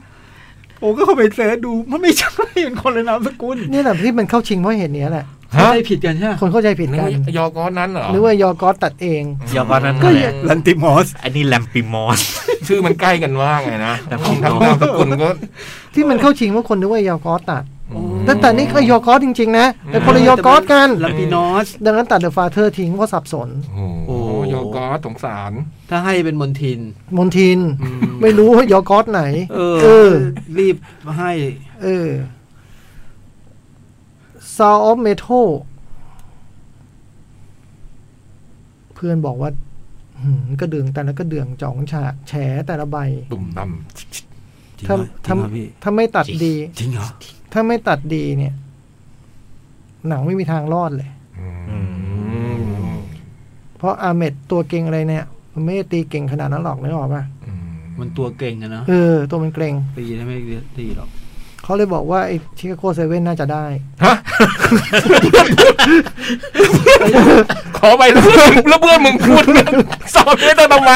[SPEAKER 5] ผมก็เข้าไปเสิร์ชดู มันไม่ใช่ มันคนละนามสกุล
[SPEAKER 2] นี่แหละที่มันเข้าชิงเพราะเหตุเนี้ยแหละ
[SPEAKER 5] เข้าใจผิดกันใช่ไหม
[SPEAKER 2] คนเข้าใจผิด
[SPEAKER 3] นึก
[SPEAKER 2] กัน
[SPEAKER 3] ว่ายอกอนนั้นเหรอ
[SPEAKER 2] หรือว่ายอกอสตัดเอง
[SPEAKER 4] ยอกอดนั้น
[SPEAKER 2] ก็
[SPEAKER 4] ก็
[SPEAKER 2] อย่า
[SPEAKER 5] ลันติมอส
[SPEAKER 4] อันนี้แลมปิมอส
[SPEAKER 3] ชื่อมันใกล้กันมากไงนะ
[SPEAKER 4] แต่ผม
[SPEAKER 3] ทำนามสกุลก็
[SPEAKER 2] ที่มันเข้าชิงเพราะคนนึกว่ายอกอสตัด
[SPEAKER 3] อืม
[SPEAKER 2] แต่แต่นี่ก็ยอกอสจริง ๆ นะแต่คนละ
[SPEAKER 5] อืม
[SPEAKER 2] ยอกอสกัน
[SPEAKER 5] ลันติมอส
[SPEAKER 2] ดังนั้นตัดเดอะฟาเธอร์ทิ้งเพราะสับสน
[SPEAKER 3] โอ้โห
[SPEAKER 5] โอ้
[SPEAKER 3] ยอกอสสงสาร
[SPEAKER 5] ถ้าให้เป็นมนทิน
[SPEAKER 2] มนทิน
[SPEAKER 3] อืม
[SPEAKER 2] ไม่รู้ว่ายอกอสไหน
[SPEAKER 5] เออ
[SPEAKER 2] เออ
[SPEAKER 5] รีบให้
[SPEAKER 2] เออ Sound of Metal เพื่อนบอกว่า หืมก็เดืองแต่แล้วก็เดืองจ่องฉาแฉแต่ละใบ
[SPEAKER 3] ตุ่มต่
[SPEAKER 5] จริง
[SPEAKER 2] ถ้า
[SPEAKER 5] เหร
[SPEAKER 2] ถ้าง
[SPEAKER 5] อจริเหรอพี่
[SPEAKER 2] ถ้าไม่ตัดดี
[SPEAKER 5] จริงเหรอ
[SPEAKER 2] ถ้าไม่ตัดดีเนี่ย หนังไม่มีทางรอดเลย
[SPEAKER 3] ำ
[SPEAKER 2] เพราะอาเมดตัวเก่งอะไรเนี่ย มันไม่ได้ตีเก่งขนาดนั้นหรอกนึกออกป่ะ
[SPEAKER 5] มันตัวเก่งอะเนอะ
[SPEAKER 2] เออ ตัวมันเกรง
[SPEAKER 5] ตีได้ไม่ตีหรอก
[SPEAKER 2] เขาเลยบอกว่าไอ้ชิคาโกเซเว่นน่าจะได้
[SPEAKER 3] ฮะ ขอไปแล้วเพื่อนแล้วเพื่อนมึงพูดเรื่องสอบเล่นทำไม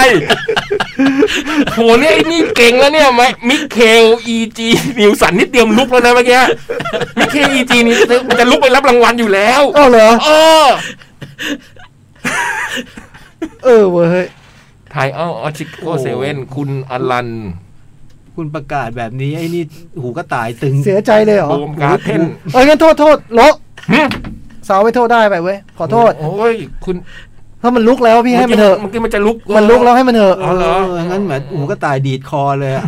[SPEAKER 3] โหเนี่ยไอ้นี่เก่งแล้วเนี่ยไหมมิเคลอีจีนิวสันนี่เตรียมลุกแล้วนะเมื่อกี้มิเคลอีจีนี่มันจะลุกไปรับรางวัลอยู่แล้ว
[SPEAKER 2] อ้าวเหรอ
[SPEAKER 3] เออ
[SPEAKER 2] เออเว้ย
[SPEAKER 3] ไทเอลออชิโกเซเว่นคุณอลัน
[SPEAKER 5] คุณประกาศแบบนี้ไอ้นี่หูก็ตายตึง
[SPEAKER 2] เสียใจเลยเหรอ
[SPEAKER 3] โอมการเทน
[SPEAKER 2] เอ้ยงั้นโทษโทษโละ เสาวไม่โทษได้ไปเว้ยขอโทษ
[SPEAKER 3] โอ้ยคุณ
[SPEAKER 2] ถ้ามันลุกแล้วพี่ให้มันเถอะ
[SPEAKER 3] เมื่อกี้มันจะลุก
[SPEAKER 2] มันลุกแล้วให้มันเถอะ
[SPEAKER 3] อ๋อเหรอ
[SPEAKER 5] งั้นเหมือนหูก็ตายดีดคอเลยอะ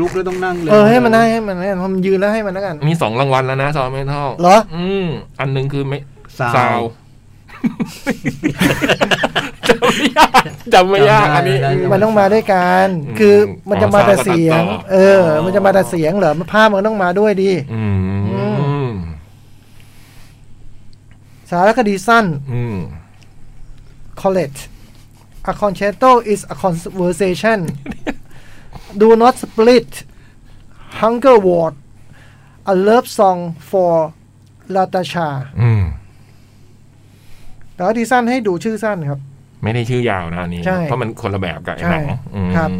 [SPEAKER 5] ลุกแล้วต้องนั่งเลย
[SPEAKER 2] เออให้มันได้ให้มันให้มันยืนแล้วให้มันแล้วกัน
[SPEAKER 3] มีสองรางวัลแล้วนะซอมเมทัล
[SPEAKER 2] เหรอ
[SPEAKER 3] อืมอันหนึ่งคือไม่
[SPEAKER 5] สาว
[SPEAKER 3] ซาว จำไม่ยากจำไม่ยากอันนี้
[SPEAKER 2] มันต้องมาด้วยกัน
[SPEAKER 3] อืม
[SPEAKER 2] คือมันจะมาแต่เสียง
[SPEAKER 3] อ๋อ
[SPEAKER 2] เออ มันจะมาแต่เสียงเหรอมันภาพมันต้องมาด้วยดี
[SPEAKER 3] อืม
[SPEAKER 2] สารคดีสั้น
[SPEAKER 3] อืม
[SPEAKER 2] college a concerto is a conversation do not split hunger ward a love song for Latasha
[SPEAKER 3] อืม
[SPEAKER 2] สารคดีสั้นให้ดูชื่อสั้นครับ
[SPEAKER 3] ไม่ได้ชื่อยาวนะอันนี้
[SPEAKER 2] ใช่
[SPEAKER 3] เพราะมันคนละแบบกับไอ้หนัง
[SPEAKER 2] ใช่
[SPEAKER 3] อืม
[SPEAKER 2] ครับ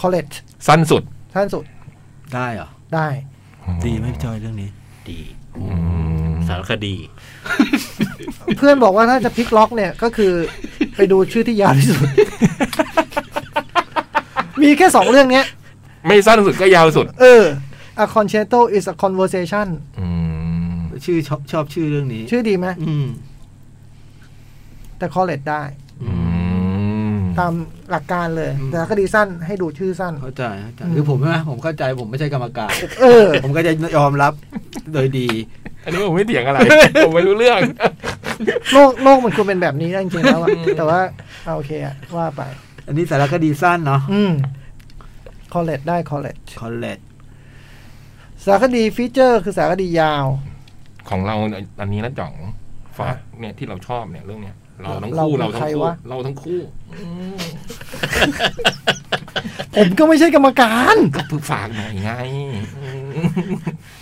[SPEAKER 2] college
[SPEAKER 3] สั้นสุด
[SPEAKER 2] สั้นสุด
[SPEAKER 5] ได้เหรอ
[SPEAKER 2] ได้
[SPEAKER 5] ดีไหมพี่จอยเรื่องนี้
[SPEAKER 4] ดี
[SPEAKER 3] อืม
[SPEAKER 4] สารคดี
[SPEAKER 2] เพื่อนบอกว่าถ้าจะพลิกล็อกเนี่ย ก็คือไปดูชื่อที่ยาวที่สุด มีแค่สองเรื่องเนี้ย
[SPEAKER 3] ไม่สั้นสุดก็ยาวสุด
[SPEAKER 2] เออ a concerto is a conversation
[SPEAKER 3] อืม
[SPEAKER 5] ชื่อชอบชอบชื่อเรื่องนี้
[SPEAKER 2] ชื่อดีไหม
[SPEAKER 5] อืม
[SPEAKER 2] แต่ college ได้
[SPEAKER 3] อืม
[SPEAKER 2] ตามหลักการเลย
[SPEAKER 5] อืม
[SPEAKER 2] แต่ก็ดีสั้นให้ดูชื่อสั้น
[SPEAKER 5] เข้าใจเข้าใจ
[SPEAKER 2] อืม
[SPEAKER 5] คือผมใช่ไหมผมเข้าใจผมไม่ใช่กรรม การ
[SPEAKER 2] เออ
[SPEAKER 5] ผมก็จะยอมรับโดยดี
[SPEAKER 3] อันนี้ผมไม่เถียง อะไร ผมไม่รู้เรื่อง
[SPEAKER 2] โลกโลกมันควรเป็นแบบนี้นะจริงๆแล้วอะแต่ว่าเอาโอเคอะว่าไป
[SPEAKER 5] อันนี้สารคดีสั้นเนาะ
[SPEAKER 2] อืม college ได้ college
[SPEAKER 5] คอลเลจ
[SPEAKER 2] สารคดีฟีเจอร์คือสารคดียาว
[SPEAKER 3] ของเราอันนี้นะจ่องฝากเนี่ยที่เราชอบเนี่ยเรื่องเนี้ยเราทั้งคู่
[SPEAKER 2] เรา
[SPEAKER 3] เรา
[SPEAKER 2] เป็น
[SPEAKER 3] ทั้
[SPEAKER 2] ใครง
[SPEAKER 3] คู่
[SPEAKER 2] วะ
[SPEAKER 3] เราทั้งคู่
[SPEAKER 2] ผมก็ไม่ใช่กรรมการ
[SPEAKER 3] ก็เพิ่งฝากหน่อยไง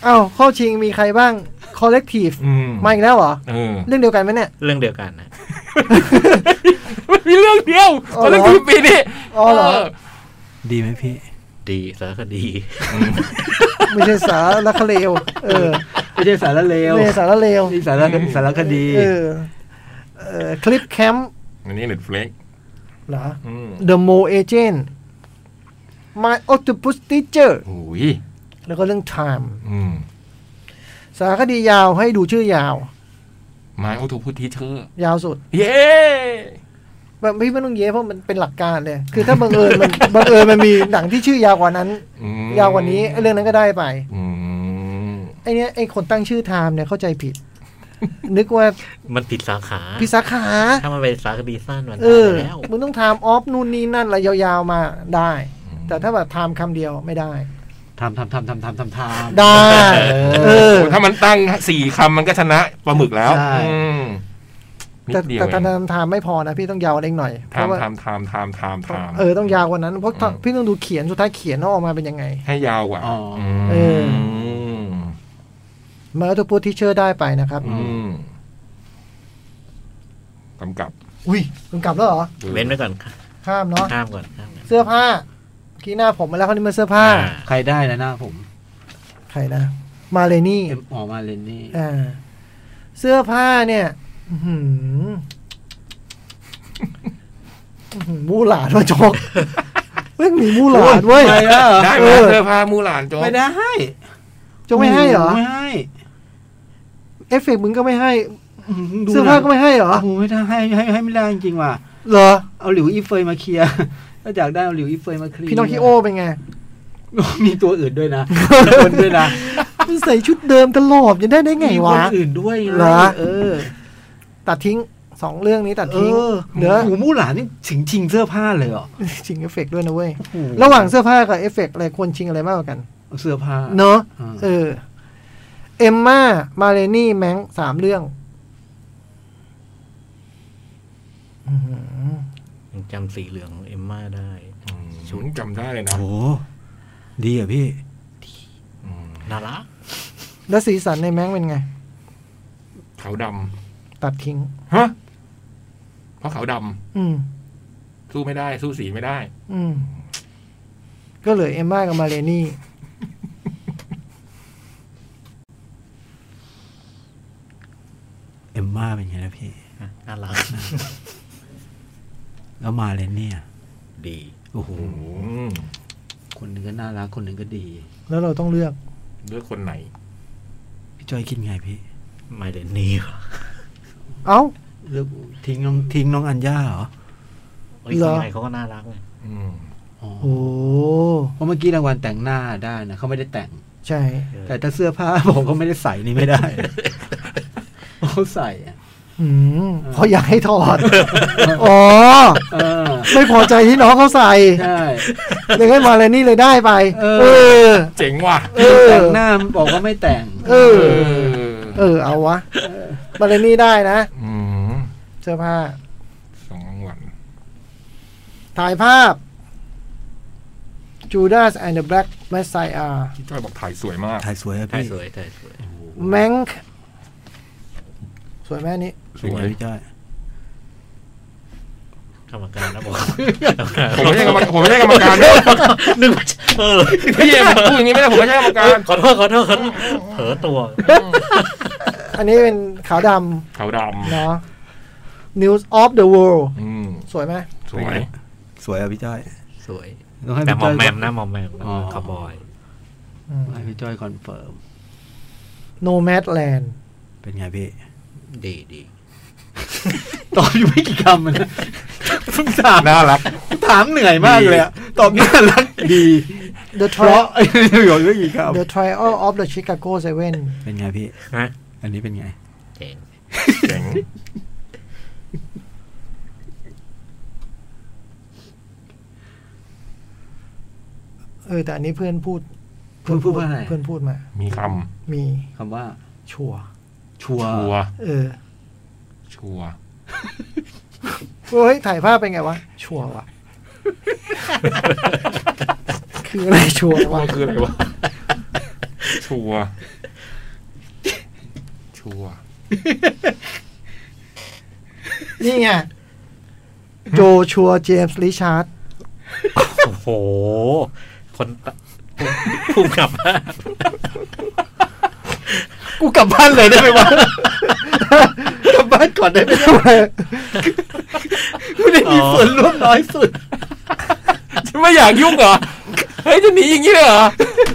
[SPEAKER 2] เอาเข้าชิงมีใครบ้าง collective
[SPEAKER 3] อืม
[SPEAKER 2] มาอีกแล้วเหรอ
[SPEAKER 3] เออ
[SPEAKER 2] เรื่องเดียวกันไหมเนี่ย
[SPEAKER 4] เรื่องเดียวกันนะ
[SPEAKER 3] มันมีเรื่องเดียว
[SPEAKER 2] อ๋อ
[SPEAKER 3] ตอน
[SPEAKER 2] เหรอ
[SPEAKER 3] นั้นคือปีนี้
[SPEAKER 2] อ๋อเหรอ
[SPEAKER 5] ดีไหมพี่
[SPEAKER 4] ดีสารคดี
[SPEAKER 2] ไม่ใช่สารคเลวเออ
[SPEAKER 5] ไม่ใช่สารเลว
[SPEAKER 2] ไม่ใช่สารเลว
[SPEAKER 5] นี่สารคดีสารคดี
[SPEAKER 2] เออเออคลิปแคมป์
[SPEAKER 3] อันนี้เน็ตฟลิก
[SPEAKER 2] เหรอ The Mo Agent My Octopus Teacher
[SPEAKER 3] โอ้ย
[SPEAKER 2] แล้วก็เรื่อง Time
[SPEAKER 3] อืม
[SPEAKER 2] สารคดียาวให้ดูชื่อยาว
[SPEAKER 3] ไมโอทูพุทธิเชอร์
[SPEAKER 2] ยาวสุด
[SPEAKER 3] เย้
[SPEAKER 2] แบบพี่ไม่ต้องเย้เพราะมันเป็นหลักการเลย คือถ้าบังเอิญมัน บังเอิญมันมีหนังที่ชื่อยาวกว่านั้น
[SPEAKER 3] อืม
[SPEAKER 2] ยาวกว่านี้ไอ้เรื่องนั้นก็ได้ไป
[SPEAKER 3] อืม
[SPEAKER 2] ไอเนี้ยไอคนตั้งชื่อ Time เนี่ยเข้าใจผิด นึกว่า
[SPEAKER 4] มันผิดสาขา
[SPEAKER 2] พิสาขา
[SPEAKER 4] ถ้ามันเป็นสารคดีสั้นมัน
[SPEAKER 2] เอ
[SPEAKER 4] ได้
[SPEAKER 2] อ
[SPEAKER 4] แล้ว
[SPEAKER 2] มึงต้อง Time Off นู่นนี่นั่นอะไรยาวๆมาได้ แต่ถ้าแบบ Time คำเดียวไม่ได้
[SPEAKER 5] ทำทำทำทำทำทำทำ
[SPEAKER 2] ได้ เออ
[SPEAKER 3] โอ้ถ้ามันตั้งสี่คำมันก็ชนะปลาหมึกแล้ว
[SPEAKER 5] ใช่
[SPEAKER 3] อืมนิ
[SPEAKER 2] แต่
[SPEAKER 3] ดเดียว
[SPEAKER 2] แต่
[SPEAKER 3] เอง
[SPEAKER 2] ทำทามไม่พอนะพี่ต้องยาวเล็กหน่อยเพราะว่า
[SPEAKER 3] ทำทำทำทำทำทำ
[SPEAKER 2] เออต้องยาวกว่านั้นเพราะ
[SPEAKER 3] อืม
[SPEAKER 2] พี่ต้องดูเขียนสุดท้ายเขียนว่าออกมาเป็นยังไง
[SPEAKER 3] ให้ยาวกว่า
[SPEAKER 5] อ๋ออื
[SPEAKER 3] ม
[SPEAKER 2] เออ มาตัวพูดที่เชื่อได้ไปนะครับ
[SPEAKER 3] อืมกำกับ
[SPEAKER 2] อุ้ยคุณกลับแล้วเหรอ
[SPEAKER 4] เว้นไว้ก่อนค่ะ
[SPEAKER 2] ข้ามเนาะ
[SPEAKER 4] ข้ามก่อนข้ามก่อน
[SPEAKER 2] เสื้อผ้าเมื่อกี้หน้าผมมาแล้วคราวนี้มาเสื้อผ้า
[SPEAKER 4] อ่า
[SPEAKER 5] ใครได้นะหน้าผม
[SPEAKER 2] ใครนะ มาเลนี่
[SPEAKER 5] เอ็มออกมาเลนนี่
[SPEAKER 2] อ่าเสื้อผ้าเนี่ย อื้อหืออื้อหือมูหลานวะโจ กเพิ่งมีมูหลานเว้ย
[SPEAKER 5] ไม่ได้เหรอ
[SPEAKER 3] ได้ไหม
[SPEAKER 2] เออ
[SPEAKER 3] เสื้อผ้ามูหลานโจ๊ก
[SPEAKER 5] ไม่ได้
[SPEAKER 2] โจกไม่ให้เหรอ
[SPEAKER 5] ไม่ให้
[SPEAKER 2] เอฟเฟกต์มึงก็ไม่ให้
[SPEAKER 5] ดู
[SPEAKER 2] เสื้อผ้าก็ไม่ให้เหรอ
[SPEAKER 5] โอ้โหไม่ได้ให้ให้ให้ไม่ได้จริงๆว่ะ
[SPEAKER 2] เหรอ
[SPEAKER 5] เอาหลิวอีเฟยมาเคลียร์ ถ้าอยากได้เอาหลิวอีเฟยมาเคลียร์
[SPEAKER 2] พี่น้องคิโอเป็นไง
[SPEAKER 5] มีตัวอื่นด้วย นะมีคนด้วยนะ
[SPEAKER 2] มันใส่ชุดเดิมตลอดจะได้ได้ไง
[SPEAKER 5] มีคว
[SPEAKER 2] ะ
[SPEAKER 5] นอื่นด้วยไง
[SPEAKER 2] เหรอ
[SPEAKER 5] เออ
[SPEAKER 2] ตัดทิ้งสองเรื่องนี้ตัด
[SPEAKER 5] เอ
[SPEAKER 2] ทิ้ง
[SPEAKER 5] อ
[SPEAKER 2] เนื้อ
[SPEAKER 5] โหูมู่หลานนี่ถึงชิงเสื้อผ้าเลยเหรอ
[SPEAKER 2] ชิงเอฟเฟกต์ด้วยนะเว้ย
[SPEAKER 5] โอ้โ
[SPEAKER 2] ระหว่างเสื้อผ้ากับเอฟเฟกต์อะไรควรชิงอะไรมากกว่ากัน
[SPEAKER 5] เอาเสื้อผ้า
[SPEAKER 2] เนอะ
[SPEAKER 5] อ่า
[SPEAKER 2] เออ เอมมามาเลนี่แมงสามเรื่องอื้อหือ
[SPEAKER 4] ยังจำสีเหลืองของเอมม่าได้
[SPEAKER 3] ชุดจำได้เลยนะ
[SPEAKER 5] โอ้โหดีอ่ะพี่
[SPEAKER 3] อืม
[SPEAKER 4] น่ารัก
[SPEAKER 2] แล้วสีสันในแมงเป็นไง
[SPEAKER 3] ขาวด
[SPEAKER 2] ตัดทิ้ง
[SPEAKER 3] ำฮะเพราะขาวด
[SPEAKER 2] อืม
[SPEAKER 3] ำสู้ไม่ได้ สู้สีไม่ได้
[SPEAKER 2] อืม ก็เหลือเอมมากับมาเลนี่
[SPEAKER 5] เอมม่าเป็นไงนะพี่
[SPEAKER 4] น่ารัก
[SPEAKER 5] แล้วมาเลนเนี่ย
[SPEAKER 4] ดี
[SPEAKER 5] โอ้โห
[SPEAKER 3] อืม
[SPEAKER 5] คนหนึ่งก็น่ารัก คนหนึ่งก็ดี
[SPEAKER 2] แล้วเราต้องเลือก
[SPEAKER 3] เลือกคนไหน
[SPEAKER 5] พี่จอยคิดไงพี่
[SPEAKER 4] ไม่เลนนี่วะ
[SPEAKER 2] เอ้า
[SPEAKER 5] เลือกทิ้งน้องทิ้งน้องอัญญาเหรอ
[SPEAKER 4] เฮ้ย
[SPEAKER 2] เหรอ
[SPEAKER 4] ข้างในเขาก็น่ารักเลย
[SPEAKER 3] อืม
[SPEAKER 5] อ๋อ
[SPEAKER 2] โอ้
[SPEAKER 5] เพราะเมื่อกี้รางวัลแต่งหน้าได้นะเขาไม่ได้แต่ง
[SPEAKER 2] ใช่
[SPEAKER 5] แต่ถ้าเสื้อผ้า ผมก็ไม่ได้ใส่นี่ไม่ ได้ เขาใส่อะ
[SPEAKER 2] อืมเพราะอยากให้ถอด อ๋อ
[SPEAKER 5] เออ
[SPEAKER 2] ไม่พอใจที่น้องเขาใส่
[SPEAKER 5] ใช่
[SPEAKER 2] เลยให้มาเลยนี่เลยได้ไป
[SPEAKER 5] เออ
[SPEAKER 2] เออ
[SPEAKER 3] เจ๋งว่ะ
[SPEAKER 2] เออ
[SPEAKER 5] แต่งหน้าบอกว่าไม่แต่ง
[SPEAKER 2] เออ เออ เอาวะ มาเลยนี่ได้นะ
[SPEAKER 3] อืม
[SPEAKER 2] เสื้อผ้า
[SPEAKER 3] สองรางวัล
[SPEAKER 2] ถ่ายภาพ Judas and the Black Messiah
[SPEAKER 3] พี่จ้อยบอกถ่ายสวยมาก
[SPEAKER 5] ถ่ายสวยอะ
[SPEAKER 4] ถ่าย
[SPEAKER 5] พี่
[SPEAKER 4] สวยถ่ายสวย
[SPEAKER 2] แมงสวยไหมอันนี้
[SPEAKER 3] ส
[SPEAKER 5] ส
[SPEAKER 3] ว
[SPEAKER 5] วย ยพี่จ้อย
[SPEAKER 4] กรรมการ นะบอก
[SPEAKER 3] ผมไม่ใช่กรรมผมไม่ใช่กรรมการด้วย
[SPEAKER 4] นึกว่าเออ
[SPEAKER 3] พี่เอ็มพูดอย่างนี้ไม่ได้ผมไม่ใช่กรรมการ
[SPEAKER 4] ขอโทษขอโทษขอโทษเผลอตัว
[SPEAKER 2] อันนี้เป็นขาวด
[SPEAKER 3] ขาวด
[SPEAKER 2] ำเนาะ News of the World
[SPEAKER 3] ำอืม
[SPEAKER 2] สวยไหม
[SPEAKER 3] สวย
[SPEAKER 5] สวยอะพี่จ้อย
[SPEAKER 4] สวย
[SPEAKER 5] ต้องให้
[SPEAKER 4] แต่ม
[SPEAKER 5] พี่จ้
[SPEAKER 4] อม
[SPEAKER 5] อย
[SPEAKER 4] แมมนะมอมแมมนะ
[SPEAKER 5] อ๋อ
[SPEAKER 4] คาร์บอย
[SPEAKER 5] ต้องให้พี่จ้อยคอนเฟิร์ม
[SPEAKER 2] Nomadland
[SPEAKER 5] เป็นไงพี่
[SPEAKER 4] ดีดี
[SPEAKER 5] ตอบอยู่ ไม่กี่คำอะนะสงสาร
[SPEAKER 3] น่ารัก
[SPEAKER 5] ถามเหนื่อยมากเลยอะตอบน่ารักดี
[SPEAKER 2] The
[SPEAKER 5] เพราะ
[SPEAKER 2] Trial
[SPEAKER 5] อยู่ไม่กี่ค
[SPEAKER 2] The Trial of the Chicago Seven
[SPEAKER 5] ำเป็นไงพี่
[SPEAKER 4] ฮะ
[SPEAKER 5] อันนี้เป็นไง
[SPEAKER 4] เจ๋ง
[SPEAKER 3] เจ๋ง
[SPEAKER 2] เออ แต่อันนี้เพื่อนพูด
[SPEAKER 5] เพื่อนพูดว่าอะไร
[SPEAKER 2] เพื่อนพูดมา
[SPEAKER 3] มีค
[SPEAKER 2] มี
[SPEAKER 5] คำว่า
[SPEAKER 2] ชัวร์
[SPEAKER 5] ชัว
[SPEAKER 3] ำ
[SPEAKER 5] ร์
[SPEAKER 3] ชัวร์
[SPEAKER 2] เออ
[SPEAKER 3] ชัวร์
[SPEAKER 2] เฮ้ย ถ่ายภาพเป็นไงวะ ชัวร์วะ คืออะไรชัวร์
[SPEAKER 3] ชัว
[SPEAKER 2] วะ
[SPEAKER 3] ร์คืออะไรวะชัวร์ชัวร์
[SPEAKER 2] นี่ไง โจชัวเจมส์ริชาร์ด
[SPEAKER 4] โอ้โห คนตะภูมิกับ
[SPEAKER 5] กูกลับบ้านเลยได้ไหมวะ กลับบ้านก่อนได้ไหมกูได้มีส่วนร่วมน้อยสุด
[SPEAKER 3] ฉันไม่อยากยุ่งเหรอเฮ้ยจะหนีอย่างนี้เลยเหรอ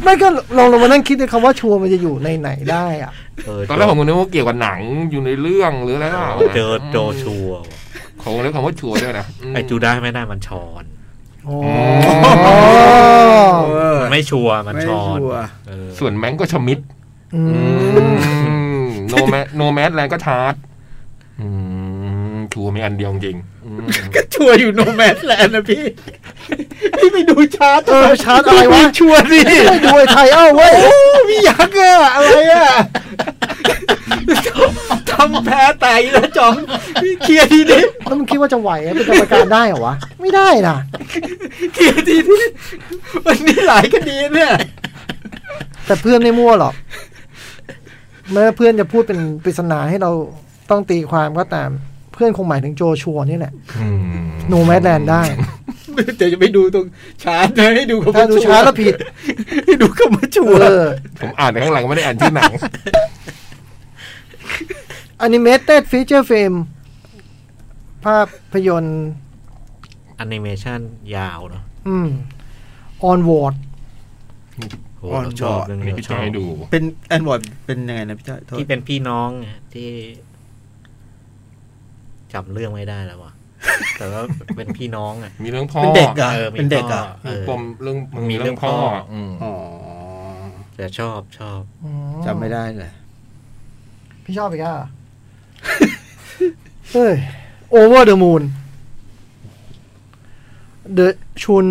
[SPEAKER 2] ไม่ก็ลองลองมานั่งคิดดูคำว่าชัวร์มันจะอยู่ในไหนได้อะ
[SPEAKER 4] เออ
[SPEAKER 3] ตอนแรกผมนึกว่าเกี่ยวกับหนังอยู่ในเรื่องหรืออะไรเปล่า
[SPEAKER 4] เจอโจชัวว่ะ
[SPEAKER 3] เขาเรียกคำว่าชัวร์ด้วยนะม
[SPEAKER 4] ไอจูด้าไม่ได้มันชอน
[SPEAKER 2] โอ้
[SPEAKER 4] มันไม่ชัวร์มัน
[SPEAKER 5] ไม่
[SPEAKER 4] ชอน
[SPEAKER 5] ชัวร์
[SPEAKER 4] เออ
[SPEAKER 3] ส่วนแมงก็ชมิด
[SPEAKER 2] อืม
[SPEAKER 3] โนแมโนแมสแลนก็ชาร์จอืมชัวร์มีอันเดียวจริงอืม
[SPEAKER 5] ก็ชัวร์อยู่โนแมสแลนด์นะพี่ พี่ไปดูชาร์ต
[SPEAKER 2] เออชาร์จอะไรวะ
[SPEAKER 5] ชัวร์ดิ
[SPEAKER 2] ไม่ได้ดูไอ้ไทยเอ้าเว้ย
[SPEAKER 5] พี่ยักษ์อะอะไรอะทำแพ้ไตแล้วจอมพี่เคลียร์ทีนี้
[SPEAKER 2] แล้วมึงคิดว่าจะไหวอะเป็นกรรมการได้เหรอวะ ไม่ได้นะ
[SPEAKER 5] เคลียร์ทีนี้วันนี้หลายคดีเนี่ย
[SPEAKER 2] แต่เพื่อนไม่มั่วหรอกเมื่อเพื่อนจะพูดเป็นปริศนาให้เราต้องตีความก็ตาม เพื่อนคงหมายถึงโจชัวนี่แหละ
[SPEAKER 3] อืม
[SPEAKER 2] โนแมดแลนได้
[SPEAKER 5] แต่จะไม่ดูตรงชาร์ตนะให้ดูคำว่
[SPEAKER 2] ถ้าดูช้าแล้วผิด
[SPEAKER 5] ให้ดูคำว่าชัวร์
[SPEAKER 2] เออ
[SPEAKER 3] ผมอ่านข้างหลังไม่ได้อ่านชื่อหนัง
[SPEAKER 2] animated feature film ภาพยนตร์
[SPEAKER 4] แอนิเมชันยาวเนาะ
[SPEAKER 2] อืม onward
[SPEAKER 4] โหเราชอบเรื่อง
[SPEAKER 3] อัน
[SPEAKER 4] นี้
[SPEAKER 3] นี้
[SPEAKER 4] เรา
[SPEAKER 3] พี่
[SPEAKER 4] ช
[SPEAKER 3] จ
[SPEAKER 4] อ
[SPEAKER 3] อบยดู
[SPEAKER 5] เป็นแอนวอร์ดเป็นยังไงนะพี่จ้อยโทษ
[SPEAKER 4] ที่เป็นพี่น้องไงที่จำเรื่องไม่ได้แล้วว่ะแต่ว่าเป็นพี่น้องอ่ะ
[SPEAKER 3] มีเรื่องพ่อ
[SPEAKER 5] เป็นเด็กอะ
[SPEAKER 4] ออมี
[SPEAKER 5] เป็นเด็กอะ
[SPEAKER 4] พ่
[SPEAKER 3] มี
[SPEAKER 4] เ
[SPEAKER 3] ปมเรื่อง
[SPEAKER 4] มันมี
[SPEAKER 3] มี
[SPEAKER 4] เรื่
[SPEAKER 3] เรื่
[SPEAKER 4] อ
[SPEAKER 3] อง งพ่อ
[SPEAKER 4] พ่ออื
[SPEAKER 3] ม
[SPEAKER 5] อ๋อ
[SPEAKER 4] แต่ชอบชอบ
[SPEAKER 2] อื
[SPEAKER 5] จำไม่ได้เลย
[SPEAKER 2] พี่ชอบอีกอ่ะ เฮ้ย over the moon the ชุน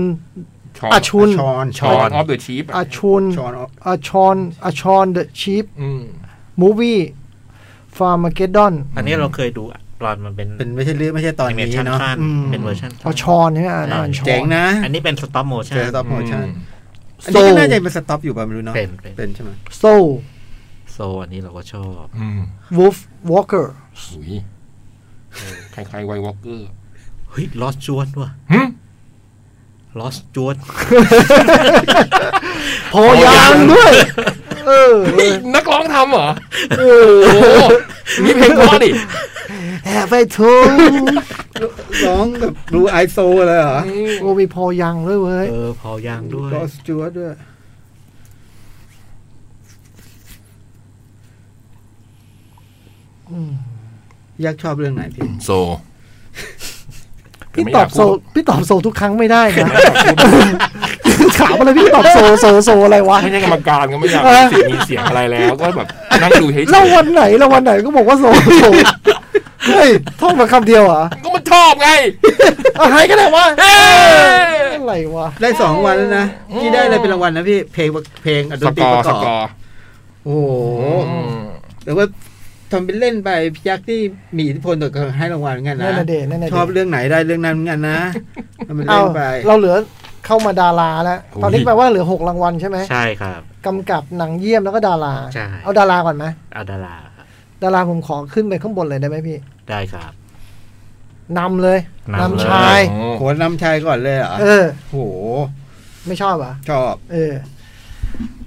[SPEAKER 3] ชอน
[SPEAKER 2] อาชุน
[SPEAKER 5] ชอน
[SPEAKER 3] ชอนออฟเดอะชีฟ
[SPEAKER 2] อาชุน
[SPEAKER 5] ชอนอ๋อ
[SPEAKER 2] อาชอนอาชอน the sheep
[SPEAKER 3] อืม
[SPEAKER 2] movie farmageddon
[SPEAKER 4] อันนี้เราเคยดูตอนมันเป็น
[SPEAKER 5] เป็นไม่ใช่เรื่องไม่ใช่ตอนนี้
[SPEAKER 4] ชัน
[SPEAKER 5] เนาะ
[SPEAKER 4] สั้น
[SPEAKER 5] อืม
[SPEAKER 4] เป็นเวอร์ชัน
[SPEAKER 2] อา
[SPEAKER 4] สั้น
[SPEAKER 2] ชอนใช่ไหมอ่านอ่านชอน
[SPEAKER 5] เจ๋งนะ
[SPEAKER 4] อันนี้เป็นสต็อปโมชั่
[SPEAKER 5] เจ
[SPEAKER 4] น
[SPEAKER 5] อสต็อปโมชั่นอัน
[SPEAKER 2] โซ่
[SPEAKER 5] นี้ก็น่าจะเป็นสต็อปอยู่ป่ะไม่รู้เนาะ
[SPEAKER 4] เป็นเป็น
[SPEAKER 5] เป็นใช่ไหม
[SPEAKER 2] soul
[SPEAKER 4] โซอันนี้เราก็ชอบ
[SPEAKER 3] อืม
[SPEAKER 2] wolf walker
[SPEAKER 3] หุยคล้ายๆไววอลเกอร์
[SPEAKER 4] เฮ้ยลอสจวนว่ะลอสจวน
[SPEAKER 2] โพยางค์ด้วย เออ
[SPEAKER 3] นักร้องทำเหรอ
[SPEAKER 2] เออ
[SPEAKER 3] โอ้โหนี่เพลงพ่อดิ
[SPEAKER 2] Have I told
[SPEAKER 5] ร้องแบบรูไอโซเลยเหรอ
[SPEAKER 2] โอ้มีพอยังด้วยเว้ย
[SPEAKER 4] เออ พอยางด้วย
[SPEAKER 5] รอสจวดด้วย
[SPEAKER 2] ม
[SPEAKER 5] ยักษ์ชอบเรื่องไหนพี่
[SPEAKER 3] โซ
[SPEAKER 2] พี่ตอบโซพี่ตอบโซทุกครั้งไม่ได้นะ ถามอะไรพี่ตอบโซโซโซอะไรวะ
[SPEAKER 3] ไม่ใช่กรรมการก็ไม่อยากมีสิทธิ์มีเสียงอะไรแล้ว ก็แบบนั่งดูเฉย
[SPEAKER 2] แล้ววันไหนแล้ววันไหนก็บอกว่าโซโซ เฮ้ยท่องมาคำเดียวเหรอ่ะ
[SPEAKER 3] ๆก็มันชอบไง
[SPEAKER 2] อะไรก็ได้วะ
[SPEAKER 3] เอ้ย
[SPEAKER 2] อะไรวะ
[SPEAKER 5] ได้สองวันแล้วนะพี่ได้อะไรเป็นรางวัลนะพี่ เพลงเพลงอะด
[SPEAKER 3] ส
[SPEAKER 5] นตรี
[SPEAKER 3] กอ
[SPEAKER 5] ป
[SPEAKER 3] ร์
[SPEAKER 5] ระก
[SPEAKER 3] ส
[SPEAKER 5] อบ
[SPEAKER 3] กอร์
[SPEAKER 5] โอ้โห
[SPEAKER 3] อืม
[SPEAKER 5] แต่ว่าทำเป็นเล่นไปพี่ยักษ์ที่มีอิทธิพลต่อการให้รางวัลเหมือนกัน
[SPEAKER 2] นั่นน่ะ
[SPEAKER 5] นะ
[SPEAKER 2] เดนั่นน่ะเด
[SPEAKER 5] ชอบเรื่องไหนได้เรื่องนั้นเหมือนกัน นะทำเป็น
[SPEAKER 2] เอา
[SPEAKER 5] เล่นไป
[SPEAKER 2] เราเหลือเข้ามาดาราแล้ว ตอนนี้แปลว่าเหลือหกรางวัลใช่ไหม
[SPEAKER 4] ใช่ครับ
[SPEAKER 2] กำกับหนังเยี่ยมแล้วก็ดารา
[SPEAKER 4] ใช่
[SPEAKER 2] เอาดาราก่อนไหม
[SPEAKER 4] อาดาราครับ
[SPEAKER 2] ดาราผมขอขึ้นไปข้างบนเลยได้ไหมพี่
[SPEAKER 4] ได้ครับ
[SPEAKER 2] นำเลย
[SPEAKER 4] นำเลย
[SPEAKER 2] ชาย
[SPEAKER 3] โอ้
[SPEAKER 5] โหน้ำชายก่อนเลยเหรอ
[SPEAKER 2] เออ
[SPEAKER 5] โอ้โห
[SPEAKER 2] ไม่ชอบเหรอ่ะ
[SPEAKER 5] ชอบ
[SPEAKER 2] เออ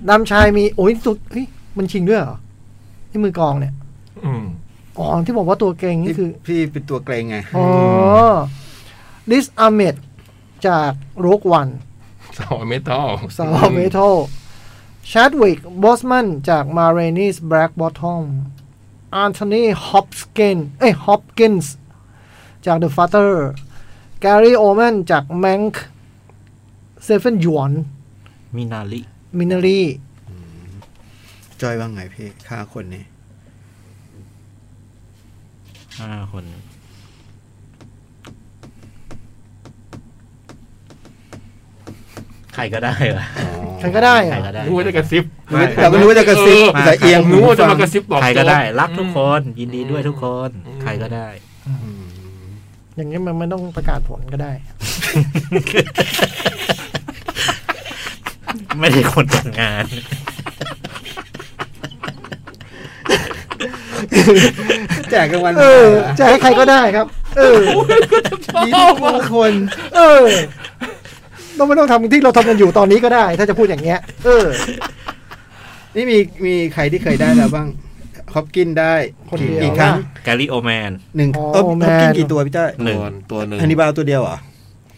[SPEAKER 2] นำชายมีโอ้ยสุดเฮ้ยมันชิงด้วยเหรอที่มือกลองเนี่ย
[SPEAKER 3] อืม
[SPEAKER 2] อ๋อที่บอกว่าตัวเก่งนี่
[SPEAKER 5] พี่
[SPEAKER 2] คือ
[SPEAKER 5] พี่เป็นตัวเกรงไง
[SPEAKER 2] อ๋อลิสอาเมดจากโรกวัน
[SPEAKER 3] สาวเมทัล
[SPEAKER 2] สาวเมทัลชาร์ดวิกบอสมันจากมาเรนีสแบล็กบอททอมอันโทนีฮอปสกินเอ้ยฮอปกินส์จากเดอะฟาเตอร์แกรี่โอแมนจากแมงค์เซเฟนยวน
[SPEAKER 4] มินาริ
[SPEAKER 2] มินารี
[SPEAKER 5] จอยว่าไงพี่ฆ่าคนนี่
[SPEAKER 4] ห้าคนใครก็ได้เหรอ
[SPEAKER 2] ใครก็ได้
[SPEAKER 4] ใคร
[SPEAKER 2] อะ
[SPEAKER 4] ก็ได้
[SPEAKER 3] รู้ว่าจะกระซิบ
[SPEAKER 4] ไม่
[SPEAKER 5] แต่ไม่รู้ว่าจะกระซิบ
[SPEAKER 4] เออ
[SPEAKER 5] แต่เอียง
[SPEAKER 3] รู้ว่าจะ
[SPEAKER 5] ฟั
[SPEAKER 3] มากระซิบบอก
[SPEAKER 4] ใครก็
[SPEAKER 3] โจ๊
[SPEAKER 4] ได้ รักทุกคน ยินดีด้วยทุกคน
[SPEAKER 3] อืม
[SPEAKER 4] ใครก็ได้
[SPEAKER 5] อืม
[SPEAKER 2] อย่างนี้มันไม่ต้องประกาศผลก็ได้
[SPEAKER 4] ไม่ได้คนจัดงาน
[SPEAKER 5] แจกกันวัน
[SPEAKER 2] เออ
[SPEAKER 5] ไหน
[SPEAKER 2] จะให้ใครก็ได้ครับ เออ
[SPEAKER 5] ยินดีทุกคน
[SPEAKER 2] เออเราไม่ต้องทำที่เราทำกันอยู่ตอนนี้ก็ได้ ถ้าจะพูดอย่างเงี้ย เออ
[SPEAKER 5] นี่มีมีใครที่เคยได้แล้วบ้างฮอปกินได้
[SPEAKER 2] คน
[SPEAKER 5] กี่
[SPEAKER 2] เดียว
[SPEAKER 5] กี่ครั้ง
[SPEAKER 2] อะ
[SPEAKER 4] แกรี่โอแมน
[SPEAKER 5] หนึ่ง
[SPEAKER 2] อ๋อ
[SPEAKER 5] เออฮอป
[SPEAKER 2] แมน
[SPEAKER 5] กินกี่ตัวพี่จ้อย
[SPEAKER 4] หนึ่ง
[SPEAKER 3] ตัวหนึ่ง
[SPEAKER 5] ฮันนิบาลตัวเดียวเหรอ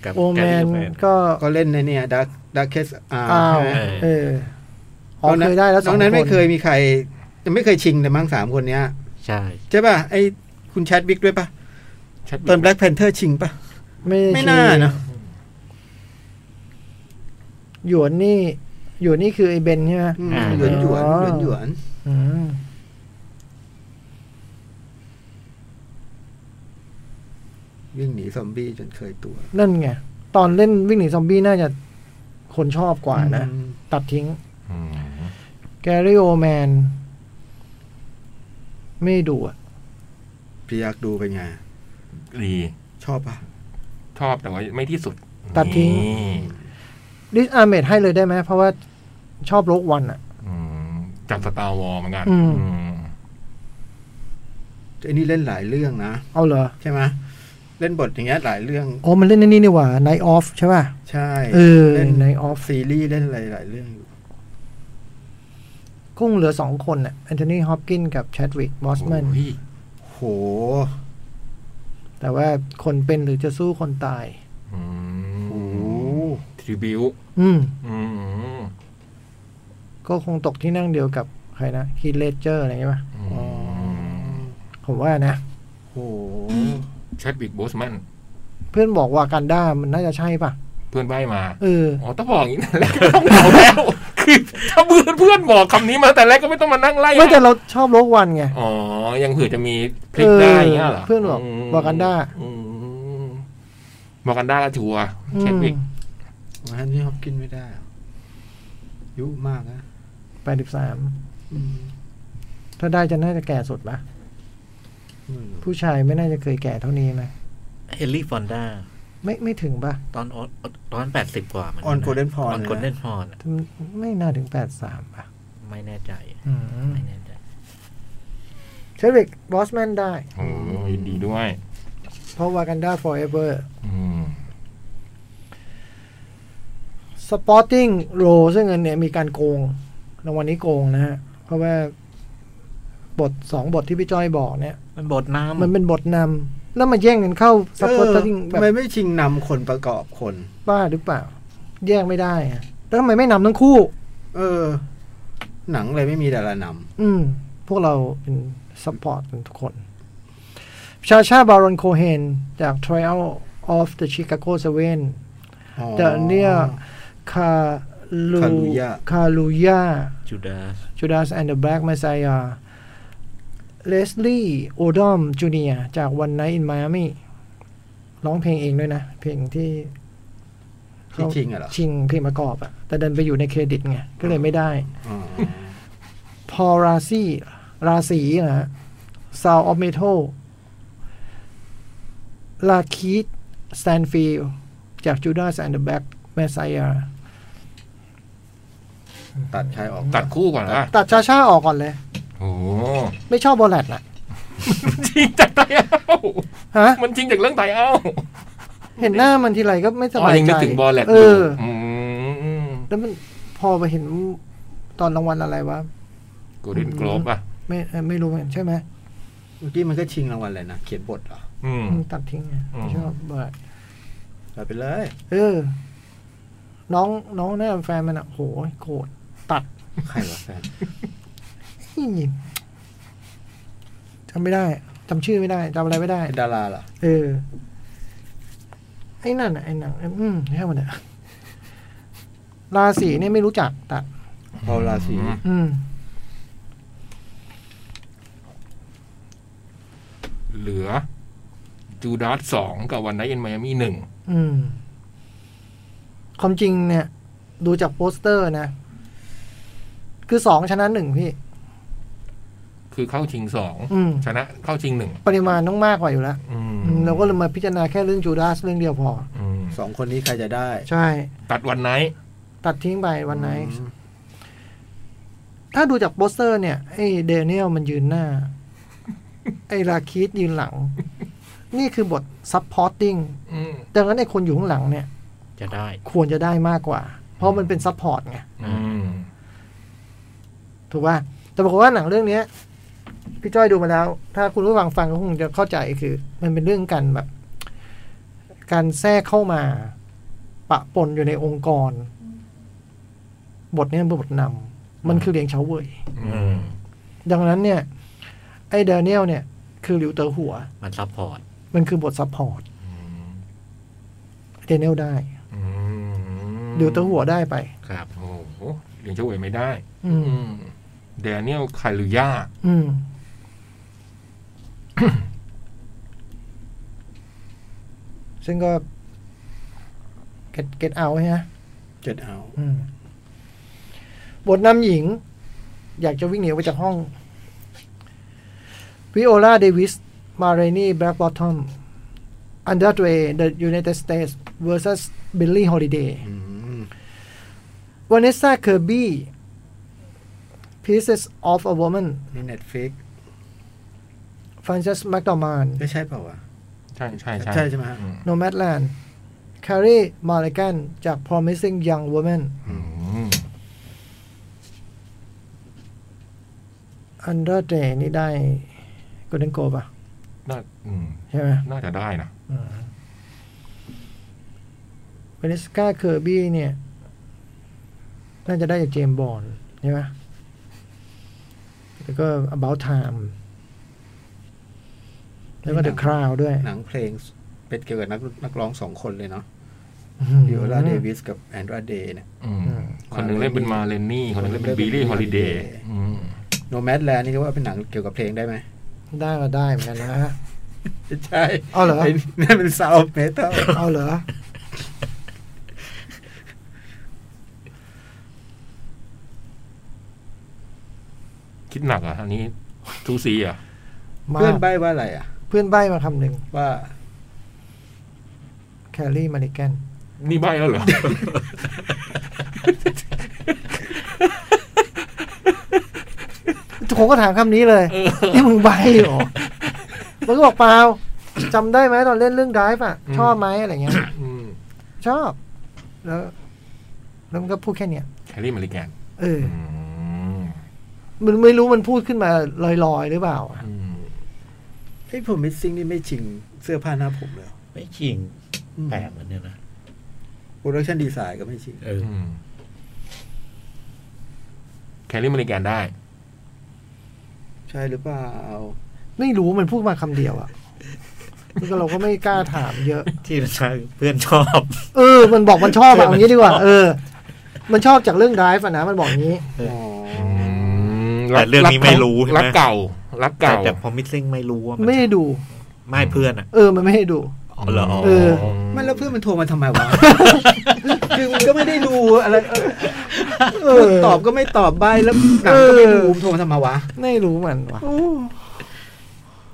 [SPEAKER 4] กับ
[SPEAKER 2] โอ
[SPEAKER 4] แก
[SPEAKER 2] แม
[SPEAKER 4] รี่
[SPEAKER 2] น
[SPEAKER 4] โอแมน
[SPEAKER 2] ก็
[SPEAKER 5] ก็เล่นในเนี่ยดักดักเคสอา
[SPEAKER 2] อ้าว
[SPEAKER 4] เออ
[SPEAKER 2] เอออ๋อเคยได้แล้วส
[SPEAKER 5] น้
[SPEAKER 2] อ
[SPEAKER 5] อง ง
[SPEAKER 2] น
[SPEAKER 5] นั้นไม่เคยมีใครยังไม่เคยชิงเลยมั้งสามคนเนี้ย
[SPEAKER 4] ใช่
[SPEAKER 5] ใช่ป่ะไอ้คุณแชทบิ๊กด้วยป่ะ
[SPEAKER 3] ชัด
[SPEAKER 5] ตอนแบล็กแพนเทอร์ชิงป่ะ
[SPEAKER 2] ไม่
[SPEAKER 5] ไม่น่าเนอะ
[SPEAKER 2] หยวนนี่ หยวนนี่คือไอ้เบนใช่ไหม
[SPEAKER 5] อืม
[SPEAKER 4] อ่า
[SPEAKER 5] หยวนหยวนหยวนหยวน
[SPEAKER 2] อืม
[SPEAKER 5] วิ่งหนีซอมบี้จนเคยตัว
[SPEAKER 2] นั่นไง ตอนเล่นวิ่งหนีซอมบี้น่าจะคนชอบกว่านะ
[SPEAKER 5] อืม
[SPEAKER 2] ตัดทิ้ง
[SPEAKER 3] อืม
[SPEAKER 2] แกริโอแมน ไม่ดูอ่ะ
[SPEAKER 5] พี่อยากดูเป็นไง
[SPEAKER 3] ดี
[SPEAKER 5] ชอบป่ะ
[SPEAKER 3] ชอบแต่ว่าไม่ที่สุด
[SPEAKER 2] ตัดทิ้ง
[SPEAKER 3] นี่
[SPEAKER 2] ดิสอาร์เมดให้เลยได้ไหม เพราะว่าชอบโลกวันอ่ะ
[SPEAKER 3] อืมจากสตาร์วอลเหมือนกัน
[SPEAKER 2] อืม
[SPEAKER 3] อืม
[SPEAKER 5] ไอ้นี่เล่นหลายเรื่องนะ
[SPEAKER 2] เอาเหรอ
[SPEAKER 5] ใช่ไหมเล่นบทอย่างเงี้ยหลายเรื่อง
[SPEAKER 2] โอ้มันเล่นในนี่นี่หว่า Night Off ใช่ป่ะ
[SPEAKER 5] ใช่
[SPEAKER 2] เออ
[SPEAKER 5] เล่น
[SPEAKER 2] Night Off
[SPEAKER 5] ซีรีส์เล่นหลายหลายๆเรื่องอยู่
[SPEAKER 2] กุ้งเหลือสองคนน่ะแอนโทนีฮอปกินกับแชดวิกบอสแมน
[SPEAKER 3] โอ้ย
[SPEAKER 5] โห
[SPEAKER 2] แต่ว่าคนเป็นหรือจะสู้คนตาย
[SPEAKER 3] อื
[SPEAKER 5] โอ้โห
[SPEAKER 3] มทริบิว
[SPEAKER 2] อืม
[SPEAKER 3] อืม
[SPEAKER 2] ก็คงตกที่นั่งเดียวกับใครนะคีเลเจอร์อะไรอย่างเงี้ยป่ะ
[SPEAKER 3] อืม
[SPEAKER 2] ผมว่านะ
[SPEAKER 5] โห
[SPEAKER 3] ชัดบิกโบสแมน
[SPEAKER 2] เพื่อนบอกว่ากันด้ามันน่าจะใช่ป่ะ
[SPEAKER 3] เพื่อนใบมา
[SPEAKER 2] เออ
[SPEAKER 3] อ๋อต้องบอกอย่างนี้แรกก็ต้องบอกแล้ว คือถ้าเพื่อนเพื่อนบอกคำนี้มาแต่แรกก็ไม่ต้องมานั่งไล่
[SPEAKER 2] ไม่แต่เราชอบโลกวันไง
[SPEAKER 3] อ๋อ ยังเผื่อจะมีพลิกได้อย่างเงี้ยเหรอ
[SPEAKER 2] เออเพื่อนบอก
[SPEAKER 3] ม
[SPEAKER 2] บอกกันได้
[SPEAKER 3] อืมบอกกันได้ละชัวร์
[SPEAKER 2] อื
[SPEAKER 3] เช็ค
[SPEAKER 2] ม
[SPEAKER 3] วิก
[SPEAKER 5] วันนี้ฮอปกินไม่ได้เหรอยุมากนะ
[SPEAKER 2] แปดสิบสาม
[SPEAKER 5] อืม
[SPEAKER 2] ถ้าได้จะน่าจะแก่สุดป่ะ
[SPEAKER 5] ไม่รู้
[SPEAKER 2] ผู้ชายไม่น่าจะเคยแก่เท่านี้ไหม
[SPEAKER 4] เฮลลี่ฟอนด้า
[SPEAKER 2] ไม่ไม่ถึงป่ะ
[SPEAKER 4] ตอนออนตอนแปดสิบกว่าเหมือน
[SPEAKER 5] ออนโกลเด้นพ
[SPEAKER 4] อ
[SPEAKER 5] อ
[SPEAKER 4] อน นโกลเด้นพอน
[SPEAKER 2] ไม่น่าถึงแปดสามป่ะ
[SPEAKER 4] ไม่แน่ใจ
[SPEAKER 2] อืม
[SPEAKER 4] ไม่แน่ใจ
[SPEAKER 2] เชดวิกบอสแมนได้
[SPEAKER 3] โอ้ยดีด้วย
[SPEAKER 2] เพราะวากันดา forever
[SPEAKER 3] อืม
[SPEAKER 2] Sporting r o ซึ่งอันเนี้ยมีการโกงรางวัลนี้โกงนะฮะ เพราะว่าบทสองบทที่พี่จ้อยบอกเนี่ย
[SPEAKER 4] มันบทน้ำ
[SPEAKER 2] มันเป็นบทนำ แล้วมาแย่งกันเข้าซัพพอร์ตติ้งแบบ
[SPEAKER 5] ทำไมไม่ชิงนำคนประกอบคน
[SPEAKER 2] บ้าหรือเปล่า แยกไม่ได้อะแล้วทำไมไม่นำทั้งคู่
[SPEAKER 5] เออ หนังเลยไม่มีดารานำ
[SPEAKER 2] อืม พวกเราเป็นซัพพอร์ตกันทุกคน ชาชาบารอนโคเฮนจาก Trial of the Chicago Seven
[SPEAKER 5] อ๋อ
[SPEAKER 2] เดอะเนียคาลู
[SPEAKER 5] คาลูยา
[SPEAKER 2] คาลูยา
[SPEAKER 4] จูดาส
[SPEAKER 2] Judas and the Black Messiah Leslie Odom Jr. จาก One Night in Miami ร้องเพลงเองด้วยนะ เพลงที่
[SPEAKER 5] ที่ชิงอะเหรอ
[SPEAKER 2] ชิงเพลงประกอบอะแต่ดันไปอยู่ในเครดิตไง ก็เลยไม่ได้
[SPEAKER 5] อ๋อ
[SPEAKER 2] พอราซีราศีนะฮะ Sound of Metal ลาคีตสแตนฟิลจาก Judas and the Black Messiah
[SPEAKER 5] ตัดใครออก
[SPEAKER 3] ตัดคู่ก่อนละ
[SPEAKER 2] ตัดชาชาออกก่อนเลย
[SPEAKER 3] โอ้โห
[SPEAKER 2] ไม่ชอบโบแลตนะ
[SPEAKER 3] จริงจากไตเอ้า
[SPEAKER 2] ฮะ
[SPEAKER 3] มันจริงจากเรื่องไตเอ้า
[SPEAKER 2] เห็นหน้ามันทีไรก็ไม่ส
[SPEAKER 3] อ๋
[SPEAKER 2] บา
[SPEAKER 3] อย ยัง
[SPEAKER 2] ใจ
[SPEAKER 3] นึกถึงบอลแหละ
[SPEAKER 2] เออ
[SPEAKER 3] อืม
[SPEAKER 2] แล้วมันพอไปเห็นตอนรางวัลอะไรวะ
[SPEAKER 3] กูดินโกลบอ่ะ
[SPEAKER 2] ไม่เอ่อไม่รู้เหมือนกันใช่ไหม
[SPEAKER 5] เมื่อกี้มันก็ชิงรางวัลเลยนะ เขียนบทเหรอ
[SPEAKER 3] อืม
[SPEAKER 2] ตัดทิ้งไง
[SPEAKER 3] อืม
[SPEAKER 2] ไม่ชอบเบอร์
[SPEAKER 5] ตัดไปเลย
[SPEAKER 2] เออ น้องน้องหน้าแฟนมันอ่ะโหยโกรธ
[SPEAKER 5] ใครวะแฟน
[SPEAKER 2] นี่ จำไม่ได้จำชื่อไม่ได้จำอะไรไม่ได้
[SPEAKER 5] เป็นดาราเหรอ
[SPEAKER 2] เออ ไอ้นั่นน่ะไอ้หนังอืมแค่มันอ่ะ ราศีเนี่ยไม่รู้จักแต่
[SPEAKER 5] พอลราศี
[SPEAKER 3] อืม
[SPEAKER 2] อืม
[SPEAKER 3] เหลือจูดาสสองกับวันไนเอ็นไมอามี่หนึ่ง
[SPEAKER 2] อืม ความจริงเนี่ย ดูจากโปสเตอร์นะ คือสองชนะหนึ่งพี่
[SPEAKER 3] คือเข้าชิงสอง
[SPEAKER 2] อืม
[SPEAKER 3] ชนะเข้าชิงหนึ่ง
[SPEAKER 2] ปริมาณต้องมากกว่าอยู่แล้ว
[SPEAKER 3] อืม
[SPEAKER 2] อืมเราก็เลยมาพิจารณาแค่เรื่องจูดาสเรื่องเดียวพอ
[SPEAKER 3] อืม
[SPEAKER 5] สองคนนี้ใครจะได้
[SPEAKER 2] ใช่
[SPEAKER 3] ตัดวันไนท์
[SPEAKER 2] ตัดทิ้งไปวันไหน
[SPEAKER 5] อืม
[SPEAKER 2] ถ้าดูจากโปสเตอร์เนี่ย ไอ้เดเนียลมันยืนหน้า ไอ้ราคีดยืนหลัง นี่คือบท supporting
[SPEAKER 3] อืม
[SPEAKER 2] ดังนั้นไอ้คนอยู่ข้างหลังเนี่ย
[SPEAKER 4] จะได้
[SPEAKER 2] ควรจะได้มากกว่า เพราะมันเป็น support ไง
[SPEAKER 3] อืม
[SPEAKER 2] ถูกป่ะ แต่ปรากฏว่าหนังเรื่องเนี้ยพี่จ้อยดูมาแล้ว ถ้าคุณผู้ฟังฟังก็คงจะเข้าใจคือ มันเป็นเรื่องการแบบ การแทรกเข้ามา ปะปนอยู่ในองค์กร บทเนี้ยมันเป็นบทนำมันคือเหลียงเฉาเว่ย
[SPEAKER 3] อืม
[SPEAKER 2] ดังนั้นเนี่ย ไอ้เดเนียลเนี่ย คือหลิวเตอหัว
[SPEAKER 4] มันซัพพอร์ต
[SPEAKER 2] มันคือบทซัพพอร์ตเดเนียลได้
[SPEAKER 3] อืม
[SPEAKER 2] หลิวเตอหัวได้ไป
[SPEAKER 4] ครับ
[SPEAKER 3] โอ้โหเหรียญเฉวยไม่ได้
[SPEAKER 2] อืม
[SPEAKER 3] แดเนียลคารุยา
[SPEAKER 2] อืม ซึ่งก็เก็ตเก็ตเอาใช่ไหม
[SPEAKER 5] เจ็ดเอา
[SPEAKER 2] อืมบทนำหญิง อยากจะวิ่งหนีออกไปจากห้องวิโอลาเดวิสมาเรนี่แบล็กบอททอมอันเดอร์เ y The United States vs Billie Holiday
[SPEAKER 5] อืม
[SPEAKER 2] ว a น e ส s าเคอร์บี้ Pieces of a Woman
[SPEAKER 5] นี่เน็ตฟิก
[SPEAKER 2] Frances McDormand
[SPEAKER 5] ไม่ใช่เปล่าวะ
[SPEAKER 3] ใช่ใช่
[SPEAKER 5] ใช่ใช่ไหมฮะ
[SPEAKER 3] อื
[SPEAKER 2] Nomadland Carrie Mulligan จาก Promising Young Woman
[SPEAKER 3] อืม
[SPEAKER 2] Under Day นี่ได้ Golden Globe ป่ะ
[SPEAKER 3] น่าอืม
[SPEAKER 2] ใช่ไหม
[SPEAKER 3] น่าจะได้นะ
[SPEAKER 2] เวนิสกาเคอร์บี้เนี่ย น่าจะได้จากเจมบอลใช่ไหมแล้วก็ About Time แล้วก็ The Crown ด้วย
[SPEAKER 5] หนังเพลงเป็นเกี่ยวกับนักนักร้องสองคนเลยเนาะ
[SPEAKER 2] อืม
[SPEAKER 5] วิโอลาเดวิสกับแอนดราเดย์เนี่ย
[SPEAKER 3] อืมคนหนึ่งเล่นเป็นมาเลนนี่ คนหนึ่งเล่นเป็นบิลลี่ฮอลิเดย์อืม
[SPEAKER 5] โนแมดแลนด์นี่เรียกว่าเป็นหนังเกี่ยวกับเพลงได้ไหม
[SPEAKER 2] ได้ก็ได้เหมือนกันนะ ฮะ
[SPEAKER 5] ไม่ใช่
[SPEAKER 2] เอาเหรอ
[SPEAKER 5] ไนั่นเป็นซาวด์เมทัล
[SPEAKER 2] เอาเหรอ
[SPEAKER 3] คิดหนักเหรอ่ะอันนี้ทูซีเหรอ่ะ
[SPEAKER 2] มา
[SPEAKER 5] เพื่อนใบ้ว่าอะไรอ่ะ
[SPEAKER 2] เพื่อนใบ้มาคำหนึ่ง
[SPEAKER 5] ว่า
[SPEAKER 2] แคลรี่มาริแกน
[SPEAKER 3] นี่ใบแล้วเหรอ
[SPEAKER 2] ผมก็ถามคำนี้เลยนี่มึงใบเหรอ มันก็บอกเปล่าจำได้ไหมตอนเล่นเรื่อง drive อ่ะ
[SPEAKER 3] อืม
[SPEAKER 2] ชอบไหมอะไรเงี้ย
[SPEAKER 3] อืม
[SPEAKER 2] ชอบ แล้ว แล้วมันก็พูดแค่เนี้ย
[SPEAKER 3] แคลรี่มาริแกน
[SPEAKER 2] เออ
[SPEAKER 3] อืม
[SPEAKER 2] มันไม่รู้มันพูดขึ้นมาลอยๆ หรือเปล่าอะ
[SPEAKER 3] อืม
[SPEAKER 5] เฮ้ยผมมิสซิ่งนี่ไม่ชิงเสื้อผ้าหน้าผมเลยเหรอ
[SPEAKER 4] ไม่ชิง
[SPEAKER 5] อืม
[SPEAKER 4] แปลกเหมือนเนี่ยนะ
[SPEAKER 5] โปรดักชันดีไซน์ก็ไม่ชิง
[SPEAKER 4] เออ
[SPEAKER 3] แคลรี่มริแกนได้
[SPEAKER 5] ใช่หรือเปล่า
[SPEAKER 2] ไม่รู้มันพูดมาคำเดียวอะนี่ก็เราก็ไม่กล้าถามเยอะ
[SPEAKER 4] ที่ประชาเพื่อนชอบ
[SPEAKER 2] เออ มันบอกมันชอบอะเอางี้ดีกว่า เออ มันชอบจากเรื่อง drive อะนะ มันบอกงี้
[SPEAKER 4] เออ
[SPEAKER 5] อ๋อ
[SPEAKER 4] แต่เรื่องนี้ไม่รู้ใช่ไหม
[SPEAKER 3] รักเก่า รัก
[SPEAKER 4] แต่
[SPEAKER 3] เก่า
[SPEAKER 4] แต่พอมิสซิ่งไม่รู้ว่ามัน
[SPEAKER 2] ไม่ได้ดู
[SPEAKER 4] ไม่เพื่อนอ่ะ
[SPEAKER 2] เออ มันไม่ได้ดู
[SPEAKER 4] อ๋อเหรอ
[SPEAKER 2] เออ
[SPEAKER 5] ไม่แล้วเพื่อนมันโทรมาทำไมวะ
[SPEAKER 2] คือมันก็ไม่ได้ดูอะไร เอ
[SPEAKER 5] พู
[SPEAKER 2] อ
[SPEAKER 5] ดตอบก็ไม่ตอบใบแล้วหนังก็ไม่ดูมนโทรมาทำไมวะ
[SPEAKER 2] ไม่รู้มันวะ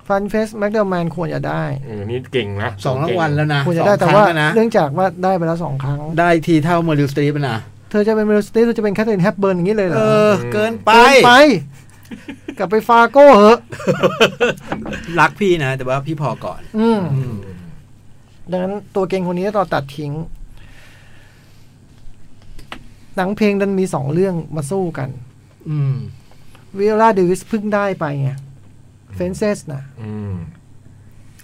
[SPEAKER 2] ฟันเฟสแม็กเดอร์แมนควรจะได้
[SPEAKER 3] เออนี่เก่งนะ
[SPEAKER 5] สองรางวัลแล้วนะ
[SPEAKER 2] ควร
[SPEAKER 5] ส
[SPEAKER 2] จะ
[SPEAKER 5] อง
[SPEAKER 2] ได้แต่
[SPEAKER 5] ครั้
[SPEAKER 2] ว่าง
[SPEAKER 5] แล้วนะ
[SPEAKER 2] เนื่องจากว่าได้ไปแล้วสองครั้ง
[SPEAKER 5] ได้ทีเท่าเมอริลสตรีปนะ
[SPEAKER 2] เธอจะเป็นเมลสตีเธอจะเป็นแคทเธอรีนแฮปเบิร์นอย่างนี้เลยเหร
[SPEAKER 5] เอ
[SPEAKER 2] อ
[SPEAKER 5] อ เกินไป
[SPEAKER 2] เกินไป กลับไปฟาโก้เหอะ
[SPEAKER 5] รักพี่นะ แต่ว่าพี่พอก่อน
[SPEAKER 2] อืม ดังนั้นตัวเก่งคนนี้ต่อตัดทิ้ง หนังเพลงดันมีสองเรื่องมาสู้กัน
[SPEAKER 5] อืม
[SPEAKER 2] วิลล่าเดวิสเพิ่งได้ไปไงเฟนเซสนะ
[SPEAKER 3] อืม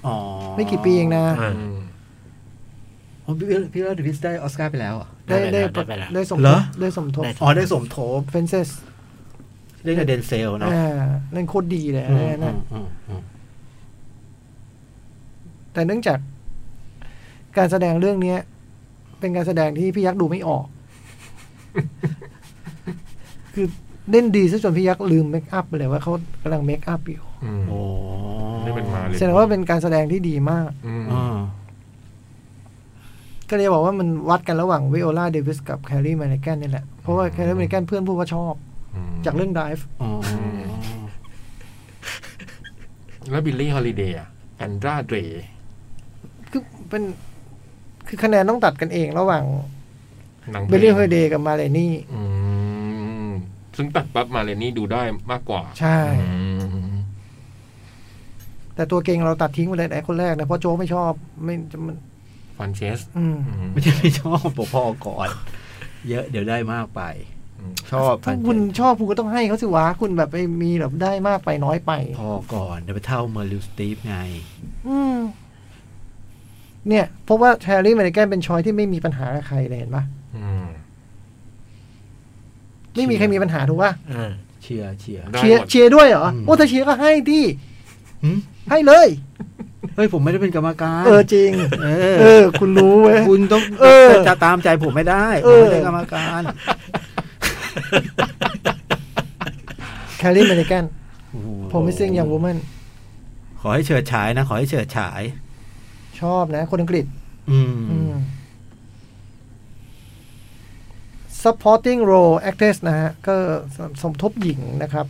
[SPEAKER 5] อ๋อ
[SPEAKER 2] ไม่กี่ปีเองนะ
[SPEAKER 4] อ่า
[SPEAKER 3] อืม
[SPEAKER 5] อ๋อพี่พี่ว่าเดวิสได้ออสการ์ไปแล้วเหรอ
[SPEAKER 2] ได้
[SPEAKER 4] ได้
[SPEAKER 2] ได้
[SPEAKER 4] ไปแล้วได้ไปแล้ว
[SPEAKER 2] ได้สม
[SPEAKER 5] เห
[SPEAKER 2] ทบได้สมท
[SPEAKER 5] รอ
[SPEAKER 2] บ
[SPEAKER 4] ได้
[SPEAKER 5] อ๋อ ได้สมทบ
[SPEAKER 2] เฟนเซส
[SPEAKER 5] ได้กับเดนเซลนะ
[SPEAKER 2] อ่าเล่นโคตรดีเลย
[SPEAKER 5] อืมอื
[SPEAKER 2] นะ
[SPEAKER 5] มอืมอืม
[SPEAKER 2] แต่เนื่องจาก การแสดงเรื่องเนี้ย เป็นการแสดงที่พี่ยักษ์ดูไม่ออก คือเล่นดีซะจนพี่ยักษ์ลืมเมคอัพไปเลยว่าเขากำลังเมคอัพอยู่
[SPEAKER 3] อืม
[SPEAKER 5] โอ้
[SPEAKER 3] นี่เป็นมาเลย
[SPEAKER 2] แสดงว่าเป็นการแสดงที่ดีมาก
[SPEAKER 3] อืม
[SPEAKER 5] อ่า
[SPEAKER 2] ก็เลยบอกว่ามันวัดกันระหว่างวิโอลาเดวิสกับแคลรี่มาริแกนนี่แหละ เพราะว่าแคลรี่มาริแกนเพื่อนพูดว่าชอบ จากเรื่อง Drive
[SPEAKER 5] อ๋อ
[SPEAKER 3] แล้วบิลลี่ฮอลิเดย์แอนดราเดร
[SPEAKER 2] คือเป็นคือคะแนนต้องตัดกันเองระหว่าง
[SPEAKER 3] หนังพ
[SPEAKER 2] เบ
[SPEAKER 3] ง
[SPEAKER 2] ลลี่เฮเดย์กับมาเลนี่
[SPEAKER 3] อืมซึ่งตัดปั๊บมาเลยนี่ดูได้มากกว่า
[SPEAKER 2] ใช่
[SPEAKER 3] อืม
[SPEAKER 2] แต่ตัวเก่งเราตัดทิ้งไปเลยไอ้คนแรกนะ เพราะโจกไม่ชอบไม่จะมัน
[SPEAKER 3] ฟันเชส
[SPEAKER 2] อืม
[SPEAKER 3] อืม
[SPEAKER 5] ไม่ใช่ไม่ชอบปกพอก่อน เยอะเดี๋ยวได้มากไป ชอบ
[SPEAKER 2] ถ้าคุณชอบคุณก็ต้องให้เขาสิวะคุณแบบไปมีแบบได้มากไปน้อยไป
[SPEAKER 5] พอก่อนเดี๋ยวไปเท่าเมอริลสตรีปไง
[SPEAKER 2] อืม เนี่ยเพราะว่าแคลรี่มาริแกนเป็นชอยที่ไม่มีปัญหากับใครเลยเห็นปะ
[SPEAKER 3] อืม
[SPEAKER 2] ไม่มีใครมีปัญหาถูกปะ
[SPEAKER 4] อ่า
[SPEAKER 5] เชียร์เชียร์
[SPEAKER 3] ได้
[SPEAKER 2] เชีย
[SPEAKER 3] ห
[SPEAKER 2] ร์
[SPEAKER 3] มด
[SPEAKER 2] เชียร์ด้วยเหรอ
[SPEAKER 5] อืม
[SPEAKER 2] โอ้ถ้าเชียร์ก็ให้ดิ
[SPEAKER 5] หืม
[SPEAKER 2] ให้เลย
[SPEAKER 5] เฮ้ย ผมไม่ได้เป็นกรรมการ
[SPEAKER 2] เออจริง
[SPEAKER 5] เอ
[SPEAKER 2] เอ
[SPEAKER 5] อ
[SPEAKER 2] อ คุณรู้เว้ย
[SPEAKER 5] คุณต้อง
[SPEAKER 2] เออ
[SPEAKER 5] จะตามใจผมไม่ได้ผ
[SPEAKER 2] เอ
[SPEAKER 5] ม
[SPEAKER 2] อ
[SPEAKER 5] ไม่ได้กรรมการ
[SPEAKER 2] แคลรี่เมริกัน
[SPEAKER 5] โอ้โห
[SPEAKER 2] ผมไม่ซิ่งอย่างวูแมน
[SPEAKER 5] ขอให้เฉิดฉายนะ ขอให้เฉิดฉาย
[SPEAKER 2] ชอบนะ คนอังกฤษ
[SPEAKER 5] อืม
[SPEAKER 2] อืม supporting role actress นะฮะ ก็สสมทบหญิงนะครับ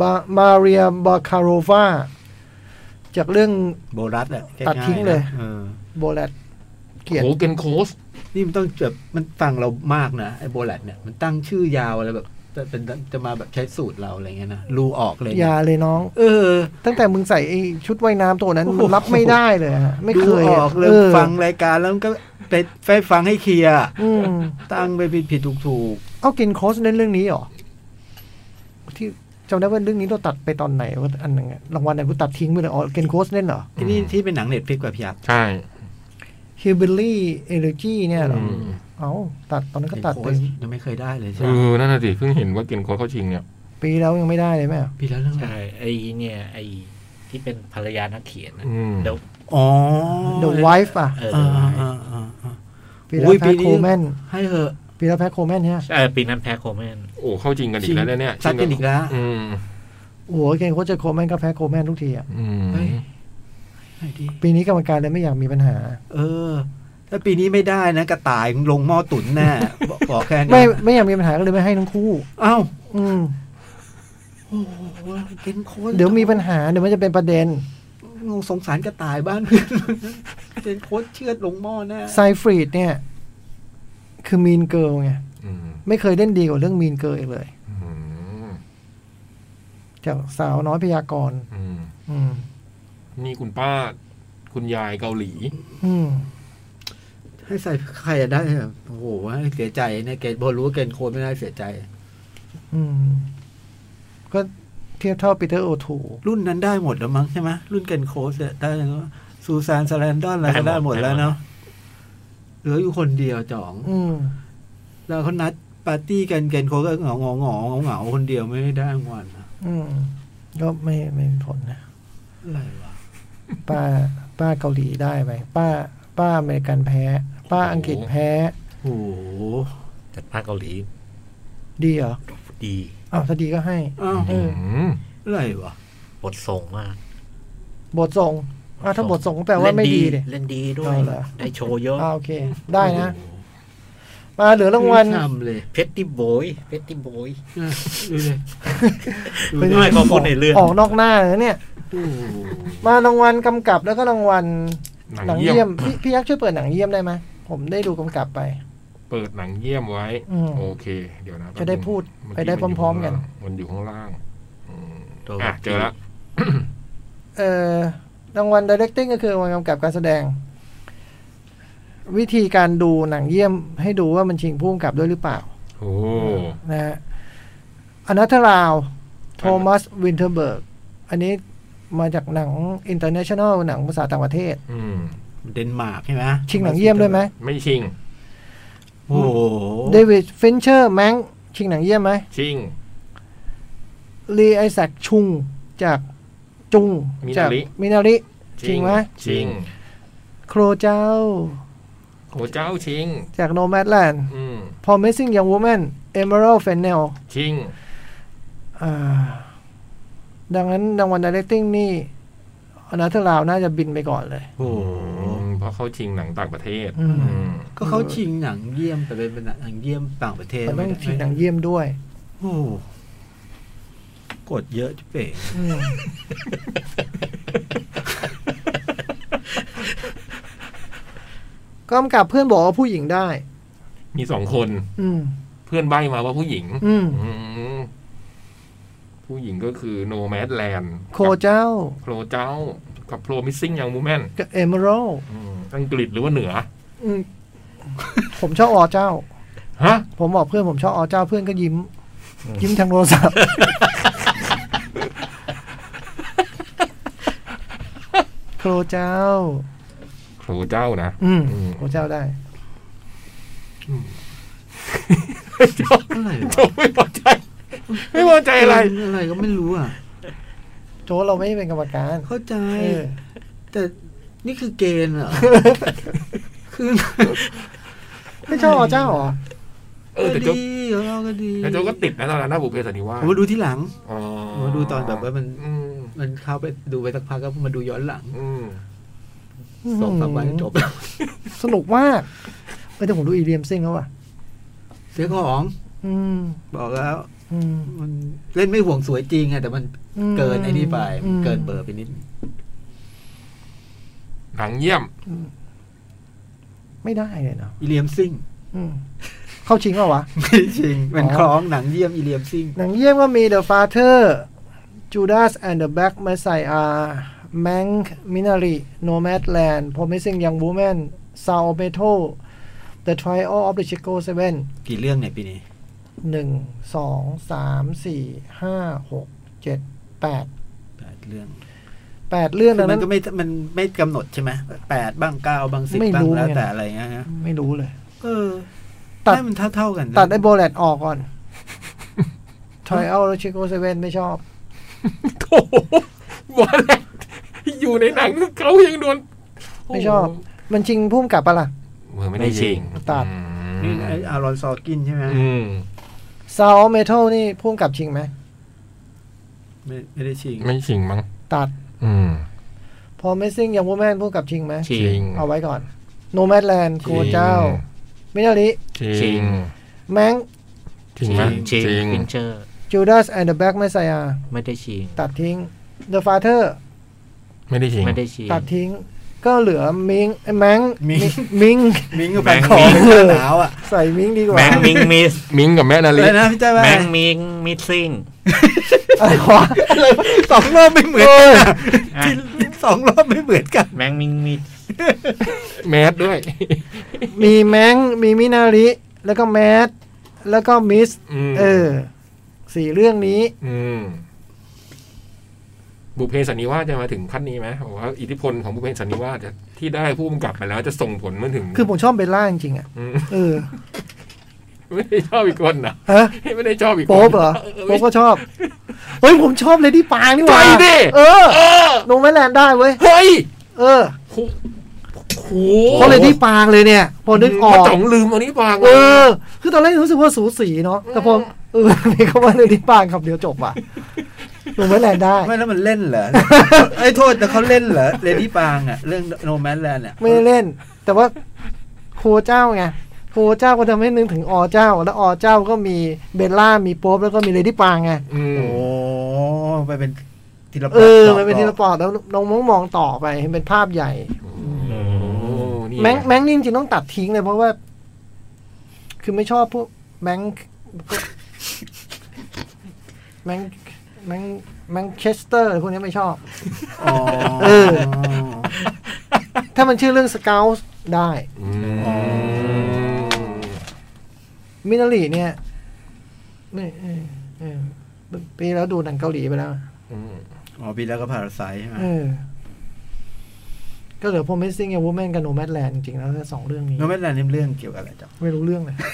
[SPEAKER 2] บามาเรียบาคาโรวาจากเรื่อง
[SPEAKER 5] โบรัสอะ
[SPEAKER 2] ตัดทิ้งเลย
[SPEAKER 5] เออ
[SPEAKER 2] โบแลตเกียรติ
[SPEAKER 3] โหเกนโคส
[SPEAKER 5] นี่มันต้องแบบมันฟังเรามากนะ ไอ้โบรัสเนี่ย มันตั้งชื่อยาวอะไรแบบจะเป็นจะมาแบบใช้สูตรเราอะไรเงี้ยนะรูออกเลย
[SPEAKER 2] อ
[SPEAKER 5] เนี่ย
[SPEAKER 2] ย่าเลยน้อง
[SPEAKER 5] เออ
[SPEAKER 2] ตั้งแต่มึงใส่ไอ้ชุดว่ายน้ำตัวนั้น
[SPEAKER 5] โอ้โห
[SPEAKER 2] มันรับไม่ได้เลยฮะไม่เคย
[SPEAKER 5] รูออกเลย
[SPEAKER 2] อ
[SPEAKER 5] ฟังรายการแล้วมันก็ไปไปฟังให้เคลียร์
[SPEAKER 2] อืม
[SPEAKER 5] ตั้งไปผิดผิดถูกถูก
[SPEAKER 2] เอากินโคสเล่นเรื่องนี้เหรอ ที่จำได้ว่าเรื่องนี้เราตัดไปตอนไหนว่าอันหนึงอะรางวัลไหนกูตัดทิ้งไปเลยอ๋อเกนโคสเล่นเหรอ
[SPEAKER 5] ๆที่นี่ที่เป็นหนังเน็ตฟลิกว่าพี่ยักษ์
[SPEAKER 3] ใช่
[SPEAKER 2] ฮิวเบลลี่เอเลจีเนี่ยเหรอ
[SPEAKER 3] อืม
[SPEAKER 2] เอาตัดตอนนั้นก็ตัดไป
[SPEAKER 5] โอ้ยยังไม่เคยได้เลยใช่
[SPEAKER 3] เอ
[SPEAKER 5] ไหม
[SPEAKER 3] อนั่นน่ะสิเพิ่งเห็นว่าเกนโคสเขาชิงเนี่ย
[SPEAKER 2] ปีแล้วยังไม่ได้เลยแม่
[SPEAKER 5] พี่แล้วเรื่องอะไร
[SPEAKER 4] ใช่ไอเนี่ย ไอที่เป็นภรรยานักเขียนนะ
[SPEAKER 3] อืม
[SPEAKER 4] เดี๋ยว
[SPEAKER 5] อ๋อ
[SPEAKER 2] The Wife อ่ะ
[SPEAKER 4] เออ
[SPEAKER 5] อ่า
[SPEAKER 4] เดี๋ยวไว้
[SPEAKER 5] อ่าอ่าอ่า
[SPEAKER 2] ปีแล้
[SPEAKER 5] โอ้
[SPEAKER 2] วย
[SPEAKER 5] ปี
[SPEAKER 2] แพ้
[SPEAKER 5] นี้
[SPEAKER 2] โคแมน
[SPEAKER 5] ให้เถอะ
[SPEAKER 2] ปีแล้วแพ้โคแมนเนี่ย
[SPEAKER 4] เออปีนั้นแพ้โคแมน
[SPEAKER 3] โอ้เข้าจริงกันอีกแล้วนะเนี่ย
[SPEAKER 5] ซัดกันอีกแล้ว
[SPEAKER 3] อืม
[SPEAKER 2] โอ้โหเกนโคสเจอโคแมนก็แพ้โคแมนทุกทีอ่ะ
[SPEAKER 3] อืม
[SPEAKER 5] เฮ้ย ให้ดิ
[SPEAKER 2] ปีนี้กรรมการเลยไม่อยากมีปัญหา
[SPEAKER 5] เออ ถ้าปีนี้ไม่ได้นะ กระต่ายลงหม้อตุ๋นแน่ บอกบอกแค่นี้
[SPEAKER 2] ไม่ไม่อยากมีปัญหาก็เลยไม่ให้ทั้งคู่
[SPEAKER 5] เอ้า
[SPEAKER 2] อืม
[SPEAKER 5] โอ้โหเป็นโค้ช
[SPEAKER 2] เดี๋ยวมีปัญหาเดี๋ยวมันจะเป็นประเด็น
[SPEAKER 5] งงสงสารกระต่ายบ้านเพื่ อนเป็นโค้ชเชือดลงหม้อแน่
[SPEAKER 2] ไซฟรีดเนี่ย คือมีนเกิลไง
[SPEAKER 3] อืม
[SPEAKER 2] ไม่เคยเล่นดีกว่าเรื่องมีนเกิร์ลอีกเลย
[SPEAKER 3] อืม
[SPEAKER 2] จากสาวน้อยพยากร
[SPEAKER 3] อืม
[SPEAKER 2] อืม
[SPEAKER 3] นี่คุณป้า คุณยายเกาหลี
[SPEAKER 2] อืม
[SPEAKER 5] ให้ใส่ใครได้อะโอ้โหเสียใจเนี่ยเกณฑ์พอรู้ว่าเกณฑ์โค้ชไม่ได้เสียใจ
[SPEAKER 2] อืม ก็ เทียบเท่าปีเตอร์โอทู
[SPEAKER 5] รุ่นนั้นได้หมดแล้วมั้งใช่ไหมรุ่นเกนโคสเนี่ยได้แล้วซูซานสแลนดอนอะไรก็
[SPEAKER 3] ได้
[SPEAKER 5] ได้
[SPEAKER 3] ห
[SPEAKER 5] ห
[SPEAKER 3] ม
[SPEAKER 5] ม
[SPEAKER 3] ด
[SPEAKER 5] ดแล้วเนาะเหลืออยู่คนเดียวจ่อง
[SPEAKER 2] อืม
[SPEAKER 5] แล้วเขานัดปาร์ตี้กันเกนโคสก็เหงาเหงาเหงาเหงาเหงาคนเดียวไม่ได้รางวัลนะ
[SPEAKER 2] อืม ก็ไม่ไม่มีผลนะ
[SPEAKER 5] อะไรวะ
[SPEAKER 2] ป้า ป้าเกาหลีได้ไป ป้า ป้าอเมริกันแพ้ ป้าอังกฤษแพ้
[SPEAKER 5] โอ้โห
[SPEAKER 4] แต่ภาคเกาหลี
[SPEAKER 2] ดีเหรอ
[SPEAKER 4] ดี
[SPEAKER 2] อ้าวถ้าดีก็ให้
[SPEAKER 5] อ้าว
[SPEAKER 3] อืม
[SPEAKER 5] อะไรวะ
[SPEAKER 4] บทส่งมาก
[SPEAKER 2] บทส่งอ้าวถ้าบทส่งก็แปลว่าไม่ดีดิ
[SPEAKER 4] เล่นดีด้วย
[SPEAKER 2] เอาเหรอ
[SPEAKER 4] ได้โชว์เยอะ
[SPEAKER 2] อ้าวโอเค ได้นะ
[SPEAKER 5] โอ้โห
[SPEAKER 2] มาเหลือรางวัล
[SPEAKER 5] ไม่ทำเลย
[SPEAKER 4] เพชรตี้โบยเพชรตี้โบย
[SPEAKER 5] อ่ะดูเลยดู
[SPEAKER 2] เป็น
[SPEAKER 5] เลย
[SPEAKER 4] ไม่ก็คนในเรื่อง
[SPEAKER 2] ออกนอกหน้าเลยเนี่ย
[SPEAKER 5] โอ้โห
[SPEAKER 2] มารางวัลกำกับแล้วก็รางวัล
[SPEAKER 3] หนังเยี่ยม
[SPEAKER 2] พี่พี่ยักษ์ช่วยเปิดหนังเยี่ยมได้ไหมผมได้ดูกำกับไป
[SPEAKER 3] เปิดหนังเยี่ยมไว้
[SPEAKER 2] อืม
[SPEAKER 3] โอเค เดี๋ยวนะ
[SPEAKER 2] จะได้พูดไปได้พร้อมๆกัน
[SPEAKER 3] มันอยู่ข้างล่างอืม
[SPEAKER 4] ตัว
[SPEAKER 3] อ่ะเจอละ
[SPEAKER 2] เอ่อรางวัล directing ก็คือรางวัลกำกับการแสดง วิธีการดูหนังเยี่ยมให้ดูว่ามันชิงผู้กำกับด้วยหรือเปล่า
[SPEAKER 3] โอ้
[SPEAKER 2] นะฮะอนัทราวโทมัสวินเทอร์เบิร์กอันนี้มาจากหนัง international หนังภาษาต่างประเทศ
[SPEAKER 3] อืม
[SPEAKER 5] เดนมาร์กใช่ไหม
[SPEAKER 2] ชิงหนังเยี่ยมด้วยไหม
[SPEAKER 3] ไม่ชิง
[SPEAKER 5] โอ้โห
[SPEAKER 2] เดวิดฟินเชอร์แมงชิงหนังเยี่ยมไหม
[SPEAKER 3] ชิง
[SPEAKER 2] ลีไอแซคชุงจากจุง
[SPEAKER 3] มิ
[SPEAKER 2] จา
[SPEAKER 3] นาริ
[SPEAKER 2] กมินาริ ชิงไหม
[SPEAKER 3] ชิง
[SPEAKER 2] โครเจ้า
[SPEAKER 3] โอ้เจ้าชิง
[SPEAKER 2] จากโนแมดแลนด์
[SPEAKER 3] อืม
[SPEAKER 2] Promising Young Woman Emerald Fennell
[SPEAKER 3] ชิง
[SPEAKER 2] อ่าดังนั้นรางวัล directing นี่อนาเธอร์ลาวน่าจะบินไปก่อนเลย
[SPEAKER 5] โอ้โห
[SPEAKER 3] อืมเพราะเขาชิงหนังต่างประเทศ
[SPEAKER 2] อืม
[SPEAKER 3] อืม
[SPEAKER 5] ก็เขาชิงหนังเยี่ยมแต่เป็นหนังเยี่ยมต่างประเทศ
[SPEAKER 2] มันต้อง
[SPEAKER 5] ไม่ได้
[SPEAKER 2] ชิงหนังเยี่ยมด้วย
[SPEAKER 5] โอ้โหกดเยอะจุ๊บเป๋ง
[SPEAKER 2] อืม ก็กับเพื่อนบอกว่าผู้หญิงได้
[SPEAKER 3] มีสองคน
[SPEAKER 2] อืม
[SPEAKER 3] เพื่อนใบ้มาว่าผู้หญิง
[SPEAKER 2] อืม
[SPEAKER 3] อืม ผู้หญิงก็คือโนแมดแลนด์
[SPEAKER 2] โคเจ้า
[SPEAKER 3] โครเจ้า กับโ o รมิ s ิ n งยังมูแมน
[SPEAKER 2] กับ Emerald
[SPEAKER 3] อังกฤษหรือว่าเหนือ
[SPEAKER 2] อืมผมชอบอเจ้า
[SPEAKER 3] ฮะ
[SPEAKER 2] ผมบอกเพื่อนผมชอบอเจ้าเพื่อนก็ยิ้ม ยิ้มทางโทรศัพท์ โครเจ้า
[SPEAKER 3] โครเจ้านะ
[SPEAKER 2] อืม
[SPEAKER 3] อืม
[SPEAKER 2] โครเจ้าได้
[SPEAKER 3] เจ้า
[SPEAKER 5] อะไรวะ
[SPEAKER 3] ไม่พอใจ ไม่พอใจอะไร
[SPEAKER 5] เป็นอะไรก็ไม่รู้อ่ะ
[SPEAKER 2] โจกเราไม่ได้เป็นกรรมการ
[SPEAKER 5] เข้าใจ
[SPEAKER 2] เออ
[SPEAKER 5] แต่นี่คือเกณฑ์เหรอ คือ
[SPEAKER 2] ไม่ชอบอเจ้าเหรอ
[SPEAKER 3] เออแต่โจ๊ก
[SPEAKER 5] ดีของเราก็ดี
[SPEAKER 3] แต่โจก็ติดนะตอนนั้นนะบุพเพสันนิวาส
[SPEAKER 5] ผมมาดูที่หลัง
[SPEAKER 3] อ๋อ
[SPEAKER 5] ผมมาดูตอนแบบว่ามัน
[SPEAKER 3] อืม
[SPEAKER 5] มันเข้าไปดูไปสักพักก็มาดูย้อนหลัง
[SPEAKER 3] อืม
[SPEAKER 5] สองสามวันจบแล้ว
[SPEAKER 2] สนุกมากเออแต่ผมดูอีเลียมซิงแล้วว่ะ
[SPEAKER 5] เสียของ
[SPEAKER 2] อืม
[SPEAKER 5] บอกแล้ว
[SPEAKER 2] อืม
[SPEAKER 5] มันเล่นไม่ห่วงสวยจริงอะแต่มัน
[SPEAKER 2] อืม
[SPEAKER 5] เกินไอ้นี่ไปมันเกิน
[SPEAKER 2] ม
[SPEAKER 5] เบอร์ไปนิด
[SPEAKER 3] หนังเยี่ยม
[SPEAKER 2] อืมไม่ได้เลยเนาะ
[SPEAKER 5] อีเลียมซิ่ง
[SPEAKER 2] อืมเข้าชิงเปล่าวะ
[SPEAKER 5] ไม่ได้จริง มันคล้องหนังเยี่ยมอีเลียมซิ่ง
[SPEAKER 2] หนังเยี่ยมก็มี The Father Judas and the Black Messiah Mank Minari Nomadland Promising Young Woman Sound Metal The Trial of the Chicago Seven
[SPEAKER 5] กี่เรื่องเนี่ยปีนี้
[SPEAKER 2] หนึ่งสองสามสี่ห้าหกเจ็ดแปด
[SPEAKER 5] แปดเรื่อง
[SPEAKER 2] แปดเรื่อง
[SPEAKER 5] คื
[SPEAKER 2] ดั
[SPEAKER 5] อง มั
[SPEAKER 2] นั้น น
[SPEAKER 5] ก็ไม่ มันไม่กำหนดใช่ไหมแปดบ้างเก้าบ้างสิบ
[SPEAKER 2] ไม่
[SPEAKER 5] บ้า
[SPEAKER 2] รู้
[SPEAKER 5] งแล้ว
[SPEAKER 2] ไง
[SPEAKER 5] แต่อะไรเงี้ยนะ
[SPEAKER 2] ไม่รู้เลย
[SPEAKER 5] เออ
[SPEAKER 2] ตัด
[SPEAKER 5] ให้มันเท่าเท่าๆกันนะ
[SPEAKER 2] ตัดไอ้โบเลตออก ก่อน Trial of the Chicago Seven ไม่ชอบ
[SPEAKER 3] โอ้โหบอลแล้วอยู่ในหนังเขายังโดน
[SPEAKER 2] ไม่ชอบ มันจริงพุ่มกลับปะล่ะ
[SPEAKER 3] เออไม่ได้จริง
[SPEAKER 2] ตัด
[SPEAKER 3] อื
[SPEAKER 5] นี่
[SPEAKER 3] ม
[SPEAKER 5] ไอ้อารอนซอกินใช่ไหม
[SPEAKER 3] อืม
[SPEAKER 2] Sound Metal นี่พุ่มกลับจริงไหม
[SPEAKER 5] ไม่ไม่ได้ชิง
[SPEAKER 3] ไม่จริงมั้ง
[SPEAKER 2] ตัด
[SPEAKER 3] อืม
[SPEAKER 2] Promising Young Woman พุ่มกลับจริงไหม
[SPEAKER 3] จริง
[SPEAKER 2] เอาไว้ก่อน Nomadland โกเจ้า มินาริ
[SPEAKER 3] จริง
[SPEAKER 2] แมง
[SPEAKER 3] จริงไหม
[SPEAKER 4] ชิง
[SPEAKER 3] จริง
[SPEAKER 4] ฟินเชอร์
[SPEAKER 2] Judas and the Black Messiah
[SPEAKER 4] ไม่ได้ชิง
[SPEAKER 2] ตัดทิ้ง The Father
[SPEAKER 3] ไม่ได้จริง
[SPEAKER 4] ไม่ได้ชิง
[SPEAKER 2] ตัดทิ้ง ก็เหลือมิงแมง
[SPEAKER 5] มิง
[SPEAKER 2] มิง
[SPEAKER 5] มิงกับแบ
[SPEAKER 3] แบ
[SPEAKER 5] ง
[SPEAKER 3] งค์
[SPEAKER 5] ของ
[SPEAKER 2] มิง
[SPEAKER 5] หน้าหนาวอ่ะ
[SPEAKER 2] ใส่มิงดีกว่า
[SPEAKER 4] แบงค์มิงมิส
[SPEAKER 3] มิงกับแม่นา
[SPEAKER 5] อะ
[SPEAKER 3] ลี
[SPEAKER 5] ไรนะพี่เจ้า
[SPEAKER 4] แบ
[SPEAKER 5] แม่
[SPEAKER 4] งค์มิงมิสซิ่ง
[SPEAKER 2] อะไรวะ
[SPEAKER 5] สองรอบไม่เหมือนกันอะที่สองรอบไม่เหมือนกัน
[SPEAKER 4] แบงค์มิงมิส
[SPEAKER 3] แมสด้วย
[SPEAKER 2] มีแมงมีมินาริแล้วก็แมทแล้วก็มิส
[SPEAKER 3] อืม
[SPEAKER 2] เออสี่เรื่องนี้
[SPEAKER 3] อืม บุพเพสันนิวาสจะมาถึงขั้นนี้ไหมผมว่าอิทธิพลของบุพเพสันนิวาสจะที่ได้ผู้กำกับไปแล้วจะส่งผลมาถึง
[SPEAKER 2] คือผมชอบเบลล่าจริงๆอ่ะ
[SPEAKER 3] ม
[SPEAKER 2] เออ
[SPEAKER 3] ไม่ได้ชอบอีกคนนะ
[SPEAKER 2] ฮะ
[SPEAKER 3] ไม่ได้ชอบอีกคน
[SPEAKER 2] โป๊ปเหร อโป๊ปก็ชอบเฮ้ยผมชอบเลดี้ปางนี่หว่า
[SPEAKER 3] ใช่ดิ
[SPEAKER 2] เออ
[SPEAKER 3] เออ
[SPEAKER 2] โนแมนแลนด์ได้เว้ย
[SPEAKER 3] เฮ้ย
[SPEAKER 2] เออ
[SPEAKER 3] โหโห
[SPEAKER 2] เพราะเลดี้ปางเลยเนี่ย พอนึกออ
[SPEAKER 3] พ่
[SPEAKER 2] ก
[SPEAKER 3] จ๋องลืมอันนี้บาง
[SPEAKER 2] เออ คือตอนแรกรู้สึกว่าสูสีเนาะ แต่พอเอ อมีคำว่าเลดี้ปางคำเดียวจบอ่ะโนแมนแลนด์ได้
[SPEAKER 5] ไม่แล้วมันเล่นเหรอ ไอ้ยโทษแต่เขาเล่นเหรอเลดี้ปางอ่ะ เรื่องโนแมนแลนด์เนี่ย
[SPEAKER 2] ไม่ได้เล่น แต่ว่าครูเจ้าไงครูเจ้าก็ทำให้นึกถึงอเจ้า แล้วอเจ้าก็มีเบลล่ามีโป๊ปแล้วก็มีเลดี้ปางไง
[SPEAKER 3] อืม
[SPEAKER 5] โอ้ไปเป็นทีละป
[SPEAKER 2] เอ
[SPEAKER 5] ด
[SPEAKER 2] อ
[SPEAKER 5] ต่
[SPEAKER 2] มันเป็นทีละปอดแล้วน้องมองมองต่อไปให้เป็นภาพใหญ่
[SPEAKER 3] โอ้นี่
[SPEAKER 2] แมงแมงนี่จริงๆต้องตัดทิ้งเลยเพราะว่า คือไม่ชอบพวกแมงแมงแมงแมงเชสเตอร์พวกนี้ไม่ชอบ
[SPEAKER 5] อ๋อ
[SPEAKER 2] เออ ถ้ามันชื่อเรื่องสเกลได้
[SPEAKER 3] อืม
[SPEAKER 2] มินารีเนี่ยนี่เออเออปีแล้วดูหนังเกาหลีไปแล้ว
[SPEAKER 3] อืม
[SPEAKER 5] อ๋อปีแล้วก็พาราไซใช่ไหม
[SPEAKER 2] เออ ก็เหลือพ o m i s i n g a Woman กับ Nomadland จริงๆแล้วสองเรื่องนี้
[SPEAKER 5] โนแมนแลนด์นี่เรื่องเกี่ยวกับอะไรจ๊ะ
[SPEAKER 2] ไม่รู้เรื่องเลย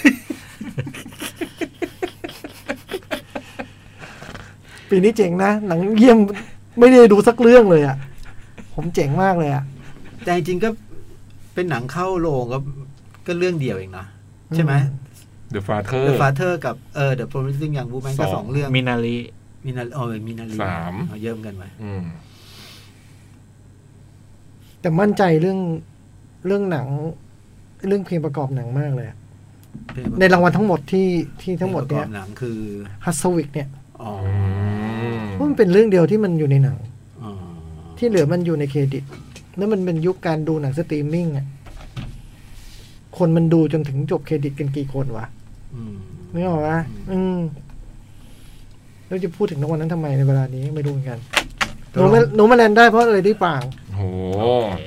[SPEAKER 2] ปีนี้เจ๋งนะ หนังเยี่ยมไม่ได้ดูสักเรื่องเลยอะ่ะ ผมเจ๋งมากเลยอะ่ะ
[SPEAKER 5] แต่จริงๆก็เป็นหนังเข้าโรงก็ก็เรื่องเดียวเองนะใช่ไหม
[SPEAKER 3] เดอะฟาเธอ
[SPEAKER 5] The
[SPEAKER 3] ร์
[SPEAKER 5] Father กับเออ The Promising Young Woman
[SPEAKER 3] สอ
[SPEAKER 5] ก็
[SPEAKER 3] ง
[SPEAKER 5] สองเรื่อง
[SPEAKER 4] มินารี
[SPEAKER 5] มินาเออมินาลี
[SPEAKER 3] สาม
[SPEAKER 5] เอาเยิ่มกันไหม
[SPEAKER 3] อืม
[SPEAKER 2] แต่มั่นใจเรื่องเรื่องหนัง เรื่องเพลงประกอบหนังมากเลยอะในรางวัลทั้งหมดที่ที่ทั้งหมดเนี่ย
[SPEAKER 5] ประกอบหนังคือ
[SPEAKER 2] ฮัสวิกเนี่ย
[SPEAKER 5] อ๋อ
[SPEAKER 2] เพราะมันเป็นเรื่องเดียวที่มันอยู่ในหนัง
[SPEAKER 5] อ๋อ
[SPEAKER 2] ที่เหลือมันอยู่ในเครดิต แล้วมันเป็นยุคการดูหนังสตรีมมิ่งอ่ะ คนมันดูจนถึงจบเครดิตกันกี่คนวะ
[SPEAKER 5] อืม
[SPEAKER 2] นึกออกปะอืม แล้วจะพูดถึงรางวัลนั้นทำไมในเวลานี้ไม่รู้เหมือนกัน
[SPEAKER 5] ต
[SPEAKER 2] โน
[SPEAKER 5] ลก
[SPEAKER 2] แมนโนแมนแลนด์ได้เพราะอะไรที่ปาง
[SPEAKER 3] โห
[SPEAKER 4] โอเค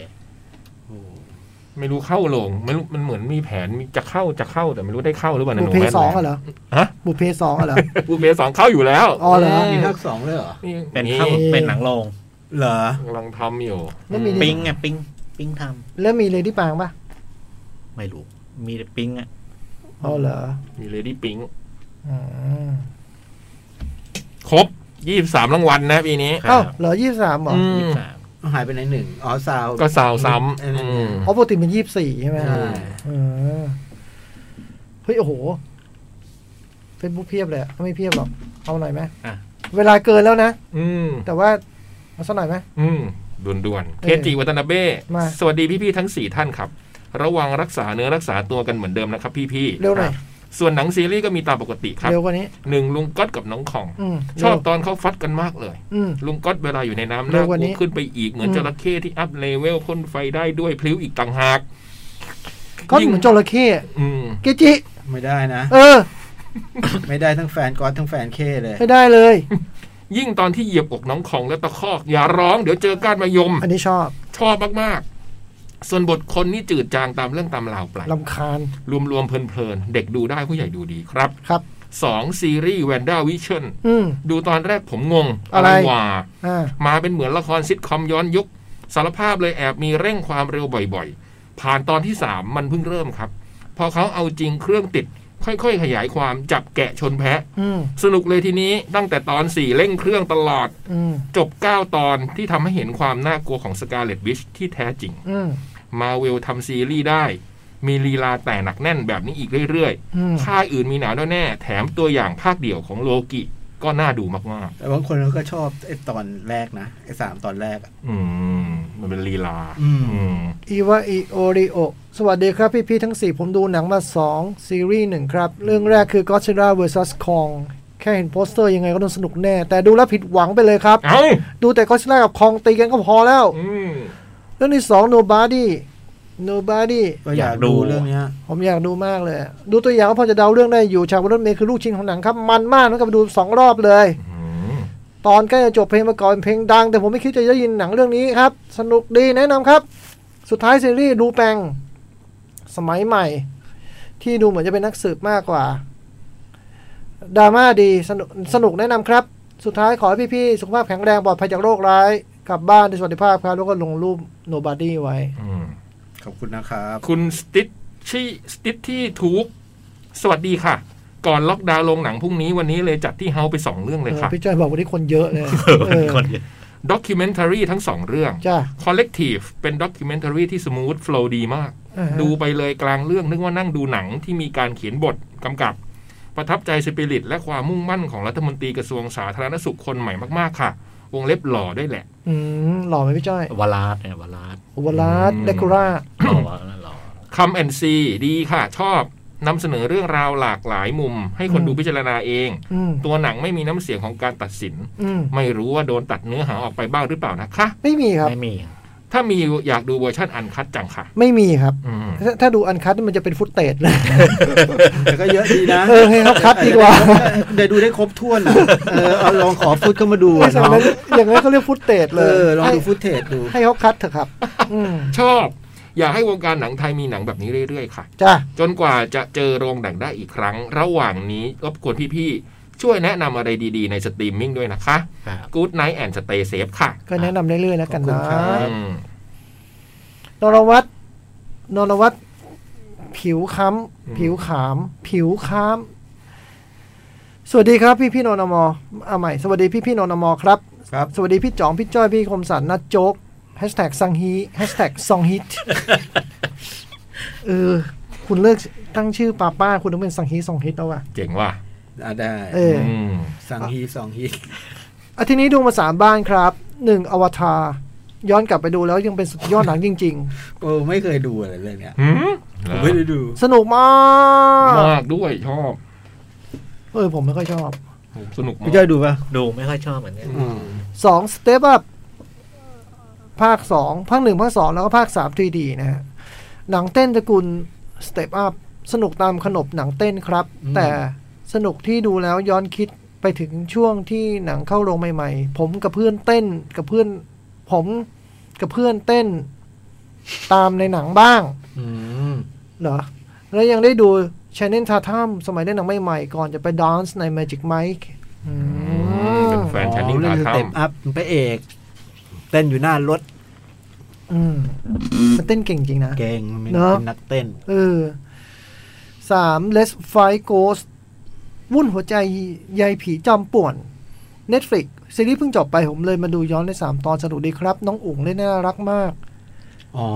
[SPEAKER 5] โอ้
[SPEAKER 3] ไม่รู้เข้าลงไม่รู้มันเหมือนมีแผนมีจะเข้าจะเข้าแต่ไม่รู้ได้เข้าหรือเปล่านะ
[SPEAKER 2] บุ
[SPEAKER 3] หนู
[SPEAKER 2] พเพ
[SPEAKER 3] แม่น
[SPEAKER 2] สองอะเหรอ
[SPEAKER 3] ฮะ
[SPEAKER 2] บุพเพสองอะเหรอ
[SPEAKER 3] บูเบสองเข้าอยู่แล้ว
[SPEAKER 2] อ๋อเหรอ
[SPEAKER 5] มีภาคสองเลยเหรอ
[SPEAKER 3] นี่
[SPEAKER 4] เป็นเข้าเป็นหนังโรง
[SPEAKER 5] เหรอ
[SPEAKER 3] กำลังทำอยู่
[SPEAKER 2] แล้วมี
[SPEAKER 3] อื
[SPEAKER 4] ปิ้งไงปิ้งปิ้งท
[SPEAKER 2] แล้วมีเลดี้ปางปะ
[SPEAKER 4] ำไม่รู้ มีแต่ปิ้งอ่ะ
[SPEAKER 2] อ๋อเหรอ
[SPEAKER 3] มีเลดี้ปิ้ง
[SPEAKER 2] อืม
[SPEAKER 3] ครบยี่สามรางวัลนะปีนี้
[SPEAKER 2] เอ้าเหรอยี่สามหรอ
[SPEAKER 3] อื
[SPEAKER 4] ยี่
[SPEAKER 3] ม
[SPEAKER 4] สิบสาม
[SPEAKER 5] หายไปไหนหนึ่งอ๋อซาว
[SPEAKER 3] ก็สาวซ้
[SPEAKER 5] เออ
[SPEAKER 3] ำ
[SPEAKER 5] อื
[SPEAKER 3] ม
[SPEAKER 2] อ๋อปกติเป็นยี่สิบสี่ใช่ไหม
[SPEAKER 5] ใช่
[SPEAKER 2] เออเฮ้ยโอ้โหเฟซบุ๊กเพียบเลยอะไม่เพียบหรอกเอาหน่อยไหม
[SPEAKER 4] อ่ะ
[SPEAKER 2] เวลาเกินแล้วนะ
[SPEAKER 3] อืม
[SPEAKER 2] แต่ว่ามาสักหน่อยไหม
[SPEAKER 3] อืมด่วนด่วนๆเคจิวัตนาเบ้
[SPEAKER 2] มา
[SPEAKER 3] สวัสดีพี่ ๆ ทั้งสี่ท่านครับ ระวังรักษาเนื้อรักษาตัวกันเหมือนเดิมนะครับพี่ๆ
[SPEAKER 2] เร็วหน่อย
[SPEAKER 3] ส่วนหนังซีรีส์ก็มีตามปกติครับ
[SPEAKER 2] เร็วกว่านี้
[SPEAKER 3] หนึ่งลุงก๊อตกับน้องของ
[SPEAKER 2] อืม
[SPEAKER 3] ชอบ
[SPEAKER 2] เร็ว
[SPEAKER 3] ตอนเขาฟัดกันมากเลย
[SPEAKER 2] อืม
[SPEAKER 3] ลุงก๊อตเวลาอยู่ในน้ำห
[SPEAKER 2] เร็
[SPEAKER 3] น้าว
[SPEAKER 2] กว่านี้
[SPEAKER 3] กูขึ้นไปอีกเหมือน
[SPEAKER 2] อืม
[SPEAKER 3] จระเข้ที่อัพเลเวลพ่นไฟได้ด้วยพลิ้วอีกต่างหาก
[SPEAKER 2] ก็เหมือนจระเข้
[SPEAKER 3] อืม
[SPEAKER 2] เกจิ
[SPEAKER 5] ไม่ได้นะ
[SPEAKER 2] เออ
[SPEAKER 5] ไม่ได้ทั้งแฟนกอดทั้งแฟนเคเลย
[SPEAKER 2] ไม่ได้เลย
[SPEAKER 3] ยิ่งตอนที่เหยียบอกน้องของและตะคอก อย่าร้องเดี๋ยวเจอก้านมะยม
[SPEAKER 2] อันนี้ชอบ
[SPEAKER 3] ชอบมากๆ ส่วนบทคนนี่จืดจางตามเรื่องตามราวไป
[SPEAKER 2] ลำคาญ
[SPEAKER 3] รวมๆเพลินๆ เด็กดูได้ผู้ใหญ่ดูดีครับ
[SPEAKER 2] ครับ
[SPEAKER 3] สองซีรีส์แวนด้าวิช o n
[SPEAKER 2] อืม
[SPEAKER 3] ดูตอนแรกผมงง
[SPEAKER 2] อะไร
[SPEAKER 3] วะ
[SPEAKER 2] อ่า
[SPEAKER 3] มาเป็นเหมือนละครซิทคอมย้อนยุค สารภาพเลยแอบมีเร่งความเร็วบ่อยๆ ผ่านตอนที่สามมันเพิ่งเริ่มครับ พอเขาเอาจริงเครื่องติด ค่อยๆ ขยายความจับแกะชนแพะ
[SPEAKER 2] อืม
[SPEAKER 3] สนุกเลยทีนี้ตั้งแต่ตอนสี่เร่งเครื่องตลอด
[SPEAKER 2] อืม
[SPEAKER 3] จบ 9 ตอนที่ทำให้เห็นความน่ากลัวของสกาเลตวิชที่แท้จริง
[SPEAKER 2] อืม
[SPEAKER 3] มาเวลทำซีรีส์ได้ มีลีลาแต่หนักแน่นแบบนี้อีกเรื่อย
[SPEAKER 2] อืม
[SPEAKER 3] ๆ ค่ายอื่นมีหนาวแน่ๆแถมตัวอย่างภาคเดี่ยวของโลกิก็น่าดูมาก
[SPEAKER 5] แต่บางคนเขาก็ชอบไอ้ตอนแรกนะไอ้สามตอนแรกอะ
[SPEAKER 3] ๆ อืม มันเป็นลีลา
[SPEAKER 5] อืม
[SPEAKER 3] ม
[SPEAKER 2] อีวาอีโอริโอ สวัสดีครับพี่พี่ๆทั้ง 4 ผมดูหนังมา 2 ซีรีส์หนึ่งครับ เรื่องแรกคือ Godzilla vs Kong แค่เห็นโปสเตอร์ยังไงก็ต้องสนุกแน่ แต่ดูแล้วผิดหวังไปเลยครับ
[SPEAKER 3] เอ้า
[SPEAKER 2] ดูแต่ Godzilla กับ Kong ตีกันก็พอแล้ว
[SPEAKER 3] อืม
[SPEAKER 2] เรื่องที่สอง Nobody Nobody
[SPEAKER 5] ก็อยากดูเรื่องเนี้ย
[SPEAKER 2] ผมอยากดูมากเลย ดูตัวอย่างก็พอจะเดาเรื่องได้อยู่ ฉากบนรถเมล์คือลูกชิ้นของหนังครับ มันมากนะกลับไปดูสองรอบเลย
[SPEAKER 3] อืม
[SPEAKER 2] ตอนใกล้จะจบเพลงประกอบเป็นเพลงดัง แต่ผมไม่คิดจะได้ยินหนังเรื่องนี้ครับ สนุกดีแนะนำครับ สุดท้ายซีรีส์ดูแปงสมัยใหม่ ที่ดูเหมือนจะเป็นนักสืบมากกว่าดราม่าดีสนุกสนุกแนะนำครับ สุดท้ายขอให้พี่ๆสุขภาพแข็งแรงปลอดภัยจากโรคร้าย กลับบ้านด้วยสวัสดิภาพครับ แล้วก็ลงรูป nobody ไว้
[SPEAKER 3] อืม
[SPEAKER 5] ขอบคุณนะครับ
[SPEAKER 3] คุณสติทชี่สติทที่ถูก สวัสดีค่ะ ก่อนล็อกดาวน์ลงหนังพรุ่งนี้วันนี้เลยจัดที่เฮาไปสองเรื่องเลยค่ะ
[SPEAKER 2] เออพี่จ้อยบอกวันนี้คนเยอะเลยเออ
[SPEAKER 4] คนเยอะ
[SPEAKER 3] ด็อกิเมนทารีทั้งสองเรื่อง
[SPEAKER 2] จ้า
[SPEAKER 3] Collective เป็นด็อกิเมนทารีที่สมูทโฟล์ดีมาก ดูไปเลยกลางเรื่องนึกว่านั่งดูหนังที่มีการเขียนบทกำกับ ประทับใจสปิริตและความมุ่งมั่นของรัฐมนตรีกระทรวงสาธารณสุขคนใหม่มากๆค่ะ วงเล็บหล่อด้วยแหละ
[SPEAKER 2] อืมหล่อไหมพี่จ้อยว
[SPEAKER 4] ลาดเนี่ยวลาด
[SPEAKER 2] วลาสเดคูรา
[SPEAKER 4] หล่อหล่อ
[SPEAKER 3] คำแอนซีดีค่ะ ชอบนำเสนอเรื่องราวหลากหลายมุม ให้คนดูพิจารณาเอง
[SPEAKER 2] อืม
[SPEAKER 3] ตัวหนังไม่มีน้ำเสียงของการตัดสิน
[SPEAKER 2] อืม
[SPEAKER 3] ไม่รู้ว่าโดนตัดเนื้อหาออกไปบ้างหรือเปล่านะคะ
[SPEAKER 2] ไม่มีครับ
[SPEAKER 4] ไม่มีอะ
[SPEAKER 3] ถ้ามีอยากดูเวอร์ชั่นอันคัดจังค่ะ
[SPEAKER 2] ไม่มีครับ
[SPEAKER 3] อืม
[SPEAKER 2] ถ้าถ้าดูอันคัดนี่มันจะเป็นฟุตเตจเลย
[SPEAKER 5] แต่ ก็เยอะดีนะ
[SPEAKER 2] เออให้เขาคัดดีกว่า
[SPEAKER 5] เดี๋ยวดูได้ครบถ้วนอะเออเอาลองขอฟุตเข้ามาดู
[SPEAKER 2] ไม่
[SPEAKER 5] อะ
[SPEAKER 2] ใช่
[SPEAKER 5] น้อง
[SPEAKER 2] นั้นอย่างนั้นเขาเรียกฟุตเตจ
[SPEAKER 5] เอ
[SPEAKER 2] เลย
[SPEAKER 5] อลอง
[SPEAKER 2] ให้
[SPEAKER 5] ดูฟุตเทจดู
[SPEAKER 2] ให้เขาคัดเถอะครับ อืม
[SPEAKER 3] ชอบ อยากให้วงการหนังไทยมีหนังแบบนี้เรื่อยๆค่ะ
[SPEAKER 2] จ้า
[SPEAKER 3] จนกว่าจะเจอโรงหนังได้อีกครั้ง ระหว่างนี้รบกวนพี่ๆ ช่วยแนะนำอะไรดีๆ ในสตรีมมิ่งด้วยนะคะ
[SPEAKER 4] ครับ
[SPEAKER 3] Good Night and Stay Safe ค่ะ
[SPEAKER 2] ก็แนะนำเรื่อยๆแล้วกันนะ
[SPEAKER 3] อืม
[SPEAKER 2] นรวัตรนรวัตรผิวค้ำผิวขาม ผิวค้ำสวัสดีครับพี่พี่ๆนนมเอาใหม่สวัสดีพี่พี่ๆนนมครับ
[SPEAKER 5] ครับ
[SPEAKER 2] สวัสดีพี่จ๋องพี่จ้อยพี่คมสันนัดโจ๊กแฮชแท็กซังฮีแฮชแท็กซอง ฮิตเออ คุณเลิกตั้งชื่อป้าป้า คุณต้องเป็นซังฮีซองฮิตแล้วอ่ะ
[SPEAKER 3] เจ๋งว่ะ
[SPEAKER 5] อ่ะได้
[SPEAKER 2] เออ
[SPEAKER 3] ม
[SPEAKER 5] สั่งฮีสองฮี
[SPEAKER 2] อาทิตย์นี้ดูมาสามบ้านครับหนึ่งอวตารย้อนกลับไปดูแล้วยังเป็นสุดยอดหนังจริง
[SPEAKER 5] โอ้ไม่เคยดูอะไรเรื่องเนี้ย
[SPEAKER 3] หืม
[SPEAKER 5] ผมไม่ได้ดู
[SPEAKER 2] ๆ สนุกมาม
[SPEAKER 3] าก กด้วยชอบ
[SPEAKER 2] เออผมไม่ค่อยชอบ
[SPEAKER 3] สนุกมา
[SPEAKER 5] พี่
[SPEAKER 3] ก
[SPEAKER 5] จ้อยดูป่ะ
[SPEAKER 4] ดูไม่ค่อยชอบเหมือนเนี้ย
[SPEAKER 5] อืม
[SPEAKER 2] สองสเตปอัพภาคสองภาคหนึ่งภาคสองแล้วก็ภาคสาม 3D นะฮะหนังเต้นตระกูลสเตปอัพสนุกตามขนบหนังเต้นครับ แต่สนุกที่ดูแล้วย้อนคิดไปถึงช่วงที่หนังเข้าโรงใหม่ ๆ ผมกับเพื่อนเต้นกับเพื่อน ผมกับเพื่อนเต้นตามในหนังบ้าง
[SPEAKER 5] อืม
[SPEAKER 2] เหรอ แล้วยังได้ดูชนเนลทาทัมสมัยเล่นหนังใหม่ๆก่อนจะไปดอนซ์ใน Magic Mike อืม
[SPEAKER 3] เป็นแฟนชันนิ่ง
[SPEAKER 5] อ๋อเรื่
[SPEAKER 3] ตาท
[SPEAKER 5] องสเต็ปอัพเป็นพระเอกเต้นอยู่หน้ารถ
[SPEAKER 2] อืมมันเต้นเก่งจริงนะ
[SPEAKER 5] เก่งเป็น
[SPEAKER 2] เนอะ
[SPEAKER 5] นักเต้น
[SPEAKER 2] เออสาม Let's Fight Ghost วุ่นหัวใจยายผีจอมป่วน Netflix ซีรีส์เพิ่งจบไปผมเลยมาดูย้อนใน 3 ตอนสนุกดีครับ น้องอุ๋งเล่นน่ารักมาก
[SPEAKER 5] อ๋อ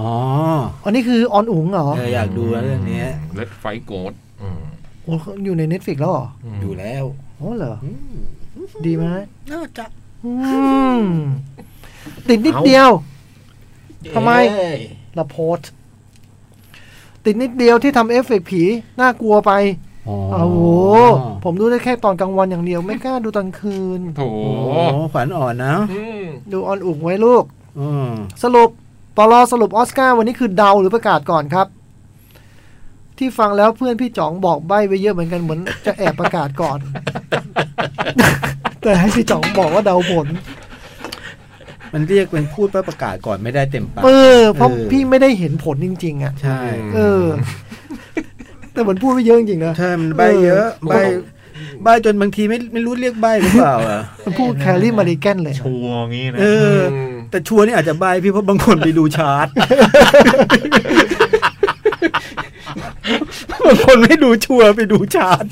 [SPEAKER 2] อันนี้คือออนอุ๋งเหรอ
[SPEAKER 5] เอออยากดูนะเรื่องเนี้ย
[SPEAKER 3] ำเลดไฟโกด
[SPEAKER 2] โอ้อยู่ใน Netflix แล้วเหรอ
[SPEAKER 5] ดูแล้ว
[SPEAKER 2] โอ้เหรอ
[SPEAKER 5] อืม
[SPEAKER 2] ดีไหม
[SPEAKER 5] น่าจะ
[SPEAKER 2] อืมติดนิดเดียว ทำไม
[SPEAKER 4] เอ้ย
[SPEAKER 2] ละโพสต์ติดนิดเดียวที่ทำเอฟเฟกต์ผี น่ากลัวไป
[SPEAKER 5] อ๋อ
[SPEAKER 2] โอ้โห ผมดูได้แค่ตอนกลางวันอย่างเดียว ไม่กล้าดูตอนคืน
[SPEAKER 3] โถ
[SPEAKER 5] โอ้โหขวัญอ่อนนะ
[SPEAKER 3] อืม
[SPEAKER 2] ดูออนอุกไว้ลูก
[SPEAKER 5] อืม
[SPEAKER 2] สรุปปลอสรุปออสการ์วันนี้คือเดาหรือประกาศก่อนครับ ที่ฟังแล้วเพื่อนพี่จ๋องบอกใบไว้เยอะเหมือนกันเหมือนจะแอบประกาศก่อน แต่ให้พี่จ๋องบอกว่าเดาผล
[SPEAKER 5] มันเรียกเป็นพูดเพื่อประกาศก่อนไม่ได้เต็มปาก
[SPEAKER 2] เออเพราะ
[SPEAKER 5] เออ
[SPEAKER 2] พี่ไม่ได้เห็นผลจริง ๆ อ่ะ
[SPEAKER 5] ใช่
[SPEAKER 2] เออ แต่เหมือนพูดไปเยอะจริงๆนะ
[SPEAKER 5] ใช่มันใบเยอะใบใบจนบางทีไม่ไม่รู้เรียกใบหรือเปล่าอ่ะ
[SPEAKER 2] มันพูดแคลรี่มาริแกนเลย
[SPEAKER 4] ชัวร์งี้นะ
[SPEAKER 5] เออ
[SPEAKER 3] ม
[SPEAKER 5] แต่ชัวร์นี่อาจจะใบพี่เพราะบางคนไปดูชา ร์ต บางคนไม่ดูชัวร์ไปดูชาร์ต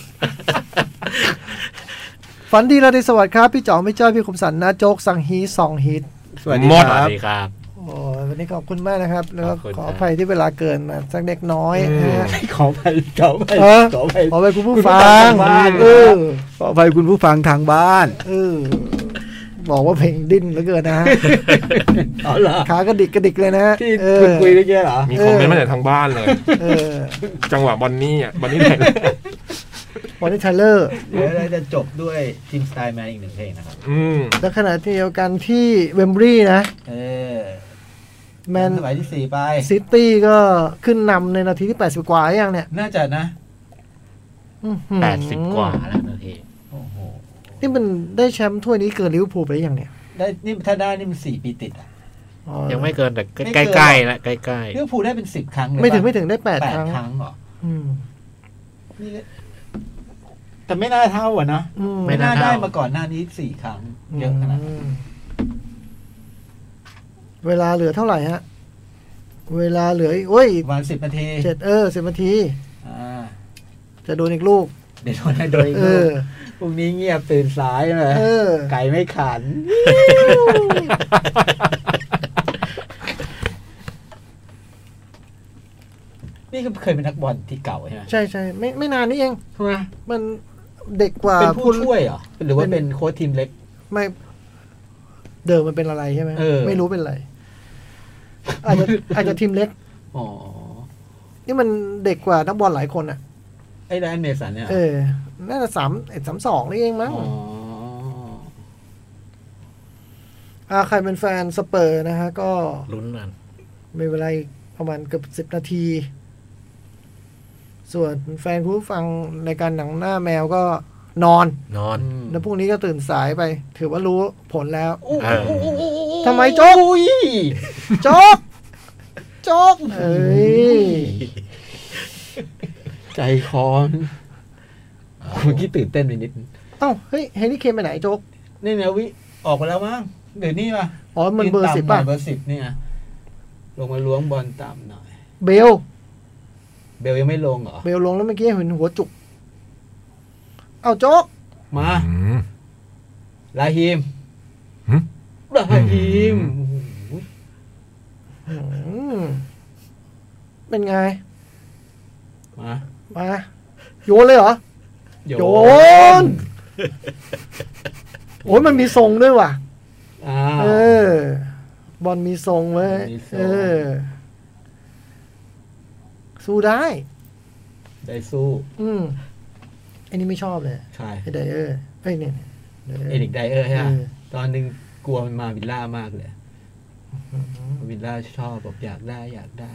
[SPEAKER 2] ฝันดีราตรีสวัสดิ์ครับ พี่จ๋องพี่จ้อยพี่คมสันนะโจ๊กสังฮีสองฮิต
[SPEAKER 5] สวัสดีค
[SPEAKER 4] สวั
[SPEAKER 5] รับ
[SPEAKER 4] สดีครับ
[SPEAKER 2] โอ้ยวันนี้ขอบคุณมากนะครับ แล้วก็
[SPEAKER 4] ขอบคุณ
[SPEAKER 2] ขอ
[SPEAKER 4] ครับ
[SPEAKER 2] อภัยที่เวลาเกินมาสักเล็กน้อยนะฮะ
[SPEAKER 5] ขอไปขอไป
[SPEAKER 2] เออ
[SPEAKER 5] ขอไป
[SPEAKER 2] ขอไปคุณผู้
[SPEAKER 5] คุณผู้
[SPEAKER 2] ฟั
[SPEAKER 5] ฟั
[SPEAKER 2] ง
[SPEAKER 5] งบ้าน
[SPEAKER 2] เออ
[SPEAKER 5] ขอไปคุณผู้ฟังทางบ้าน
[SPEAKER 2] เออบอกว่าเพลงดิ้นเหลือเกิน นะฮะ
[SPEAKER 5] อ๋อเหรอ
[SPEAKER 2] ขากระดิกกระดิกเลยนะฮะ
[SPEAKER 5] ที่
[SPEAKER 2] เอ
[SPEAKER 5] คุ
[SPEAKER 2] อย
[SPEAKER 5] คุยได้แค่เหรอ
[SPEAKER 3] มีคอมเมนต์มาจากทางบ้านเลย
[SPEAKER 2] เออ
[SPEAKER 3] จังหวะบอนนี่อ่ะบอนนี่ไหน
[SPEAKER 2] วันนี้ไทเลอร์
[SPEAKER 6] เดี๋ยวเราจะจบด้วยทีมสไตล์แมนอีกหนึ่งเพลงนะครับ
[SPEAKER 3] อืม
[SPEAKER 2] และขณะเดียวกันที่เวมบรีนะ
[SPEAKER 6] เออ
[SPEAKER 2] แมน
[SPEAKER 6] สมัยที่สี่ไป
[SPEAKER 2] ซิตี้ก็ขึ้นนำในนาทีที่ 80 กว่าหรือยังเนี่ย
[SPEAKER 6] น่าจะนะ
[SPEAKER 2] อื้อหือ
[SPEAKER 4] แปดสิบกว่าแล้วนาที
[SPEAKER 6] โอ้โห
[SPEAKER 2] นี่มันได้แชมป์ถ้วยนี้เกินลิเวอร์พูลไปหรือยังเนี่ย
[SPEAKER 6] ได้นี่ถ้าได้นี่มันสี่ปีติดอ่ะ
[SPEAKER 2] อ๋อ
[SPEAKER 4] ยังไม่เกินแต่
[SPEAKER 6] ไม่เกิ
[SPEAKER 4] ใกล้
[SPEAKER 6] น
[SPEAKER 4] ใกล้ๆแล้วใกล้ใกล้
[SPEAKER 6] ลิเวอร์พูลได้เป็นสิบครั้งเลย
[SPEAKER 2] ไม่ถึง
[SPEAKER 6] ปะ
[SPEAKER 2] ไม่ถึงได้แปด
[SPEAKER 6] แป
[SPEAKER 2] ค
[SPEAKER 6] ด
[SPEAKER 2] รั้ง
[SPEAKER 6] ครั้งเหรอ
[SPEAKER 2] อืม
[SPEAKER 6] นี่
[SPEAKER 5] แต่ไม่น่าเท่าอ่ะนะ
[SPEAKER 2] อืม
[SPEAKER 4] ไม่ น่า
[SPEAKER 5] น่า
[SPEAKER 4] เท่า
[SPEAKER 5] ได้มาก่อนหน้านี้สี่ครั้ง เยอะขนาดนั้น
[SPEAKER 2] มเวลาเหลือเท่าไหร่ฮะ เวลาเหลืออีกโอ้ยอี
[SPEAKER 5] ป
[SPEAKER 2] ก
[SPEAKER 5] ระมาณสิบนาที
[SPEAKER 2] เจ็ดเออสิบนาที
[SPEAKER 5] อ่า
[SPEAKER 2] จะโดนอีกลูก
[SPEAKER 5] เดี๋ยวโดนให้โดนอีก
[SPEAKER 2] เอ
[SPEAKER 5] ลู
[SPEAKER 2] อ
[SPEAKER 5] กพรุ่งนี้เงียบตื่นสายเลย
[SPEAKER 2] เออ
[SPEAKER 5] ไก่ไม่ขัน นี่คือเคยเป็นนักบอลที่เก่าใช่ไหม
[SPEAKER 2] ใช่ใช่ไม่ไม่นานนี่เอง
[SPEAKER 5] ใช่ไหม
[SPEAKER 2] มันเด็กกว่า
[SPEAKER 5] เป็นผู้
[SPEAKER 2] คุณ
[SPEAKER 5] ช่วยเหรอ หรือว่า
[SPEAKER 2] เป็
[SPEAKER 5] เป็น
[SPEAKER 2] น
[SPEAKER 5] โค้ชทีมเล็ก
[SPEAKER 2] ไม่เดิมมันเป็นอะไรใช่ไหม
[SPEAKER 5] เออ
[SPEAKER 2] ไม่รู้เป็นอะไร อาจจะอาจจะทีมเล็ก
[SPEAKER 5] อ๋อ
[SPEAKER 2] นี่มันเด็กกว่านักบอลหลายคนอ่ะ
[SPEAKER 5] ไอ้แดนเมสันเนี่ย
[SPEAKER 2] เออ น่าจะสามเอ็ดสามสองนี่เองมั้ง
[SPEAKER 5] อ๋อ
[SPEAKER 2] อ่าใครเป็นแฟนสเปอร์นะฮะ ก็
[SPEAKER 4] ลุ้นกัน
[SPEAKER 2] มีเวลาอีกประมาณเกือบสิบ10 นาที ส่วนแฟนผู้ฟังรายการหนังหน้าแมวก็นอน
[SPEAKER 4] นอน
[SPEAKER 2] แล้วพรุ่งนี้ก็ตื่นสายไป ถือว่ารู้ผลแล้ว
[SPEAKER 4] เออ
[SPEAKER 2] ทำไมโจ๊ก
[SPEAKER 5] อุ้ย
[SPEAKER 2] โจ๊ก
[SPEAKER 5] โจ๊ก
[SPEAKER 2] เอ้ย
[SPEAKER 5] ใจคอนเมื่อกี้ตื่นเต้นไปนิด
[SPEAKER 2] เอ้า เฮ้ยเฮนี่เคนไปไหนโจ๊ก
[SPEAKER 5] นี่เนี่ยวิ ออกไปแล้วมั้งเดี๋ยวนี้ป่ะ
[SPEAKER 2] อ๋อ มันเบอร์
[SPEAKER 5] ยื
[SPEAKER 2] สิบ
[SPEAKER 5] ต่ำหน่
[SPEAKER 2] ป่ะ
[SPEAKER 5] ยเบอร์สิบเนี่ยลงมาล้วงบอลต่ำหน่อย
[SPEAKER 2] เบล
[SPEAKER 5] เบลยังไม่ลงเหรอ
[SPEAKER 2] เบลลงแล้วเมื่อกี้เห็นหัวจุก เอาโจ๊ก
[SPEAKER 5] มา
[SPEAKER 3] อืม
[SPEAKER 5] ลาฮิม
[SPEAKER 3] หึ
[SPEAKER 5] ลาฮิมโอ้โห
[SPEAKER 2] อืมเป็นไง
[SPEAKER 5] มา
[SPEAKER 2] มา โยนเลยเหรอ
[SPEAKER 5] โย
[SPEAKER 2] โยน โอ้ยมันมีทรงด้วยว่ะ
[SPEAKER 5] อ้าว
[SPEAKER 2] เออ บอลมีทรงเว้ย
[SPEAKER 5] มีทรง
[SPEAKER 2] เออ สู้ได้
[SPEAKER 5] ได้สู้
[SPEAKER 2] อืมไอ้นี่ไม่ชอบเลย
[SPEAKER 5] ใช่
[SPEAKER 2] ไอ้ไดเออร์ไอ้ยเนี่ยดร์
[SPEAKER 5] เอริกไดเออร์ใช่ไหม
[SPEAKER 2] เออ
[SPEAKER 5] ตอนหนึ่งกลัวมันมาวิลล่ามากเลย วิลล่าชอบแบบอยากได้อยากได้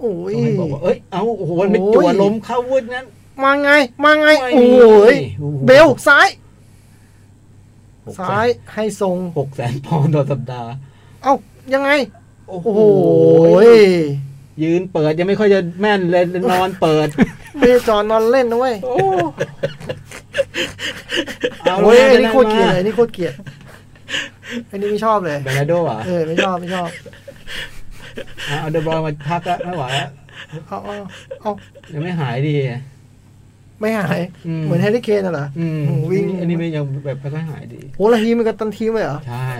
[SPEAKER 2] โอ้ย
[SPEAKER 5] ต้องให้บอกว่าเอ้ย เอ้าโอ้โหมันเป็น
[SPEAKER 2] โอ้ย
[SPEAKER 5] จั่วล้มเข้าวุ้นนั้น
[SPEAKER 2] มาไง มาไง
[SPEAKER 5] ไม่
[SPEAKER 2] โอ้ย
[SPEAKER 5] โอ้โห
[SPEAKER 2] เบลซ้าย
[SPEAKER 5] หกแสน
[SPEAKER 2] ซ้ายให้ทรง
[SPEAKER 5] หกแสนปอนด์ต่อสัปดาห์
[SPEAKER 2] เอ้า ยังไง
[SPEAKER 5] โอ้
[SPEAKER 2] โอ้
[SPEAKER 5] โห
[SPEAKER 2] โห
[SPEAKER 5] ยืนเปิดยังไม่ค่อยจะแม่นเลยนอนเปิด
[SPEAKER 2] เบจอนนอนเล่นนะเว้ย
[SPEAKER 5] โอ้เอา
[SPEAKER 2] โอ้ย
[SPEAKER 5] แล้ว
[SPEAKER 2] ไอ้นี่โคตรเกลียด
[SPEAKER 5] มา
[SPEAKER 2] ไอ้นี่โคตรเกลียดไอ้นี่ไม่ชอบเลย
[SPEAKER 5] เบรนาร์โดเหรอ่ะ
[SPEAKER 2] เออ ไม่ชอบ ไม่ชอบ
[SPEAKER 5] เอาเดบรอยน์มาพักละไม่ไหวละ
[SPEAKER 2] เอาเอาเอา
[SPEAKER 5] ยังไม่หายดี
[SPEAKER 2] ไม่หาย
[SPEAKER 5] อืม
[SPEAKER 2] เหมือนแฮร์รี่เคนน่ะเหรอ
[SPEAKER 5] อืม
[SPEAKER 2] โอ้วิ่ง
[SPEAKER 5] อันนี้ไม่ยังแบบไม่ค่อยหายดี
[SPEAKER 2] โหละฮีมันกับตันทีมเลยเหรอ
[SPEAKER 5] ใช่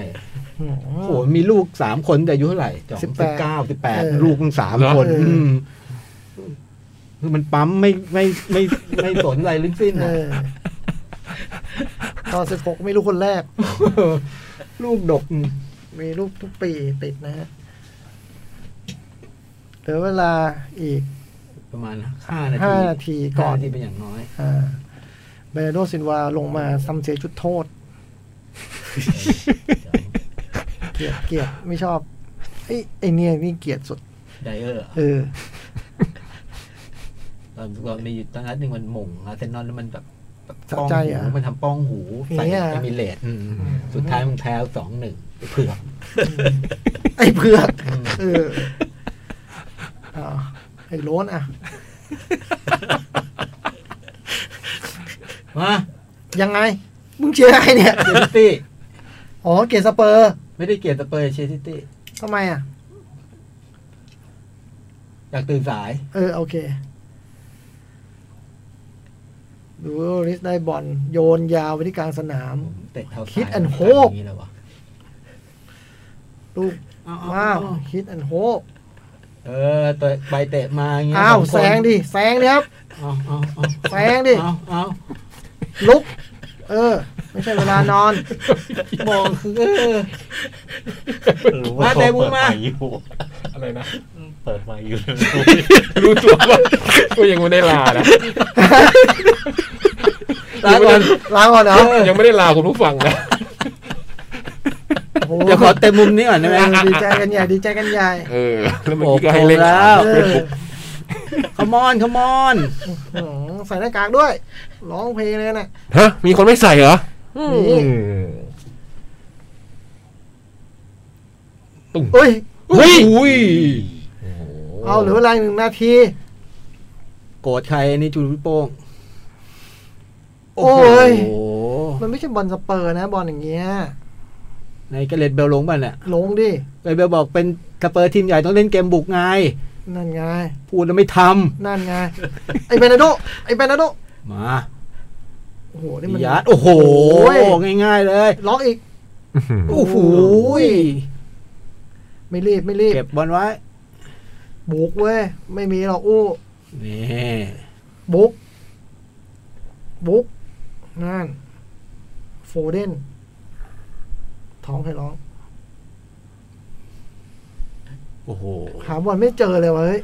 [SPEAKER 2] อืม
[SPEAKER 5] โอ้โหมีลูกสามคนแต่อายุเท่าไหร่จอม
[SPEAKER 2] สิ
[SPEAKER 5] สิ
[SPEAKER 2] บบ แปด
[SPEAKER 5] เก้าสิบแปด
[SPEAKER 2] เออ
[SPEAKER 5] ลูกมันสาม
[SPEAKER 3] เหรอ
[SPEAKER 5] คน
[SPEAKER 2] เอออื
[SPEAKER 5] มคือมันปั๊มไม่ไม่ไม่ไม่สนอะไรลึกสิ้น
[SPEAKER 2] เอ
[SPEAKER 5] อะ
[SPEAKER 2] อตอนสิบหกไม่รู้คนแรก
[SPEAKER 5] ลูกดก
[SPEAKER 2] มีรูปทุกปีติดนะฮะเหลือเวลาอีก
[SPEAKER 5] ประมาณห้านาที
[SPEAKER 2] ห้านาทีก่อน
[SPEAKER 5] ห้าาทีเป็นอย่างน้อย
[SPEAKER 2] อ่าเบรนาร์โดซินวาลงมาซ้ำเสียจุดโทษ เกลียดเกลียดไม่ชอบไอ้ไอเนี่ยนี่เกลียดสุด
[SPEAKER 5] ไดเออร์อะ
[SPEAKER 2] เออ
[SPEAKER 5] ตอนตอนมีอยู่ตอนนั้นหนึ่งมันหม่งอาร์เซนอลแล้วมันแบบแบบ
[SPEAKER 2] สะ
[SPEAKER 5] ป้อง
[SPEAKER 2] ใจ
[SPEAKER 5] หู
[SPEAKER 2] เหรอ
[SPEAKER 5] มันทำป้องหูใส่
[SPEAKER 2] อย่างเงี้ย
[SPEAKER 5] เอมิเรตส์สุดท้ายมึงแพ้สองหนึ่งเผือก
[SPEAKER 2] ไอ้เผือกเอออ่าไอ้โล้นอ่ะ
[SPEAKER 5] มา
[SPEAKER 2] ยังไง มึงเชียร์ใครเนี่ย
[SPEAKER 5] เชลซี
[SPEAKER 2] อ๋อ เกลียดสเปอร์
[SPEAKER 5] ไม่ได้เกลียดสเปอร์เชลซี
[SPEAKER 2] ทำไมอ่ะ
[SPEAKER 5] อยากตื่นสาย
[SPEAKER 2] เออ โอเค ดูริสได้บอลโยนยาวไปที่กลางสนาม
[SPEAKER 5] เตะเท้าซ้าย
[SPEAKER 2] Hit and
[SPEAKER 5] มั
[SPEAKER 2] hope
[SPEAKER 5] อย่างนี้เลยวะ
[SPEAKER 2] ลูก
[SPEAKER 5] เอาๆๆ
[SPEAKER 2] ว้าวฮิตอันโฮ
[SPEAKER 5] เออเตะใบเตะมาย่งเงี้ย
[SPEAKER 2] อ้าว
[SPEAKER 5] ส
[SPEAKER 2] แซ
[SPEAKER 5] คน
[SPEAKER 2] งดิแซงดิครับ
[SPEAKER 5] เอาเอาเอา
[SPEAKER 2] แซงดิ
[SPEAKER 5] เอาเอา
[SPEAKER 2] ลุก เออ ไม่ใช่เวลานอน
[SPEAKER 5] มองคือเออ
[SPEAKER 4] รู้ว่
[SPEAKER 5] มาเตะ
[SPEAKER 4] ข
[SPEAKER 5] มึงมา
[SPEAKER 4] เปิดไค์อยู่
[SPEAKER 3] อะไรนะ
[SPEAKER 4] เปิดไมา อยู่
[SPEAKER 3] รู้ตัวว่ากูยังไม่ได้ลานะ
[SPEAKER 5] ลาก่อน
[SPEAKER 2] ล้างก่อนเหรอ
[SPEAKER 5] เออ
[SPEAKER 3] ยังไม่ได้ลาคุณผู้ฟังนะ
[SPEAKER 2] โอ้โห
[SPEAKER 5] เดี๋ยวขอเตะมุมนี้ก่อน
[SPEAKER 2] เอ
[SPEAKER 5] ได้ไหม
[SPEAKER 2] อดีใจกันใหญ่ดีใจกันใหญ่
[SPEAKER 3] เออ แล้วเมื่อกี้ก็ให้เล่น
[SPEAKER 5] โอ้โหแล้ว
[SPEAKER 2] เอ
[SPEAKER 3] เฟซ
[SPEAKER 2] อ
[SPEAKER 3] บุ๊ก
[SPEAKER 5] ขมอนขมอน
[SPEAKER 2] หือใส่หน้ากากด้วย ร้องเพลงเลยน่ะ
[SPEAKER 3] ฮะ มีคนไม่ใส่เหรอ
[SPEAKER 2] มี
[SPEAKER 3] อืมตุ้ง
[SPEAKER 2] อุ้ย
[SPEAKER 3] เฮ้ย
[SPEAKER 2] เอาเหลือเวลาหนึ่งนาที
[SPEAKER 5] โกรธใครอันนี้จูนพี่โป้ง
[SPEAKER 2] โ โอ้ย
[SPEAKER 5] โอ้โห
[SPEAKER 2] มันไม่ใช่บอลสเปอร์นะ บอลอย่างเงี้ย
[SPEAKER 5] ในกระเลดเบลลงป่ะเนี่ย
[SPEAKER 2] ลงดิ
[SPEAKER 5] กระเลดเบลบอกเป็นสเปอร์ทีมใหญ่ต้องเล่นเกมบุกไง
[SPEAKER 2] นั่นไง
[SPEAKER 5] พูดแล้วไม่ทำ
[SPEAKER 2] นั่นไง ไอ้เบนาโดไอ้เบนาโด
[SPEAKER 5] มา
[SPEAKER 2] โอ้โหนี่มัน
[SPEAKER 5] ยัดโอ้โห
[SPEAKER 2] โอ้ย
[SPEAKER 5] ง่าย ๆ เลย
[SPEAKER 2] ล็อกอีก
[SPEAKER 5] โอ้โหย
[SPEAKER 2] ไม่รีบไม่รีบ
[SPEAKER 5] เก็บบอลไว้
[SPEAKER 2] บุกเว้ย ไม่มีหรอกอู้
[SPEAKER 5] นี่
[SPEAKER 2] บุกบุกนั่นโฟเดนท้องให้ร้อง
[SPEAKER 4] โอ้โห
[SPEAKER 2] หาบอลไม่เจอเลยวะเฮ้ย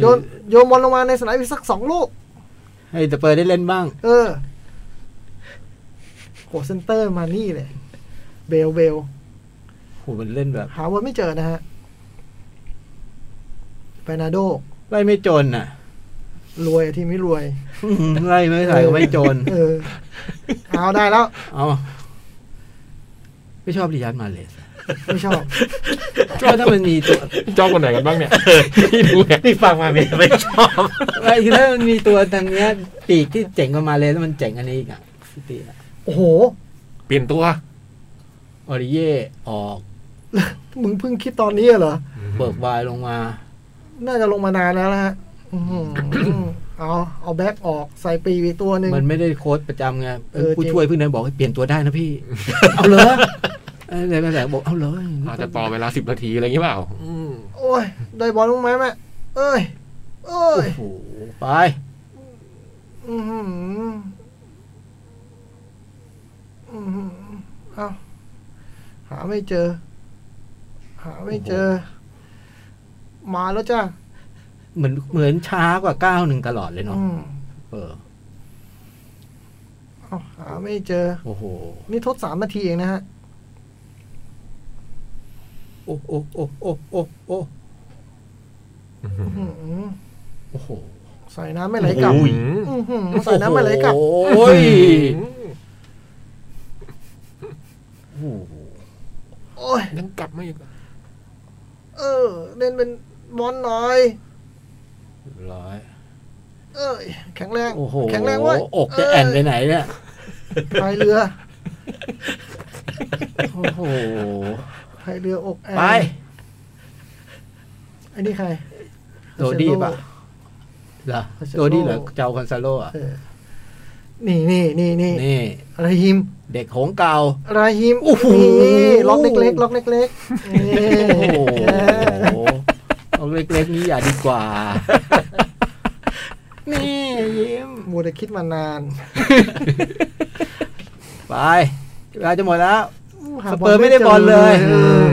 [SPEAKER 2] โยนโยนบอลลงมาในสนามอีกสักสองลูก
[SPEAKER 5] ให้สเปอร์ได้เล่นบ้าง
[SPEAKER 2] เออโหเซนเตอร์มานี่เลย เบลเบล
[SPEAKER 5] โหมันเล่นแบบ
[SPEAKER 2] หาบอลไม่เจอนะฮะเฟนาโด
[SPEAKER 5] ไล่ไม่จน น่ะ
[SPEAKER 2] รวยทีมนี้รวย
[SPEAKER 5] อื้อหือไล่ไม่ใส่ก็ไม่จน
[SPEAKER 2] เออ เอาได้แล้ว
[SPEAKER 5] เอาไม่ชอบริยัดมาเลย
[SPEAKER 2] ไม่ชอบ
[SPEAKER 5] ก็ถ้ามันมีตัว
[SPEAKER 3] จ้องคนไหนกันบ้างเนี่ยที่ดูเนี่ย
[SPEAKER 4] นี่ฟังมาไม่ไม่ชอบ
[SPEAKER 5] ไอ้คือถ้ามันมีตัวทางเนี้ย ปีกที่เจ๋งกว่ามาเลยแล้วมันเจ๋งอันนี้อีกอ่ะสติอะ
[SPEAKER 2] โอ้โห
[SPEAKER 3] เปลี่ยนตัว
[SPEAKER 5] ออริเย่ออก
[SPEAKER 2] มึงเพิ่งคิดตอนนี้เหรอ
[SPEAKER 5] เบิกบายลงมา
[SPEAKER 2] น่าจะลงมานานแล้วนะฮะอื้อหือเอาเอาแบ็กออกใส่ปีกอีกตัวหนึ่ง
[SPEAKER 5] มันไม่ได้โค้ชประจำไง
[SPEAKER 2] เออ
[SPEAKER 5] ผู้
[SPEAKER 2] จริง
[SPEAKER 5] ช่วยเพิ่งเดินบอกให้เปลี่ยนตัวได้นะพี่ เอาเลยในภาษาบอกเอาเลย
[SPEAKER 3] อาจจะต่อเวลาสิบนาที อะไรอย่างงี้เปล่า
[SPEAKER 2] โอ้ย ได้บอลลงไหมแม่เอ้ย เอ้
[SPEAKER 5] โอ้
[SPEAKER 2] ย
[SPEAKER 5] โหไป
[SPEAKER 2] อือหืออือหือเอาหาไม่เจอ หาไม่เจอ มาแล้วจ้า
[SPEAKER 5] เหมือนเหมือนช้ากว่าก้าวหนึ่งตลอดเลยเนาะ
[SPEAKER 2] อืม
[SPEAKER 5] เออ
[SPEAKER 2] เอาหาไม่เจอ
[SPEAKER 5] โอ้โห
[SPEAKER 2] นี่ทดสามนาทีเองนะฮะ
[SPEAKER 5] โอ้โอ้โอ้โอ้โอ้โอ้
[SPEAKER 2] อื้อหือ
[SPEAKER 5] โอ้โห
[SPEAKER 2] ใส่น้ำไม่ไหลกลับ อื้อหือใส่น้ำไม่ไหลกลับ
[SPEAKER 5] โอ้ย
[SPEAKER 2] โอ้ย
[SPEAKER 3] ยังกลับไม่อีก
[SPEAKER 2] เออ เล่นเป็นบอลหน่อย
[SPEAKER 5] ร้อย
[SPEAKER 2] เอ้ย แข็งแรง
[SPEAKER 5] โอ้โห
[SPEAKER 2] แข็งแรงเว้ย
[SPEAKER 5] อกจะแอนไป
[SPEAKER 2] เย
[SPEAKER 5] ไหนเนี่ย
[SPEAKER 2] พายเรือ
[SPEAKER 5] โอ้โห
[SPEAKER 2] พายเรืออกแอน
[SPEAKER 5] ไป
[SPEAKER 2] ไอ้นี่ใคร
[SPEAKER 5] โดดี้ปะเหรอโดดี้เหรอเจ้าคอนซาโลอ่ะ
[SPEAKER 2] เออนี่นี่นี่นี่
[SPEAKER 5] นี่
[SPEAKER 2] ราฮิม
[SPEAKER 5] เด็กของส์เก่า
[SPEAKER 2] ราฮิม
[SPEAKER 5] โอ้โห
[SPEAKER 2] นี่ล็อกเล็กๆล็อกเล็กๆนี่
[SPEAKER 5] โอ้โหเอาเล็กๆนี้อย่าดีกว่า นี่ยิ้ม
[SPEAKER 2] มัวแต่คิดมานาน
[SPEAKER 5] ไปเวลาจะหมดแล้ว
[SPEAKER 2] หา
[SPEAKER 5] สเปอร์ไม่ได้บอลเลย
[SPEAKER 2] เออ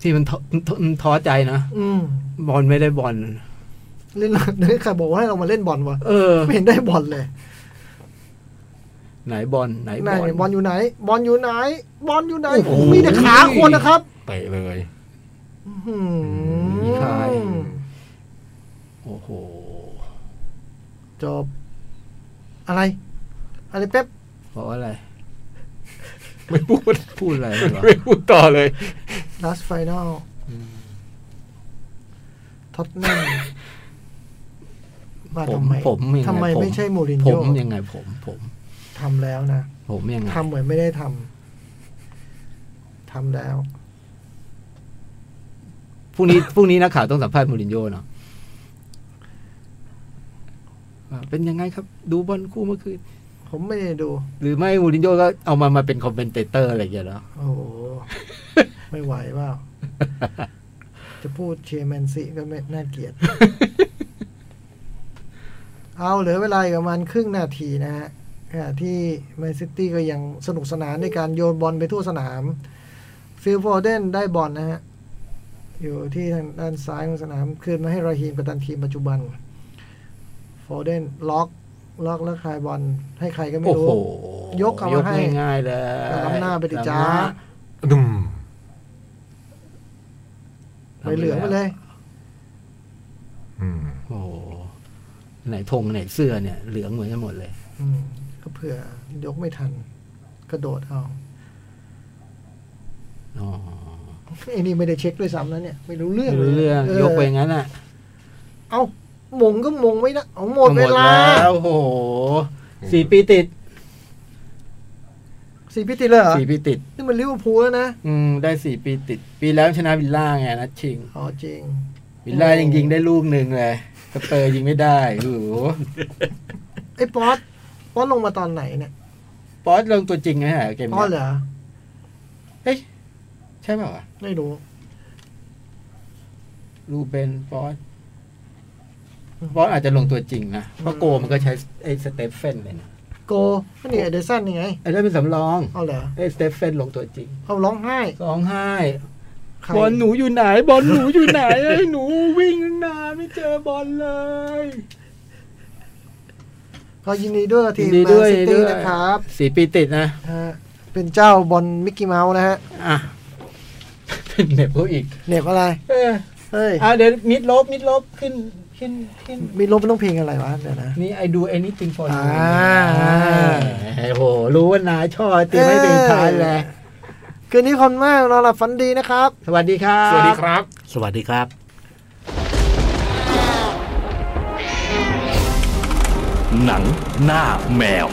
[SPEAKER 5] ที่มันท้อมันท้อใจนะ
[SPEAKER 2] อืม
[SPEAKER 5] บอลไม่ได้บอล
[SPEAKER 2] เล่น นี่ใครบอกว่าให้เรามาเล่นบอลวะ
[SPEAKER 5] เออ
[SPEAKER 2] ไม่เห็นได้บอลเลย
[SPEAKER 5] ไหนบอลไหน
[SPEAKER 2] ไหน
[SPEAKER 5] บอล
[SPEAKER 2] บอลอยู่ไหน บอลอยู่ไหน บอลอยู่ไหน
[SPEAKER 5] โอ้โห
[SPEAKER 2] มีแต่ขาคนนะครับ
[SPEAKER 3] เตะเลย
[SPEAKER 2] อืม
[SPEAKER 5] ใคร โอ้โห
[SPEAKER 2] จบ อะไร อะไรเป๊ป
[SPEAKER 5] บอกว่าอะไร
[SPEAKER 3] ไม่พูด
[SPEAKER 5] พูดอะไรวะ
[SPEAKER 3] ไม่พูดต่อเลย
[SPEAKER 2] ลัสไฟนอลท็อตแน มมา
[SPEAKER 5] ผม
[SPEAKER 2] ทำไมทำไม
[SPEAKER 5] ผมยังไงผ
[SPEAKER 2] ไม่ใช่มูรินโญ่
[SPEAKER 5] ผมยังไงผม ผม
[SPEAKER 2] ทำแล้วนะ
[SPEAKER 5] ผมยังไง
[SPEAKER 2] ทำเหมือนไม่ได้ทำ ทำแล้ว
[SPEAKER 5] พรุ่งนี้พรุ่งนี้นักข่าวต้องสัมภาษณ์มูรินโญ่เนาะว่าเป็นยังไงครับ ดูบอลคู่เมื่อคืน
[SPEAKER 2] ผมไม่ได้ดู
[SPEAKER 5] หรือไม่มูรินโญ่ก็เอามามาเป็นคอมเมนเตเตอร์อะไรอย่างเงี้ยเนาะ
[SPEAKER 2] โอ้โห ไม่ไหวเปล่า จะพูดเชียร์แมนซีก็ไม่น่าเกลียด เอาเหลือเวลาอีกประมาณครึ่งนาทีนะฮะขณะที่แมนซิตี้ก็ยังสนุกสนานในการโยนบอลไปทั่วสนาม ฟิลโฟเดนได้บอลนะฮะ อยู่ที่ทางด้านซ้ายของสนาม คืนมาให้ราฮีมกัปตันทีมปัจจุบัน โฟเดนล็อก ล็อกแล้วคลายบอลให้ใครก็ไม่
[SPEAKER 5] โอ้โห
[SPEAKER 2] รู้ ยกเอามาย
[SPEAKER 5] ก
[SPEAKER 2] ให้
[SPEAKER 5] ง่ายๆเลย
[SPEAKER 2] แล้วล้ำหน้าไปดิจ๊ะ
[SPEAKER 3] ดุม
[SPEAKER 2] ไปเหลืองไปเลย
[SPEAKER 3] อืม
[SPEAKER 5] โอ้โหไหนธงไหนเสื้อเนี่ย เหลืองเหมือนกันหมดเลย
[SPEAKER 2] อืมก็เผื่อยกไม่ทัน กระโดดเอา
[SPEAKER 5] อ๋อ
[SPEAKER 2] ไอ้นี่ไม่ได้เช็คด้วยซ้ำนะเนี่ย ไม่รู้เรื่อง
[SPEAKER 5] ไม่รู้เรื่องยกไปงั้นอ่ะ
[SPEAKER 2] เอ้า มงก็มงไม่ได้เอาหมดเวลา
[SPEAKER 5] แล้วโอ้โห
[SPEAKER 6] สี่ปีติด
[SPEAKER 2] สี่พิติเลยเหรอ
[SPEAKER 5] สี่ปีติด
[SPEAKER 2] นี่มันลิเวอร์พูลแล้วนะ
[SPEAKER 5] อืมได้สี่ปีติด ปีแล้วชนะวิลล่าไงนัดชิง
[SPEAKER 2] อ๋อจริง
[SPEAKER 5] วิลล่ายังยิงได้ลูกหนึ่งเลยสเปอร์ยิงไม่ได้โอ้โห
[SPEAKER 2] ไอ้ป๊อตป๊อตลงมาตอนไหนเนี่ย
[SPEAKER 5] ป๊อตลงตัวจริงไหมฮะเกม
[SPEAKER 2] ป๊อตเหร
[SPEAKER 5] เนี้ย
[SPEAKER 2] อ
[SPEAKER 5] ใช่เปล่าวะ
[SPEAKER 2] ไม่รู้
[SPEAKER 5] รูเบนป๊อตป๊อตอาจจะลงตัวจริงนะเพราะโกมันก็ใช้ไอ้สเตฟเฟนเลยนะ
[SPEAKER 2] โกก็นี่เอเดอร์สันยังไง
[SPEAKER 5] ไอ้ได้เป็นสำรอง
[SPEAKER 2] เอาเหรอ
[SPEAKER 5] ไอ้สเตฟเฟนลงตัวจริง
[SPEAKER 2] เอาร้องไห้
[SPEAKER 5] ร้องไห้
[SPEAKER 2] ใคร
[SPEAKER 5] บอลหนูอยู่ไหน บอลหนูอยู่ไหนไอ้หนูวิ่งนานไม่เจอบอลเลย
[SPEAKER 2] ก็ยินดีด้วยทีม
[SPEAKER 5] ยินดีด้วย
[SPEAKER 2] ซิตี้
[SPEAKER 5] ด้วย
[SPEAKER 2] นะครับ
[SPEAKER 5] สี่ปีติดนะ
[SPEAKER 2] ฮะเป็นเจ้าบอลมิกกี้เมาส์นะฮะ
[SPEAKER 5] อ่ะเป็นเหน็บเขาอีก
[SPEAKER 2] เหน็บอะไร
[SPEAKER 5] เออ
[SPEAKER 2] เฮ้ย
[SPEAKER 5] อ่ะเดี๋ยวมิดลบมิดลบ
[SPEAKER 6] ขึ้นขึ้นขึ้น
[SPEAKER 2] มีลบไม่ต้องเพลงอะไรวะเดี๋ยวนะ
[SPEAKER 6] นี่ I do anything for you
[SPEAKER 2] อ่า
[SPEAKER 5] โอ้โห รู้ว่านาชอบตีไม่เป็นทานแล้ว
[SPEAKER 2] คืนนี้คนมากนอนหลับฝันดีนะครับ
[SPEAKER 5] สวัสดีครับ
[SPEAKER 3] สวัสดีครับ
[SPEAKER 4] สวัสดีครับ
[SPEAKER 1] หนังหน้าแมว